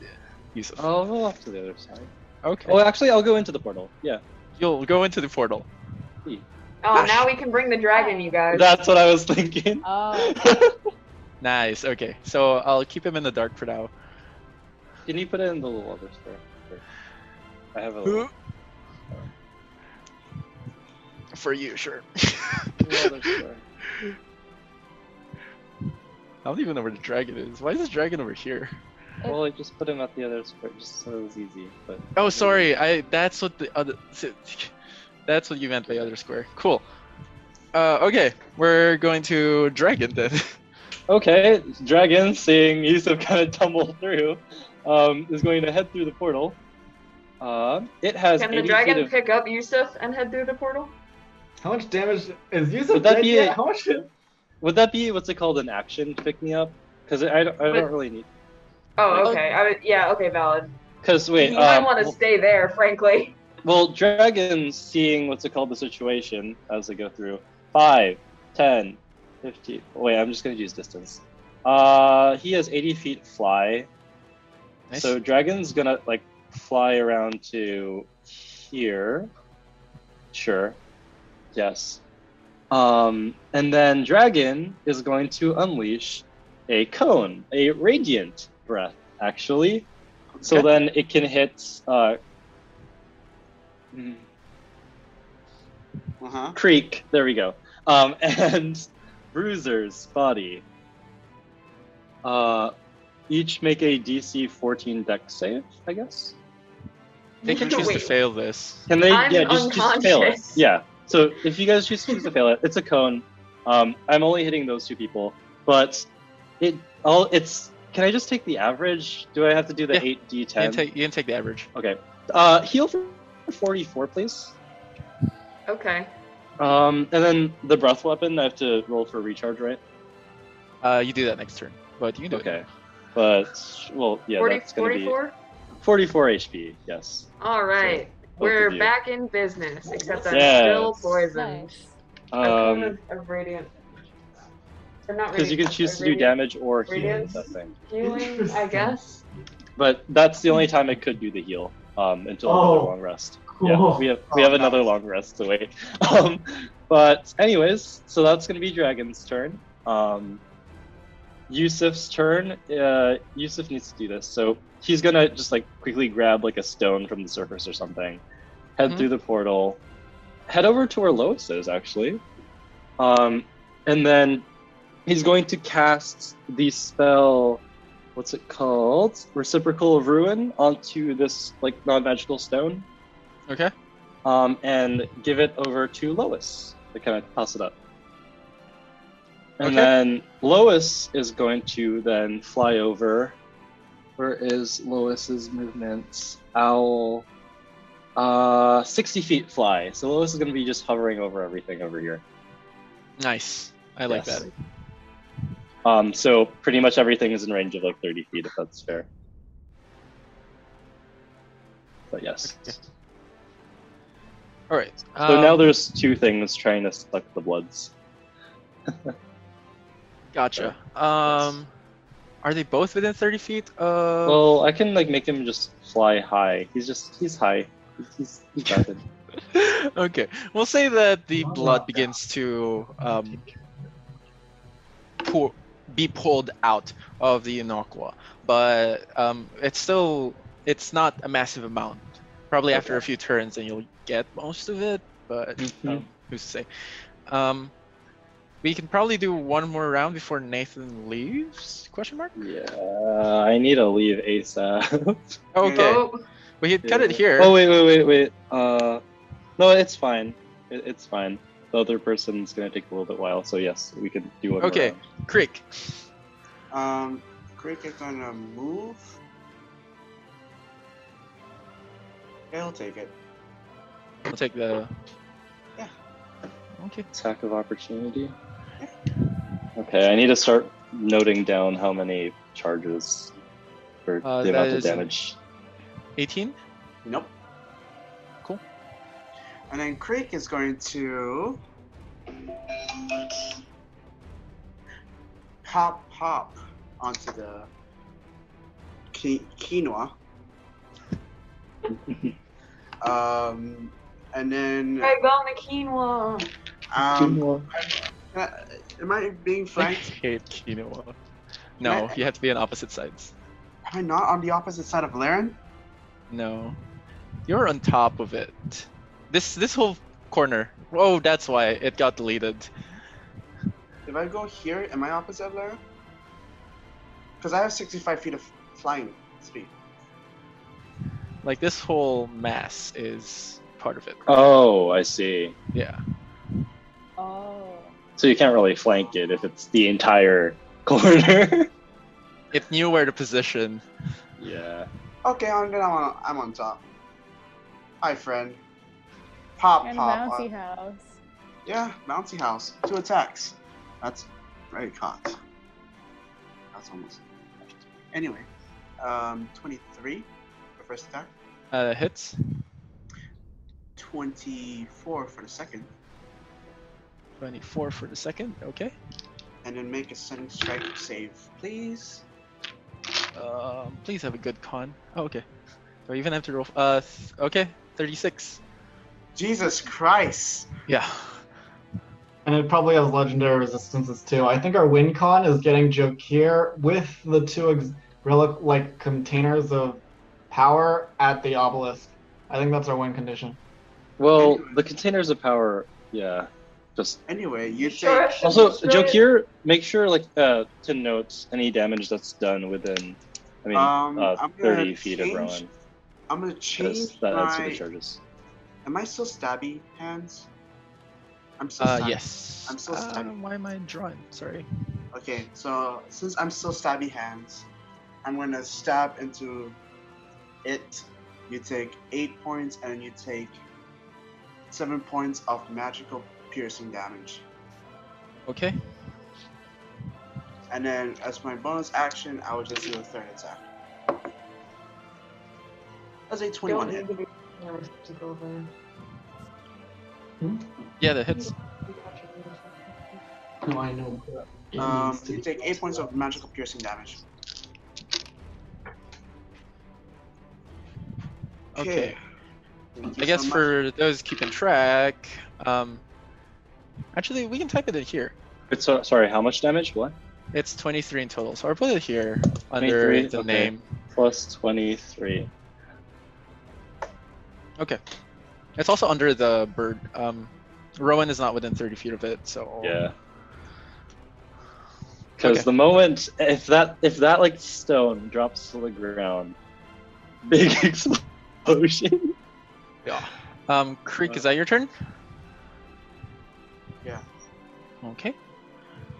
[SPEAKER 3] Yusuf?
[SPEAKER 4] I'll roll Oh, off to the other side.
[SPEAKER 3] okay.
[SPEAKER 4] Oh, actually, I'll go into the portal. Yeah.
[SPEAKER 3] You'll go into the portal.
[SPEAKER 6] Oh, now we can bring the dragon, you guys.
[SPEAKER 4] That's what I was thinking.
[SPEAKER 8] Oh.
[SPEAKER 3] Nice. Okay. So I'll keep him in the dark for now.
[SPEAKER 4] Can you put it in the little other square? I have a little
[SPEAKER 3] For you, sure.
[SPEAKER 4] little other square.
[SPEAKER 3] I don't even know where the dragon is. Why is this dragon over here?
[SPEAKER 4] Well, I just put him at the other square just so it was easy. But
[SPEAKER 3] Oh, sorry. I that's what the other. That's what you meant by other square. Cool. Uh, okay, we're going to dragon then.
[SPEAKER 4] Okay, Dragon, seeing Yusuf kind of tumble through, um, is going to head through the portal. Uh, it has
[SPEAKER 6] Can
[SPEAKER 4] 80
[SPEAKER 6] the
[SPEAKER 4] feet
[SPEAKER 6] dragon
[SPEAKER 4] of-
[SPEAKER 6] pick up Yusuf and head through the portal?
[SPEAKER 5] How much damage is Yusuf
[SPEAKER 4] Would that
[SPEAKER 5] dead
[SPEAKER 4] be
[SPEAKER 5] yet?
[SPEAKER 4] a-
[SPEAKER 5] How much?
[SPEAKER 4] Would that be what's it called an action pick me up? Because I, I don't, I don't really need.
[SPEAKER 6] Oh, okay. I, would- yeah, okay, valid.
[SPEAKER 4] Because wait,
[SPEAKER 6] you might
[SPEAKER 4] um,
[SPEAKER 6] want to
[SPEAKER 4] well-
[SPEAKER 6] stay there, frankly.
[SPEAKER 4] well, Dragon, seeing what's it called the situation as they go through 5, 10, 15. Oh, Wait, I'm just going to use distance. Uh, he has 80 feet fly.
[SPEAKER 3] Nice.
[SPEAKER 4] So dragon's gonna like fly around to here. Sure. Yes. Um, and then dragon is going to unleash a cone, a radiant breath, actually. So
[SPEAKER 3] Okay.
[SPEAKER 4] then it can hit uh,
[SPEAKER 3] Mm-hmm.
[SPEAKER 2] Uh-huh.
[SPEAKER 4] Creek. There we go. Um, and Bruiser's body. Uh, each make a DC 14 Dex save, I guess.
[SPEAKER 3] they can choose to
[SPEAKER 6] Wait.
[SPEAKER 3] fail this.
[SPEAKER 4] Can they?
[SPEAKER 6] I'm
[SPEAKER 4] yeah, just, just fail it.
[SPEAKER 6] unconscious.
[SPEAKER 4] Yeah. So if you guys just choose to fail it, it's a cone. Um, I'm only hitting those two people, but it all it's. Can I just take the average? Do I have to do the
[SPEAKER 3] Yeah.
[SPEAKER 4] eight d
[SPEAKER 3] You can,
[SPEAKER 4] ten?
[SPEAKER 3] take, you can take the average.
[SPEAKER 4] Okay. Uh, heal for forty four, please.
[SPEAKER 6] Okay.
[SPEAKER 4] Um, and then the breath weapon. I have to roll for recharge, right?
[SPEAKER 3] Uh, you do that next turn, but you can do it.
[SPEAKER 4] Okay. But well, yeah,
[SPEAKER 6] 40,
[SPEAKER 4] that's gonna
[SPEAKER 6] 44?
[SPEAKER 4] be 44 HP, yes.
[SPEAKER 6] All
[SPEAKER 4] both
[SPEAKER 6] right,
[SPEAKER 4] of
[SPEAKER 6] we're
[SPEAKER 4] you.
[SPEAKER 6] back in business, except I'm
[SPEAKER 4] Yes.
[SPEAKER 6] still poisoned.
[SPEAKER 4] Um,
[SPEAKER 6] of radiant. Or not
[SPEAKER 4] because you can
[SPEAKER 6] radiant,
[SPEAKER 4] choose
[SPEAKER 6] uh,
[SPEAKER 4] to do
[SPEAKER 6] radiant.
[SPEAKER 4] damage or heal,
[SPEAKER 6] Radiance?
[SPEAKER 4] that thing.
[SPEAKER 6] Healing, I guess.
[SPEAKER 4] But that's the only time I could do the heal um, until
[SPEAKER 5] Oh,
[SPEAKER 4] another long rest. Yeah, we have we have another long rest to wait. Um, but anyways, so that's gonna be Dragon's turn. Um, Yusuf's turn. Uh, Yusuf needs to do this, so he's gonna just like quickly grab like a stone from the surface or something, head
[SPEAKER 3] Mhm.
[SPEAKER 4] through the portal, head over to where Lois is actually, um, and then he's going to cast the spell. What's it called? Reciprocal of Ruin onto this like non-magical stone
[SPEAKER 3] Okay.
[SPEAKER 4] um, and give it over to Lois to kind of toss it up. And
[SPEAKER 3] Okay.
[SPEAKER 4] then Lois is going to then fly over. Where is Lois's movement? Owl. Uh, 60 feet fly. So Lois is going to be just hovering over everything over here.
[SPEAKER 3] Nice. I like
[SPEAKER 4] Yes.
[SPEAKER 3] that.
[SPEAKER 4] Um, so pretty much everything is in range of like 30 feet, if that's fair. But yes.
[SPEAKER 3] Okay. All right.
[SPEAKER 4] So now
[SPEAKER 3] um,
[SPEAKER 4] there's two things trying to suck the bloods.
[SPEAKER 3] Gotcha. Um, are they both within 30 feet? Uh,
[SPEAKER 4] Well, I can like make him just fly high. He's just he's high. He's he's rapid.
[SPEAKER 3] okay. We'll say that the blood begins to um, pour, be pulled out of the Inokwa, but um, it's still it's not a massive amount. Probably after a few turns, and you'll get most of it. But um, who's to say? Um, we can probably do one more round before Nathan leaves? Question mark.
[SPEAKER 4] yeah, I need to leave ASAP.
[SPEAKER 3] Okay,
[SPEAKER 6] Oh,
[SPEAKER 3] we can cut it here.
[SPEAKER 4] Oh wait, wait, wait, wait. Uh, no, it's fine. It, it's fine. The other person's gonna take a little bit while, so yes, we can do one. more
[SPEAKER 3] Okay.
[SPEAKER 4] round.
[SPEAKER 3] Crick.
[SPEAKER 2] Um, Crick is gonna move. He'll take it.
[SPEAKER 3] I'll take the.
[SPEAKER 2] Yeah.
[SPEAKER 3] Okay.
[SPEAKER 4] Attack of opportunity. Okay, I need to start noting down how many charges for
[SPEAKER 3] Uh,
[SPEAKER 4] the
[SPEAKER 3] that
[SPEAKER 4] amount of
[SPEAKER 3] is-
[SPEAKER 4] damage.
[SPEAKER 3] 18.
[SPEAKER 2] Nope.
[SPEAKER 3] Cool.
[SPEAKER 2] And then Creek is going to pop pop onto the qui- quinoa. um, and then
[SPEAKER 6] I found the quinoa.
[SPEAKER 2] um, uh, am I being
[SPEAKER 3] I
[SPEAKER 2] frank?
[SPEAKER 3] hate quinoa. No,
[SPEAKER 2] Right.
[SPEAKER 3] you have to be on opposite sides.
[SPEAKER 2] Am I not on the opposite side of Laren?
[SPEAKER 3] No, you're on top of it. This this whole corner. Oh, that's why it got deleted.
[SPEAKER 2] If I go here, am I opposite of Laren? Because I have 65 feet of flying speed.
[SPEAKER 3] Like this whole mass is part of it.
[SPEAKER 4] Oh, I see.
[SPEAKER 3] Yeah.
[SPEAKER 8] Oh.
[SPEAKER 4] So you can't really flank it if it's the entire corner.
[SPEAKER 3] It knew where to position.
[SPEAKER 4] yeah.
[SPEAKER 2] Okay, I'm gonna. I'm on, I'm on top. Hi, friend. Pop,
[SPEAKER 8] And
[SPEAKER 2] pop.
[SPEAKER 8] bouncy
[SPEAKER 2] uh,
[SPEAKER 8] house.
[SPEAKER 2] yeah, bouncy house. Two attacks. That's very caught. That's almost. Anyway, um, 23 for first attack,
[SPEAKER 3] Uh, hits.
[SPEAKER 2] 24 for the second,
[SPEAKER 3] 24 for the second. Okay.
[SPEAKER 2] and then make a stunning strike save, please.
[SPEAKER 3] Um, please have a good con. Oh, okay. Do I even have to roll? Uh, th- okay. 36.
[SPEAKER 2] Jesus Christ!
[SPEAKER 3] Yeah.
[SPEAKER 5] And it probably has legendary resistances too. I think our win con is getting Jokir with the two ex- relic like containers of power at the obelisk. I think that's our win condition.
[SPEAKER 4] Well, the containers of power. Yeah. Just
[SPEAKER 2] Anyway, you
[SPEAKER 11] Sure, I
[SPEAKER 2] take.
[SPEAKER 11] should
[SPEAKER 4] also
[SPEAKER 11] destroy it.
[SPEAKER 4] Jokir. Make sure like uh, to note any damage that's done within. I mean,
[SPEAKER 2] Um,
[SPEAKER 4] uh,
[SPEAKER 2] I'm gonna
[SPEAKER 4] thirty feet of
[SPEAKER 2] change-
[SPEAKER 4] Rowan.
[SPEAKER 2] I'm gonna
[SPEAKER 4] 'cause
[SPEAKER 2] change
[SPEAKER 4] That adds to
[SPEAKER 2] my-
[SPEAKER 4] the charges.
[SPEAKER 2] Am I still stabby hands? I'm still
[SPEAKER 3] Uh,
[SPEAKER 2] stabby.
[SPEAKER 3] yes.
[SPEAKER 2] I'm so
[SPEAKER 3] uh,
[SPEAKER 2] stunned.
[SPEAKER 3] why am I drawing? Sorry.
[SPEAKER 2] Okay, so since I'm still stabby hands, I'm gonna stab into it. You take eight points and you take seven points of magical piercing damage.
[SPEAKER 3] Okay.
[SPEAKER 2] And then as my bonus action, I will just do a third attack. Does a 21 hit?
[SPEAKER 11] need to be a receptacle there.
[SPEAKER 3] Yeah, that hits.
[SPEAKER 5] No, I know. but it
[SPEAKER 2] Um,
[SPEAKER 5] needs to
[SPEAKER 2] you
[SPEAKER 5] be-
[SPEAKER 2] take 8 points of magical piercing damage.
[SPEAKER 3] Okay.
[SPEAKER 2] Thank you
[SPEAKER 3] I guess
[SPEAKER 2] so much.
[SPEAKER 3] for those keeping track, um, actually we can type it in here.
[SPEAKER 4] It's, uh, sorry, how much damage? What?
[SPEAKER 3] It's 23 in total, so I'll put it here under
[SPEAKER 4] 23,
[SPEAKER 3] the
[SPEAKER 4] okay.
[SPEAKER 3] name.
[SPEAKER 4] Plus 23.
[SPEAKER 3] Okay. It's also under the bird. Um, Rowan is not within 30 feet of it, so
[SPEAKER 4] Yeah. Because
[SPEAKER 3] Okay.
[SPEAKER 4] the moment if that if that like stone drops to the ground, big explosion.
[SPEAKER 3] Um, Creek, is that your turn?
[SPEAKER 2] Yeah.
[SPEAKER 3] Okay.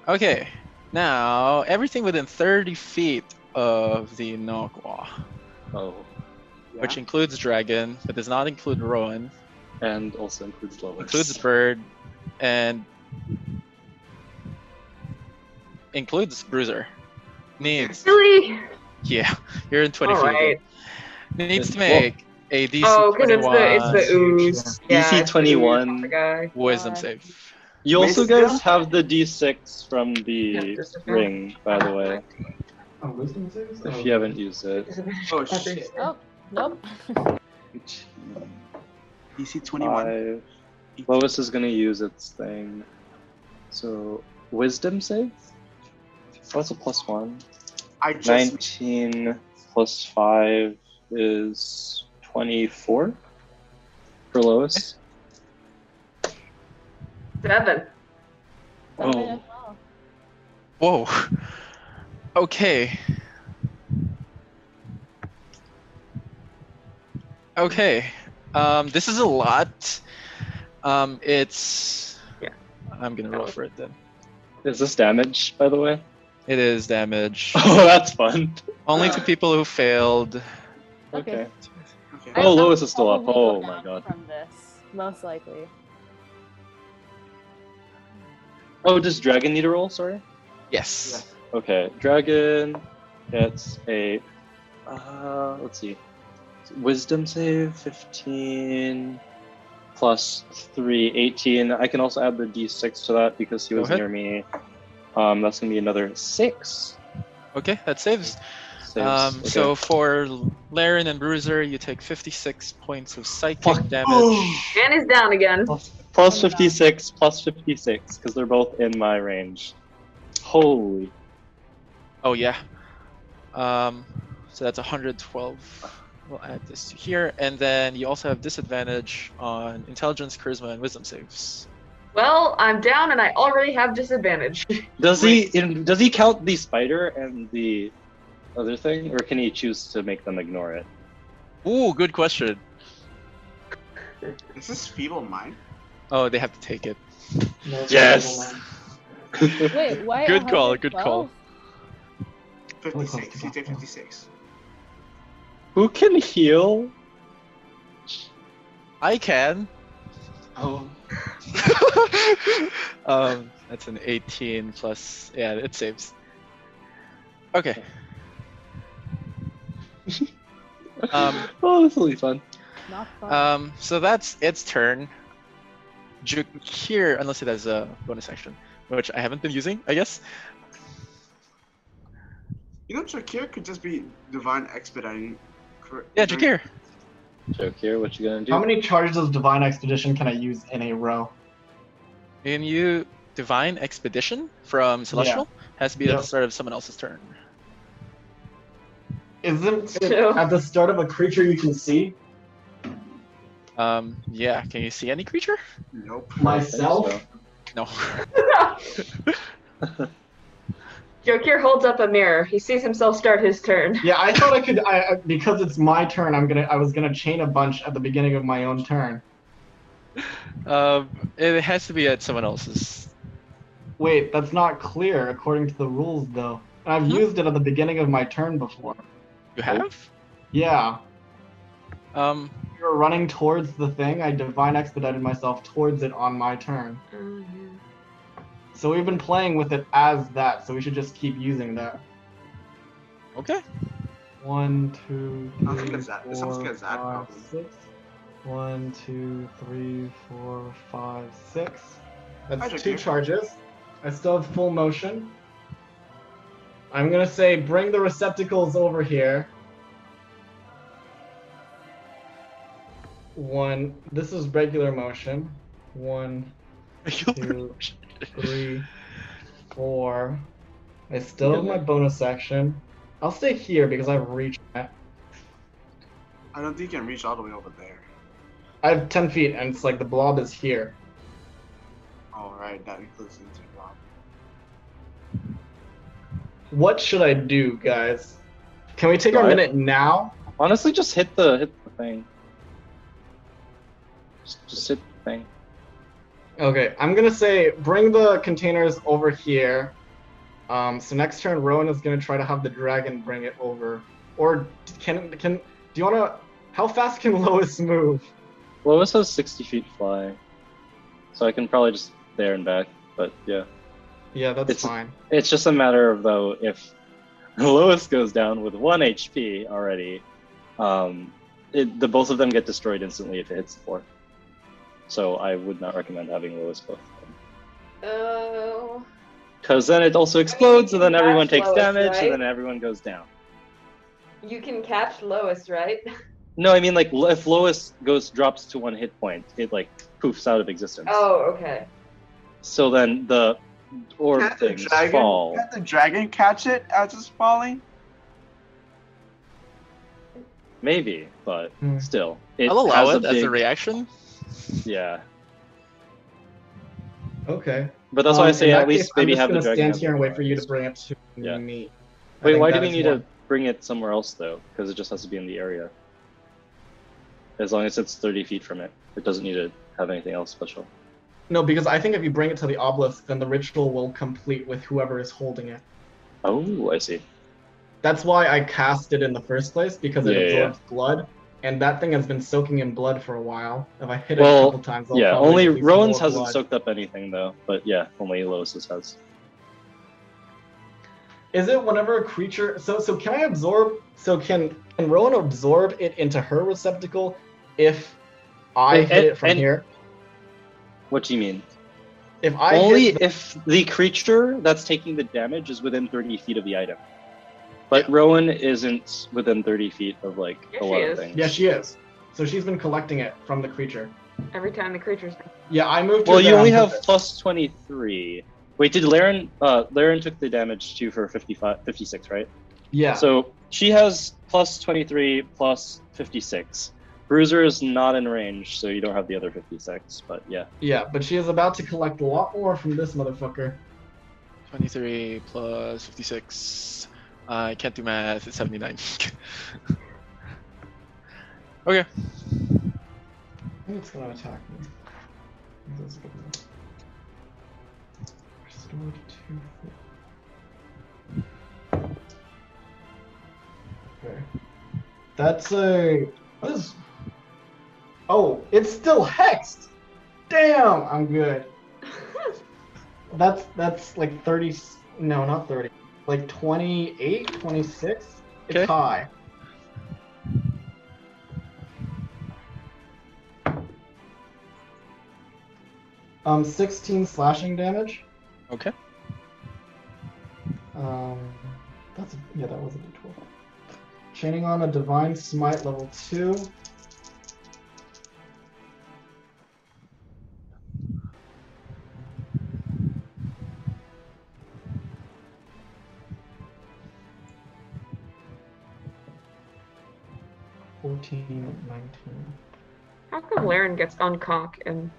[SPEAKER 3] Okay. Now everything within 30 feet of the Nokwa,
[SPEAKER 4] Oh,
[SPEAKER 2] Yeah.
[SPEAKER 3] which includes dragon, but does not include Rowan,
[SPEAKER 4] and also includes Lois.
[SPEAKER 3] includes bird, and includes bruiser. Needs,
[SPEAKER 6] Really?
[SPEAKER 3] yeah, you're in 20 feet. of
[SPEAKER 6] Alright.
[SPEAKER 3] it. Needs to
[SPEAKER 4] Well-
[SPEAKER 3] make a DC
[SPEAKER 6] Oh, because it's
[SPEAKER 3] 21
[SPEAKER 6] the it's the ooze.
[SPEAKER 4] Yeah.
[SPEAKER 6] Yeah,
[SPEAKER 4] DC
[SPEAKER 6] it's the ooze on
[SPEAKER 4] 21.
[SPEAKER 6] the guy.
[SPEAKER 3] wisdom
[SPEAKER 8] God.
[SPEAKER 3] save.
[SPEAKER 4] You also
[SPEAKER 2] Mace
[SPEAKER 4] guys have the D6 from the
[SPEAKER 6] just a
[SPEAKER 4] ring, by the way,
[SPEAKER 5] Oh, wisdom saves? Oh.
[SPEAKER 4] if you haven't used it.
[SPEAKER 2] Oh, shit.
[SPEAKER 8] Oh, nope.
[SPEAKER 2] DC 21.
[SPEAKER 4] Five. Lois is gonna use its thing. So wisdom save. Oh, that's a plus one.
[SPEAKER 2] I just.
[SPEAKER 4] 19 plus 5 is 24 for Lois.
[SPEAKER 6] Seven.
[SPEAKER 8] That
[SPEAKER 4] Oh.
[SPEAKER 8] might as well.
[SPEAKER 3] Whoa. Okay. Okay. Um, this is a lot. Um, it's.
[SPEAKER 6] Yeah.
[SPEAKER 3] I'm gonna roll for it then.
[SPEAKER 4] Is this damage, by the way?
[SPEAKER 3] It is damage.
[SPEAKER 4] Oh, that's fun.
[SPEAKER 3] Only to people who failed.
[SPEAKER 2] Okay.
[SPEAKER 8] Okay. I-
[SPEAKER 4] Oh,
[SPEAKER 8] I'll
[SPEAKER 4] Lois is still up.
[SPEAKER 8] probably go
[SPEAKER 4] Oh my
[SPEAKER 8] down
[SPEAKER 4] god.
[SPEAKER 8] From this, most likely.
[SPEAKER 4] Oh, does Dragon need a roll? Sorry.
[SPEAKER 3] Yes.
[SPEAKER 4] Okay, Dragon gets a. Uh, let's see. Wisdom save 15 plus 3, 18. I can also add the d6 to that because he
[SPEAKER 3] Go
[SPEAKER 4] was
[SPEAKER 3] ahead.
[SPEAKER 4] near me. Um, that's gonna be another 6.
[SPEAKER 3] Okay, that saves.
[SPEAKER 4] Saves.
[SPEAKER 3] Um,
[SPEAKER 4] Okay.
[SPEAKER 3] So for Laren and Bruiser, you take 56 points of psychic
[SPEAKER 4] Fuck.
[SPEAKER 3] damage.
[SPEAKER 6] And he's down again.
[SPEAKER 4] Plus, plus 56, plus 56, because they're both in my range. Holy.
[SPEAKER 3] Oh yeah. Um, so that's 112. We'll add this to here, and then you also have disadvantage on intelligence, charisma, and wisdom saves.
[SPEAKER 6] Well, I'm down and I already have disadvantage.
[SPEAKER 4] Does he in, does he count the spider and the other thing, or can he choose to make them ignore it?
[SPEAKER 3] Ooh, good question.
[SPEAKER 2] Is this feeble mind?
[SPEAKER 3] Oh, they have to take it.
[SPEAKER 5] No, it's
[SPEAKER 4] Yes.
[SPEAKER 5] double line.
[SPEAKER 8] Wait, why?
[SPEAKER 3] Good call, good call.
[SPEAKER 2] 56. You take 56.
[SPEAKER 4] Who can heal?
[SPEAKER 3] I can.
[SPEAKER 4] Oh,
[SPEAKER 3] um, that's an 18 plus. Yeah, it saves. Okay. um,
[SPEAKER 4] oh, this will be fun.
[SPEAKER 8] Not fun.
[SPEAKER 3] Um, so that's its turn. Jukir, unless it has a bonus action, which I haven't been using, I guess.
[SPEAKER 2] You know, Shakir could just be divine expediting. cor-
[SPEAKER 3] Yeah, Jukir.
[SPEAKER 4] Joke here. What you gonna do?
[SPEAKER 5] How many charges of Divine Expedition can I use in a row?
[SPEAKER 3] Can you divine expedition from celestial? Has to be at
[SPEAKER 5] Yep.
[SPEAKER 3] the start of someone else's turn.
[SPEAKER 5] Isn't it
[SPEAKER 6] Two.
[SPEAKER 5] at the start of a creature you can see?
[SPEAKER 3] Um, yeah. Can you see any creature?
[SPEAKER 2] Nope.
[SPEAKER 5] Myself?
[SPEAKER 3] No.
[SPEAKER 6] Jokir holds up a mirror. He sees himself start his turn.
[SPEAKER 5] Yeah, I thought I could. I, I- because it's my turn. I'm gonna. I was gonna chain a bunch at the beginning of my own turn.
[SPEAKER 3] um, it has to be at someone else's.
[SPEAKER 5] Wait, that's not clear according to the rules, though. And I've
[SPEAKER 3] Hmm?
[SPEAKER 5] used it at the beginning of my turn before.
[SPEAKER 3] You have.
[SPEAKER 5] Yeah,
[SPEAKER 3] Um,
[SPEAKER 5] we were running towards the thing. I divine expedited myself towards it on my turn.
[SPEAKER 6] Oh,
[SPEAKER 5] So we've been playing with it as that. So we should just keep using that.
[SPEAKER 3] okay.
[SPEAKER 5] One, two,
[SPEAKER 2] I'm scared
[SPEAKER 5] three,
[SPEAKER 2] of that. This sounds
[SPEAKER 5] four,
[SPEAKER 2] scared of that,
[SPEAKER 5] five,
[SPEAKER 2] probably.
[SPEAKER 5] six. One, two, three, four, five, six.
[SPEAKER 2] How'd you
[SPEAKER 5] That's two
[SPEAKER 2] do?
[SPEAKER 5] charges. I still have full motion. I'm gonna say, bring the receptacles over here. One. This is regular motion. One, two, three, four. I still have my bonus action. I'll stay here because I've reached.
[SPEAKER 2] I don't think you can reach all the way over there.
[SPEAKER 5] I have ten feet, and it's like the blob is here.
[SPEAKER 2] All right, that includes into Rob.
[SPEAKER 5] What should I do, guys? Can we take our
[SPEAKER 4] Right.
[SPEAKER 5] minute now?
[SPEAKER 4] Honestly, just hit the hit the thing. Just, just hit the thing.
[SPEAKER 5] Okay, I'm gonna say bring the containers over here. Um, so next turn, Rowan is gonna try to have the dragon bring it over. Or can can do you wanna? How fast can Lois move?
[SPEAKER 4] Lois has 60 feet fly, so I can probably just there and back. But yeah,
[SPEAKER 5] Yeah, that's
[SPEAKER 4] It's-
[SPEAKER 5] fine.
[SPEAKER 4] it's just a matter of though if Lois goes down with one HP already, um, it, the both of them get destroyed instantly if it hits the floor. So I would not recommend having Lois both.
[SPEAKER 11] Oh.
[SPEAKER 4] Because then it also explodes, and then
[SPEAKER 11] That's
[SPEAKER 4] everyone takes
[SPEAKER 11] Lois,
[SPEAKER 4] damage,
[SPEAKER 11] right?
[SPEAKER 4] and then everyone goes down.
[SPEAKER 11] You can catch Lois, right?
[SPEAKER 4] No, I mean like lo- if Lois goes drops to one hit point, it like poofs out of existence.
[SPEAKER 11] Oh, okay.
[SPEAKER 4] So then the orb
[SPEAKER 2] Can't the
[SPEAKER 4] things
[SPEAKER 2] dragon?
[SPEAKER 4] fall.
[SPEAKER 2] Can't the dragon catch it as it's falling?
[SPEAKER 4] Maybe, but
[SPEAKER 5] Hmm.
[SPEAKER 4] still, it
[SPEAKER 3] I'll allow
[SPEAKER 4] has
[SPEAKER 3] it as a
[SPEAKER 4] big-
[SPEAKER 3] reaction.
[SPEAKER 4] yeah.
[SPEAKER 5] Okay.
[SPEAKER 4] But that's why I
[SPEAKER 5] Um, in
[SPEAKER 4] say
[SPEAKER 5] that
[SPEAKER 4] at least
[SPEAKER 5] case,
[SPEAKER 4] maybe
[SPEAKER 5] I'm just
[SPEAKER 4] have the
[SPEAKER 5] gonna
[SPEAKER 4] dragon.
[SPEAKER 5] stand
[SPEAKER 4] have
[SPEAKER 5] here and
[SPEAKER 4] the
[SPEAKER 5] wait for you to
[SPEAKER 4] fire.
[SPEAKER 5] bring it to
[SPEAKER 4] Yeah.
[SPEAKER 5] me. I
[SPEAKER 4] Wait,
[SPEAKER 5] think
[SPEAKER 4] why
[SPEAKER 5] that
[SPEAKER 4] do we
[SPEAKER 5] is
[SPEAKER 4] need
[SPEAKER 5] one.
[SPEAKER 4] to bring it somewhere else though? Because it just has to be in the area. As long as it's thirty feet from it, it doesn't need to have anything else special.
[SPEAKER 5] No, because I think if you bring it to the obelisk, then the ritual will complete with whoever is holding it.
[SPEAKER 4] Oh, I see.
[SPEAKER 5] That's why I cast it in the first place because it
[SPEAKER 4] Yeah, yeah,
[SPEAKER 5] absorbs blood, and that thing has been soaking in blood for a while. If I hit it
[SPEAKER 4] Well,
[SPEAKER 5] a couple times, I'll
[SPEAKER 4] yeah,
[SPEAKER 5] probably
[SPEAKER 4] only
[SPEAKER 5] see some
[SPEAKER 4] Rowan's
[SPEAKER 5] more
[SPEAKER 4] hasn't
[SPEAKER 5] blood.
[SPEAKER 4] soaked up anything though. But yeah, only Lois's has.
[SPEAKER 5] Is it whenever a creature? So so can I absorb? So can can Rowan absorb it into her receptacle if I
[SPEAKER 4] And-
[SPEAKER 5] hit it from
[SPEAKER 4] and-
[SPEAKER 5] here?
[SPEAKER 4] What do you mean?
[SPEAKER 5] If I
[SPEAKER 4] Only
[SPEAKER 5] hit the-
[SPEAKER 4] if the creature that's taking the damage is within 30 feet of the item. But Rowan isn't within 30 feet of like
[SPEAKER 6] Yeah,
[SPEAKER 4] a
[SPEAKER 6] she
[SPEAKER 4] lot of
[SPEAKER 6] is.
[SPEAKER 4] things.
[SPEAKER 5] yeah, she is. So she's been collecting it from the creature.
[SPEAKER 6] Every time the creature's
[SPEAKER 5] Yeah, I moved. her
[SPEAKER 4] well, you
[SPEAKER 5] down
[SPEAKER 4] only
[SPEAKER 5] to
[SPEAKER 4] have
[SPEAKER 5] this.
[SPEAKER 4] plus 23. Wait, did Laren? Uh, Laren took the damage too for 55, 56, right?
[SPEAKER 5] Yeah.
[SPEAKER 4] So she has plus 23 plus 56. Bruiser is not in range, so you don't have the other 56. But yeah,
[SPEAKER 5] Yeah, but she is about to collect a lot more from this motherfucker.
[SPEAKER 3] 23 plus 56. I can't do math. It's 79. okay.
[SPEAKER 5] I think it's gonna attack me. I think that's good enough. Restored two foot. Okay. That's a. What is. Oh, it's still hexed! Damn! I'm good. That's that's like 30. No, not 30. Like 28, 26?
[SPEAKER 3] Okay.
[SPEAKER 5] It's high. Um, 16 slashing damage.
[SPEAKER 3] Okay.
[SPEAKER 5] Um, that's yeah, that was a d12. Chaining on a divine smite level two. Fourteen, nineteen.
[SPEAKER 6] How come Laren gets unconk and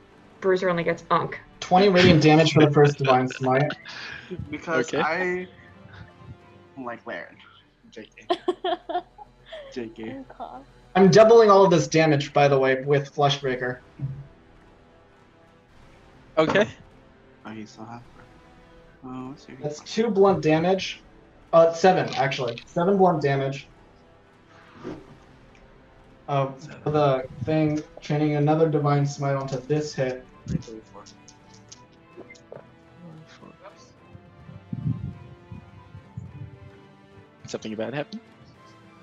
[SPEAKER 6] Bruiser only gets unk?
[SPEAKER 5] 20 radiant damage for the first divine smite.
[SPEAKER 2] Because
[SPEAKER 3] Okay.
[SPEAKER 2] I don't like Laren. JK.
[SPEAKER 3] Uh,
[SPEAKER 2] JK.
[SPEAKER 8] Cough.
[SPEAKER 5] I'm doubling all of this damage, by the way, with Fleshbreaker.
[SPEAKER 3] Okay.
[SPEAKER 2] Oh, you still have her. Oh, let's see.
[SPEAKER 5] That's two blunt damage. Uh, seven actually. Seven blunt damage. Uh, for the thing chaining another divine smite onto this hit.
[SPEAKER 2] Three, three, four.
[SPEAKER 3] Something bad happened.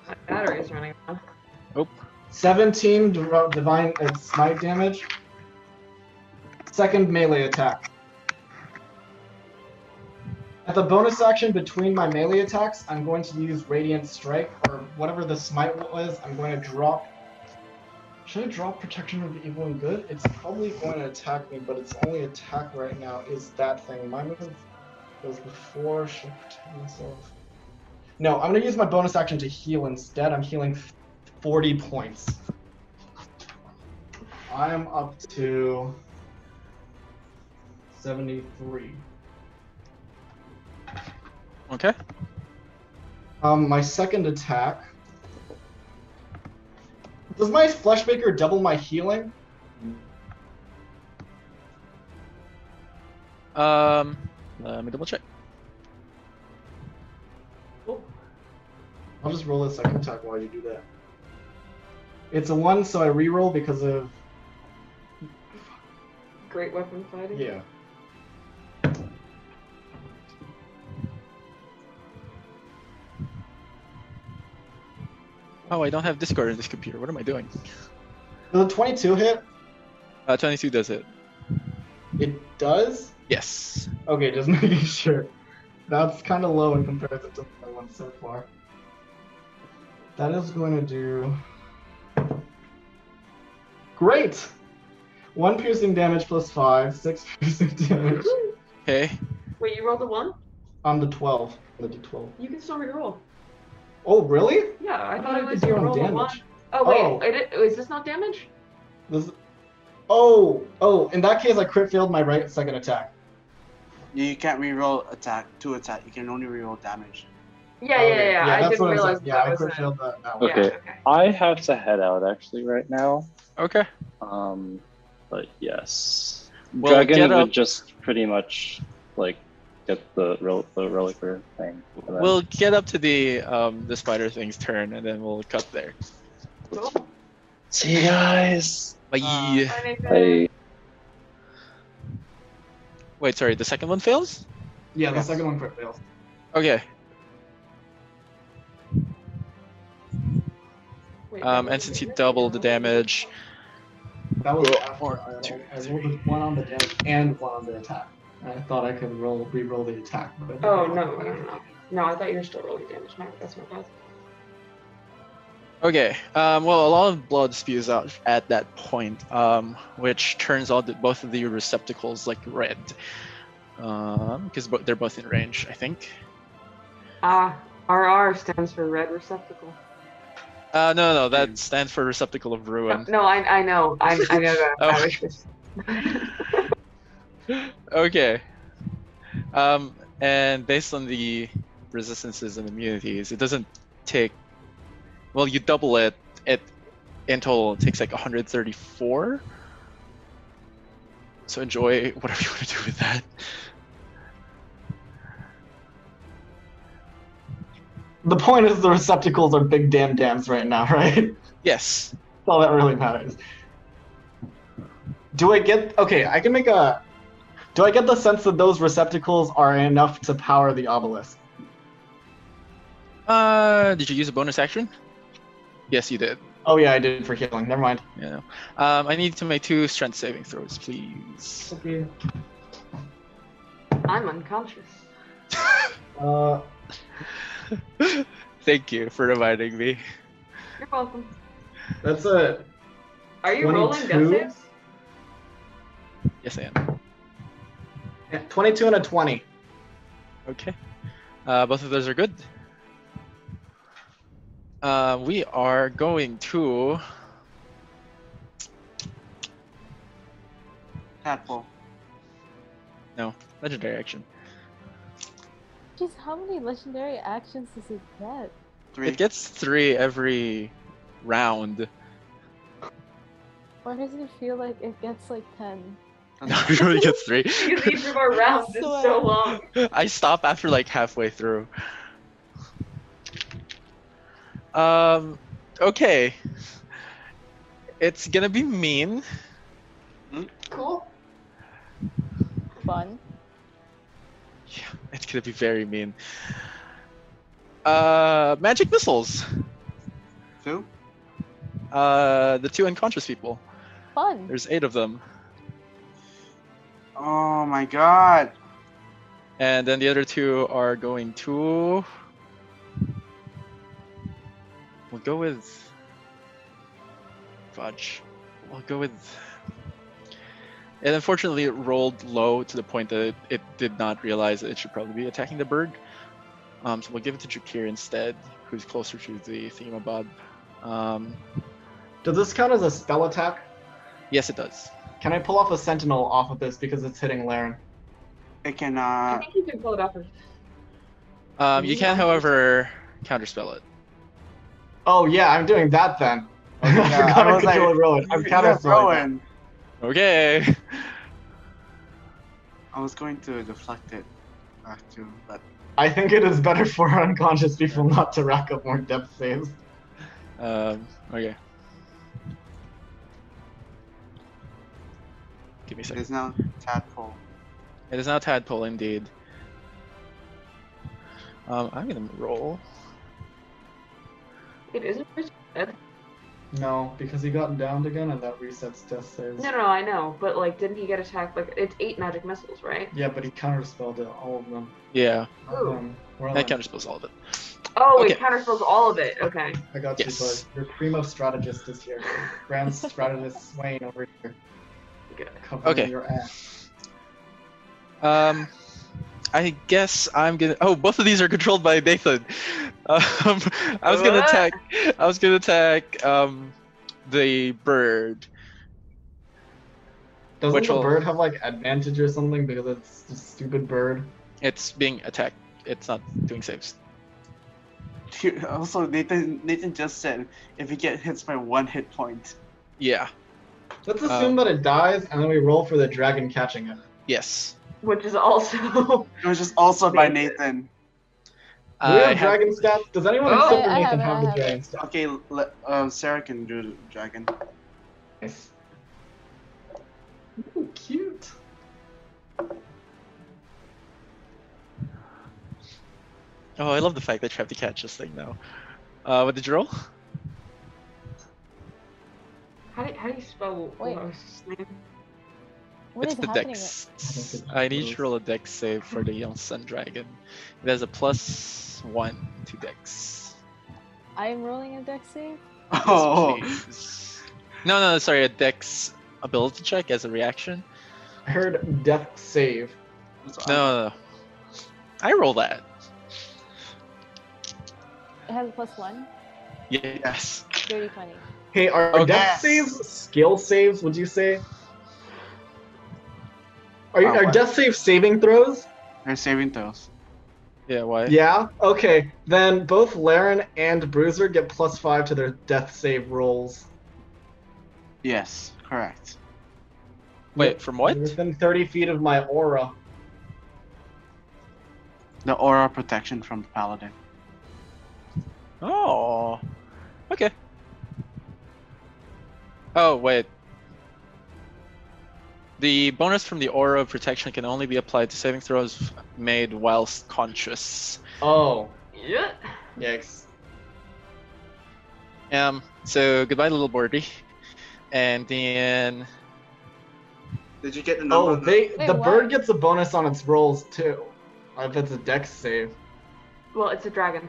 [SPEAKER 6] My battery's running out.
[SPEAKER 5] 17 div- divine uh, smite damage. Second melee attack. At the bonus action between my melee attacks, I'm going to use Radiant Strike or whatever the smite was. I'm going to drop. Should I drop Protection of Evil and Good? It's probably going to attack me, but its only attack right now is that thing. My move was before. Should I protect myself? No, I'm going to use my bonus action to heal instead. I'm healing 40 points. I am up to 73.
[SPEAKER 3] Okay.
[SPEAKER 5] Um, my second attack. Does my Fleshmaker double my healing?
[SPEAKER 3] Um, let me double check.
[SPEAKER 5] I'll just roll a second attack while you do that. It's a 1, so I reroll because of.
[SPEAKER 6] Great weapon fighting.
[SPEAKER 5] Yeah.
[SPEAKER 3] Oh, I don't have Discord in this computer. What am I doing?
[SPEAKER 5] Does a 22 hit?
[SPEAKER 3] Uh, 22 does it.
[SPEAKER 5] It does?
[SPEAKER 3] Yes.
[SPEAKER 5] Okay, just making sure. That's kind of low in comparison to the one so far. That is going to do. Great! One piercing damage plus five, six piercing damage
[SPEAKER 3] Okay.
[SPEAKER 6] Wait, you rolled a one?
[SPEAKER 5] on the 12. The d12.
[SPEAKER 6] You can still reroll.
[SPEAKER 5] Oh, really?
[SPEAKER 6] Yeah, I
[SPEAKER 5] I
[SPEAKER 6] thought it
[SPEAKER 5] did
[SPEAKER 6] was
[SPEAKER 5] zero
[SPEAKER 6] roll a
[SPEAKER 5] damage.
[SPEAKER 6] one. Oh wait,
[SPEAKER 5] Oh.
[SPEAKER 6] I did- is this not damage?
[SPEAKER 5] This... Oh, oh, in that case, I crit failed my right second attack.
[SPEAKER 2] You can't reroll attack to attack. You can only reroll damage.
[SPEAKER 6] Yeah,
[SPEAKER 5] Okay,
[SPEAKER 6] yeah, Oh, yeah. I
[SPEAKER 5] that's
[SPEAKER 6] didn't
[SPEAKER 5] what said.
[SPEAKER 6] realize
[SPEAKER 5] Yeah,
[SPEAKER 6] that
[SPEAKER 5] I
[SPEAKER 6] was
[SPEAKER 5] crit
[SPEAKER 6] a-
[SPEAKER 5] failed that, that one.
[SPEAKER 6] yeah,
[SPEAKER 4] Okay.
[SPEAKER 6] okay.
[SPEAKER 4] I have to head out actually right now.
[SPEAKER 3] Okay.
[SPEAKER 4] Um, but yes,
[SPEAKER 3] Well,
[SPEAKER 4] Dragon
[SPEAKER 3] get
[SPEAKER 4] would
[SPEAKER 3] up-
[SPEAKER 4] just pretty much like get the rel- the reliquary thing. and then-
[SPEAKER 3] We'll get up to the um the spider thing's turn, and then we'll cut there.
[SPEAKER 6] Cool.
[SPEAKER 4] see you guys.
[SPEAKER 3] Bye.
[SPEAKER 2] Uh,
[SPEAKER 6] Bye,
[SPEAKER 4] Bye.
[SPEAKER 6] Nathan.
[SPEAKER 3] Wait, sorry. The second one fails.
[SPEAKER 5] Yeah, the second one crit fails.
[SPEAKER 3] Okay.
[SPEAKER 6] Wait,
[SPEAKER 3] Um,
[SPEAKER 6] wait,
[SPEAKER 3] and
[SPEAKER 6] wait,
[SPEAKER 3] since
[SPEAKER 6] wait,
[SPEAKER 3] you
[SPEAKER 6] wait.
[SPEAKER 3] doubled the damage,
[SPEAKER 5] That was
[SPEAKER 3] Roll
[SPEAKER 5] after
[SPEAKER 3] one,
[SPEAKER 5] I rolled,
[SPEAKER 3] two,
[SPEAKER 5] I rolled with one on the damage and one on the attack. I thought I could roll re-roll the attack, but
[SPEAKER 6] Oh no, no, no, no. No, I thought you were still rolling damage. No, that's my bad.
[SPEAKER 3] Okay. Um, well, a lot of blood spews out at that point, um, which turns out that both of the receptacles like red, because bo- they're both in range, I think.
[SPEAKER 6] Ah, RR stands for red receptacle.
[SPEAKER 3] Uh, no, no, that stands for receptacle of ruin.
[SPEAKER 6] No, I, I know, I, I know that.
[SPEAKER 3] Oh.
[SPEAKER 6] I was just.
[SPEAKER 3] okay. Um, and based on the resistances and immunities, it doesn't take. Well, you double it. It in total it takes like 134. So enjoy whatever you want to do with that.
[SPEAKER 5] The point is the receptacles are big damn dams right now, right?
[SPEAKER 3] Yes.
[SPEAKER 5] That's all that really matters. Do I get okay? I can make a. Do I get the sense that those receptacles are enough to power the obelisk?
[SPEAKER 3] Uh, did you use a bonus action? Yes, you did.
[SPEAKER 5] Oh yeah, I did for healing. Never mind.
[SPEAKER 3] Yeah. Um, I need to make two strength saving throws, please.
[SPEAKER 5] Okay.
[SPEAKER 6] I'm unconscious.
[SPEAKER 5] Uh,
[SPEAKER 3] Thank you for reminding me.
[SPEAKER 6] You're welcome.
[SPEAKER 5] that's a
[SPEAKER 6] Are you rolling death
[SPEAKER 5] 22?
[SPEAKER 6] saves?
[SPEAKER 3] Yes, I am.
[SPEAKER 5] twenty-two and a twenty.
[SPEAKER 3] Okay. Uh, both of those are good. Uh, we are going to.
[SPEAKER 2] Tadpole.
[SPEAKER 3] Legendary action.
[SPEAKER 8] Just how many legendary actions does it get?
[SPEAKER 2] Three.
[SPEAKER 3] It gets three every round.
[SPEAKER 8] Or does it feel like it gets like 10?
[SPEAKER 3] No, it really gets three.
[SPEAKER 6] Because each of our rounds is
[SPEAKER 8] So-
[SPEAKER 6] so long.
[SPEAKER 3] I stop after like halfway through. Um, okay. It's gonna be mean.
[SPEAKER 6] Cool.
[SPEAKER 8] Fun.
[SPEAKER 3] Yeah, it's gonna be very mean. Uh, magic missiles.
[SPEAKER 2] Who?
[SPEAKER 3] Uh, the two unconscious people.
[SPEAKER 8] Fun.
[SPEAKER 3] There's eight of them,
[SPEAKER 2] Oh my god.
[SPEAKER 3] and then the other two are going to. We'll go with. Fudge. We'll go with. It unfortunately rolled low to the point that it did not realize that it should probably be attacking the bird. Um, so we'll give it to Jakir instead, who's closer to the thingamabob. Um,
[SPEAKER 5] Does this count as a spell attack?
[SPEAKER 3] yes, it does.
[SPEAKER 5] Can I pull off a sentinel off of this because it's hitting Laren?
[SPEAKER 2] It
[SPEAKER 6] I
[SPEAKER 2] cannot.
[SPEAKER 6] think you can pull it off. of-
[SPEAKER 3] Um, you can, however, counterspell it.
[SPEAKER 5] Oh yeah, I'm doing that then. I
[SPEAKER 2] yeah,
[SPEAKER 5] forgot
[SPEAKER 2] I
[SPEAKER 5] I
[SPEAKER 2] was
[SPEAKER 5] could
[SPEAKER 2] like,
[SPEAKER 5] do a roll. I'm
[SPEAKER 2] Yeah,
[SPEAKER 5] counter throwing.
[SPEAKER 2] Rowan.
[SPEAKER 3] Okay.
[SPEAKER 2] I was going to deflect it back to, but
[SPEAKER 5] I think it is better for unconscious people not to rack up more depth saves.
[SPEAKER 3] Um, okay. Give me a
[SPEAKER 2] it
[SPEAKER 3] second.
[SPEAKER 2] is now tadpole.
[SPEAKER 3] It is now tadpole indeed. Um, I'm gonna roll.
[SPEAKER 6] It isn't. Bruce-
[SPEAKER 5] No, because he got downed again and that resets death saves.
[SPEAKER 6] No, no, no, I know, but like, didn't he get attacked? Like, it's eight magic missiles, right?
[SPEAKER 5] Yeah, but he counterspelled it, all of them.
[SPEAKER 3] Yeah,
[SPEAKER 6] Ooh.
[SPEAKER 5] Um, Rowan,
[SPEAKER 3] that counterspells all of it.
[SPEAKER 6] Oh, it
[SPEAKER 3] Okay.
[SPEAKER 6] counterspells all of it. Okay.
[SPEAKER 5] I got
[SPEAKER 3] Yes.
[SPEAKER 5] you, bud. Your primo strategist is here. Grand strategist Swain over here.
[SPEAKER 6] Good.
[SPEAKER 5] Covering
[SPEAKER 3] Okay.
[SPEAKER 5] your ass.
[SPEAKER 3] Um, I guess I'm gonna. Oh, both of these are controlled by Nathan. Um, I was gonna
[SPEAKER 6] What?
[SPEAKER 3] attack. I was gonna attack um, the bird.
[SPEAKER 5] Doesn't
[SPEAKER 3] Which
[SPEAKER 5] the
[SPEAKER 3] will-
[SPEAKER 5] bird have like advantage or something because it's a stupid bird?
[SPEAKER 3] It's being attacked. It's not doing saves.
[SPEAKER 2] Dude, also, Nathan Nathan just said if he get hits by one hit point.
[SPEAKER 3] Yeah. Uh,
[SPEAKER 5] Let's assume that it dies and then we roll for the dragon catching it.
[SPEAKER 3] Yes.
[SPEAKER 6] Which is also.
[SPEAKER 2] It was just also by
[SPEAKER 6] Nathan.
[SPEAKER 2] Nathan.
[SPEAKER 5] Do we
[SPEAKER 3] I
[SPEAKER 5] have
[SPEAKER 3] have-
[SPEAKER 5] dragon stats? Does anyone
[SPEAKER 6] Oh,
[SPEAKER 5] except for
[SPEAKER 8] I- I
[SPEAKER 5] Nathan
[SPEAKER 8] have it,
[SPEAKER 5] have
[SPEAKER 8] I
[SPEAKER 5] the
[SPEAKER 8] have it.
[SPEAKER 5] dragon stats?
[SPEAKER 2] Okay, let, um, Sarah can do the dragon.
[SPEAKER 5] Nice. Ooh, cute.
[SPEAKER 3] Oh, I love the fact that you have to catch this thing now. Uh, what did you roll?
[SPEAKER 6] How do, how do you spell
[SPEAKER 8] Wait.
[SPEAKER 6] Wolf's name?
[SPEAKER 8] What
[SPEAKER 3] it's
[SPEAKER 8] is
[SPEAKER 3] the
[SPEAKER 8] happening?
[SPEAKER 3] dex.
[SPEAKER 5] I don't think
[SPEAKER 3] I
[SPEAKER 5] it
[SPEAKER 3] need you to roll a dex save for the young sun dragon. It has a plus one to dex.
[SPEAKER 8] I'm rolling a dex save.
[SPEAKER 2] Oh,
[SPEAKER 3] Please. No, no, sorry, a dex ability check as a reaction.
[SPEAKER 5] I heard death save.
[SPEAKER 2] that's
[SPEAKER 3] No, no, no. I roll that.
[SPEAKER 8] It has a plus one.
[SPEAKER 3] Yes.
[SPEAKER 8] Dirty twenty.
[SPEAKER 5] Hey, are are
[SPEAKER 3] Okay.
[SPEAKER 5] death saves skill saves, would you say? Are, you,
[SPEAKER 2] Uh,
[SPEAKER 5] are
[SPEAKER 2] what?
[SPEAKER 5] death save saving throws?
[SPEAKER 2] They're saving throws.
[SPEAKER 3] Yeah, why?
[SPEAKER 5] Yeah? Okay. Then both Laren and Bruiser get plus five to their death save rolls.
[SPEAKER 2] Yes, correct.
[SPEAKER 3] Wait, from what?
[SPEAKER 5] Within 30 feet of my aura.
[SPEAKER 2] The aura protection from paladin.
[SPEAKER 3] Oh. Okay. Oh, wait. The bonus from the aura of protection can only be applied to saving throws made whilst conscious.
[SPEAKER 5] Oh.
[SPEAKER 6] Yeah.
[SPEAKER 5] Yikes.
[SPEAKER 3] Um, so goodbye, little birdie. And then
[SPEAKER 9] Did you get the number?
[SPEAKER 5] Oh,
[SPEAKER 9] on the-
[SPEAKER 5] they
[SPEAKER 8] Wait,
[SPEAKER 5] the
[SPEAKER 8] what?
[SPEAKER 5] bird gets a bonus on its rolls too. If it's a dex save.
[SPEAKER 6] Well, it's a dragon.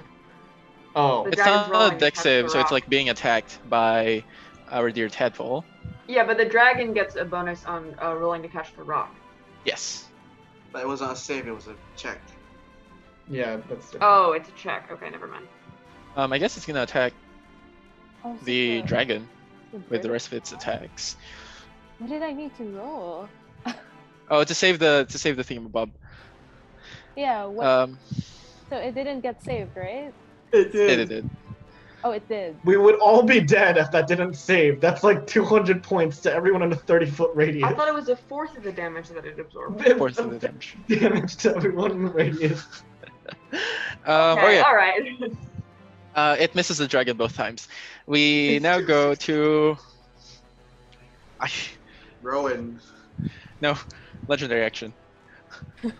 [SPEAKER 5] Oh.
[SPEAKER 6] The
[SPEAKER 3] it's
[SPEAKER 6] dragon's
[SPEAKER 3] not
[SPEAKER 6] rolling
[SPEAKER 3] a deck
[SPEAKER 6] attack
[SPEAKER 3] save,
[SPEAKER 6] for
[SPEAKER 3] so it's
[SPEAKER 6] rock.
[SPEAKER 3] like being attacked by our dear tadpole.
[SPEAKER 6] Yeah, but the dragon gets a bonus on uh, rolling to catch the rock.
[SPEAKER 3] Yes.
[SPEAKER 9] But it wasn't a save, it was a check.
[SPEAKER 5] Yeah, that's different.
[SPEAKER 6] Oh, it's a check. Okay, never mind.
[SPEAKER 3] Um, I guess it's gonna attack
[SPEAKER 8] Oh, so
[SPEAKER 3] the
[SPEAKER 8] sorry.
[SPEAKER 3] dragon with the
[SPEAKER 8] bird.
[SPEAKER 3] rest of its attacks.
[SPEAKER 8] What did I need to roll?
[SPEAKER 3] Oh, to save the to save the thingamabob.
[SPEAKER 8] Yeah. What?
[SPEAKER 3] Um,
[SPEAKER 8] so it didn't get saved, right?
[SPEAKER 5] It
[SPEAKER 3] it
[SPEAKER 5] did.
[SPEAKER 3] it did.
[SPEAKER 8] Oh, it did.
[SPEAKER 5] We would all be dead if that didn't save. That's like 200 points to everyone in a 30 foot radius.
[SPEAKER 6] I thought it was a fourth of the damage that it absorbed.
[SPEAKER 5] It's
[SPEAKER 3] Fourth
[SPEAKER 5] a
[SPEAKER 3] of the damage.
[SPEAKER 5] big damage to everyone in the radius.
[SPEAKER 3] Um, okay.
[SPEAKER 6] all right.
[SPEAKER 3] Uh, it misses the dragon both times. We now go to. I,
[SPEAKER 9] Rowan.
[SPEAKER 3] no, legendary action. uh,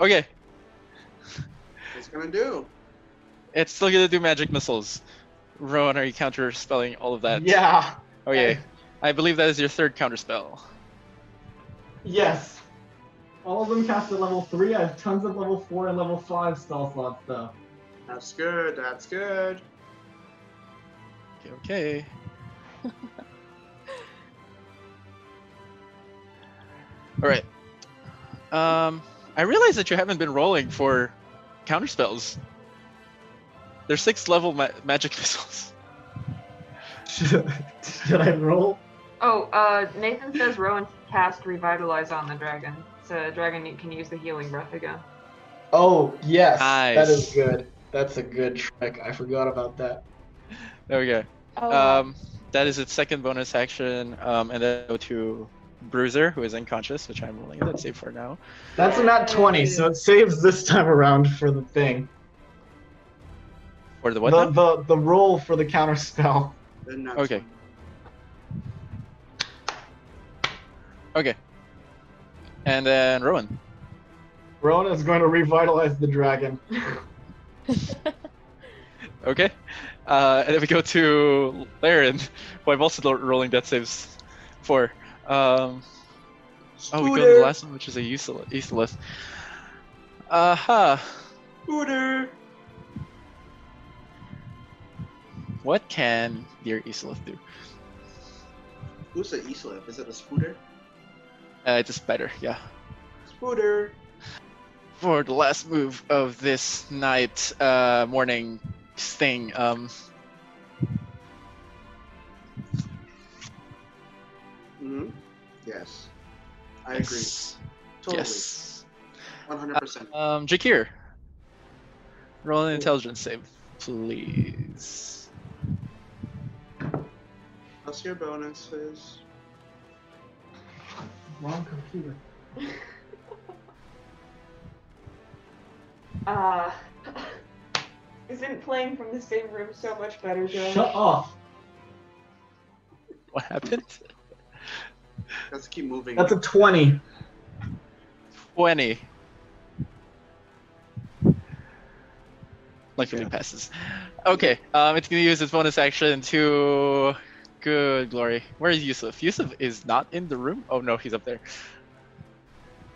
[SPEAKER 3] okay, Uh,
[SPEAKER 9] What's it gonna do?
[SPEAKER 3] It's still gonna do magic missiles. Rowan, are you counter spelling all of that?
[SPEAKER 5] Yeah.
[SPEAKER 3] Okay. I believe that is your third counter spell.
[SPEAKER 5] Yes. All of them cast at level three. I have tons of level four and level five spell slots though.
[SPEAKER 2] That's good. That's good.
[SPEAKER 3] Okay, okay. All right. Um, I realize that you haven't been rolling for counter spells. They're sixth level ma- magic missiles.
[SPEAKER 5] Should, should I roll?
[SPEAKER 6] Oh, uh, Nathan says Rowan cast revitalize on the dragon, so dragon you can use the healing breath again.
[SPEAKER 5] Oh yes, that is
[SPEAKER 3] Nice.
[SPEAKER 5] good. That's a good trick. I forgot about that.
[SPEAKER 3] There we go.
[SPEAKER 8] Oh,
[SPEAKER 3] Um, that is its second bonus action, um, and then go to Bruiser, who is unconscious, which I'm rolling that save for now.
[SPEAKER 5] That's a nat twenty, so it saves this time around for the thing.
[SPEAKER 3] Or the what?
[SPEAKER 5] the,
[SPEAKER 3] now?
[SPEAKER 5] the the roll for the counter spell.
[SPEAKER 2] The next
[SPEAKER 3] Okay.
[SPEAKER 2] one.
[SPEAKER 3] Okay. And then Rowan.
[SPEAKER 5] Rona is going to revitalize the dragon.
[SPEAKER 3] Okay. Uh, and then we go to Laren, who I'm also lo- rolling death saves for. Um, oh, we go to the
[SPEAKER 2] Scooter!
[SPEAKER 3] last one, which is a useless. useless. Uh huh.
[SPEAKER 2] Scooter!
[SPEAKER 3] What can dear Isolith do?
[SPEAKER 2] Who's the Islip? Is it a scooter?
[SPEAKER 3] Uh, it's a spider, yeah.
[SPEAKER 2] Scooter!
[SPEAKER 3] for the last move of this night uh, morning thing. Um,
[SPEAKER 2] hmm Yes. I agree.
[SPEAKER 3] yes.
[SPEAKER 2] Totally.
[SPEAKER 3] Yes.
[SPEAKER 2] 100%.
[SPEAKER 3] Um, Jakir, roll an intelligence save, please.
[SPEAKER 2] Plus your bonuses.
[SPEAKER 5] Wrong computer.
[SPEAKER 11] Uh, isn't playing from the same room so much better, Joe?
[SPEAKER 5] Shut off.
[SPEAKER 3] What happened?
[SPEAKER 2] Let's keep moving.
[SPEAKER 5] That's a twenty.
[SPEAKER 3] Twenty. Luckily passes. Okay, um, it's gonna use its bonus action to. Good glory. Where is Yusuf? Yusuf is not in the room. Oh no, he's up there.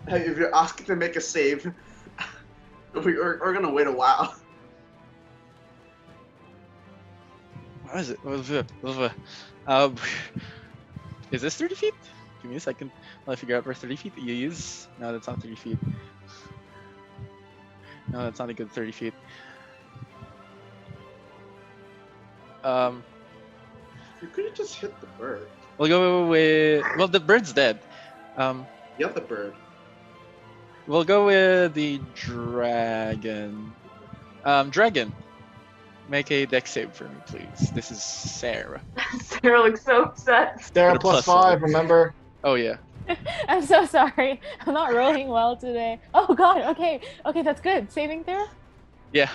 [SPEAKER 2] Hey, if you're asking to make a save, we, are we're gonna wait a while.
[SPEAKER 3] What is it? Um, is this 30 feet? Give me a second. I'll figure out where 30 feet you use. No, that's not 30 feet. No, that's not a good 30 feet. Um,
[SPEAKER 2] You could have just hit the bird.
[SPEAKER 3] we'll go with. Well, the bird's dead. Um,
[SPEAKER 2] The other bird.
[SPEAKER 3] we'll go with the dragon. Um, dragon, make a deck save for me, please. This is Sarah.
[SPEAKER 6] Sarah looks so upset.
[SPEAKER 5] Sarah
[SPEAKER 3] Get a plus
[SPEAKER 5] plus five.
[SPEAKER 3] one.
[SPEAKER 5] Remember.
[SPEAKER 3] Oh yeah.
[SPEAKER 8] I'm so sorry. I'm not rolling well today. Oh god. Okay. Okay, that's good. Saving throw.
[SPEAKER 3] Yeah.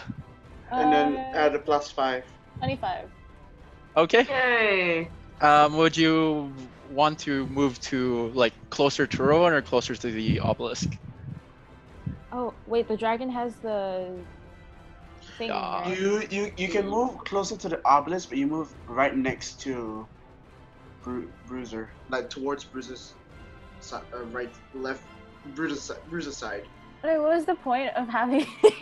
[SPEAKER 2] And then
[SPEAKER 8] Uh,
[SPEAKER 2] add a plus five.
[SPEAKER 8] 25.
[SPEAKER 3] Okay.
[SPEAKER 6] Yay!
[SPEAKER 3] Um, would you want to move to like closer to Rowan or closer to the obelisk?
[SPEAKER 8] Oh wait, the dragon has the thing.
[SPEAKER 3] Yeah.
[SPEAKER 8] right?
[SPEAKER 2] You you you can move closer to the obelisk, but you move right next to Bru- Bruiser, like towards Bruiser's si- uh, right, left, Bruiser's, si- Bruiser's side.
[SPEAKER 8] Wait, what was the point of having?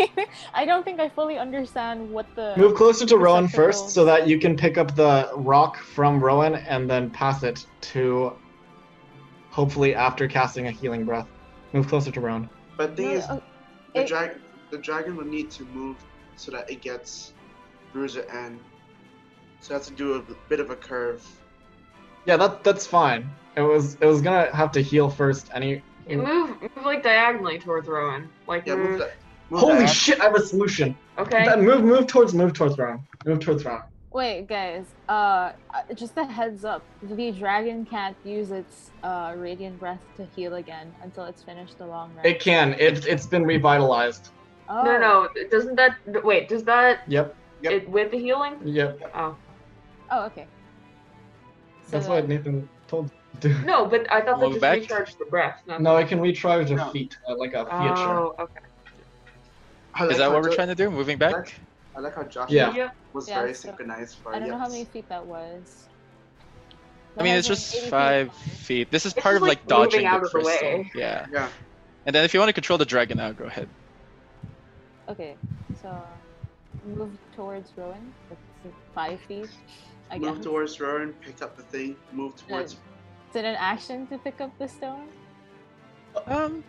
[SPEAKER 8] I don't think I fully understand what the.
[SPEAKER 5] Move closer to Rowan
[SPEAKER 8] Perception
[SPEAKER 5] first
[SPEAKER 8] roll.
[SPEAKER 5] so that you can pick up the rock from Rowan and then pass it to hopefully after casting a healing breath. Move closer to Rowan.
[SPEAKER 2] But the thing
[SPEAKER 8] No,
[SPEAKER 2] is,
[SPEAKER 8] oh,
[SPEAKER 2] the
[SPEAKER 8] it-
[SPEAKER 2] drag the dragon will need to move so that it gets Bruiser and so it has to do a bit of a curve.
[SPEAKER 5] Yeah, that that's fine. It was it was gonna have to heal first any
[SPEAKER 6] Move, move like diagonally towards Rowan. Like,
[SPEAKER 2] Yeah,
[SPEAKER 8] Mm.
[SPEAKER 6] move-
[SPEAKER 2] move that. Move
[SPEAKER 5] Holy
[SPEAKER 2] that.
[SPEAKER 5] shit, I have a solution.
[SPEAKER 6] okay.
[SPEAKER 5] That- Move move towards move towards Rowan. Move towards Rowan.
[SPEAKER 8] Wait, guys. Uh, uh, just a heads up: the dragon can't use its uh radiant breath to heal again until it's finished the long rest.
[SPEAKER 5] It can. It it's been revitalized.
[SPEAKER 8] Oh.
[SPEAKER 6] No, no. Doesn't that wait? Does that
[SPEAKER 5] Yep.
[SPEAKER 2] Yep.
[SPEAKER 6] it with the healing?
[SPEAKER 5] Yep.
[SPEAKER 6] Oh
[SPEAKER 8] Oh, okay. So
[SPEAKER 5] That's
[SPEAKER 8] then-
[SPEAKER 5] what Nathan told you to do.
[SPEAKER 6] no, but I thought
[SPEAKER 3] Move
[SPEAKER 6] that just
[SPEAKER 3] back?
[SPEAKER 6] recharged the breath. Not
[SPEAKER 5] No, I can recharge a
[SPEAKER 2] No.
[SPEAKER 5] feet uh, like a feature.
[SPEAKER 6] oh, okay.
[SPEAKER 2] I like
[SPEAKER 3] Is that
[SPEAKER 2] how
[SPEAKER 3] what we're
[SPEAKER 2] Jo-
[SPEAKER 3] trying to do? Moving back?
[SPEAKER 2] I like how Josh
[SPEAKER 5] Yeah.
[SPEAKER 6] Yeah.
[SPEAKER 2] was
[SPEAKER 8] Yeah,
[SPEAKER 2] very
[SPEAKER 8] so-
[SPEAKER 2] synchronized for
[SPEAKER 8] I don't know how
[SPEAKER 2] yes.
[SPEAKER 8] many feet that was.
[SPEAKER 3] I
[SPEAKER 8] That
[SPEAKER 3] mean, it's
[SPEAKER 8] has been
[SPEAKER 3] just
[SPEAKER 8] 80 feet.
[SPEAKER 3] five feet. This is
[SPEAKER 6] It's
[SPEAKER 3] part
[SPEAKER 6] just,
[SPEAKER 3] of
[SPEAKER 6] like,
[SPEAKER 3] like dodging
[SPEAKER 6] moving out
[SPEAKER 3] the
[SPEAKER 6] of the
[SPEAKER 3] crystal.
[SPEAKER 6] way.
[SPEAKER 3] Yeah.
[SPEAKER 2] Yeah.
[SPEAKER 3] And then if you want to control the dragon now, go ahead.
[SPEAKER 8] Okay, so move towards Rowan. That's five feet. I guess. Oh,
[SPEAKER 2] Move towards Rowan, pick up the thing, move towards.
[SPEAKER 8] Is it an action to pick up the stone?
[SPEAKER 3] Um,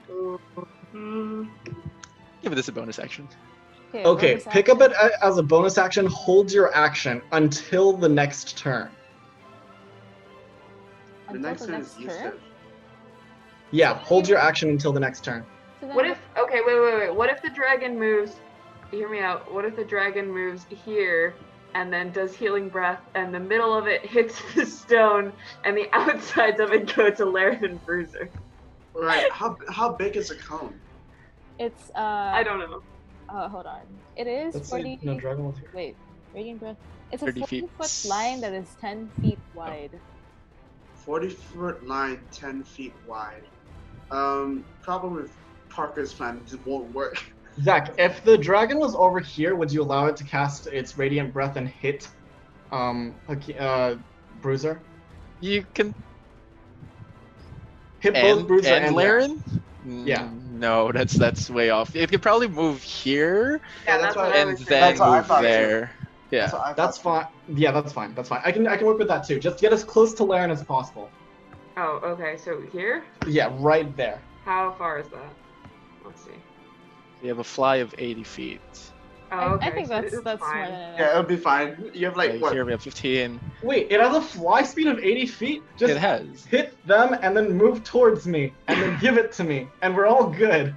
[SPEAKER 6] Mm-hmm.
[SPEAKER 3] give this a bonus action.
[SPEAKER 8] Okay. roll
[SPEAKER 5] Okay,
[SPEAKER 8] this
[SPEAKER 5] pick up it
[SPEAKER 8] action.
[SPEAKER 5] a- as a bonus action. Hold your action until the next turn.
[SPEAKER 2] The
[SPEAKER 8] Until
[SPEAKER 2] next
[SPEAKER 8] the
[SPEAKER 2] turn
[SPEAKER 8] next
[SPEAKER 2] is Yusuf.
[SPEAKER 8] turn?
[SPEAKER 5] Yeah, hold your action until the next turn.
[SPEAKER 8] So
[SPEAKER 6] What
[SPEAKER 8] then-
[SPEAKER 6] if? Okay, wait, wait, wait. What if the dragon moves? Hear me out. What if the dragon moves here and then does healing breath, and the middle of it hits the stone, and the outsides of it go to Laren and Bruiser?
[SPEAKER 2] Right. How how big is a cone?
[SPEAKER 8] It's uh.
[SPEAKER 6] I don't know.
[SPEAKER 8] Oh, hold on. It is
[SPEAKER 5] Let's see.
[SPEAKER 8] forty.
[SPEAKER 5] No, dragon was here.
[SPEAKER 8] Wait, radiant breath. It's a
[SPEAKER 3] 30
[SPEAKER 8] forty
[SPEAKER 3] feet.
[SPEAKER 8] foot line that is ten feet wide.
[SPEAKER 2] Forty foot line, ten feet wide. Um, problem with Parker's plan it just won't work.
[SPEAKER 5] Zach, if the dragon was over here, would you allow it to cast its radiant breath and hit, um, Haki- uh, Bruiser?
[SPEAKER 3] You can
[SPEAKER 5] Hit both
[SPEAKER 3] and
[SPEAKER 5] Bruiser
[SPEAKER 3] and
[SPEAKER 5] and, Laren.
[SPEAKER 3] Laren. Mm,
[SPEAKER 5] Yeah.
[SPEAKER 3] No, that's that's way off. It could probably move here
[SPEAKER 2] Yeah, that's
[SPEAKER 6] what
[SPEAKER 2] why-
[SPEAKER 6] I
[SPEAKER 3] and
[SPEAKER 6] was
[SPEAKER 3] then
[SPEAKER 6] thinking.
[SPEAKER 2] That's what I
[SPEAKER 3] move
[SPEAKER 2] thought, too.
[SPEAKER 3] there. Yeah.
[SPEAKER 2] what I
[SPEAKER 5] That's
[SPEAKER 2] thought.
[SPEAKER 5] fine. Yeah, that's fine. That's fine. I can I can work with that too. Just get as close to Laren as possible.
[SPEAKER 6] Oh, okay. So here,
[SPEAKER 5] Yeah, right there.
[SPEAKER 6] how far is that? Let's see.
[SPEAKER 3] You have a fly of 80 feet.
[SPEAKER 6] Oh,
[SPEAKER 8] I,
[SPEAKER 6] okay.
[SPEAKER 8] I think
[SPEAKER 6] so
[SPEAKER 8] that's
[SPEAKER 6] it's
[SPEAKER 8] that's more
[SPEAKER 6] fine.
[SPEAKER 8] than enough.
[SPEAKER 2] Yeah, it'll be fine. You have like
[SPEAKER 3] Like,
[SPEAKER 2] what?
[SPEAKER 3] here we have 15.
[SPEAKER 5] Wait, it has a fly speed of 80 feet. Just
[SPEAKER 3] it has.
[SPEAKER 5] hit them and then move towards me and then give it to me and we're all good.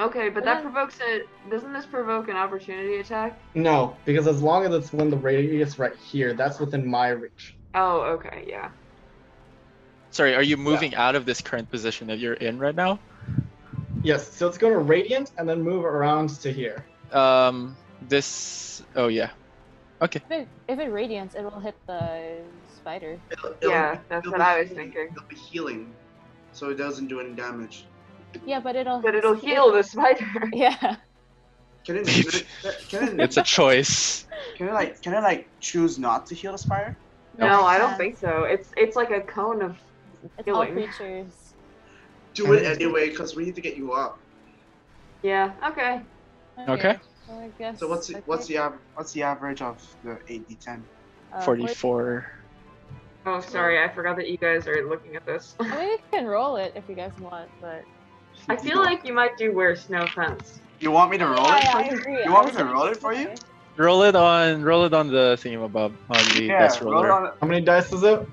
[SPEAKER 6] Okay, but
[SPEAKER 8] Yeah.
[SPEAKER 6] that provokes a. Doesn't this provoke an opportunity attack?
[SPEAKER 5] No, because as long as it's within the radius right here, that's within my reach.
[SPEAKER 6] Oh, okay, yeah.
[SPEAKER 3] Sorry, are you moving out of this current position that you're in right now?
[SPEAKER 5] Yes, so it's going to radiant and then move around to here.
[SPEAKER 3] Um, this. Oh yeah.
[SPEAKER 8] If it, if it radiates, it will hit the spider.
[SPEAKER 2] It'll- it'll-
[SPEAKER 6] yeah, that's
[SPEAKER 2] it'll
[SPEAKER 6] what
[SPEAKER 2] be
[SPEAKER 6] I was
[SPEAKER 2] healing.
[SPEAKER 6] thinking.
[SPEAKER 2] It'll be healing, so it doesn't do any damage.
[SPEAKER 8] Yeah, but it'll.
[SPEAKER 6] But it'll heal the spider.
[SPEAKER 8] Yeah.
[SPEAKER 2] Can it? Can it? Can it,
[SPEAKER 3] It's a choice.
[SPEAKER 2] can it like? Can it like choose not to heal the spider?
[SPEAKER 6] No, I
[SPEAKER 8] Yeah.
[SPEAKER 6] don't think so. It's it's like a cone of
[SPEAKER 8] It's all
[SPEAKER 6] healing.
[SPEAKER 8] creatures.
[SPEAKER 2] Do it
[SPEAKER 3] Mm-hmm.
[SPEAKER 2] anyway, because we need to get you up.
[SPEAKER 6] Yeah. Okay.
[SPEAKER 3] Okay.
[SPEAKER 8] so I guess,
[SPEAKER 2] So what's the,
[SPEAKER 8] okay.
[SPEAKER 2] what's the average? What's the average of the AD10?
[SPEAKER 8] Uh,
[SPEAKER 3] 44.
[SPEAKER 6] Oh, sorry, I forgot that you guys are looking at this.
[SPEAKER 8] I mean, you can roll it if you guys want, but
[SPEAKER 6] I feel like you might do worse. No offense.
[SPEAKER 2] You want me to roll it
[SPEAKER 8] Yeah,
[SPEAKER 2] for
[SPEAKER 8] I
[SPEAKER 2] you?
[SPEAKER 8] agree.
[SPEAKER 2] You
[SPEAKER 8] I
[SPEAKER 2] want me
[SPEAKER 8] was
[SPEAKER 2] to roll it for you?
[SPEAKER 8] okay.
[SPEAKER 3] Roll it on. Roll it on the thingamabob on the
[SPEAKER 2] Yeah,
[SPEAKER 3] dice
[SPEAKER 2] roll
[SPEAKER 3] roller.
[SPEAKER 2] on
[SPEAKER 5] How many dice is it?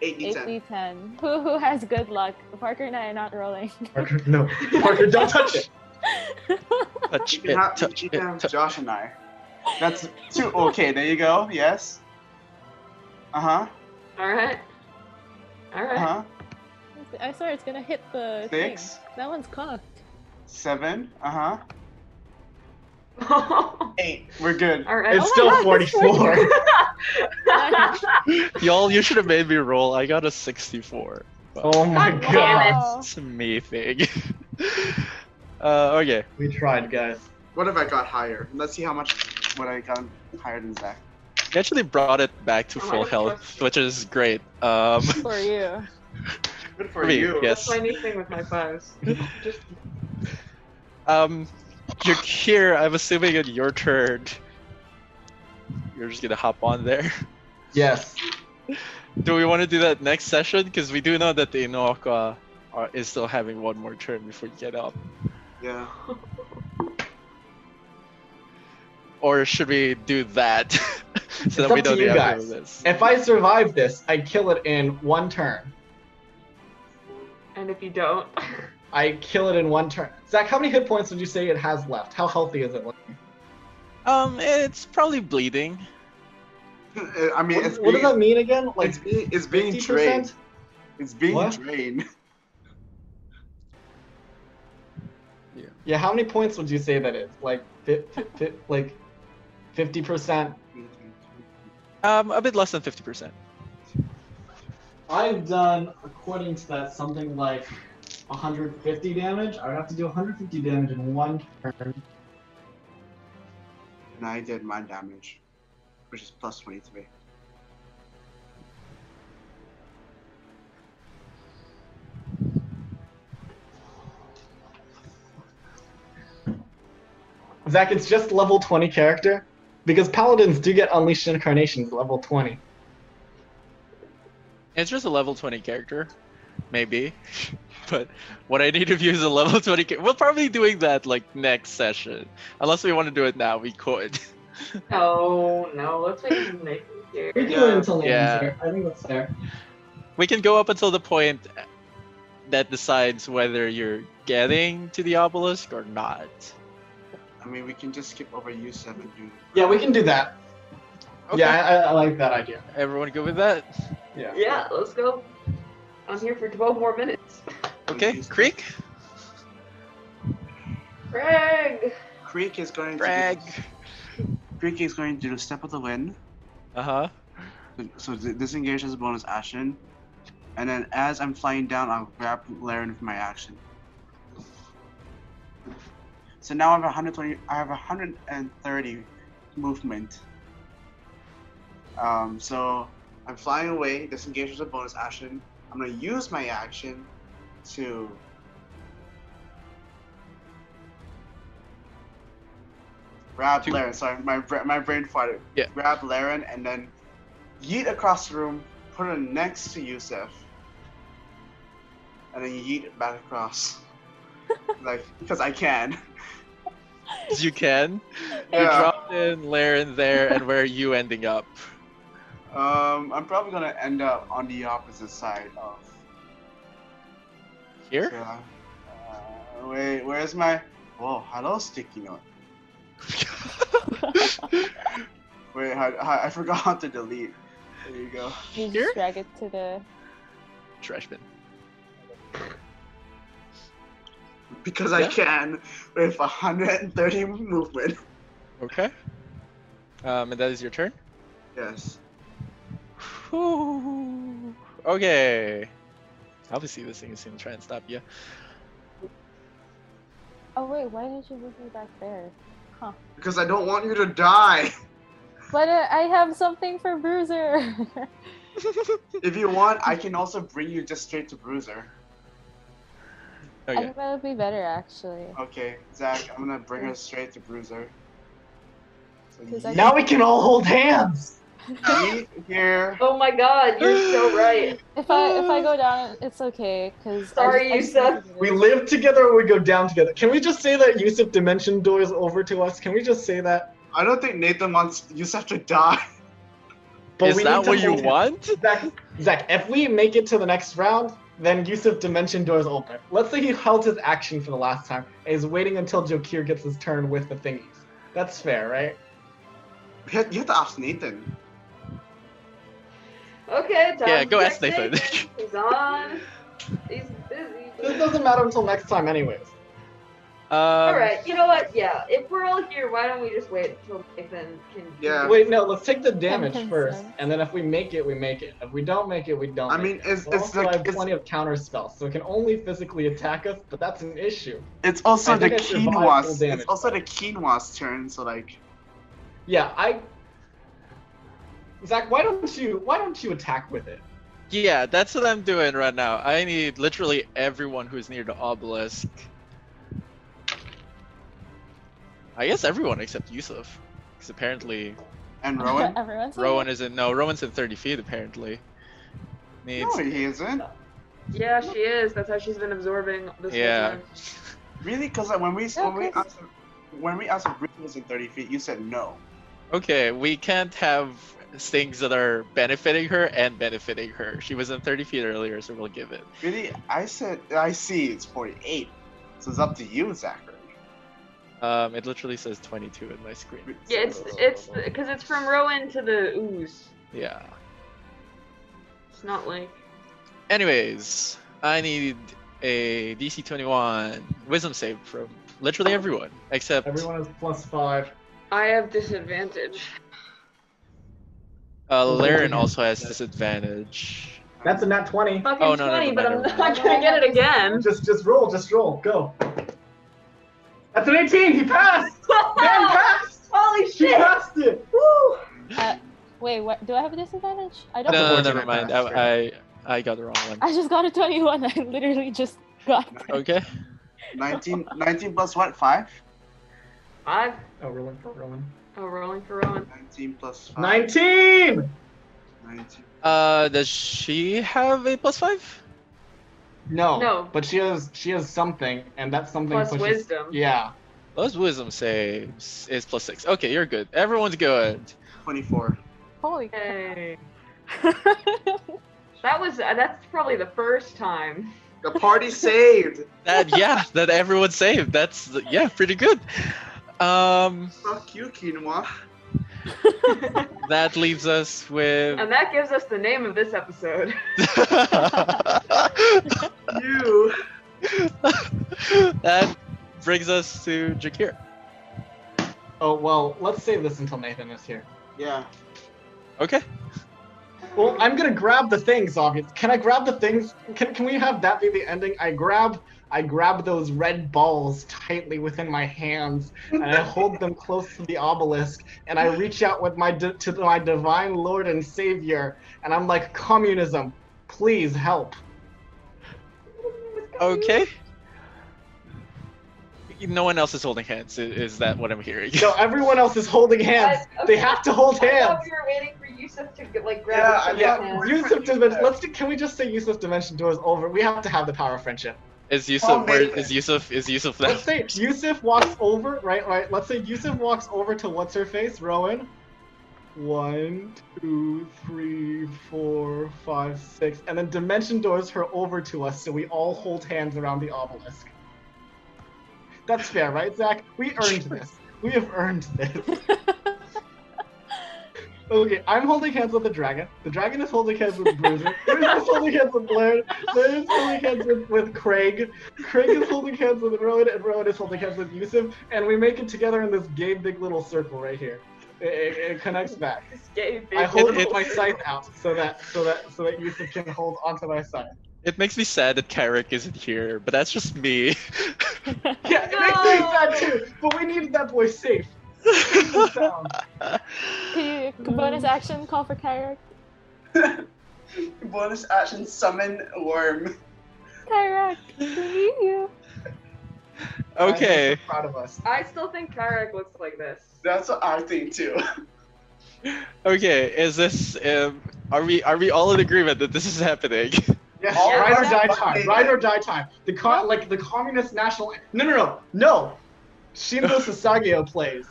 [SPEAKER 2] 8d10.
[SPEAKER 8] 8d10. Who who has good luck? Parker and I are not rolling.
[SPEAKER 5] Parker, no. Parker, don't touch it.
[SPEAKER 3] Touch
[SPEAKER 2] You
[SPEAKER 3] it.
[SPEAKER 2] can have,
[SPEAKER 3] Touch
[SPEAKER 2] you
[SPEAKER 3] it.
[SPEAKER 2] can have
[SPEAKER 3] touch-
[SPEAKER 2] Josh and I. That's two. Okay, there you go. Yes. Uh huh.
[SPEAKER 6] All right. All
[SPEAKER 2] Uh
[SPEAKER 6] right.
[SPEAKER 2] huh.
[SPEAKER 8] I swear it's gonna hit the thing.
[SPEAKER 2] Six.
[SPEAKER 8] That one's cocked.
[SPEAKER 2] Seven. Uh huh. Eight. We're good.
[SPEAKER 6] All right.
[SPEAKER 5] Uh-huh. It's
[SPEAKER 8] my
[SPEAKER 5] still
[SPEAKER 8] God, that's
[SPEAKER 5] 44.
[SPEAKER 3] Y'all, you should have made me roll. I got a 64.
[SPEAKER 5] Oh my
[SPEAKER 6] God damn
[SPEAKER 5] god.
[SPEAKER 6] it.
[SPEAKER 8] Oh.
[SPEAKER 3] It's a me thing. uh, okay.
[SPEAKER 5] We tried, guys.
[SPEAKER 2] What if I got higher? Let's see how much what I got higher than Zach.
[SPEAKER 3] You actually brought it back to
[SPEAKER 6] Oh my
[SPEAKER 3] full
[SPEAKER 6] God.
[SPEAKER 3] health, which is great. Um,
[SPEAKER 8] For you.
[SPEAKER 2] Good for
[SPEAKER 3] for me,
[SPEAKER 2] you.
[SPEAKER 3] yes.
[SPEAKER 6] That's my new thing with my fives. Just
[SPEAKER 3] Um, you're here. I'm assuming at your turn, you're just gonna hop on there.
[SPEAKER 5] Yes.
[SPEAKER 3] Do we want to do that next session? Because we do know that the Inoka are, is still having one more turn before you get up.
[SPEAKER 2] Yeah.
[SPEAKER 3] Or should we do that so
[SPEAKER 5] It's
[SPEAKER 3] that we
[SPEAKER 5] up to
[SPEAKER 3] don't
[SPEAKER 5] you
[SPEAKER 3] have
[SPEAKER 5] guys.
[SPEAKER 3] this?
[SPEAKER 5] If I survive this, I kill it in one turn.
[SPEAKER 6] and if you don't,
[SPEAKER 5] I kill it in one turn. Zach, how many hit points would you say it has left? How healthy is it? looking?
[SPEAKER 3] Um, it's probably bleeding.
[SPEAKER 2] I mean, it's
[SPEAKER 5] What, what
[SPEAKER 2] being,
[SPEAKER 5] does that mean again? Like
[SPEAKER 2] it's being, it's being
[SPEAKER 5] 50%?
[SPEAKER 2] drained. It's being
[SPEAKER 5] What?
[SPEAKER 2] drained.
[SPEAKER 5] Yeah, how many points would you say that is? Like, fi- fi- fi- like, fifty percent.
[SPEAKER 3] Um, a bit less than fifty percent.
[SPEAKER 5] I've done, according to that, something like 150 damage. I would have to do 150 damage in one turn.
[SPEAKER 2] and I did my damage, which is plus 23.
[SPEAKER 5] Zach, it's just level 20 character because paladins do get unleashed incarnations level 20.
[SPEAKER 3] It's just a level 20 character, maybe. but what I need of you is a level 20 character. We're probably doing that like next session. Unless we want to do it now, we could.
[SPEAKER 6] No, oh, no, let's wait next year.
[SPEAKER 5] We do it until
[SPEAKER 3] Yeah.
[SPEAKER 5] yeah. I think that's fair.
[SPEAKER 3] we can go up until the point that decides whether you're getting to the obelisk or not.
[SPEAKER 2] I mean, we can just skip over you seven, dude.
[SPEAKER 5] Yeah, we can do that.
[SPEAKER 3] Okay.
[SPEAKER 5] Yeah, I, I- I like that idea.
[SPEAKER 3] Everyone good with that?
[SPEAKER 5] Yeah.
[SPEAKER 11] Yeah, let's go. I'm here for 12 more minutes.
[SPEAKER 3] Okay. Creek?
[SPEAKER 11] Greg!
[SPEAKER 2] Creek is going
[SPEAKER 3] Brag.
[SPEAKER 2] to Creek is going to do step of the wind.
[SPEAKER 3] Uh huh.
[SPEAKER 2] So th- disengage as a bonus action, and then as I'm flying down, I'll grab Laren for my action. So now I have 120. I have 130 movement. Um, so I'm flying away. Disengage as a bonus action. I'm gonna use my action to. Grab
[SPEAKER 3] To-
[SPEAKER 2] Laren. Sorry, my bra- my brain farted.
[SPEAKER 3] Yeah.
[SPEAKER 2] Grab Laren and then yeet across the room, put her next to Yusef, and then yeet back across. like, because I can.
[SPEAKER 3] As you can. You
[SPEAKER 2] Yeah.
[SPEAKER 3] drop in Laren there, and where are you ending up?
[SPEAKER 2] Um, I'm probably gonna end up on the opposite side of.
[SPEAKER 3] Here?
[SPEAKER 2] Yeah. Uh, wait, where's my? Whoa, hello, sticky note. Wait, I, I- I forgot how to delete. There you go.
[SPEAKER 8] You
[SPEAKER 3] Here?
[SPEAKER 8] just drag it to the.
[SPEAKER 3] Trash bin.
[SPEAKER 2] Because
[SPEAKER 3] Yeah.
[SPEAKER 2] I can with 130 movement.
[SPEAKER 3] Okay. Um, and that is your turn.
[SPEAKER 2] Yes.
[SPEAKER 3] Whew. Okay. Obviously, this thing is gonna try and stop you.
[SPEAKER 8] Oh wait, why did you move me back there?
[SPEAKER 2] Because I don't want you to die.
[SPEAKER 8] But uh, I have something for Bruiser.
[SPEAKER 2] If you want, I can also bring you just straight to Bruiser.
[SPEAKER 8] I
[SPEAKER 3] Okay.
[SPEAKER 8] think that would be better actually.
[SPEAKER 2] Okay, Zach, I'm gonna bring her straight to Bruiser. So
[SPEAKER 8] 'Cause I-
[SPEAKER 2] yeet
[SPEAKER 5] Now we can all hold hands.
[SPEAKER 2] yeet here.
[SPEAKER 11] Oh my god, you're so right.
[SPEAKER 8] If I if I go down, it's okay. Cause I
[SPEAKER 11] Sorry,
[SPEAKER 8] just- I just
[SPEAKER 5] We
[SPEAKER 8] need
[SPEAKER 5] live together or we go down together. Can we just say that Yusuf dimension doors over to us? Can we just say that?
[SPEAKER 2] I don't think Nathan wants Yusef to die.
[SPEAKER 5] But
[SPEAKER 3] is
[SPEAKER 5] we
[SPEAKER 3] that
[SPEAKER 5] need to
[SPEAKER 3] what you
[SPEAKER 5] hold-
[SPEAKER 3] want?
[SPEAKER 5] Zach, Zach, if we make it to the next round, then Yusuf dimension doors open. Let's say he held his action for the last time and is waiting until Jokir gets his turn with the thingies. That's fair, right?
[SPEAKER 2] You have you have to ask Nathan.
[SPEAKER 11] Okay, time
[SPEAKER 3] Yeah,
[SPEAKER 11] to
[SPEAKER 3] go ask
[SPEAKER 11] check
[SPEAKER 3] Nathan.
[SPEAKER 11] He's on. He's busy.
[SPEAKER 5] This doesn't matter until next time, anyways.
[SPEAKER 3] Um,
[SPEAKER 11] All right, you know what? Yeah, if we're all here, why don't we just wait until Nathan can?
[SPEAKER 2] Yeah.
[SPEAKER 5] Wait, no, let's take the damage
[SPEAKER 8] Something
[SPEAKER 5] first,
[SPEAKER 8] sucks.
[SPEAKER 5] and then if we make it, we make it. If we don't make it, we don't.
[SPEAKER 2] I
[SPEAKER 5] make
[SPEAKER 2] mean,
[SPEAKER 5] it.
[SPEAKER 2] it's-
[SPEAKER 5] But
[SPEAKER 2] it's
[SPEAKER 5] Oh also,
[SPEAKER 2] like-
[SPEAKER 5] I have
[SPEAKER 2] it's-
[SPEAKER 5] plenty of counter spells, so it can only physically attack us, but that's an issue.
[SPEAKER 2] It's also
[SPEAKER 5] I
[SPEAKER 2] the
[SPEAKER 5] think I survived full
[SPEAKER 2] quinoa's. It's
[SPEAKER 5] damage.
[SPEAKER 2] also the quinoa's turn. So like,
[SPEAKER 5] Yeah, I. Zach, why don't you why don't you attack with it?
[SPEAKER 3] Yeah, that's what I'm doing right now. I need literally everyone who's near the obelisk. I guess everyone except Yusuf. Because apparently
[SPEAKER 2] and
[SPEAKER 8] to-
[SPEAKER 2] Rowan?
[SPEAKER 8] Everyone's like,
[SPEAKER 3] Rowan isn't. No, Rowan's in 30 feet apparently. Needs.
[SPEAKER 2] no, he isn't.
[SPEAKER 6] Yeah, she is. That's how she's been absorbing this whole
[SPEAKER 3] Yeah.
[SPEAKER 6] time.
[SPEAKER 2] Really? Because like, when we
[SPEAKER 8] No,
[SPEAKER 2] when we
[SPEAKER 8] Chris-
[SPEAKER 2] asked when we asked if Bruiser was in 30 feet, you said no.
[SPEAKER 3] Okay, we can't have things that are benefiting her and benefiting her. She was in 30 feet earlier, so we'll give it.
[SPEAKER 2] Really? I said I see. It's 48. So it's up to you, Zachary.
[SPEAKER 3] Um, it literally says 22 in my screen.
[SPEAKER 6] Yeah, it's it's because it's from Rowan to the ooze.
[SPEAKER 3] Yeah.
[SPEAKER 6] It's not like
[SPEAKER 3] Anyways, I need a DC 21 wisdom save from literally everyone except
[SPEAKER 5] Everyone has plus five.
[SPEAKER 6] I have disadvantage.
[SPEAKER 3] uh,
[SPEAKER 5] Everyone
[SPEAKER 3] Laren
[SPEAKER 5] has-
[SPEAKER 3] also has disadvantage.
[SPEAKER 5] That's a nat twenty.
[SPEAKER 6] Fucking
[SPEAKER 3] Oh, no, no,
[SPEAKER 6] 20,
[SPEAKER 3] no,
[SPEAKER 6] but
[SPEAKER 3] no,
[SPEAKER 6] I'm
[SPEAKER 3] no, no.
[SPEAKER 6] not gonna get it again.
[SPEAKER 5] Just just roll, just roll, go. That's an eighteen. He passed. Man passed.
[SPEAKER 11] Oh Holy
[SPEAKER 5] She
[SPEAKER 11] shit!
[SPEAKER 5] passed it! Oh,
[SPEAKER 11] Woo!
[SPEAKER 8] Uh, wait, what, do I have a disadvantage? I
[SPEAKER 3] No,
[SPEAKER 8] don't.
[SPEAKER 3] no,
[SPEAKER 8] know.
[SPEAKER 3] no, never mind. I, I I got the wrong one.
[SPEAKER 8] I just got a twenty-one. I literally just got.
[SPEAKER 3] Okay.
[SPEAKER 2] 19, 19 plus what? 5?
[SPEAKER 6] Five.
[SPEAKER 5] Oh, rolling for rolling.
[SPEAKER 6] Oh, rolling for Rowan.
[SPEAKER 2] 19 plus 5.
[SPEAKER 5] Uh, 19!
[SPEAKER 2] 19.
[SPEAKER 3] Uh, does she have a plus five?
[SPEAKER 5] No.
[SPEAKER 6] No.
[SPEAKER 5] But she has she has something, and that something
[SPEAKER 6] Plus
[SPEAKER 5] pushes.
[SPEAKER 6] wisdom.
[SPEAKER 5] Yeah.
[SPEAKER 3] Those wisdom saves is plus six. Okay, you're good. Everyone's good.
[SPEAKER 2] 24.
[SPEAKER 8] Holy.
[SPEAKER 6] Yay. that was uh, that's probably the first time.
[SPEAKER 9] The party saved.
[SPEAKER 3] That yeah, that everyone saved. That's yeah, pretty good. Um,
[SPEAKER 2] Fuck you, quinoa.
[SPEAKER 3] that leaves us with.
[SPEAKER 6] And that gives us the name of this episode.
[SPEAKER 2] You.
[SPEAKER 3] that brings us to Jakir.
[SPEAKER 5] Oh well, let's save this until Nathan is here.
[SPEAKER 2] Yeah.
[SPEAKER 3] Okay.
[SPEAKER 5] Well, I'm gonna grab the things, obviously. Can I grab the things? Can can we have that be the ending? I grab I grab those red balls tightly within my hands, and I hold them close to the obelisk, and I reach out with my di- to my divine Lord and Savior, and I'm like, communism, please help.
[SPEAKER 3] Okay. No one else is holding hands. i- Is that what I'm hearing?
[SPEAKER 5] No, everyone else is holding hands.
[SPEAKER 11] I-
[SPEAKER 5] They have to hold
[SPEAKER 11] I
[SPEAKER 5] hands.
[SPEAKER 11] thought we were waiting for Yusuf to get, like
[SPEAKER 2] Yeah,
[SPEAKER 11] grab
[SPEAKER 2] I
[SPEAKER 11] his
[SPEAKER 2] thought-
[SPEAKER 11] hand.
[SPEAKER 5] Use of dimension. Let's. Do, can we just say use of dimension doors over? We have to have the power of friendship.
[SPEAKER 3] Is
[SPEAKER 2] Oh,
[SPEAKER 3] Yusuf? Where,
[SPEAKER 2] Nathan.
[SPEAKER 3] is Yusuf? Is Yusuf?
[SPEAKER 5] Let's say Yusuf walks over. Right, right. Let's say Yusuf walks over to what's her face, Rowan. One, two, three, four, five, six, and then dimension doors her over to us, so we all hold hands around the obelisk. That's fair, right, Zach? We earned this. We have earned this. Okay, I'm holding hands with the dragon. The dragon is holding hands with Bruiser. Bruiser is holding hands with Blair. Blair is holding hands with, with Craig. Craig is holding hands with Rowan, and Rowan is holding hands with Yusuf. And we make it together in this gay big little circle right here. It, it, it connects back.
[SPEAKER 6] This gay big
[SPEAKER 5] I hold
[SPEAKER 3] It- it-
[SPEAKER 5] my scythe out so that so that so that Yusuf can hold onto my scythe.
[SPEAKER 3] It makes me sad that Carrick isn't here, but that's just me.
[SPEAKER 5] Yeah, it makes me sad too. But we needed that boy safe. Sound.
[SPEAKER 8] Can you bonus action call for Kyrick?
[SPEAKER 2] Bonus action summon worm.
[SPEAKER 8] Kyrick, we need you.
[SPEAKER 3] okay.
[SPEAKER 5] I'm so proud of us.
[SPEAKER 6] I still think Kyrick looks like this.
[SPEAKER 2] That's what I think too.
[SPEAKER 3] Okay, is this um, are we are we all in agreement that this is happening?
[SPEAKER 5] Yes,
[SPEAKER 2] All
[SPEAKER 5] ride or
[SPEAKER 2] right,
[SPEAKER 5] die
[SPEAKER 2] fine.
[SPEAKER 5] time. Ride or die time. The con- like the communist national. No, no, no, no. Shinzo Sasageo plays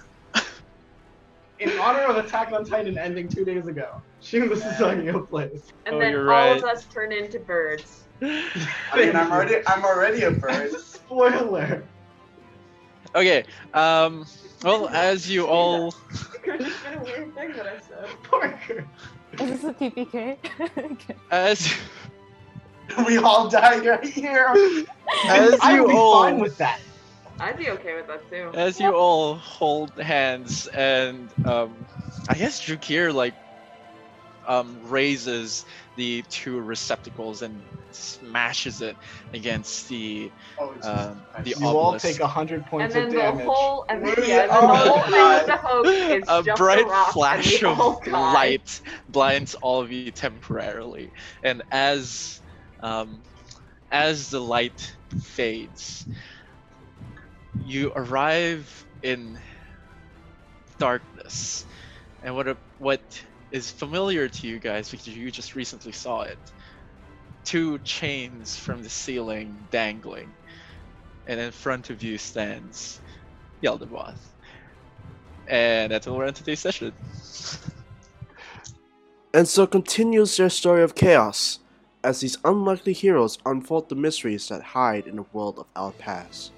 [SPEAKER 5] in honor of Attack on Titan ending two days ago. Shinzo Sasageo plays.
[SPEAKER 6] And
[SPEAKER 3] Oh,
[SPEAKER 6] then all
[SPEAKER 3] you're
[SPEAKER 6] of
[SPEAKER 3] right.
[SPEAKER 6] us turn into birds.
[SPEAKER 2] I mean, I'm already, I'm already a bird.
[SPEAKER 5] Spoiler.
[SPEAKER 3] Okay. Um, well, as you all,
[SPEAKER 6] it's been a weird thing that I said.
[SPEAKER 5] Parker.
[SPEAKER 8] Is this a TPK? okay.
[SPEAKER 3] as
[SPEAKER 2] we all die right here.
[SPEAKER 3] as
[SPEAKER 5] I
[SPEAKER 3] you
[SPEAKER 5] would be fine
[SPEAKER 3] all,
[SPEAKER 5] with that.
[SPEAKER 6] I'd be okay with that too.
[SPEAKER 3] as you all hold hands, and um, I guess Drukir like um, raises the two receptacles and smashes it against the
[SPEAKER 2] Oh, Jesus
[SPEAKER 3] um, the
[SPEAKER 2] Christ.
[SPEAKER 5] You all
[SPEAKER 3] obelisk.
[SPEAKER 5] take hundred
[SPEAKER 6] And
[SPEAKER 5] points
[SPEAKER 6] then
[SPEAKER 5] of
[SPEAKER 6] the
[SPEAKER 5] damage.
[SPEAKER 6] whole and then,
[SPEAKER 2] We
[SPEAKER 6] yeah, and then the
[SPEAKER 2] are
[SPEAKER 6] whole thing with the hoax is
[SPEAKER 3] a
[SPEAKER 6] just
[SPEAKER 3] bright
[SPEAKER 6] a rock
[SPEAKER 3] flash
[SPEAKER 6] and we all
[SPEAKER 3] of
[SPEAKER 6] die.
[SPEAKER 3] light blinds all of you temporarily and as um, as the light fades you arrive in darkness and what a, what is familiar to you guys because you just recently saw it two chains from the ceiling dangling and in front of you stands Yaldabaoth. And that's all we're on today's session.
[SPEAKER 12] And so continues their story of chaos as these unlikely heroes unfold the mysteries that hide in the world of Alpaz.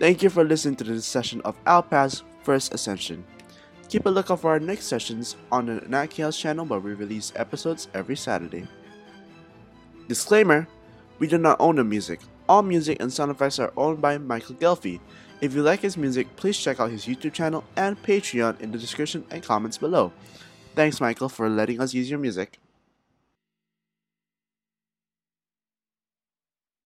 [SPEAKER 12] Thank you for listening to this session of Alpaz First Ascension. Keep a lookout for our next sessions on the Nat Chaos channel where we release episodes every Saturday. Disclaimer We do not own the music. All music and sound effects are owned by Michael Gelfi. If you like his music, please check out his YouTube channel and Patreon in the description and comments below. Thanks, Michael, for letting us use your music.